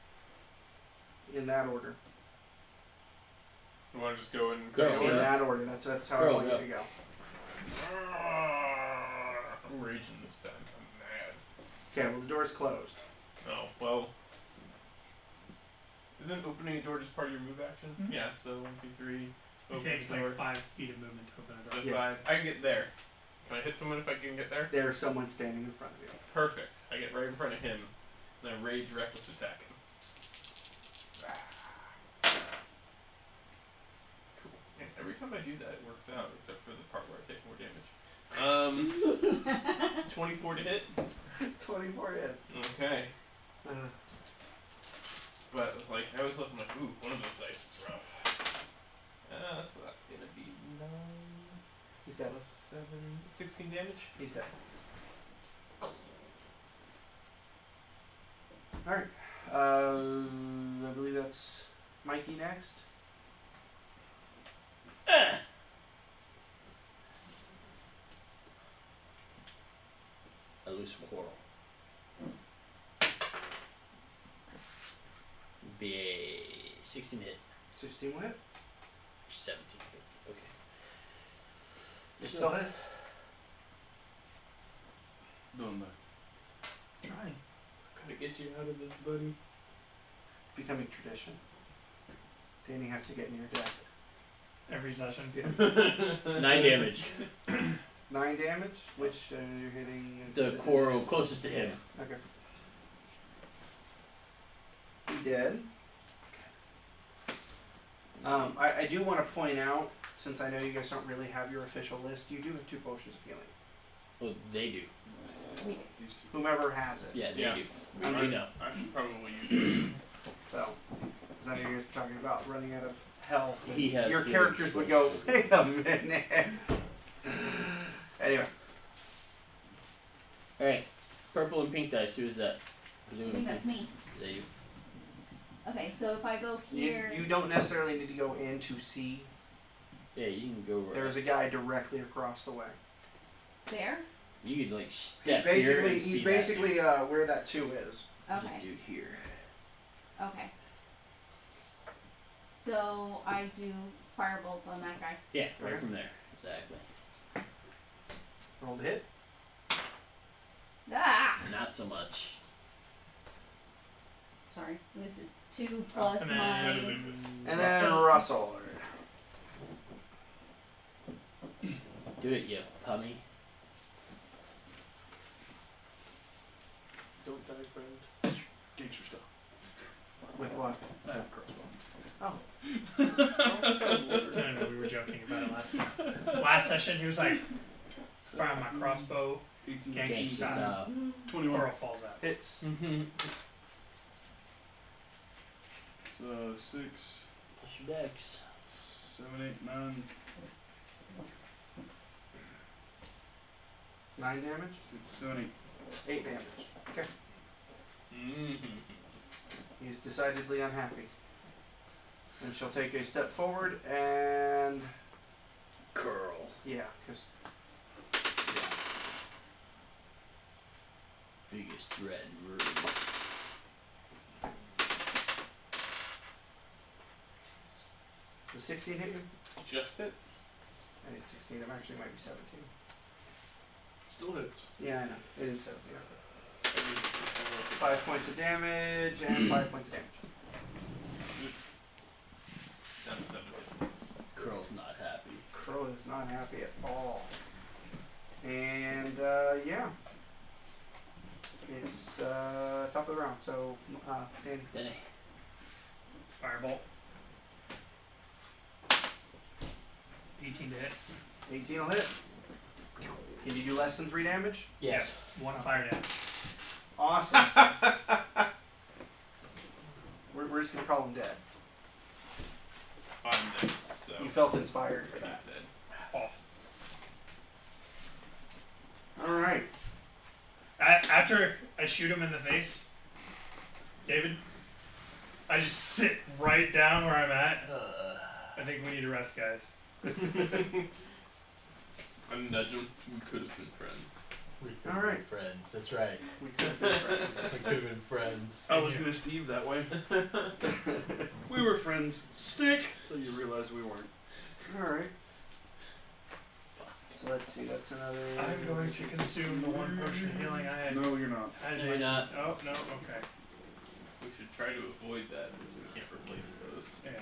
[SPEAKER 2] In that order.
[SPEAKER 1] You want to just go and
[SPEAKER 3] Go,
[SPEAKER 2] In
[SPEAKER 3] yeah.
[SPEAKER 2] that order. That's that's how I
[SPEAKER 3] Girl,
[SPEAKER 2] want
[SPEAKER 3] yeah.
[SPEAKER 2] you to go.
[SPEAKER 1] I'm raging this time. I'm
[SPEAKER 2] Okay. Well, the door's closed.
[SPEAKER 1] mad. Oh well. Isn't opening a door just part of your move action?
[SPEAKER 6] Mhm.
[SPEAKER 1] Yeah. So one, two, three.
[SPEAKER 6] It
[SPEAKER 1] Open
[SPEAKER 6] takes
[SPEAKER 1] the door.
[SPEAKER 6] like five feet of movement to open a
[SPEAKER 1] So
[SPEAKER 6] door.
[SPEAKER 1] if
[SPEAKER 2] Yes.
[SPEAKER 1] I, I can get there. Can I hit someone if I can get there?
[SPEAKER 2] There's someone standing in front of you.
[SPEAKER 1] Perfect. I get right in front of him, and I rage reckless attack him. Cool. Man, every time I do that, it works out, except for the part where I take more damage. Um, 24 to hit.
[SPEAKER 2] Twenty-four hits.
[SPEAKER 1] Okay.
[SPEAKER 2] Uh,
[SPEAKER 1] But it's like I always look I'm like, ooh, one of those dice is rough. Uh, so that's gonna be nine
[SPEAKER 2] he's dead.
[SPEAKER 1] plus seven, 16 damage.
[SPEAKER 2] He's dead. All right. Uh, I believe that's Mikey next.
[SPEAKER 7] go. Elusive quarrel.
[SPEAKER 3] Be a 16 hit,
[SPEAKER 2] Sixteen will hit.
[SPEAKER 3] 17 hit. Okay.
[SPEAKER 2] It still hits.
[SPEAKER 5] Doing that.
[SPEAKER 6] Trying.
[SPEAKER 1] Gotta get you out of this, buddy.
[SPEAKER 2] Becoming tradition. Danny has to get near death.
[SPEAKER 6] Every session.
[SPEAKER 2] Uh,
[SPEAKER 3] Nine damage.
[SPEAKER 2] Nine damage, which uh, you're hitting.
[SPEAKER 3] The Quoro closest to him.
[SPEAKER 2] Okay. He dead. Um, I, I do want to point out, since I know you guys don't really have your official list, you do have two potions of healing.
[SPEAKER 3] Well, Oh, they do.
[SPEAKER 4] We
[SPEAKER 1] These two.
[SPEAKER 2] Whomever has it.
[SPEAKER 3] Yeah, they
[SPEAKER 1] Yeah.
[SPEAKER 3] do.
[SPEAKER 1] I
[SPEAKER 3] I
[SPEAKER 1] should-
[SPEAKER 3] know.
[SPEAKER 1] I should probably use this.
[SPEAKER 2] So, as I know you're talking about running out of health. and
[SPEAKER 3] He has
[SPEAKER 2] Your
[SPEAKER 3] healing
[SPEAKER 2] characters would go, wait a minute. anyway,
[SPEAKER 3] Alright. Purple and pink dice. Who is that? Blue
[SPEAKER 4] I think that's me.
[SPEAKER 3] There you
[SPEAKER 4] Okay, so if I go
[SPEAKER 2] you,
[SPEAKER 4] here,
[SPEAKER 2] you don't necessarily need to go in to see.
[SPEAKER 3] Yeah, you can go right.
[SPEAKER 2] There's a guy directly across the way.
[SPEAKER 4] there.
[SPEAKER 3] you could like
[SPEAKER 2] He's
[SPEAKER 3] step here
[SPEAKER 2] basically
[SPEAKER 3] and
[SPEAKER 2] he's
[SPEAKER 3] see
[SPEAKER 2] basically uh, where that two is.
[SPEAKER 3] that dude. There's a
[SPEAKER 4] Okay,
[SPEAKER 3] dude here.
[SPEAKER 4] okay. So I do firebolt on that guy.
[SPEAKER 3] Yeah, right
[SPEAKER 2] Okay.
[SPEAKER 3] from there. Exactly.
[SPEAKER 2] Roll to hit.
[SPEAKER 4] Ah,
[SPEAKER 3] Not so much.
[SPEAKER 4] sorry. It was two
[SPEAKER 2] Ah,
[SPEAKER 4] plus
[SPEAKER 6] and then
[SPEAKER 4] my.
[SPEAKER 1] that is like this.
[SPEAKER 2] And then
[SPEAKER 4] Russell.
[SPEAKER 2] Russell.
[SPEAKER 3] Do it, you pummy.
[SPEAKER 2] Don't die, friend.
[SPEAKER 5] Gangster stuff.
[SPEAKER 2] With what?
[SPEAKER 5] I have a crossbow.
[SPEAKER 6] no, no, we were joking about it last last session. He was like, firing my crossbow,
[SPEAKER 5] 18,
[SPEAKER 6] Gangster
[SPEAKER 3] Gangsta
[SPEAKER 6] style.
[SPEAKER 3] style.
[SPEAKER 4] Mm,
[SPEAKER 5] 21.
[SPEAKER 6] Coral falls out.
[SPEAKER 2] Hits.
[SPEAKER 1] Mhm.
[SPEAKER 5] uh, six,
[SPEAKER 7] Schmecks.
[SPEAKER 5] seven, eight, nine,
[SPEAKER 2] Nine damage?
[SPEAKER 5] six, seven, eight.
[SPEAKER 2] Eight damage. He's decidedly unhappy. And she'll take a step forward and.
[SPEAKER 3] Curl.
[SPEAKER 2] Yeah, because.
[SPEAKER 3] Biggest threat in room.
[SPEAKER 2] The 16 hit you?
[SPEAKER 1] Just hits.
[SPEAKER 2] I need 16. I'm actually might be 17.
[SPEAKER 5] Still hits.
[SPEAKER 2] Yeah, I know. It is 17.
[SPEAKER 1] I mean, it's- it's a little-
[SPEAKER 2] Five points of damage and five points of damage.
[SPEAKER 1] Down to seven hit points.
[SPEAKER 3] Curl's not happy.
[SPEAKER 2] Crow is not happy at all. And uh, yeah, it's uh, top of the round. So uh, and
[SPEAKER 3] Denny.
[SPEAKER 6] Firebolt. 18 to hit.
[SPEAKER 2] 18 will hit. Can you do less than three damage?
[SPEAKER 7] Yes.
[SPEAKER 6] One fire damage.
[SPEAKER 2] Awesome. we're, we're just gonna call him dead.
[SPEAKER 1] I'm next, so
[SPEAKER 2] You felt inspired for
[SPEAKER 1] he's
[SPEAKER 2] that.
[SPEAKER 1] dead.
[SPEAKER 6] Awesome.
[SPEAKER 2] All right.
[SPEAKER 6] A- after I shoot him in the face, David, I just sit right down where I'm at.
[SPEAKER 7] Uh,
[SPEAKER 6] I think we need to rest, guys.
[SPEAKER 1] I'm nudging. We could have been friends.
[SPEAKER 7] we could
[SPEAKER 2] All right.
[SPEAKER 7] be friends. That's right.
[SPEAKER 2] We could be friends.
[SPEAKER 7] We could have been friends.
[SPEAKER 5] I was gonna Steve that way. we were friends. Stick. Till you realize we weren't.
[SPEAKER 2] All right. So let's see. That's another.
[SPEAKER 6] I'm going to consume the one potion of healing I had.
[SPEAKER 5] No, you're not.
[SPEAKER 6] I had
[SPEAKER 3] No, you're not.
[SPEAKER 6] Oh, no, okay.
[SPEAKER 1] We should try to avoid that since we can't replace those.
[SPEAKER 6] Yeah.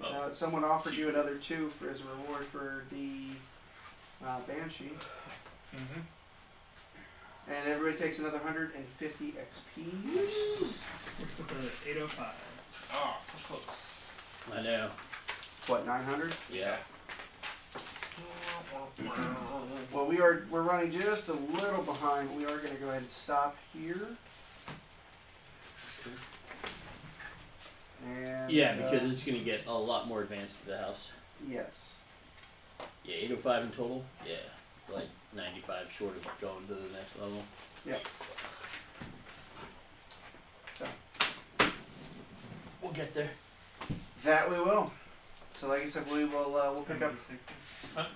[SPEAKER 1] Well,
[SPEAKER 2] Uh, someone offered you another two for as a reward for the uh, banshee,
[SPEAKER 6] Mm-hmm.
[SPEAKER 2] and everybody takes another 150 XP.
[SPEAKER 6] So 805.
[SPEAKER 1] ah, so close.
[SPEAKER 3] I know.
[SPEAKER 2] What 900?
[SPEAKER 3] Yeah.
[SPEAKER 2] Well, we are we're running just a little behind. We are going to go ahead and stop here. And
[SPEAKER 3] Yeah,
[SPEAKER 2] uh,
[SPEAKER 3] because it's gonna get a lot more advanced to the house.
[SPEAKER 2] yes,
[SPEAKER 3] Yeah, 805 in total. Yeah, like 95 short of going to the next level.
[SPEAKER 7] We'll get there.
[SPEAKER 2] that we will. So, like I said, we will uh, we'll pick up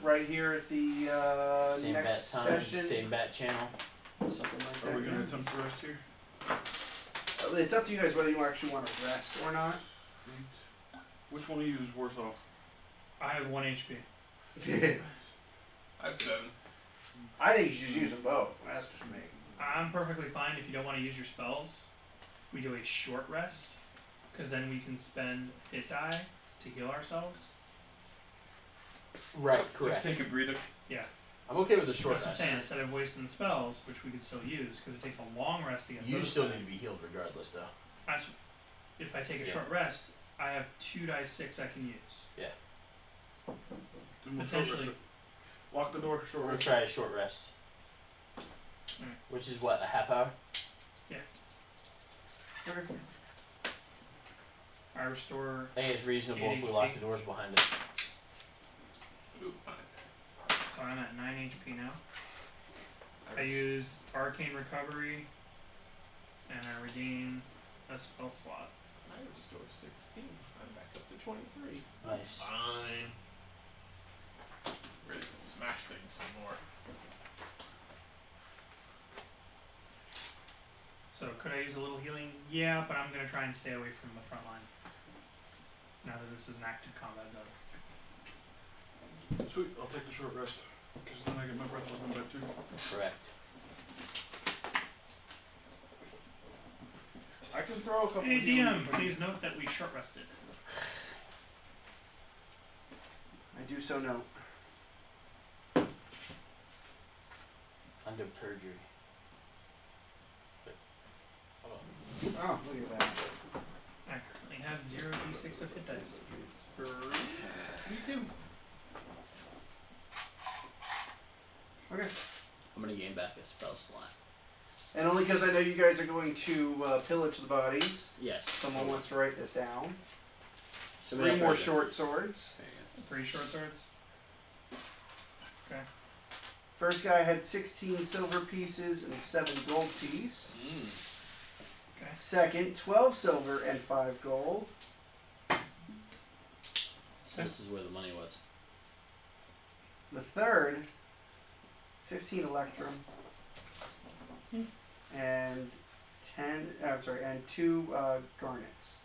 [SPEAKER 2] right here at the uh,
[SPEAKER 7] Same bat
[SPEAKER 2] next
[SPEAKER 7] time,
[SPEAKER 2] session.
[SPEAKER 7] same bat channel.
[SPEAKER 2] Something like that.
[SPEAKER 5] Are we gonna attempt to rest here?
[SPEAKER 2] Uh, It's up to you guys whether you actually want to rest or not.
[SPEAKER 5] Which one of you is worse off?
[SPEAKER 6] I have 1 HP.
[SPEAKER 1] I have seven.
[SPEAKER 2] I think you should use them both. That's just me.
[SPEAKER 5] Uh-huh.
[SPEAKER 6] I'm perfectly fine if you don't want to use your spells. We do a short rest, because then we can spend hit die to heal ourselves.
[SPEAKER 7] Right,
[SPEAKER 1] Just
[SPEAKER 7] correct.
[SPEAKER 1] take a breather.
[SPEAKER 7] I'm okay with the short
[SPEAKER 6] That's what I'm
[SPEAKER 7] rest.
[SPEAKER 6] saying. Instead of wasting spells, which we could still use, because it takes a long rest to get.
[SPEAKER 7] You
[SPEAKER 6] those
[SPEAKER 7] still
[SPEAKER 6] back.
[SPEAKER 7] need to be healed regardless, though.
[SPEAKER 6] That's, if I take a
[SPEAKER 7] Yeah.
[SPEAKER 6] short rest, I have two die six I can use.
[SPEAKER 5] Then we'll short rest
[SPEAKER 6] Potentially.
[SPEAKER 5] it. Lock the door. Short
[SPEAKER 7] We'll
[SPEAKER 5] rest.
[SPEAKER 7] try a short rest.
[SPEAKER 6] Mm.
[SPEAKER 7] Which is what, a half hour?
[SPEAKER 6] I restore.
[SPEAKER 7] I think it's reasonable if we lock the doors behind us.
[SPEAKER 1] Ooh, fine.
[SPEAKER 6] So I'm at nine HP now. I use arcane recovery, and I regain a spell slot.
[SPEAKER 1] I restore 16. I'm back up to 23.
[SPEAKER 7] Nice.
[SPEAKER 1] Fine. Ready to smash things some more.
[SPEAKER 6] So could I use a little healing? Yeah, but I'm gonna try and stay away from the front line. Now that this is an active combat zone.
[SPEAKER 5] Sweet. I'll take the short rest. Cause then I get my breath wasn't back too.
[SPEAKER 7] Correct.
[SPEAKER 5] I can throw a couple.
[SPEAKER 6] Hey
[SPEAKER 5] of healing
[SPEAKER 6] DM,
[SPEAKER 5] if I need.
[SPEAKER 6] please note that we short rested.
[SPEAKER 2] I do so know.
[SPEAKER 7] Under perjury. But- Hold on.
[SPEAKER 2] Oh, look at that.
[SPEAKER 6] I currently have zero d6 of hit dice to use.
[SPEAKER 1] Me too.
[SPEAKER 3] I'm gonna gain back a spell slot.
[SPEAKER 2] And only because I know you guys are going to uh, pillage the bodies.
[SPEAKER 3] Yes.
[SPEAKER 2] Someone wants to write this down. So
[SPEAKER 1] Three
[SPEAKER 2] three
[SPEAKER 1] more
[SPEAKER 2] more short swords.
[SPEAKER 6] Three short swords.
[SPEAKER 2] First guy had 16 silver pieces and 7 gold piece.
[SPEAKER 7] Hmm.
[SPEAKER 1] Mm.
[SPEAKER 2] Second, 12 silver and 5 gold.
[SPEAKER 3] So this is where the money was.
[SPEAKER 2] The third, 15 electrum.
[SPEAKER 6] Hmm.
[SPEAKER 2] And 10, oh, I'm sorry, and 2 uh, garnets.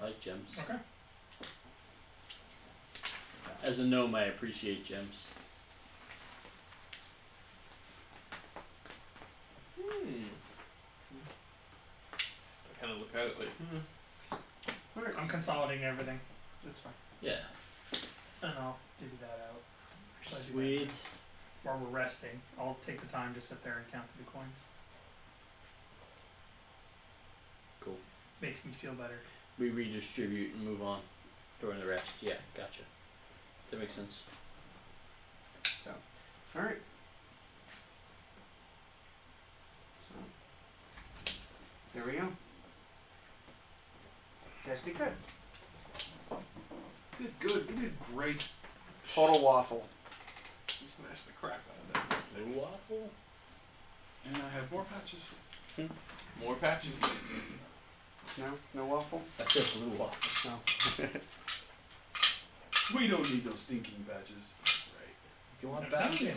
[SPEAKER 3] I like gems.
[SPEAKER 6] Okay.
[SPEAKER 3] As a gnome, I appreciate gems.
[SPEAKER 1] Hmm. I kind of look at it like, hmm.
[SPEAKER 6] I'm consolidating everything,
[SPEAKER 2] That's fine.
[SPEAKER 3] Yeah.
[SPEAKER 6] and I'll do that out Should I do that?
[SPEAKER 3] Sweet.
[SPEAKER 6] while we're resting. I'll take the time to sit there and count the coins.
[SPEAKER 3] Cool.
[SPEAKER 6] Makes me feel better.
[SPEAKER 3] We redistribute and move on during the rest. Yeah, gotcha. That makes sense.
[SPEAKER 2] So, all right. So, there we go. You guys did good.
[SPEAKER 5] Did good. You did great.
[SPEAKER 2] Total waffle.
[SPEAKER 1] you smash the crap out of that.
[SPEAKER 3] Blue waffle?
[SPEAKER 5] And I have more patches.
[SPEAKER 1] More patches.
[SPEAKER 2] No, no waffle.
[SPEAKER 3] I said blue waffle.
[SPEAKER 2] No.
[SPEAKER 5] We don't need those stinking patches.
[SPEAKER 1] Right.
[SPEAKER 3] You want
[SPEAKER 6] Exactly.
[SPEAKER 3] badges?